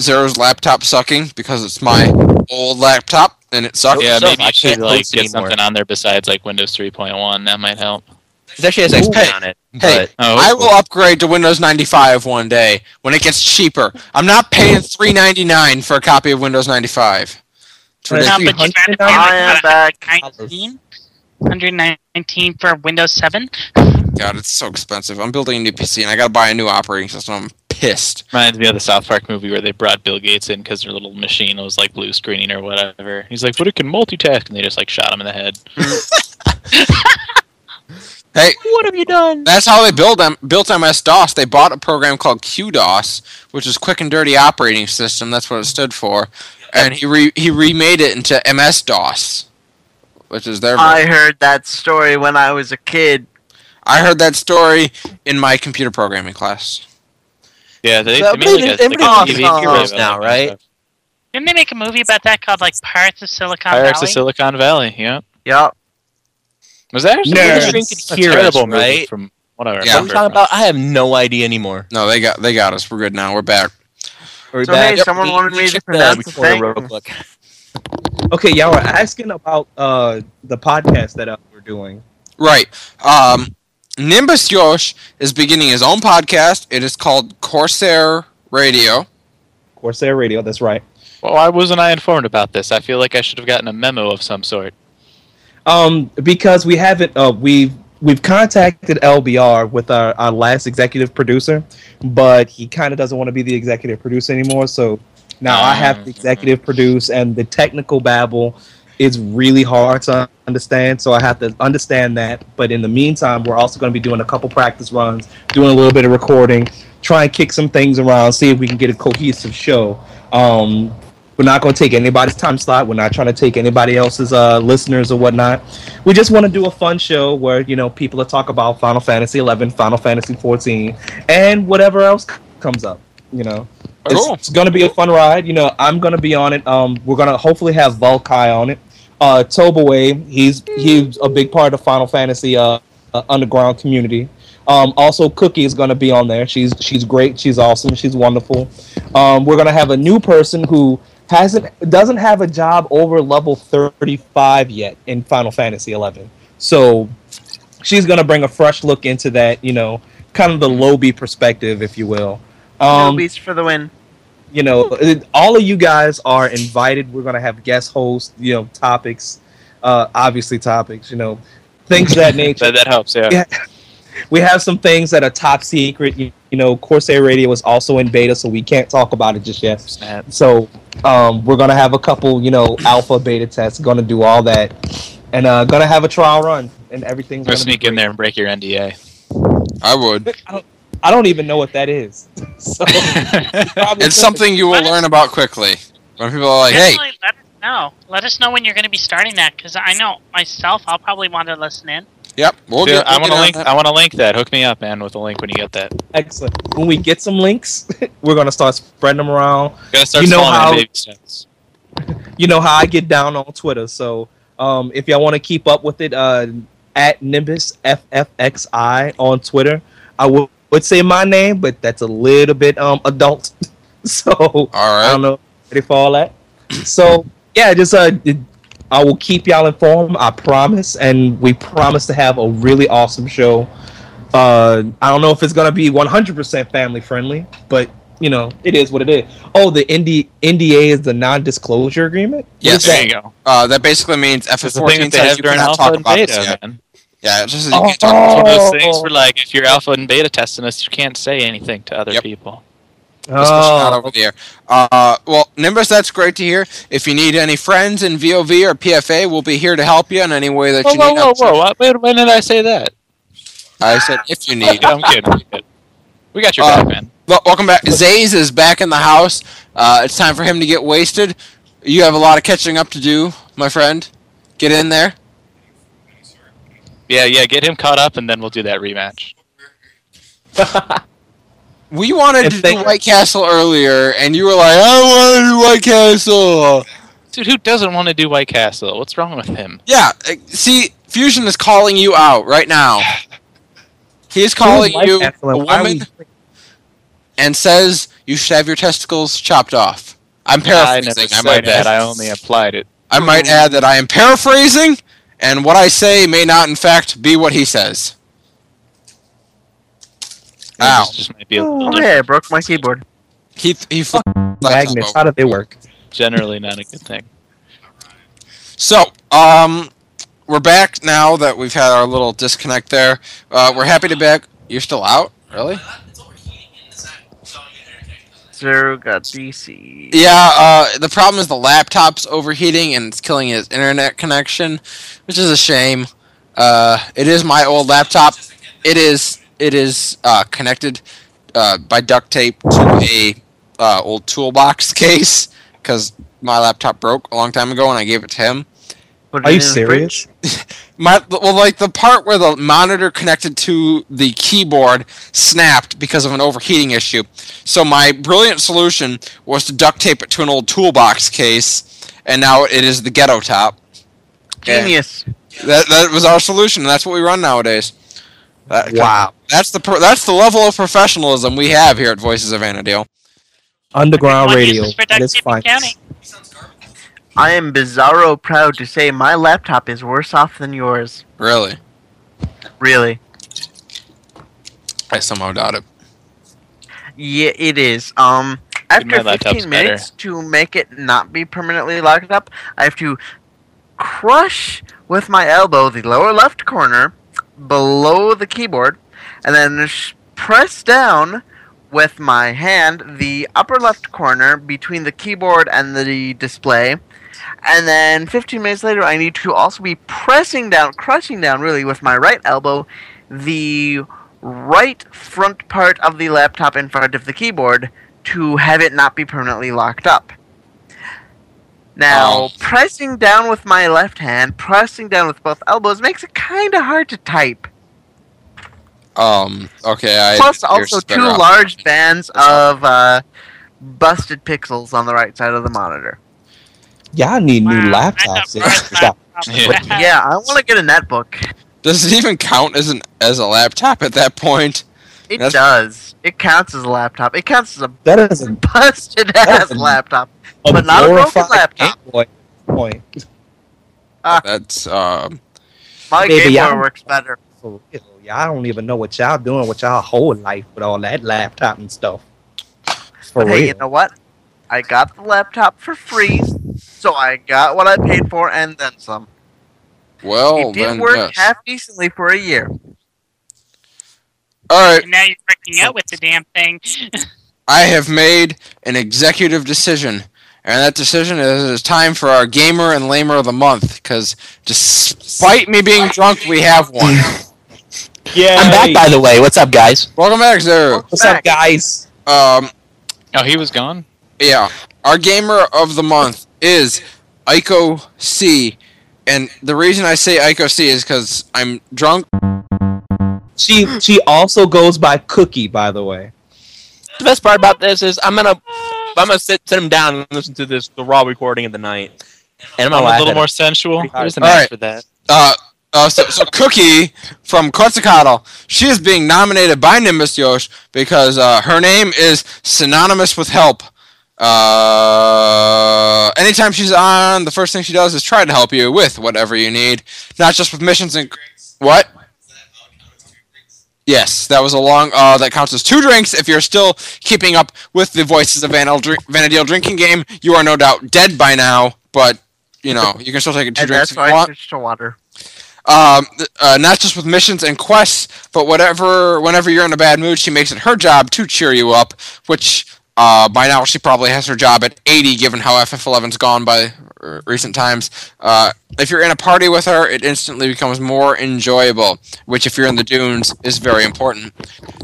[SPEAKER 2] Zero's laptop sucking because it's my old laptop and it sucks.
[SPEAKER 9] Yeah,
[SPEAKER 3] So
[SPEAKER 9] maybe
[SPEAKER 3] I
[SPEAKER 9] you
[SPEAKER 3] can't
[SPEAKER 9] should like
[SPEAKER 3] host
[SPEAKER 9] get
[SPEAKER 3] anymore.
[SPEAKER 9] something on there besides like Windows 3.1. That might help.
[SPEAKER 3] It actually has XP
[SPEAKER 2] Hey,
[SPEAKER 3] on it.
[SPEAKER 2] hey,
[SPEAKER 3] but-
[SPEAKER 9] Oh,
[SPEAKER 2] I will upgrade to Windows 95 one day when it gets cheaper. I'm not paying 3.99 for a copy of Windows 95. It's
[SPEAKER 6] Right.
[SPEAKER 4] No,
[SPEAKER 2] ridiculous.
[SPEAKER 4] but you'd rather pay
[SPEAKER 12] I am
[SPEAKER 4] like
[SPEAKER 12] back.
[SPEAKER 4] 119, 119 for Windows 7.
[SPEAKER 2] God, it's so expensive. I'm building a new PC and I gotta buy a new operating system. I'm pissed.
[SPEAKER 9] Reminds me of the South Park movie where they brought Bill Gates in because their little machine was like blue screening or whatever. He's like, "But it can multitask," and they just like shot him in the head.
[SPEAKER 2] Hey,
[SPEAKER 3] What have you done?
[SPEAKER 2] that's how they build them. Built MS DOS. They bought a program called QDOS, which is Quick and Dirty Operating System. That's what it stood for, and he re- he remade it into MS DOS, which is their.
[SPEAKER 12] I heard that story when I was a kid.
[SPEAKER 2] I heard that story in my computer programming class.
[SPEAKER 9] Yeah, they,
[SPEAKER 3] So
[SPEAKER 9] they made like a,
[SPEAKER 3] everybody-
[SPEAKER 9] like a
[SPEAKER 12] everybody's
[SPEAKER 9] TV
[SPEAKER 12] awesome.
[SPEAKER 9] program about
[SPEAKER 3] now,
[SPEAKER 9] that
[SPEAKER 3] right?
[SPEAKER 9] stuff.
[SPEAKER 4] Didn't they make a movie about that called like Pirates of Silicon
[SPEAKER 9] Pirates
[SPEAKER 4] Valley?
[SPEAKER 9] of Silicon Valley. Yeah,
[SPEAKER 12] Yup.
[SPEAKER 9] Was that actually
[SPEAKER 3] Nerds.
[SPEAKER 9] a
[SPEAKER 3] That's
[SPEAKER 9] terrible movie
[SPEAKER 3] right?
[SPEAKER 9] from what I
[SPEAKER 2] Yeah.
[SPEAKER 9] remember?
[SPEAKER 2] What
[SPEAKER 3] What are we talking about? I have no idea anymore.
[SPEAKER 2] No, they got they got us. We're good now. We're back.
[SPEAKER 3] Are we
[SPEAKER 8] So,
[SPEAKER 3] back?
[SPEAKER 8] hey, someone
[SPEAKER 3] We-
[SPEAKER 8] wanted
[SPEAKER 3] we
[SPEAKER 8] me to
[SPEAKER 3] checked
[SPEAKER 8] pronounce
[SPEAKER 3] that
[SPEAKER 8] the
[SPEAKER 3] before
[SPEAKER 8] thing.
[SPEAKER 3] real quick.
[SPEAKER 6] Okay, y'all were asking about uh, the podcast that uh, we're doing.
[SPEAKER 2] Right. Um, Nimbus Yosh is beginning his own podcast. It is called Corsair Radio.
[SPEAKER 6] Corsair Radio, that's right.
[SPEAKER 9] Well, why wasn't I informed about this? I feel like I should have gotten a memo of some sort.
[SPEAKER 6] Um, because we haven't, uh, we've we've contacted LBR with our, our last executive producer, but he kind of doesn't want to be the executive producer anymore. So now I have to executive produce, and the technical babble is really hard to understand. So I have to understand that. But in the meantime, we're also going to be doing a couple practice runs, doing a little bit of recording, try and kick some things around, see if we can get a cohesive show. Um, we're not going to take anybody's time slot. We're not trying to take anybody else's uh, listeners or whatnot. We just want to do a fun show where you know people will talk about Final Fantasy eleven, Final Fantasy fourteen, and whatever else c- comes up. You know, it's,
[SPEAKER 2] Cool.
[SPEAKER 6] it's going to be a fun ride. You know, I'm going to be on it. Um, we're going to hopefully have Volkai on it. Uh, Tobaway, he's he's a big part of Final Fantasy uh, uh, underground community. Um, also, Cookie is going to be on there. She's she's great. She's awesome. She's wonderful. Um, we're going to have a new person who hasn't doesn't have a job over level 35 yet in Final Fantasy 11. So she's going to bring a fresh look into that, you know, kind of the Lobby perspective, if you will. Um,
[SPEAKER 8] Newbies for the win.
[SPEAKER 6] you know, it- all of you guys are invited. We're going to have guest hosts, you know, topics, uh, obviously topics, you know, things of
[SPEAKER 2] *laughs*
[SPEAKER 6] that nature.
[SPEAKER 9] That, that helps, yeah.
[SPEAKER 6] Yeah. we have some things that are top secret. You, you know, Corsair Radio is also in beta, so we can't talk about it just yet.
[SPEAKER 9] Snap.
[SPEAKER 6] So um, we're gonna have a couple, you know, alpha beta tests. Gonna do all that, and uh, gonna have a trial run, and everything's
[SPEAKER 9] I'm gonna
[SPEAKER 6] gonna be
[SPEAKER 9] sneak in
[SPEAKER 6] great.
[SPEAKER 9] there and break
[SPEAKER 6] *laughs*
[SPEAKER 9] your NDA.
[SPEAKER 2] I would.
[SPEAKER 6] I don't even know what that is. *laughs*
[SPEAKER 2] *laughs*
[SPEAKER 6] so probably
[SPEAKER 2] It's something you will learn about quickly. When people are like, "Hey,
[SPEAKER 4] Definitely let us know. Let us know when you're going to be starting that, because I know myself, I'll probably want to listen in.
[SPEAKER 2] yep, we'll
[SPEAKER 9] Dude,
[SPEAKER 2] get."
[SPEAKER 9] I
[SPEAKER 2] we'll
[SPEAKER 9] want to link.
[SPEAKER 2] get on
[SPEAKER 9] I want to link that. Hook me up, man, with a link when you get that.
[SPEAKER 6] excellent. When we get some links, *laughs* we're gonna start spreading them around.
[SPEAKER 9] Gotta start
[SPEAKER 6] You know
[SPEAKER 9] small and
[SPEAKER 6] how-
[SPEAKER 9] baby steps.
[SPEAKER 6] You know how I get down on Twitter, so um, if y'all want to keep up with it, uh, at Nimbus FFXI on Twitter. I would would say my name, but that's a little bit um adult. *laughs* so
[SPEAKER 2] that. All
[SPEAKER 6] I
[SPEAKER 9] Um,
[SPEAKER 2] right.
[SPEAKER 6] don't know. Ready for all that? So yeah, just uh, it- I will keep y'all informed. I promise, and we promise to have a really awesome show. Uh, I don't know if it's gonna be 100% family friendly, but you know it is what it is. Oh, the ND, NDA is the non-disclosure agreement. What
[SPEAKER 2] Yes.
[SPEAKER 6] is that?
[SPEAKER 9] There you go.
[SPEAKER 2] Uh, that basically means
[SPEAKER 9] That's the thing
[SPEAKER 2] FF14
[SPEAKER 9] that they
[SPEAKER 2] says
[SPEAKER 9] have
[SPEAKER 2] you
[SPEAKER 9] during
[SPEAKER 2] cannot
[SPEAKER 9] alpha
[SPEAKER 2] talk
[SPEAKER 9] and
[SPEAKER 2] about
[SPEAKER 9] beta,
[SPEAKER 2] this yet.
[SPEAKER 9] man.
[SPEAKER 2] Yeah, it's just you can't
[SPEAKER 6] Oh.
[SPEAKER 2] talk.
[SPEAKER 9] It's one of those things where, like, if you're alpha and beta testing us, you can't say anything to other
[SPEAKER 2] Yep.
[SPEAKER 9] people.
[SPEAKER 2] especially not
[SPEAKER 6] Oh,
[SPEAKER 2] over there. Uh, well, Nimbus, that's great to hear. If you need any friends in VOV or PFA, we'll be here to help you in any way that
[SPEAKER 9] Whoa,
[SPEAKER 2] you
[SPEAKER 9] whoa,
[SPEAKER 2] need.
[SPEAKER 9] whoa,
[SPEAKER 2] I'm sure-
[SPEAKER 9] whoa! Why- When, when did I say
[SPEAKER 2] *laughs*
[SPEAKER 9] that?
[SPEAKER 2] I said if you
[SPEAKER 9] I'm
[SPEAKER 2] need.
[SPEAKER 9] kidding. I'm kidding. I'm kidding. We got your
[SPEAKER 2] Uh,
[SPEAKER 9] back, man.
[SPEAKER 2] Well, welcome back. Zays is back in the house. Uh, it's time for him to get wasted. You have a lot of catching up to do, my friend. Get in there.
[SPEAKER 9] Yeah, yeah. Get him caught up, and then we'll do that rematch.
[SPEAKER 2] We wanted
[SPEAKER 6] If
[SPEAKER 2] to
[SPEAKER 6] they-
[SPEAKER 2] do White Castle earlier, and you were like, "I want to do White Castle."
[SPEAKER 9] Dude, who doesn't want to do White Castle? What's wrong with *laughs* him?
[SPEAKER 2] Yeah. uh, See, Fusion is calling you out right now. He is calling
[SPEAKER 6] Life
[SPEAKER 2] you a
[SPEAKER 6] Excellent. Why
[SPEAKER 2] woman
[SPEAKER 6] we-
[SPEAKER 2] and says you should have your testicles chopped off. I'm
[SPEAKER 9] I
[SPEAKER 2] paraphrasing.
[SPEAKER 9] never
[SPEAKER 2] I,
[SPEAKER 9] said
[SPEAKER 2] might
[SPEAKER 9] that.
[SPEAKER 2] add.
[SPEAKER 9] I only applied it.
[SPEAKER 2] I might add that I am paraphrasing, and what I say may not, in fact, be what he says. Ow!
[SPEAKER 9] This just might be a little
[SPEAKER 8] Oh, yeah, I broke my keyboard.
[SPEAKER 2] He he. F-
[SPEAKER 6] Magnus, how did they work?
[SPEAKER 9] generally not a good thing.
[SPEAKER 2] So, um, we're back now that we've had our little disconnect there. Uh, we're happy to back. You're still out, really?
[SPEAKER 8] Zero got DC.
[SPEAKER 2] Yeah, uh, the problem is the laptop's overheating and it's killing his internet connection, which is a shame. Uh, it is my old laptop. It is it is uh, connected uh, by duct tape to a uh, old toolbox *laughs* case because my laptop broke a long time ago and I gave it to him.
[SPEAKER 8] Put
[SPEAKER 6] Are
[SPEAKER 8] it
[SPEAKER 6] you
[SPEAKER 8] in the fridge.
[SPEAKER 6] serious?
[SPEAKER 2] My well, like the part where the monitor connected to the keyboard snapped because of an overheating issue. So my brilliant solution was to duct tape it to an old toolbox case, and now it is the ghetto top. And
[SPEAKER 8] Genius.
[SPEAKER 2] That that was our solution. and That's what we run nowadays. That-
[SPEAKER 6] Wow.
[SPEAKER 2] That's the pro- that's the level of professionalism we have here at Voices of Annandale.
[SPEAKER 6] Underground
[SPEAKER 4] One
[SPEAKER 6] radio.
[SPEAKER 4] uses for
[SPEAKER 6] That is
[SPEAKER 4] Duxbury
[SPEAKER 6] fine.
[SPEAKER 4] County.
[SPEAKER 9] I am bizarro proud to say my laptop is worse off than yours.
[SPEAKER 2] Really,
[SPEAKER 9] Really.
[SPEAKER 2] I somehow doubt it.
[SPEAKER 9] Yeah, it is. Um,
[SPEAKER 13] my
[SPEAKER 9] after
[SPEAKER 13] laptop's
[SPEAKER 9] 15 minutes to make it not be permanently locked up, I have to crush with my elbow the lower left corner below the keyboard, and then sh- press down with my hand the upper left corner between the keyboard and the display. And then 15 minutes later, I need to also be pressing down, crushing down really with my right elbow the right front part of the laptop in front of the keyboard to have it not be permanently locked up. Now,
[SPEAKER 2] Oh.
[SPEAKER 9] pressing down with my left hand, pressing down with both elbows makes it kind of hard to type.
[SPEAKER 2] Um. Okay. I,
[SPEAKER 9] Plus,
[SPEAKER 2] you're
[SPEAKER 9] also
[SPEAKER 2] better
[SPEAKER 9] two
[SPEAKER 2] off.
[SPEAKER 9] large bands of uh, busted pixels on the right side of the monitor.
[SPEAKER 6] Y'all need new
[SPEAKER 4] Wow, I thought
[SPEAKER 6] laptops. *laughs*
[SPEAKER 4] Brett
[SPEAKER 6] and stuff.
[SPEAKER 4] laptop-
[SPEAKER 9] yeah, I want to get a netbook.
[SPEAKER 2] Does it even count as an as a laptop at that point?
[SPEAKER 9] It
[SPEAKER 2] That's-
[SPEAKER 9] does. It counts as a laptop. It counts as a *laughs*
[SPEAKER 6] That is a,
[SPEAKER 9] busted ass
[SPEAKER 6] That's a-
[SPEAKER 9] laptop.
[SPEAKER 6] a
[SPEAKER 9] But not a broken
[SPEAKER 6] glorified
[SPEAKER 9] laptop.
[SPEAKER 6] Game Boy. Boy.
[SPEAKER 2] That's um.
[SPEAKER 9] My
[SPEAKER 6] Baby,
[SPEAKER 9] Game Boy
[SPEAKER 6] I'm-
[SPEAKER 9] works better.
[SPEAKER 6] For real. Y'all don't even know what y'all doing with y'all whole life with all that laptop and stuff. For
[SPEAKER 9] But hey, you
[SPEAKER 6] real.
[SPEAKER 9] know what? I got the laptop for free, so I got what I paid for and then some.
[SPEAKER 2] Well,
[SPEAKER 9] it did
[SPEAKER 2] then
[SPEAKER 9] work
[SPEAKER 2] yes.
[SPEAKER 9] half decently for a year.
[SPEAKER 2] All right.
[SPEAKER 4] And now you're freaking out with the damn thing.
[SPEAKER 2] I have made an executive decision, and that decision is it's time for our gamer and lamer of the month. Because despite me being drunk, we have one.
[SPEAKER 14] Yeah.
[SPEAKER 3] I'm back, by the way. What's up, guys?
[SPEAKER 2] Welcome back, Zeru.
[SPEAKER 6] What's up, guys?
[SPEAKER 2] Um,
[SPEAKER 13] Oh, he was gone.
[SPEAKER 2] yeah, our gamer of the month is Ico C, and the reason I say Ico C is because I'm drunk.
[SPEAKER 6] She she also goes by Cookie, by the way.
[SPEAKER 3] The best part about this is I'm gonna I'm gonna sit sit him down and listen to this the raw recording of the night,
[SPEAKER 13] I'm
[SPEAKER 3] and I'm
[SPEAKER 9] Oh,
[SPEAKER 3] gonna laugh
[SPEAKER 13] a little
[SPEAKER 3] at
[SPEAKER 13] more sensual.
[SPEAKER 3] hard.
[SPEAKER 13] There's an
[SPEAKER 2] All
[SPEAKER 13] app
[SPEAKER 2] right.
[SPEAKER 13] for that.
[SPEAKER 2] Uh, uh, so, so Cookie from Quetzalcoatl, she is being nominated by Nimbus Yosh because uh, her name is synonymous with help. Uh, anytime she's on, the first thing she does is try to help you with whatever you need, not just with missions and what. Yes, that was a long. Uh, that counts as two drinks. If you're still keeping up with the voices of Vanel drink, Vanadil drinking game, you are no doubt dead by now. But you know you can still take two
[SPEAKER 9] And
[SPEAKER 2] drinks
[SPEAKER 9] that's
[SPEAKER 2] if
[SPEAKER 9] why
[SPEAKER 2] you
[SPEAKER 9] I
[SPEAKER 2] want
[SPEAKER 9] switched to water.
[SPEAKER 2] um, th- uh, not just with missions and quests, but whatever. Whenever you're in a bad mood, she makes it her job to cheer you up. Which uh, by now she probably has her job at 80, given how FF11's gone by r- recent times. Uh, if you're in a party with her, it instantly becomes more enjoyable. Which, if you're in the dunes, is very important.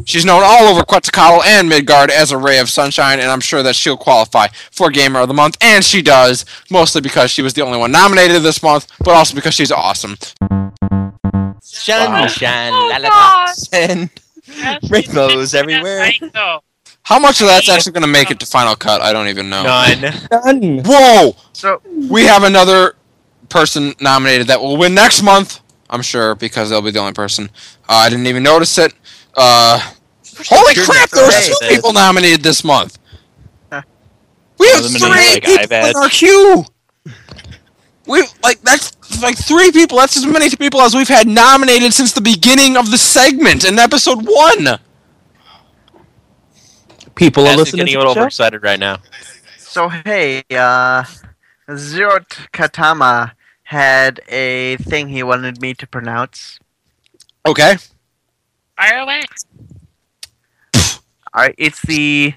[SPEAKER 2] She's known all over Quetzalcoatl and Midgard as a ray of sunshine, and I'm sure that she'll qualify for Gamer of the Month, and she does, mostly because she was the only one nominated this month, but also because she's awesome.
[SPEAKER 3] Shun,
[SPEAKER 2] Wow.
[SPEAKER 3] shun,
[SPEAKER 4] Oh,
[SPEAKER 3] lollipops, and
[SPEAKER 4] That's-
[SPEAKER 3] rainbows everywhere.
[SPEAKER 4] I know.
[SPEAKER 2] How much of that's actually going to make it to Final Cut? I don't even know.
[SPEAKER 3] None.
[SPEAKER 6] Done.
[SPEAKER 2] Whoa!
[SPEAKER 9] So
[SPEAKER 2] We have another person nominated that will win next month, I'm sure, because they'll be the only person. Uh, I didn't even notice it. Uh, holy
[SPEAKER 3] You're
[SPEAKER 2] crap, there were
[SPEAKER 3] right.
[SPEAKER 2] two people nominated this month.
[SPEAKER 9] Huh.
[SPEAKER 2] We have
[SPEAKER 13] Those are
[SPEAKER 2] three
[SPEAKER 13] like
[SPEAKER 2] people
[SPEAKER 13] iPads.
[SPEAKER 2] in our queue. We like that's like three people. That's as many people as we've had nominated since the beginning of the segment in episode one.
[SPEAKER 6] People are
[SPEAKER 3] That's
[SPEAKER 6] listening
[SPEAKER 3] getting a
[SPEAKER 6] to
[SPEAKER 3] little
[SPEAKER 6] the show.
[SPEAKER 3] overexcited right now.
[SPEAKER 9] so hey, uh, Zero T- Katama had a thing he wanted me to pronounce.
[SPEAKER 2] Okay.
[SPEAKER 4] Fire away.
[SPEAKER 9] All right, it's the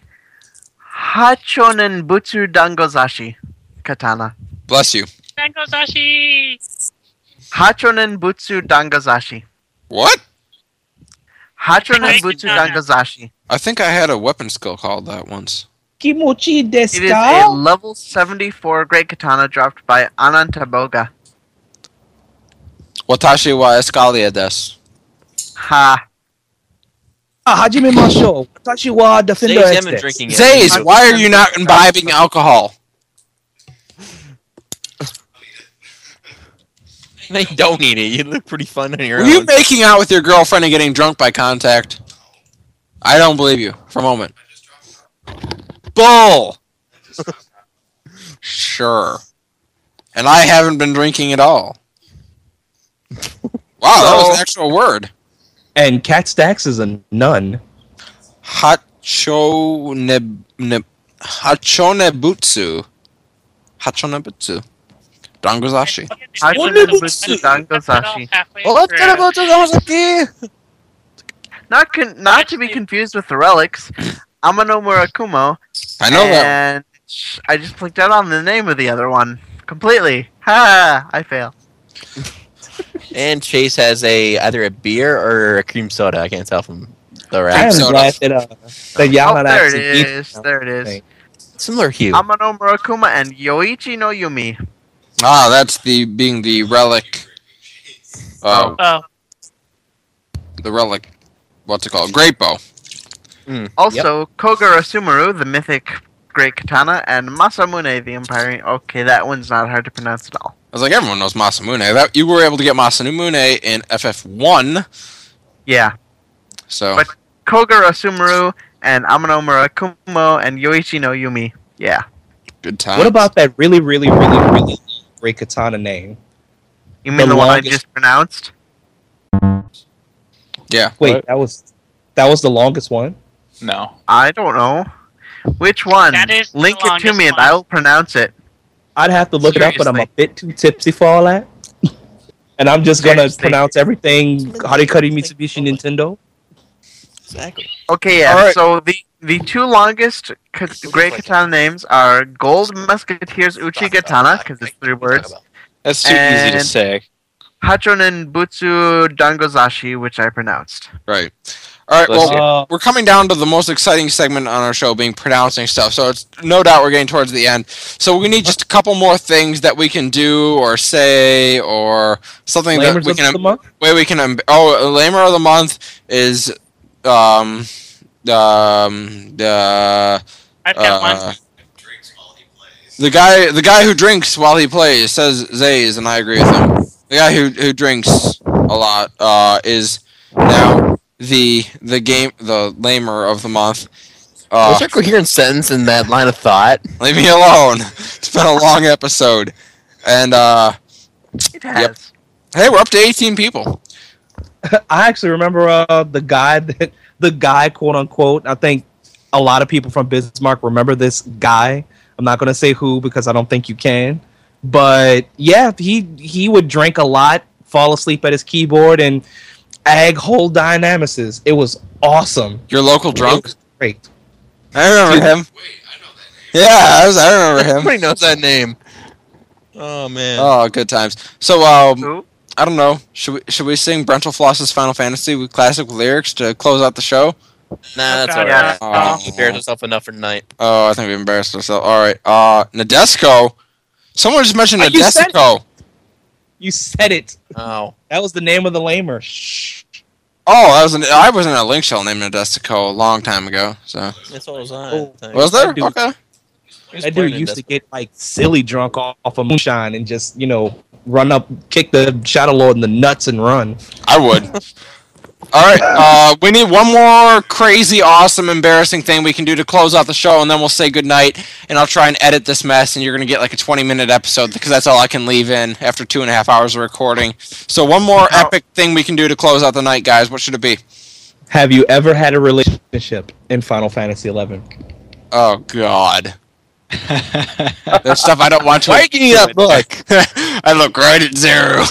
[SPEAKER 9] Hachonen Butsu Dangozashi katana.
[SPEAKER 2] Bless you.
[SPEAKER 4] Mango Sashi.
[SPEAKER 9] Hachonen Butsu Dangozashi.
[SPEAKER 2] What?
[SPEAKER 9] Hachonen
[SPEAKER 4] Thank you,
[SPEAKER 9] Butsu
[SPEAKER 4] Nana.
[SPEAKER 9] Dangozashi.
[SPEAKER 2] I think I had a weapon skill called that once.
[SPEAKER 14] Kimochi
[SPEAKER 9] It is a
[SPEAKER 14] desu
[SPEAKER 9] level 74 great katana dropped by Anantaboga.
[SPEAKER 2] Watashi wa escalia desu.
[SPEAKER 9] Ha.
[SPEAKER 6] Ah, Hajime Masho. Watashi wa
[SPEAKER 3] Dave's
[SPEAKER 6] defender
[SPEAKER 3] him and
[SPEAKER 6] X-Dex.
[SPEAKER 3] drinking it.
[SPEAKER 2] Zays, why are you not imbibing alcohol?
[SPEAKER 3] *laughs* They don't need it. You look pretty fun on your
[SPEAKER 2] Were
[SPEAKER 3] own.
[SPEAKER 2] you making out with your girlfriend and getting drunk by contact? I don't believe you for a moment. Bull. sure. And I haven't been drinking at *laughs* all. Wow, that was an actual word.
[SPEAKER 6] And Cat Stacks is a nun.
[SPEAKER 2] Hacho neb, neb, Hachonebutsu. Hachonebutsu. Dangozashi.
[SPEAKER 9] I should have boosted Dangosashi.
[SPEAKER 4] halfway
[SPEAKER 2] Well, let's
[SPEAKER 4] through.
[SPEAKER 2] get about Oh, to Dangozashi.
[SPEAKER 9] Not con- not to be confused with the relics, Amano Murakumo.
[SPEAKER 2] I know that.
[SPEAKER 9] and I just clicked out on the name of the other one completely. Ha! I fail.
[SPEAKER 3] And Chase has a either a beer or a cream soda. I can't tell from the
[SPEAKER 6] I am
[SPEAKER 3] wrap.
[SPEAKER 2] Cream soda.
[SPEAKER 6] glad that, uh, that y'all
[SPEAKER 9] oh,
[SPEAKER 6] not
[SPEAKER 9] there it
[SPEAKER 6] actually eating
[SPEAKER 9] is. There it is.
[SPEAKER 6] thing.
[SPEAKER 3] Similar hue.
[SPEAKER 9] Amano Murakuma and Yoichi no Yumi.
[SPEAKER 2] Ah, that's the being the relic. Uh,
[SPEAKER 4] Oh,
[SPEAKER 2] the relic. What's it called? Great bow.
[SPEAKER 3] Mm, yep.
[SPEAKER 9] Also, Kogura Sumaru, the mythic great katana, and Masamune, the empire. Okay, that one's not hard to pronounce at all.
[SPEAKER 2] I was like, everyone knows Masamune. That you were able to get Masamune in FF1,
[SPEAKER 9] Yeah.
[SPEAKER 2] so
[SPEAKER 9] But- Kogura Sumaru and Amano Murakumo and Yoichi no Yumi. Yeah.
[SPEAKER 2] good time.
[SPEAKER 6] What about that really, really, really, really great katana name?
[SPEAKER 9] You mean
[SPEAKER 6] The
[SPEAKER 9] the, one I
[SPEAKER 6] longest-
[SPEAKER 9] just pronounced?
[SPEAKER 2] yeah?
[SPEAKER 6] Wait,
[SPEAKER 15] What?
[SPEAKER 6] that was that was the longest one.
[SPEAKER 15] No.
[SPEAKER 9] I don't know. Which one?
[SPEAKER 4] That is the
[SPEAKER 9] Link it to
[SPEAKER 4] longest
[SPEAKER 9] me and
[SPEAKER 4] one.
[SPEAKER 9] I'll pronounce it.
[SPEAKER 6] I'd have to look it up, but I'm a
[SPEAKER 9] Seriously.
[SPEAKER 6] bit too tipsy for all that. *laughs* and I'm just gonna
[SPEAKER 9] Seriously.
[SPEAKER 6] pronounce everything Harikari Mitsubishi Nintendo.
[SPEAKER 3] Exactly.
[SPEAKER 9] Okay, yeah.
[SPEAKER 2] All right.
[SPEAKER 9] So the the two longest k- great katana names are Gold Musketeers Uchi Katana, because it's three words,
[SPEAKER 15] That's too easy to
[SPEAKER 9] And-
[SPEAKER 15] say.
[SPEAKER 9] Hachonen Butsu Dangozashi, which I pronounced.
[SPEAKER 2] Right. All
[SPEAKER 15] Let's
[SPEAKER 2] right. Well,
[SPEAKER 15] see.
[SPEAKER 6] Uh,
[SPEAKER 2] we're coming down to the most exciting segment on our show, being pronouncing stuff. So it's no doubt we're getting towards the end. So we need just a couple more things that we can do or say or something
[SPEAKER 6] Flamers
[SPEAKER 2] that we
[SPEAKER 6] of
[SPEAKER 2] can
[SPEAKER 6] the month.
[SPEAKER 2] way we can um, oh lamer of the month is um um uh,
[SPEAKER 4] I've got
[SPEAKER 2] uh,
[SPEAKER 4] one.
[SPEAKER 2] the guy the guy who drinks while he plays says Zays and I agree with him. The guy who who drinks a lot uh is now the the game the lamer of the month.
[SPEAKER 3] Was
[SPEAKER 2] Uh,
[SPEAKER 3] there a coherent sentence in that line of thought?
[SPEAKER 2] leave me alone. *laughs* It's been a long episode. And uh
[SPEAKER 9] It has.
[SPEAKER 2] hey, we're up to 18 people.
[SPEAKER 6] I actually remember uh, the guy *laughs* that the guy quote unquote. I think a lot of people from Bismarck remember this guy. I'm not gonna say who because I don't think you can. But yeah, he he would drink a lot, fall asleep at his keyboard, and ag whole dynamices. It was awesome.
[SPEAKER 2] Your local
[SPEAKER 6] It
[SPEAKER 2] drunk.
[SPEAKER 6] was great.
[SPEAKER 2] I remember him. Yeah, I, was, I remember him.
[SPEAKER 3] Everybody knows that name. Oh man.
[SPEAKER 2] Oh, good times. So, um,
[SPEAKER 9] Who?
[SPEAKER 2] I don't know. Should we should we sing Brental Floss's Final Fantasy with classic lyrics to close out the show?
[SPEAKER 3] nah, that's
[SPEAKER 4] God,
[SPEAKER 3] alright.
[SPEAKER 2] yeah.
[SPEAKER 3] You prepared yourself enough for tonight.
[SPEAKER 2] Oh, I think we embarrassed ourselves. All right. Uh, Nadesco. Someone just mentioned
[SPEAKER 6] Oh, you said it.
[SPEAKER 2] Nadesco.
[SPEAKER 6] You said it.
[SPEAKER 3] Oh.
[SPEAKER 6] That was the name of the lamer. Shh.
[SPEAKER 2] Oh, I was in, I was in a link shell named Nadesco a long time ago. So
[SPEAKER 3] That's what was on.
[SPEAKER 6] Oh.
[SPEAKER 3] Thanks.
[SPEAKER 2] was there?
[SPEAKER 6] That dude-
[SPEAKER 2] Okay.
[SPEAKER 3] Here's
[SPEAKER 6] That dude
[SPEAKER 3] Brandon
[SPEAKER 6] used to
[SPEAKER 3] Desmond.
[SPEAKER 6] get like silly drunk off off of moonshine and just you know run up, kick the Shadow Lord in the nuts and run.
[SPEAKER 2] I would. All right. Uh, we need one more crazy, awesome, embarrassing thing we can do to close out the show, and then we'll say goodnight. And I'll try and edit this mess, and you're gonna get like a 20 minute episode because that's all I can leave in after two and a half hours of recording. So one more
[SPEAKER 9] How-
[SPEAKER 2] epic thing we can do to close out the night, guys. What should it be?
[SPEAKER 6] Have you ever had a relationship in Final
[SPEAKER 3] *laughs*
[SPEAKER 6] Fantasy XI?
[SPEAKER 2] Oh God. There's stuff I don't want to.
[SPEAKER 3] *laughs* Why are you giving me that
[SPEAKER 2] look? *laughs* I look right at zero.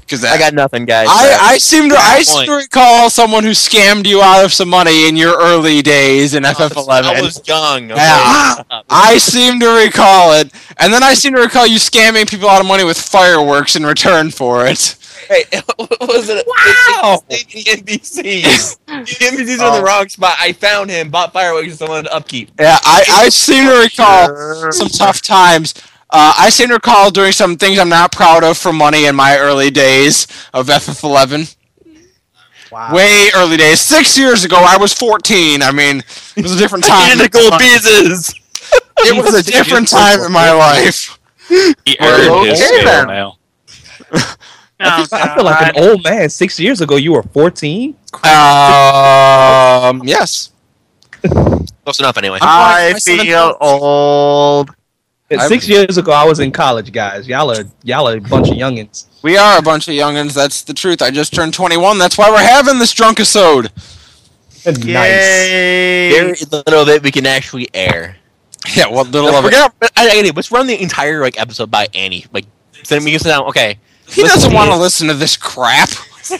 [SPEAKER 2] Because
[SPEAKER 3] I got nothing, guys.
[SPEAKER 2] I, I seem to I
[SPEAKER 3] Good
[SPEAKER 2] seem
[SPEAKER 3] point.
[SPEAKER 2] to recall someone who scammed you out of some money in your early days in
[SPEAKER 3] Oh, I
[SPEAKER 2] FF11.
[SPEAKER 3] was young. Okay.
[SPEAKER 2] Yeah. Ah, I seem to recall it, and then I seem to recall you scamming people out of money with fireworks in return for it.
[SPEAKER 3] Hey, *laughs* what was it? Wow! NBCs. You gave me these
[SPEAKER 2] Oh.
[SPEAKER 3] are in the wrong spot. I found him, bought fireworks, and someone to upkeep.
[SPEAKER 2] Yeah, I, I seem to recall
[SPEAKER 9] Sure.
[SPEAKER 2] some tough times. Uh, I seem to recall doing some things I'm not proud of for money in my early days of FF11.
[SPEAKER 6] Wow.
[SPEAKER 2] Way early days. Six years ago, I was 14. I mean, it was a different time. *laughs*
[SPEAKER 3] pieces.
[SPEAKER 2] it was a different time in my life.
[SPEAKER 15] He
[SPEAKER 2] Well,
[SPEAKER 15] earned his
[SPEAKER 9] *laughs* okay
[SPEAKER 15] scale
[SPEAKER 9] then.
[SPEAKER 15] mail.
[SPEAKER 6] I, feel, I feel like an old man. Six years ago, you were 14.
[SPEAKER 2] Um, yes.
[SPEAKER 3] Close enough, anyway.
[SPEAKER 5] I feel old.
[SPEAKER 2] I-
[SPEAKER 6] Six years ago, I was in college, guys. Y'all are y'all are a bunch of youngins.
[SPEAKER 2] We are a bunch of youngins. That's the truth. I just turned 21. That's why we're having this drunk episode.
[SPEAKER 6] nice.
[SPEAKER 3] Very little that we can actually air.
[SPEAKER 2] Yeah, what little
[SPEAKER 3] Don't
[SPEAKER 2] of it.
[SPEAKER 3] forget- but I, I, let's run the entire like episode by Annie. Like, so then we can sit down. Okay,
[SPEAKER 2] He doesn't want to listen to this crap.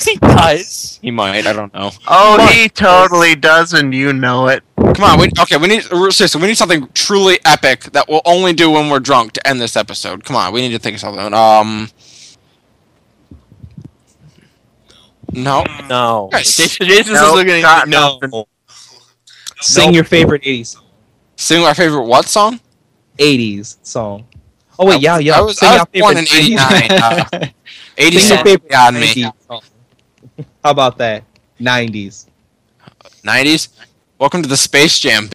[SPEAKER 3] he does.
[SPEAKER 2] He might. I don't know.
[SPEAKER 5] Oh, he totally does, and you know it.
[SPEAKER 2] Come on. We, okay, we need seriously. We need something truly epic that we'll only do when we're drunk to end this episode. Come on. We need to think of something. Um. No.
[SPEAKER 3] No,
[SPEAKER 2] Guys.
[SPEAKER 3] Jason, Jason's
[SPEAKER 5] Nope,
[SPEAKER 3] looking at
[SPEAKER 5] got
[SPEAKER 3] you, no.
[SPEAKER 5] nothing.
[SPEAKER 6] Sing your favorite 80s song.
[SPEAKER 2] Sing our favorite what song?
[SPEAKER 6] 80s song. Oh wait, y'all, y'all.
[SPEAKER 2] I was,
[SPEAKER 6] sing
[SPEAKER 2] I
[SPEAKER 6] y'all
[SPEAKER 2] was born in
[SPEAKER 6] favorite
[SPEAKER 2] 89. Uh, 80
[SPEAKER 6] *laughs* Sing your
[SPEAKER 2] something
[SPEAKER 6] favorite
[SPEAKER 2] beyond me.
[SPEAKER 6] 90s song. How about that? 90s.
[SPEAKER 2] 90s. Welcome to the Space Jam.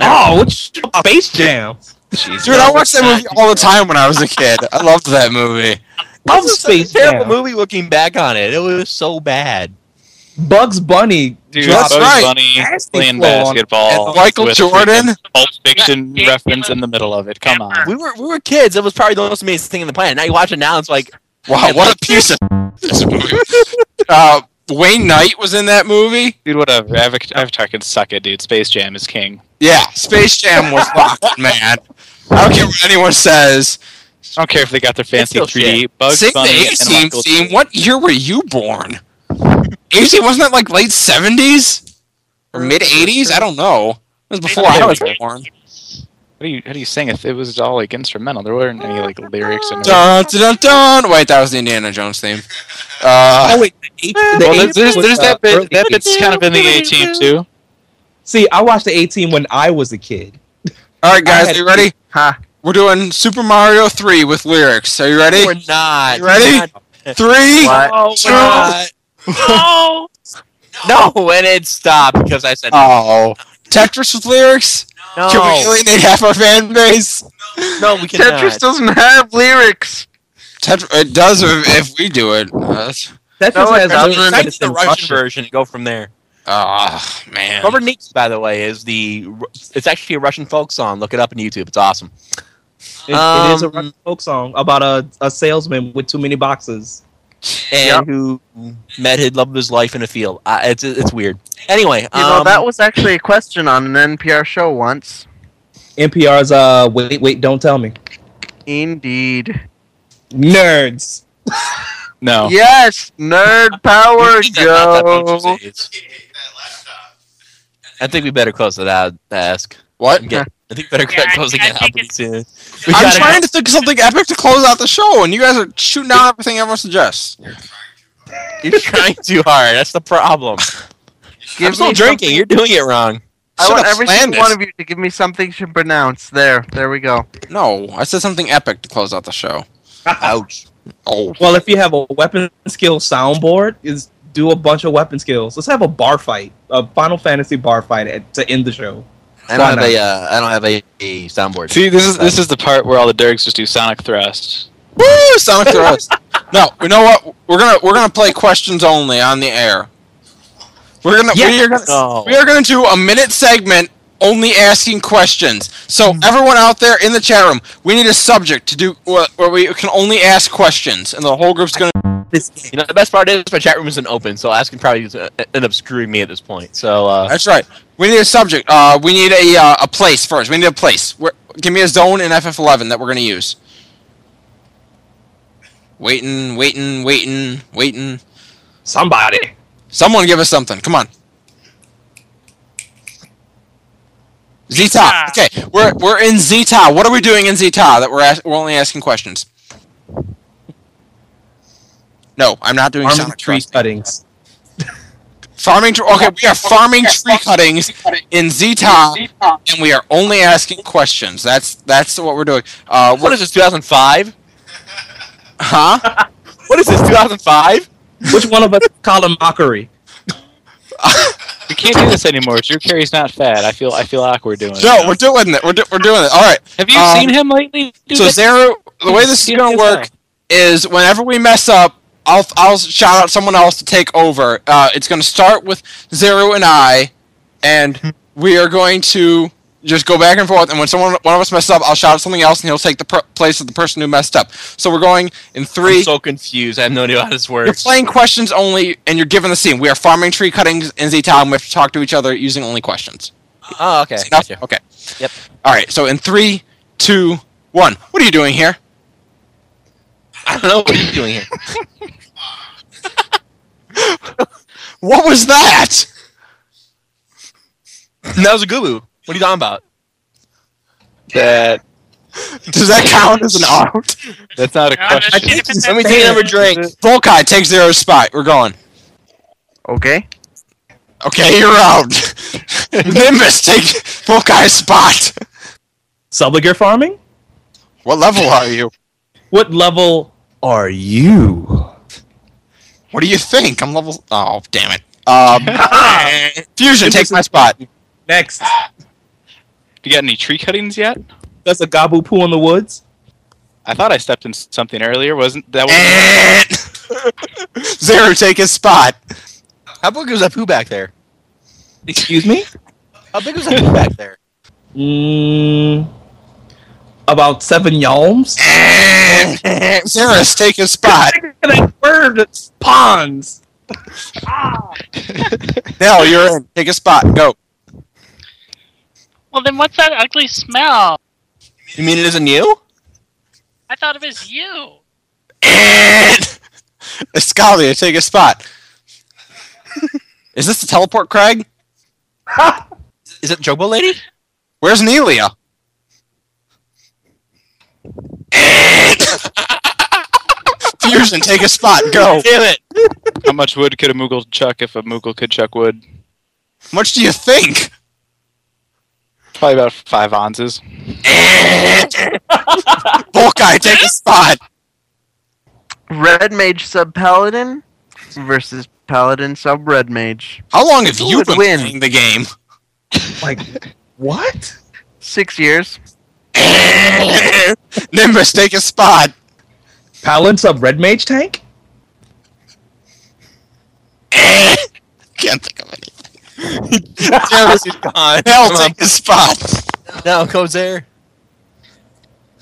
[SPEAKER 6] Oh, what's Space Jam?
[SPEAKER 2] Dude, I watched that movie all the time when I was a kid. I loved that movie.
[SPEAKER 6] Love
[SPEAKER 3] This is
[SPEAKER 6] Space
[SPEAKER 3] a terrible
[SPEAKER 6] Jam.
[SPEAKER 3] movie. Looking back on it, it was so bad.
[SPEAKER 6] Bugs Bunny.
[SPEAKER 9] Dude,
[SPEAKER 2] That's
[SPEAKER 9] Bugs
[SPEAKER 2] right.
[SPEAKER 9] Bunny
[SPEAKER 6] Nasty
[SPEAKER 9] playing
[SPEAKER 6] flow on-
[SPEAKER 9] basketball.
[SPEAKER 2] And Michael
[SPEAKER 9] with
[SPEAKER 2] Jordan?
[SPEAKER 9] freaking Pulp Fiction
[SPEAKER 4] Yeah.
[SPEAKER 9] reference in the middle of it. Come on.
[SPEAKER 3] We were we were kids. It was probably the most amazing thing on the planet. Now you watch it now, it's like
[SPEAKER 2] Wow, what a piece of *laughs* this movie. Uh, Wayne Knight was in that movie.
[SPEAKER 9] Dude, whatever. Avac- Avatar can suck it, dude. Space Jam is king.
[SPEAKER 2] Yeah, Space Jam was
[SPEAKER 9] *laughs*
[SPEAKER 2] rocked, man. I don't care what anyone says.
[SPEAKER 9] I don't care if they got their fancy
[SPEAKER 3] still
[SPEAKER 9] 3D Bugs
[SPEAKER 2] Sing the
[SPEAKER 9] Bunny
[SPEAKER 2] A
[SPEAKER 9] and
[SPEAKER 2] Team
[SPEAKER 9] Michael-
[SPEAKER 2] theme. What year were you born? A Team wasn't that like late seventies or mid eighties? I don't know. It was before I was born.
[SPEAKER 9] How do you how do you sing it? It was all like instrumental. There weren't any like lyrics. And
[SPEAKER 2] Dun, dun, dun, dun. Wait, that was the Indiana Jones theme. Uh,
[SPEAKER 6] Oh wait, the eight, the
[SPEAKER 9] well,
[SPEAKER 6] eight
[SPEAKER 9] there's, there's,
[SPEAKER 6] was,
[SPEAKER 9] there's
[SPEAKER 6] uh,
[SPEAKER 9] that
[SPEAKER 6] early
[SPEAKER 9] bit. That
[SPEAKER 6] 80s.
[SPEAKER 9] bit's kind of in the A team too.
[SPEAKER 6] See, I watched the 18 when I was a kid.
[SPEAKER 2] all right, guys,
[SPEAKER 6] had-
[SPEAKER 2] are you ready?
[SPEAKER 5] Huh.
[SPEAKER 2] We're doing Super Mario three with lyrics. Are you ready?
[SPEAKER 3] we're not
[SPEAKER 2] You ready?
[SPEAKER 3] Not-
[SPEAKER 2] Three.
[SPEAKER 5] What?
[SPEAKER 4] Oh,
[SPEAKER 2] Sure.
[SPEAKER 4] God.
[SPEAKER 9] *laughs*
[SPEAKER 4] no!
[SPEAKER 3] "Ah." no, and it stopped because I
[SPEAKER 5] *laughs*
[SPEAKER 3] said
[SPEAKER 2] Oh, Tetris with lyrics.
[SPEAKER 5] Oh.
[SPEAKER 2] Can we
[SPEAKER 3] no.
[SPEAKER 2] alienate half our fan base?
[SPEAKER 3] No, we
[SPEAKER 5] Tetris
[SPEAKER 3] cannot.
[SPEAKER 5] doesn't have lyrics.
[SPEAKER 2] Tetr- it does if, if we do it. Uh,
[SPEAKER 6] That
[SPEAKER 5] No,
[SPEAKER 6] just
[SPEAKER 5] it
[SPEAKER 6] has
[SPEAKER 5] doesn't.
[SPEAKER 6] lyrics
[SPEAKER 3] Try
[SPEAKER 6] that
[SPEAKER 3] to
[SPEAKER 6] it's
[SPEAKER 3] the
[SPEAKER 6] in
[SPEAKER 3] Russian
[SPEAKER 6] Russian.
[SPEAKER 3] version. and Go from there.
[SPEAKER 2] oh, man.
[SPEAKER 3] Rubber Neeks, by the way, is the it's actually a Russian folk song. Look it up on YouTube. It's awesome.
[SPEAKER 6] It, it is a
[SPEAKER 3] Um,
[SPEAKER 6] Russian folk song about a, a salesman with too many boxes.
[SPEAKER 3] And who met his love of his life in a field. Uh, it's it's weird. Anyway,
[SPEAKER 5] You
[SPEAKER 3] um,
[SPEAKER 5] know that was actually a question on an NPR show once.
[SPEAKER 6] NPR's uh wait wait don't tell me.
[SPEAKER 5] Indeed.
[SPEAKER 6] Nerds.
[SPEAKER 2] Oh.
[SPEAKER 9] No.
[SPEAKER 5] Yes, *laughs* nerd power,
[SPEAKER 3] we need that, not that bunch
[SPEAKER 5] Joe.
[SPEAKER 3] of saves. I think we better close it out, Ask.
[SPEAKER 2] What?
[SPEAKER 3] I'm getting- I think we better
[SPEAKER 4] Yeah, I
[SPEAKER 3] close it
[SPEAKER 4] think- I
[SPEAKER 3] out
[SPEAKER 4] think
[SPEAKER 3] pretty soon. We
[SPEAKER 2] I'm
[SPEAKER 3] gotta-
[SPEAKER 2] trying to think of something epic to close out the show, and you guys are shooting down everything everyone suggests.
[SPEAKER 3] You're trying too hard. That's the problem.
[SPEAKER 5] Give
[SPEAKER 3] I'm still
[SPEAKER 5] me
[SPEAKER 3] drinking.
[SPEAKER 5] something-
[SPEAKER 3] You're doing it wrong.
[SPEAKER 5] I
[SPEAKER 2] Should've
[SPEAKER 5] want every
[SPEAKER 2] planned this.
[SPEAKER 5] single one of you to give me something to pronounce. There, there we go.
[SPEAKER 2] No, I said something epic to close out the
[SPEAKER 5] *laughs*
[SPEAKER 2] show.
[SPEAKER 3] Ouch.
[SPEAKER 2] Oh,
[SPEAKER 6] Well, if you have a weapon skill soundboard, is do a bunch of weapon skills. Let's have a bar fight, a Final Fantasy bar fight at, to end the show.
[SPEAKER 3] I
[SPEAKER 6] Why
[SPEAKER 3] don't have
[SPEAKER 6] not?
[SPEAKER 3] a. Uh, I don't have a, a soundboard.
[SPEAKER 9] See, this is this is the part where all the Dergs just do Sonic Thrust.
[SPEAKER 2] woo! Sonic the Rust. No, you know what? We're gonna we're gonna play questions only on the air. We're gonna we are gonna
[SPEAKER 3] No.
[SPEAKER 2] We are going to do a minute segment only asking questions. So everyone out there in the chat room, we need a subject to do wh- where we can only ask questions, and the whole group's going to.
[SPEAKER 3] You know, the best part is my chat room isn't open, so asking probably is, uh, end up screwing me at this point. So, uh,
[SPEAKER 2] That's right. We need a subject. Uh, we need a uh, a place first. We need a place. Where, give me a zone in FF11 that we're going to use. Waiting, waiting, waiting, waiting.
[SPEAKER 6] Somebody.
[SPEAKER 2] Someone give us something. Come on. Zeta.
[SPEAKER 4] Zeta.
[SPEAKER 2] Okay, we're we're in Zeta. What are we doing in Zeta that we're ask, we're only asking questions? No, I'm not doing
[SPEAKER 6] Armored
[SPEAKER 2] Sonic
[SPEAKER 6] tree
[SPEAKER 2] Thrust.
[SPEAKER 6] cuttings.
[SPEAKER 2] Farming. Tr- okay, we are farming tree cuttings in Zeta, and we are only asking questions. That's that's what we're doing. Uh,
[SPEAKER 3] what
[SPEAKER 2] what
[SPEAKER 3] is this, 2005?
[SPEAKER 2] huh?
[SPEAKER 3] *laughs* What is this, 2005?
[SPEAKER 6] Which one of us *laughs* call him mockery?
[SPEAKER 9] We can't do this anymore. Drew Carey's not fat. I feel I feel awkward doing it.
[SPEAKER 2] No, we're doing it. We're do- we're doing it. All right.
[SPEAKER 9] Have you
[SPEAKER 2] um,
[SPEAKER 9] seen him lately? Dude,
[SPEAKER 2] So
[SPEAKER 9] that-
[SPEAKER 2] Zero, the way this is
[SPEAKER 9] He's
[SPEAKER 2] gonna
[SPEAKER 9] gonna
[SPEAKER 2] work is whenever we mess up, I'll I'll shout out someone else to take over. Uh, it's going to start with Zero and I,
[SPEAKER 3] Hmm.
[SPEAKER 2] and we are going to just go back and forth. And when someone one of us messes up, I'll shout out something else, and he'll take the per- place of the person who messed up. So we're going in
[SPEAKER 3] I'm
[SPEAKER 2] three.
[SPEAKER 3] so confused. I have no idea how this
[SPEAKER 2] You're
[SPEAKER 3] works.
[SPEAKER 2] playing questions only, and you're given the scene. We are farming tree cuttings in Z Town. We have to talk to each other using only questions.
[SPEAKER 3] Oh, okay.
[SPEAKER 2] Enough?
[SPEAKER 3] Gotcha.
[SPEAKER 2] Okay.
[SPEAKER 3] Yep.
[SPEAKER 2] All right. So in three, two, one. What are you doing here?
[SPEAKER 3] *laughs* I don't know what you're doing here.
[SPEAKER 2] What was that?
[SPEAKER 3] *laughs*
[SPEAKER 2] *laughs*
[SPEAKER 3] that was a goo boo. What are you talking about?
[SPEAKER 9] That
[SPEAKER 2] Does that count as an out?
[SPEAKER 9] that's not a
[SPEAKER 4] No, that's
[SPEAKER 9] question.
[SPEAKER 4] different than
[SPEAKER 2] Let me take another drink. Volkai takes zero spot. We're going.
[SPEAKER 8] Okay.
[SPEAKER 2] Okay, you're out. *laughs* Nimbus, take Volkai's spot.
[SPEAKER 6] Subliger farming?
[SPEAKER 2] What level are you?
[SPEAKER 6] What level are you?
[SPEAKER 2] What do you think? I'm level. Oh, damn it. *laughs* Um, Fusion, take my spot. *laughs*
[SPEAKER 6] Next.
[SPEAKER 9] You got any tree cuttings yet?
[SPEAKER 6] That's a gabu poo in the woods.
[SPEAKER 9] I thought I stepped in something earlier. Wasn't that? Was,
[SPEAKER 2] And Zero, take his spot.
[SPEAKER 3] How big was that poo back there?
[SPEAKER 6] Excuse me?
[SPEAKER 3] How big was that poo back there?
[SPEAKER 6] Mm, about seven yalms?
[SPEAKER 2] And *laughs* Zerus, take his spot.
[SPEAKER 6] that word, it's ponds.
[SPEAKER 2] Nell, you're in. Take a spot. Go.
[SPEAKER 4] Well, then what's that ugly smell?
[SPEAKER 3] You mean it
[SPEAKER 2] *laughs*
[SPEAKER 3] isn't you?
[SPEAKER 4] I thought it was you.
[SPEAKER 2] And Escalia, take a spot. Is this the teleport,
[SPEAKER 3] *laughs*
[SPEAKER 2] Craig?
[SPEAKER 3] Is it the Jobo lady?
[SPEAKER 2] Where's Nelia? And- *laughs* Fusion, take a spot. Go.
[SPEAKER 3] Damn it!
[SPEAKER 2] Eh.
[SPEAKER 9] how much wood could a Moogle chuck if a Moogle could chuck wood?
[SPEAKER 2] How much do you think?
[SPEAKER 9] Probably about five ounces.
[SPEAKER 2] Volkai, take a spot.
[SPEAKER 8] Red Mage sub Paladin versus Paladin sub Red Mage.
[SPEAKER 2] How long have
[SPEAKER 8] Who
[SPEAKER 2] you
[SPEAKER 8] would
[SPEAKER 2] been
[SPEAKER 8] win?
[SPEAKER 2] playing the game? *laughs*
[SPEAKER 10] What?
[SPEAKER 8] Six years.
[SPEAKER 2] Nimbus, take a spot.
[SPEAKER 6] Paladin sub red mage tank?
[SPEAKER 2] Can't think of anything. Zerus, is gone. Nell, take a spot.
[SPEAKER 3] No, goes there.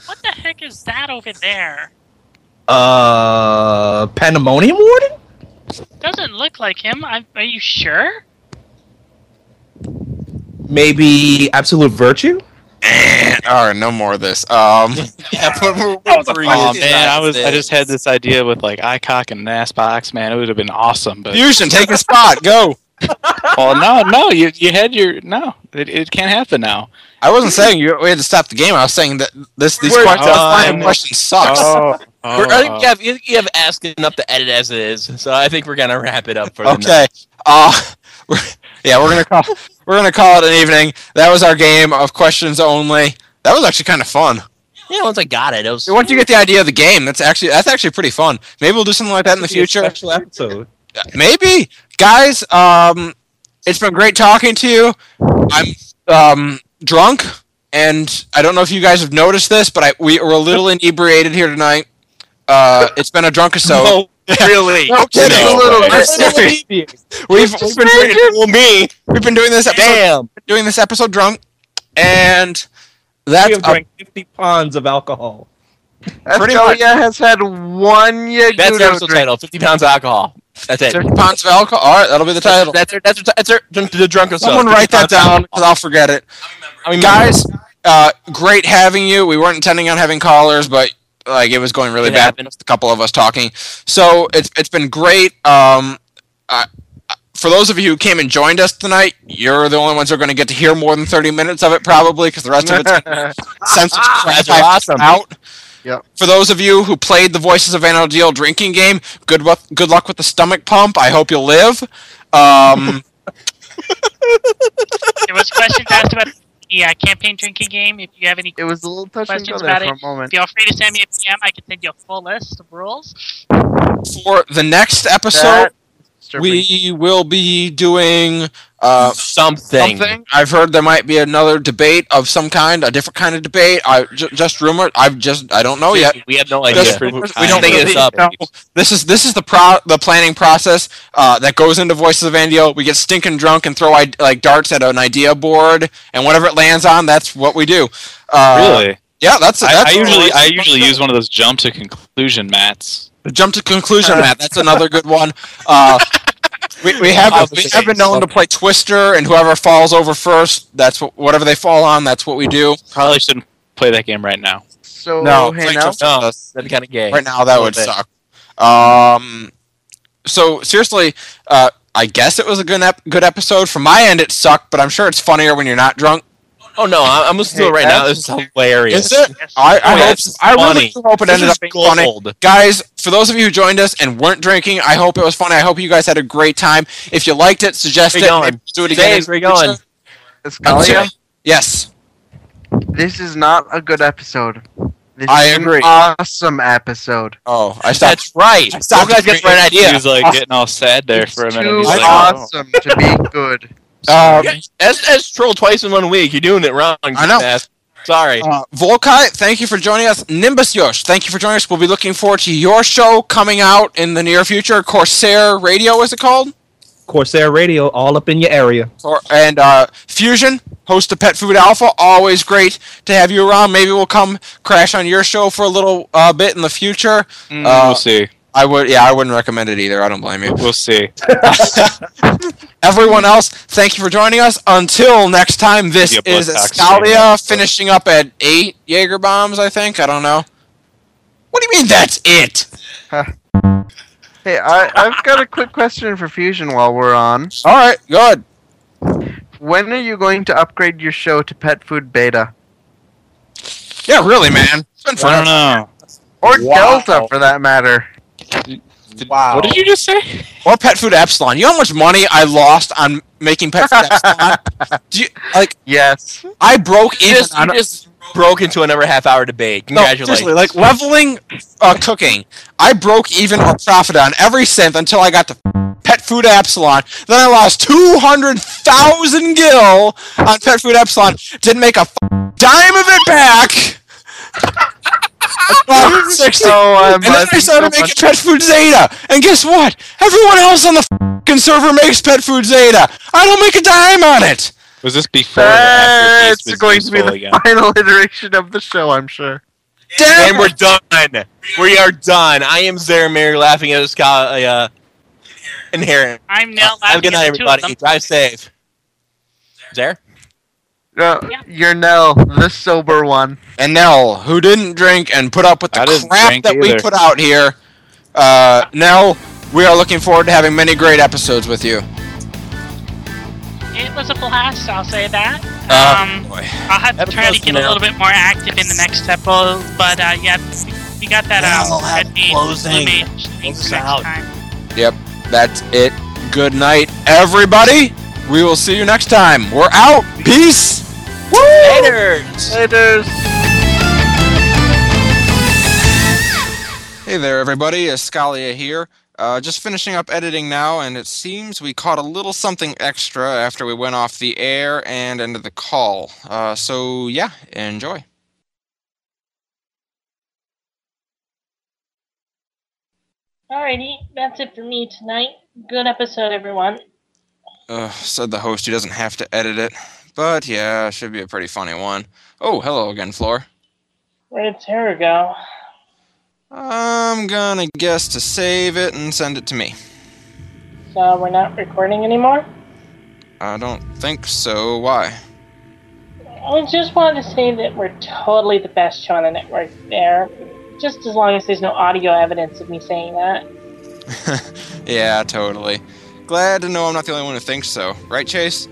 [SPEAKER 4] What the heck is that over there?
[SPEAKER 6] Uh, pandemonium warden?
[SPEAKER 4] Doesn't look like him. I'm, are you sure?
[SPEAKER 6] Maybe absolute virtue?
[SPEAKER 2] All right, no more of this. Um,
[SPEAKER 3] Yeah, but we're
[SPEAKER 9] Oh man, I was I just had this idea with like iCock and Nasbox. Man, it would have been awesome. But
[SPEAKER 2] Fusion, take a spot. Go.
[SPEAKER 9] well, no, no, you you had your no. It, it can't happen now.
[SPEAKER 2] I wasn't saying you we had to stop the game. I was saying that this these
[SPEAKER 3] We're
[SPEAKER 2] questions, this line of
[SPEAKER 9] done.
[SPEAKER 2] questions sucks.
[SPEAKER 9] oh,
[SPEAKER 3] We're, I think
[SPEAKER 9] oh.
[SPEAKER 3] you have, you you have asked enough to edit as it is, so I think we're gonna wrap it up for the night.
[SPEAKER 2] okay. Uh, *laughs* we're, yeah, we're gonna call we're gonna call it an evening. That was our game of questions only. That was actually kind of fun.
[SPEAKER 3] Yeah, once I got it, it was.
[SPEAKER 2] Once you get the idea of the game, that's actually that's actually pretty fun. Maybe we'll do something like that in the future.
[SPEAKER 6] Special *laughs* episode.
[SPEAKER 2] Maybe, guys. Um, it's been great talking to you. I'm um drunk, and I don't know if you guys have noticed this, but I we were a little inebriated here tonight. Uh, it's been a drunk episode.
[SPEAKER 3] *laughs*
[SPEAKER 6] really?
[SPEAKER 2] No kidding.
[SPEAKER 9] No,
[SPEAKER 2] We're
[SPEAKER 9] right.
[SPEAKER 2] serious. *laughs* We've, we've been doing well, me. We've been doing this episode,
[SPEAKER 3] Damn.
[SPEAKER 2] doing this episode drunk, and
[SPEAKER 6] We
[SPEAKER 2] that's
[SPEAKER 6] have drank 50 ponds of alcohol.
[SPEAKER 2] Pretty
[SPEAKER 8] Escalia has had one year.
[SPEAKER 3] That's the episode title: Fifty Pounds of Alcohol. That's it.
[SPEAKER 2] a pounds of alcohol. All right, that'll be the title.
[SPEAKER 3] That's her. That's her. That's her. dr- The drunk of
[SPEAKER 2] Someone write that down because I'll forget it.
[SPEAKER 3] I mean,
[SPEAKER 2] Guys, uh, great having you. We weren't intending on having callers, but like it was going really
[SPEAKER 3] It
[SPEAKER 2] bad.
[SPEAKER 3] happened.
[SPEAKER 2] Just a couple of us talking. So it's it's been great. Um, I, I- for those of you who came and joined us tonight, you're the only ones who are going to get to hear more than 30 minutes of it probably because the rest of it's sense of crap
[SPEAKER 3] That's awesome.
[SPEAKER 2] out.
[SPEAKER 8] Yep.
[SPEAKER 2] For those of you who played the Voices of NLDL drinking game, good luck, good luck with the stomach pump. I hope you'll live. Um,
[SPEAKER 4] There was questions asked about yeah campaign drinking game. If you have any,
[SPEAKER 8] It was a little touch and go
[SPEAKER 4] Questions
[SPEAKER 8] there
[SPEAKER 4] about
[SPEAKER 8] for
[SPEAKER 4] it?
[SPEAKER 8] a moment.
[SPEAKER 4] feel free to send me a PM. I can send you a full list of rules.
[SPEAKER 2] for the next episode,
[SPEAKER 8] That- disturbing.
[SPEAKER 2] we will be doing Uh,
[SPEAKER 3] something.
[SPEAKER 2] I've heard there might be another debate of some kind, a different kind of debate. I ju- just rumor. I've just I don't know
[SPEAKER 3] We-
[SPEAKER 2] yet.
[SPEAKER 3] we have no idea.
[SPEAKER 2] Just- we don't
[SPEAKER 3] Different kind. Think
[SPEAKER 2] really
[SPEAKER 3] this up.
[SPEAKER 2] know. This is this is the pro- the planning process uh, that goes into Voices of Andio. We get stinking drunk and throw I- like darts at an idea board, and whatever it lands on, that's what we do. Uh,
[SPEAKER 9] really?
[SPEAKER 2] Yeah, that's
[SPEAKER 9] I,
[SPEAKER 2] that's
[SPEAKER 9] I usually I usually use one of those jump to conclusion mats.
[SPEAKER 2] Jump to conclusion, Matt. That's another good one. Uh, we, we
[SPEAKER 9] *laughs*
[SPEAKER 2] have we have been known to play Twister, and whoever falls over first, that's what, whatever they fall on. That's what we do.
[SPEAKER 9] Probably shouldn't play that game right now.
[SPEAKER 8] So
[SPEAKER 2] No,
[SPEAKER 8] hey
[SPEAKER 2] like
[SPEAKER 8] now,
[SPEAKER 2] just- No,
[SPEAKER 3] that'd be kind of gay.
[SPEAKER 2] Right now, that
[SPEAKER 3] A
[SPEAKER 2] would
[SPEAKER 3] little bit.
[SPEAKER 2] suck. Um, so seriously, uh, I guess it was a good ep- good episode. From my end, it sucked, but I'm sure it's funnier when you're not drunk.
[SPEAKER 3] Oh no, I- I'm listening to it right now. This is hilarious.
[SPEAKER 2] Is it? I, I
[SPEAKER 3] Oh, yeah,
[SPEAKER 2] hope
[SPEAKER 3] this is
[SPEAKER 2] I really
[SPEAKER 3] funny.
[SPEAKER 2] do hope it
[SPEAKER 3] This
[SPEAKER 2] ended
[SPEAKER 3] is
[SPEAKER 2] up being funny.
[SPEAKER 3] gold.
[SPEAKER 2] Guys, for those of you who joined us and weren't drinking, I hope it was funny. I hope you guys had a great time. If you liked it, suggest
[SPEAKER 3] Where
[SPEAKER 2] it.
[SPEAKER 3] you going?
[SPEAKER 2] Maybe Do it again.
[SPEAKER 3] Dave,
[SPEAKER 2] in
[SPEAKER 3] where you
[SPEAKER 2] the future.
[SPEAKER 3] going?
[SPEAKER 8] Scully,
[SPEAKER 2] Yeah. Yes.
[SPEAKER 8] this is not a good episode. This
[SPEAKER 2] I
[SPEAKER 8] is an
[SPEAKER 2] agree.
[SPEAKER 8] awesome episode.
[SPEAKER 2] Oh, I stopped.
[SPEAKER 3] That's right.
[SPEAKER 2] I stopped
[SPEAKER 3] You guys get the right
[SPEAKER 9] He
[SPEAKER 3] idea.
[SPEAKER 9] was like getting all sad there
[SPEAKER 8] It's
[SPEAKER 9] for a minute.
[SPEAKER 8] too
[SPEAKER 9] He's
[SPEAKER 2] I-
[SPEAKER 9] like,
[SPEAKER 8] awesome to be
[SPEAKER 3] *laughs*
[SPEAKER 8] good.
[SPEAKER 2] Uh,
[SPEAKER 3] That's, that's Um, troll twice in one week. You're doing it wrong.
[SPEAKER 2] I know.
[SPEAKER 3] Beth. Sorry.
[SPEAKER 2] Uh, Volkai, thank you for joining us. Nimbus Yosh, thank you for joining us. We'll be looking forward to your show coming out in the near future. Corsair Radio, is it called?
[SPEAKER 6] Corsair Radio, all up in your area.
[SPEAKER 2] Or, and uh, Fusion, host of Pet Food Alpha. Always great to have you around. Maybe we'll come crash on your show for a little uh, bit in the future.
[SPEAKER 9] "Mm,
[SPEAKER 2] Uh,
[SPEAKER 9] we'll see.
[SPEAKER 2] I would, yeah, I wouldn't recommend it either. I don't blame you.
[SPEAKER 9] We'll see.
[SPEAKER 2] Everyone else, thank you for joining us. Until next time, this
[SPEAKER 9] Yeah,
[SPEAKER 2] is
[SPEAKER 9] Bloodcock's
[SPEAKER 2] Escalia
[SPEAKER 9] saying that.
[SPEAKER 2] finishing up at eight Jaeger bombs. I think I don't know. What do you mean that's it?
[SPEAKER 8] Hey, I, I've got a quick question for Fusion while we're on.
[SPEAKER 2] All right, good.
[SPEAKER 8] When are you going to upgrade your show to Pet Food Beta?
[SPEAKER 2] Yeah, really, man. It's been
[SPEAKER 9] I
[SPEAKER 2] fun.
[SPEAKER 9] don't know.
[SPEAKER 8] Or
[SPEAKER 6] Wow.
[SPEAKER 8] Delta, for that matter.
[SPEAKER 9] Did-
[SPEAKER 6] Wow.
[SPEAKER 9] What did you just say?
[SPEAKER 2] Or pet food epsilon. You know how much money I lost on making pet food epsilon? Do you, like
[SPEAKER 8] Yes.
[SPEAKER 2] I broke
[SPEAKER 3] You
[SPEAKER 2] even
[SPEAKER 3] just, you
[SPEAKER 2] on
[SPEAKER 3] just broke into another half hour debate.
[SPEAKER 2] no,
[SPEAKER 3] Congratulations.
[SPEAKER 2] seriously, like leveling uh, cooking. I broke even or profit on every cent until I got to pet food epsilon. Then I lost two hundred thousand gil on pet food epsilon. Didn't make a f- dime of it back. Well, Sixty.
[SPEAKER 8] Oh, I'm
[SPEAKER 2] And then I started making Pet Food Zeta. And guess what? Everyone else on the fing server makes Pet Food Zeta. I don't make a dime on it.
[SPEAKER 9] Was this before? or after Beast
[SPEAKER 8] It's
[SPEAKER 9] was
[SPEAKER 8] going to be
[SPEAKER 9] useful
[SPEAKER 8] the
[SPEAKER 9] again?
[SPEAKER 8] final iteration of the show, I'm sure.
[SPEAKER 2] Damn.
[SPEAKER 3] and we're done. We are done. I am Zara Mary laughing at Scott. Uh, inherent.
[SPEAKER 4] I'm now
[SPEAKER 3] Uh, have a
[SPEAKER 4] laughing
[SPEAKER 3] good night,
[SPEAKER 4] at the two of
[SPEAKER 3] everybody.
[SPEAKER 4] them.
[SPEAKER 3] Drive safe. Zare?
[SPEAKER 8] Uh,
[SPEAKER 4] Yeah.
[SPEAKER 8] You're Nell, the sober one.
[SPEAKER 2] and Nell, who didn't drink and put up with the
[SPEAKER 9] I didn't
[SPEAKER 2] crap
[SPEAKER 9] drink
[SPEAKER 2] that we
[SPEAKER 9] either.
[SPEAKER 2] put out here. Uh, Nell, we are looking forward to having many great episodes with you.
[SPEAKER 4] It was a blast, I'll say that.
[SPEAKER 2] Uh,
[SPEAKER 4] Um,
[SPEAKER 2] boy.
[SPEAKER 4] I'll have to try to
[SPEAKER 3] Episode's
[SPEAKER 4] get a little bit more active in the next episode, but uh, yeah, we- we got that
[SPEAKER 3] Wow,
[SPEAKER 4] um,
[SPEAKER 3] that's
[SPEAKER 4] Red Mage, Blue
[SPEAKER 3] closing.
[SPEAKER 4] Mage thing
[SPEAKER 3] Close
[SPEAKER 4] for
[SPEAKER 3] us
[SPEAKER 4] next
[SPEAKER 3] out.
[SPEAKER 4] time.
[SPEAKER 2] Yep, that's it. Good night, everybody. We will see you next time. We're out. Peace. Woo!
[SPEAKER 3] Laters!
[SPEAKER 8] Later.
[SPEAKER 2] Hey there, everybody. Escalia here. Uh, just finishing up editing now, and it seems we caught a little something extra after we went off the air and ended the call. Uh, so, yeah, enjoy.
[SPEAKER 16] Alrighty, that's it for me tonight. Good episode, everyone.
[SPEAKER 2] Uh, said the host who doesn't have to edit it. But yeah, should be a pretty funny one. Oh, hello again, Floor.
[SPEAKER 16] Where did Tara go?
[SPEAKER 2] I'm gonna guess to save it and send it to me.
[SPEAKER 16] So we're not recording anymore?
[SPEAKER 2] I don't think so. Why?
[SPEAKER 16] I just wanted to say that we're totally the best show on the network there. Just as long as there's no audio evidence of me saying that.
[SPEAKER 2] yeah, totally. Glad to know I'm not the only one who thinks so. Right, Chase?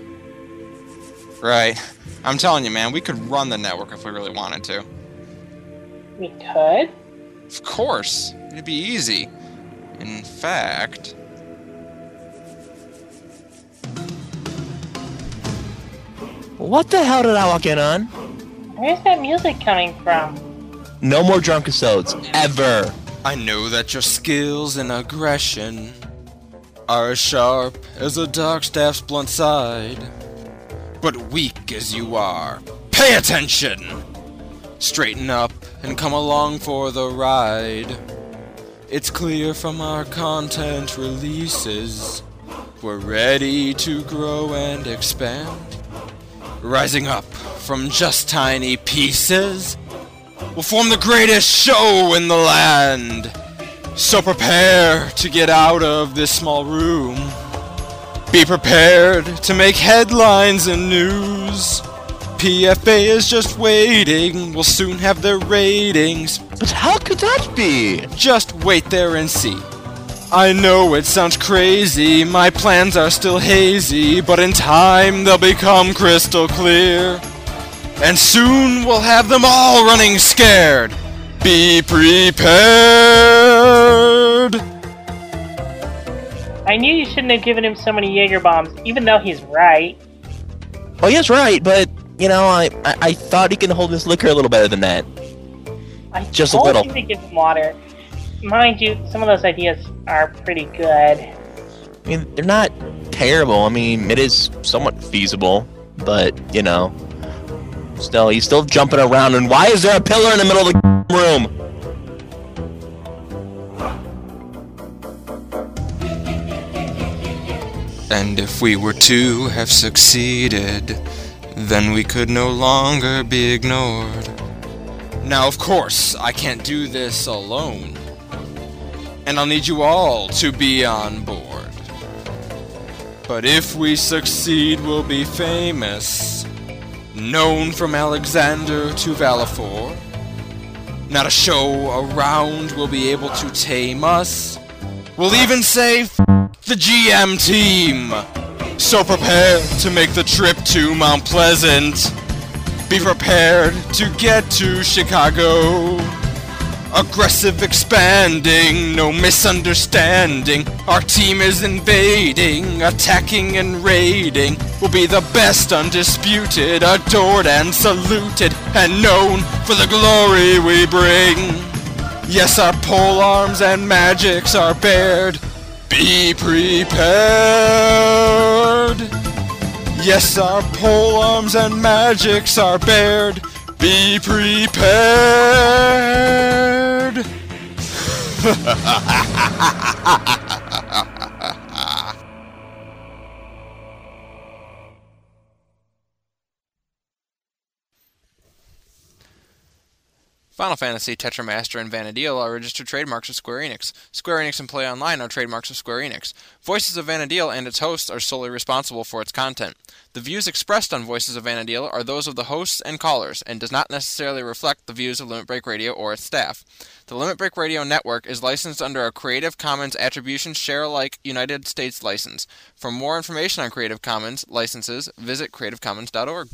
[SPEAKER 2] Right. I'm telling you, man, we could run the network if we really wanted to.
[SPEAKER 16] We could.
[SPEAKER 2] Of course. It'd be easy. In fact.
[SPEAKER 3] What the hell did I walk in on?
[SPEAKER 16] Where's that music coming from?
[SPEAKER 3] No more drunk episodes. Ever.
[SPEAKER 2] I know that your skills and aggression are as sharp as a dark staff's blunt side. But weak as you are, pay attention! Straighten up and come along for the ride. It's clear from our content releases, we're ready to grow and expand. Rising up from just tiny pieces, we'll form the greatest show in the land. So prepare to get out of this small room. Be prepared to make headlines and news. PFA is just waiting. We'll soon have their ratings. But how could that be? Just wait there and see. I know it sounds crazy. My plans are still hazy, but in time they'll become crystal clear. And soon we'll have them all running scared. Be prepared.
[SPEAKER 16] I knew you shouldn't have given him so many Jaeger bombs, even though he's right.
[SPEAKER 2] Oh,
[SPEAKER 3] Well, yes, right, but you know, I, I, I thought he can hold this liquor a little better than that.
[SPEAKER 16] I
[SPEAKER 3] Just a
[SPEAKER 16] told
[SPEAKER 3] little.
[SPEAKER 16] him to give him water. Mind you, some of those ideas are pretty good.
[SPEAKER 3] I mean, they're not terrible. I mean, it is somewhat feasible, but you know, still, he's still jumping around. And why is there a pillar in the middle of the *laughs* room?
[SPEAKER 2] And if we were to have succeeded, then we could no longer be ignored. Now, of course, I can't do this alone. And I'll need you all to be on board. But if we succeed, we'll be famous. Known from Alexander to Valifor. Not a show around will be able to tame us. We'll even say, F- the GM team. So prepare to make the trip to Mount Pleasant. Be prepared to get to Chicago. Aggressive expanding, no misunderstanding. Our team is invading, attacking and raiding. We'll be the best, undisputed, adored and saluted, and known for the glory we bring. Yes, our pole arms and magics are bared. Be prepared. Yes, our pole arms and magics are bared. Be prepared. Final Fantasy, Tetramaster, and Vanadil are registered trademarks of Square Enix. Square Enix and Play Online are trademarks of Square Enix. Voices of Vanadil and its hosts are solely responsible for its content. The views expressed on Voices of Vanadil are those of the hosts and callers, and does not necessarily reflect the views of Limit Break Radio or its staff. The Limit Break Radio network is licensed under a Creative Commons Attribution Share Alike United States license. For more information on Creative Commons licenses, visit creativecommons.org.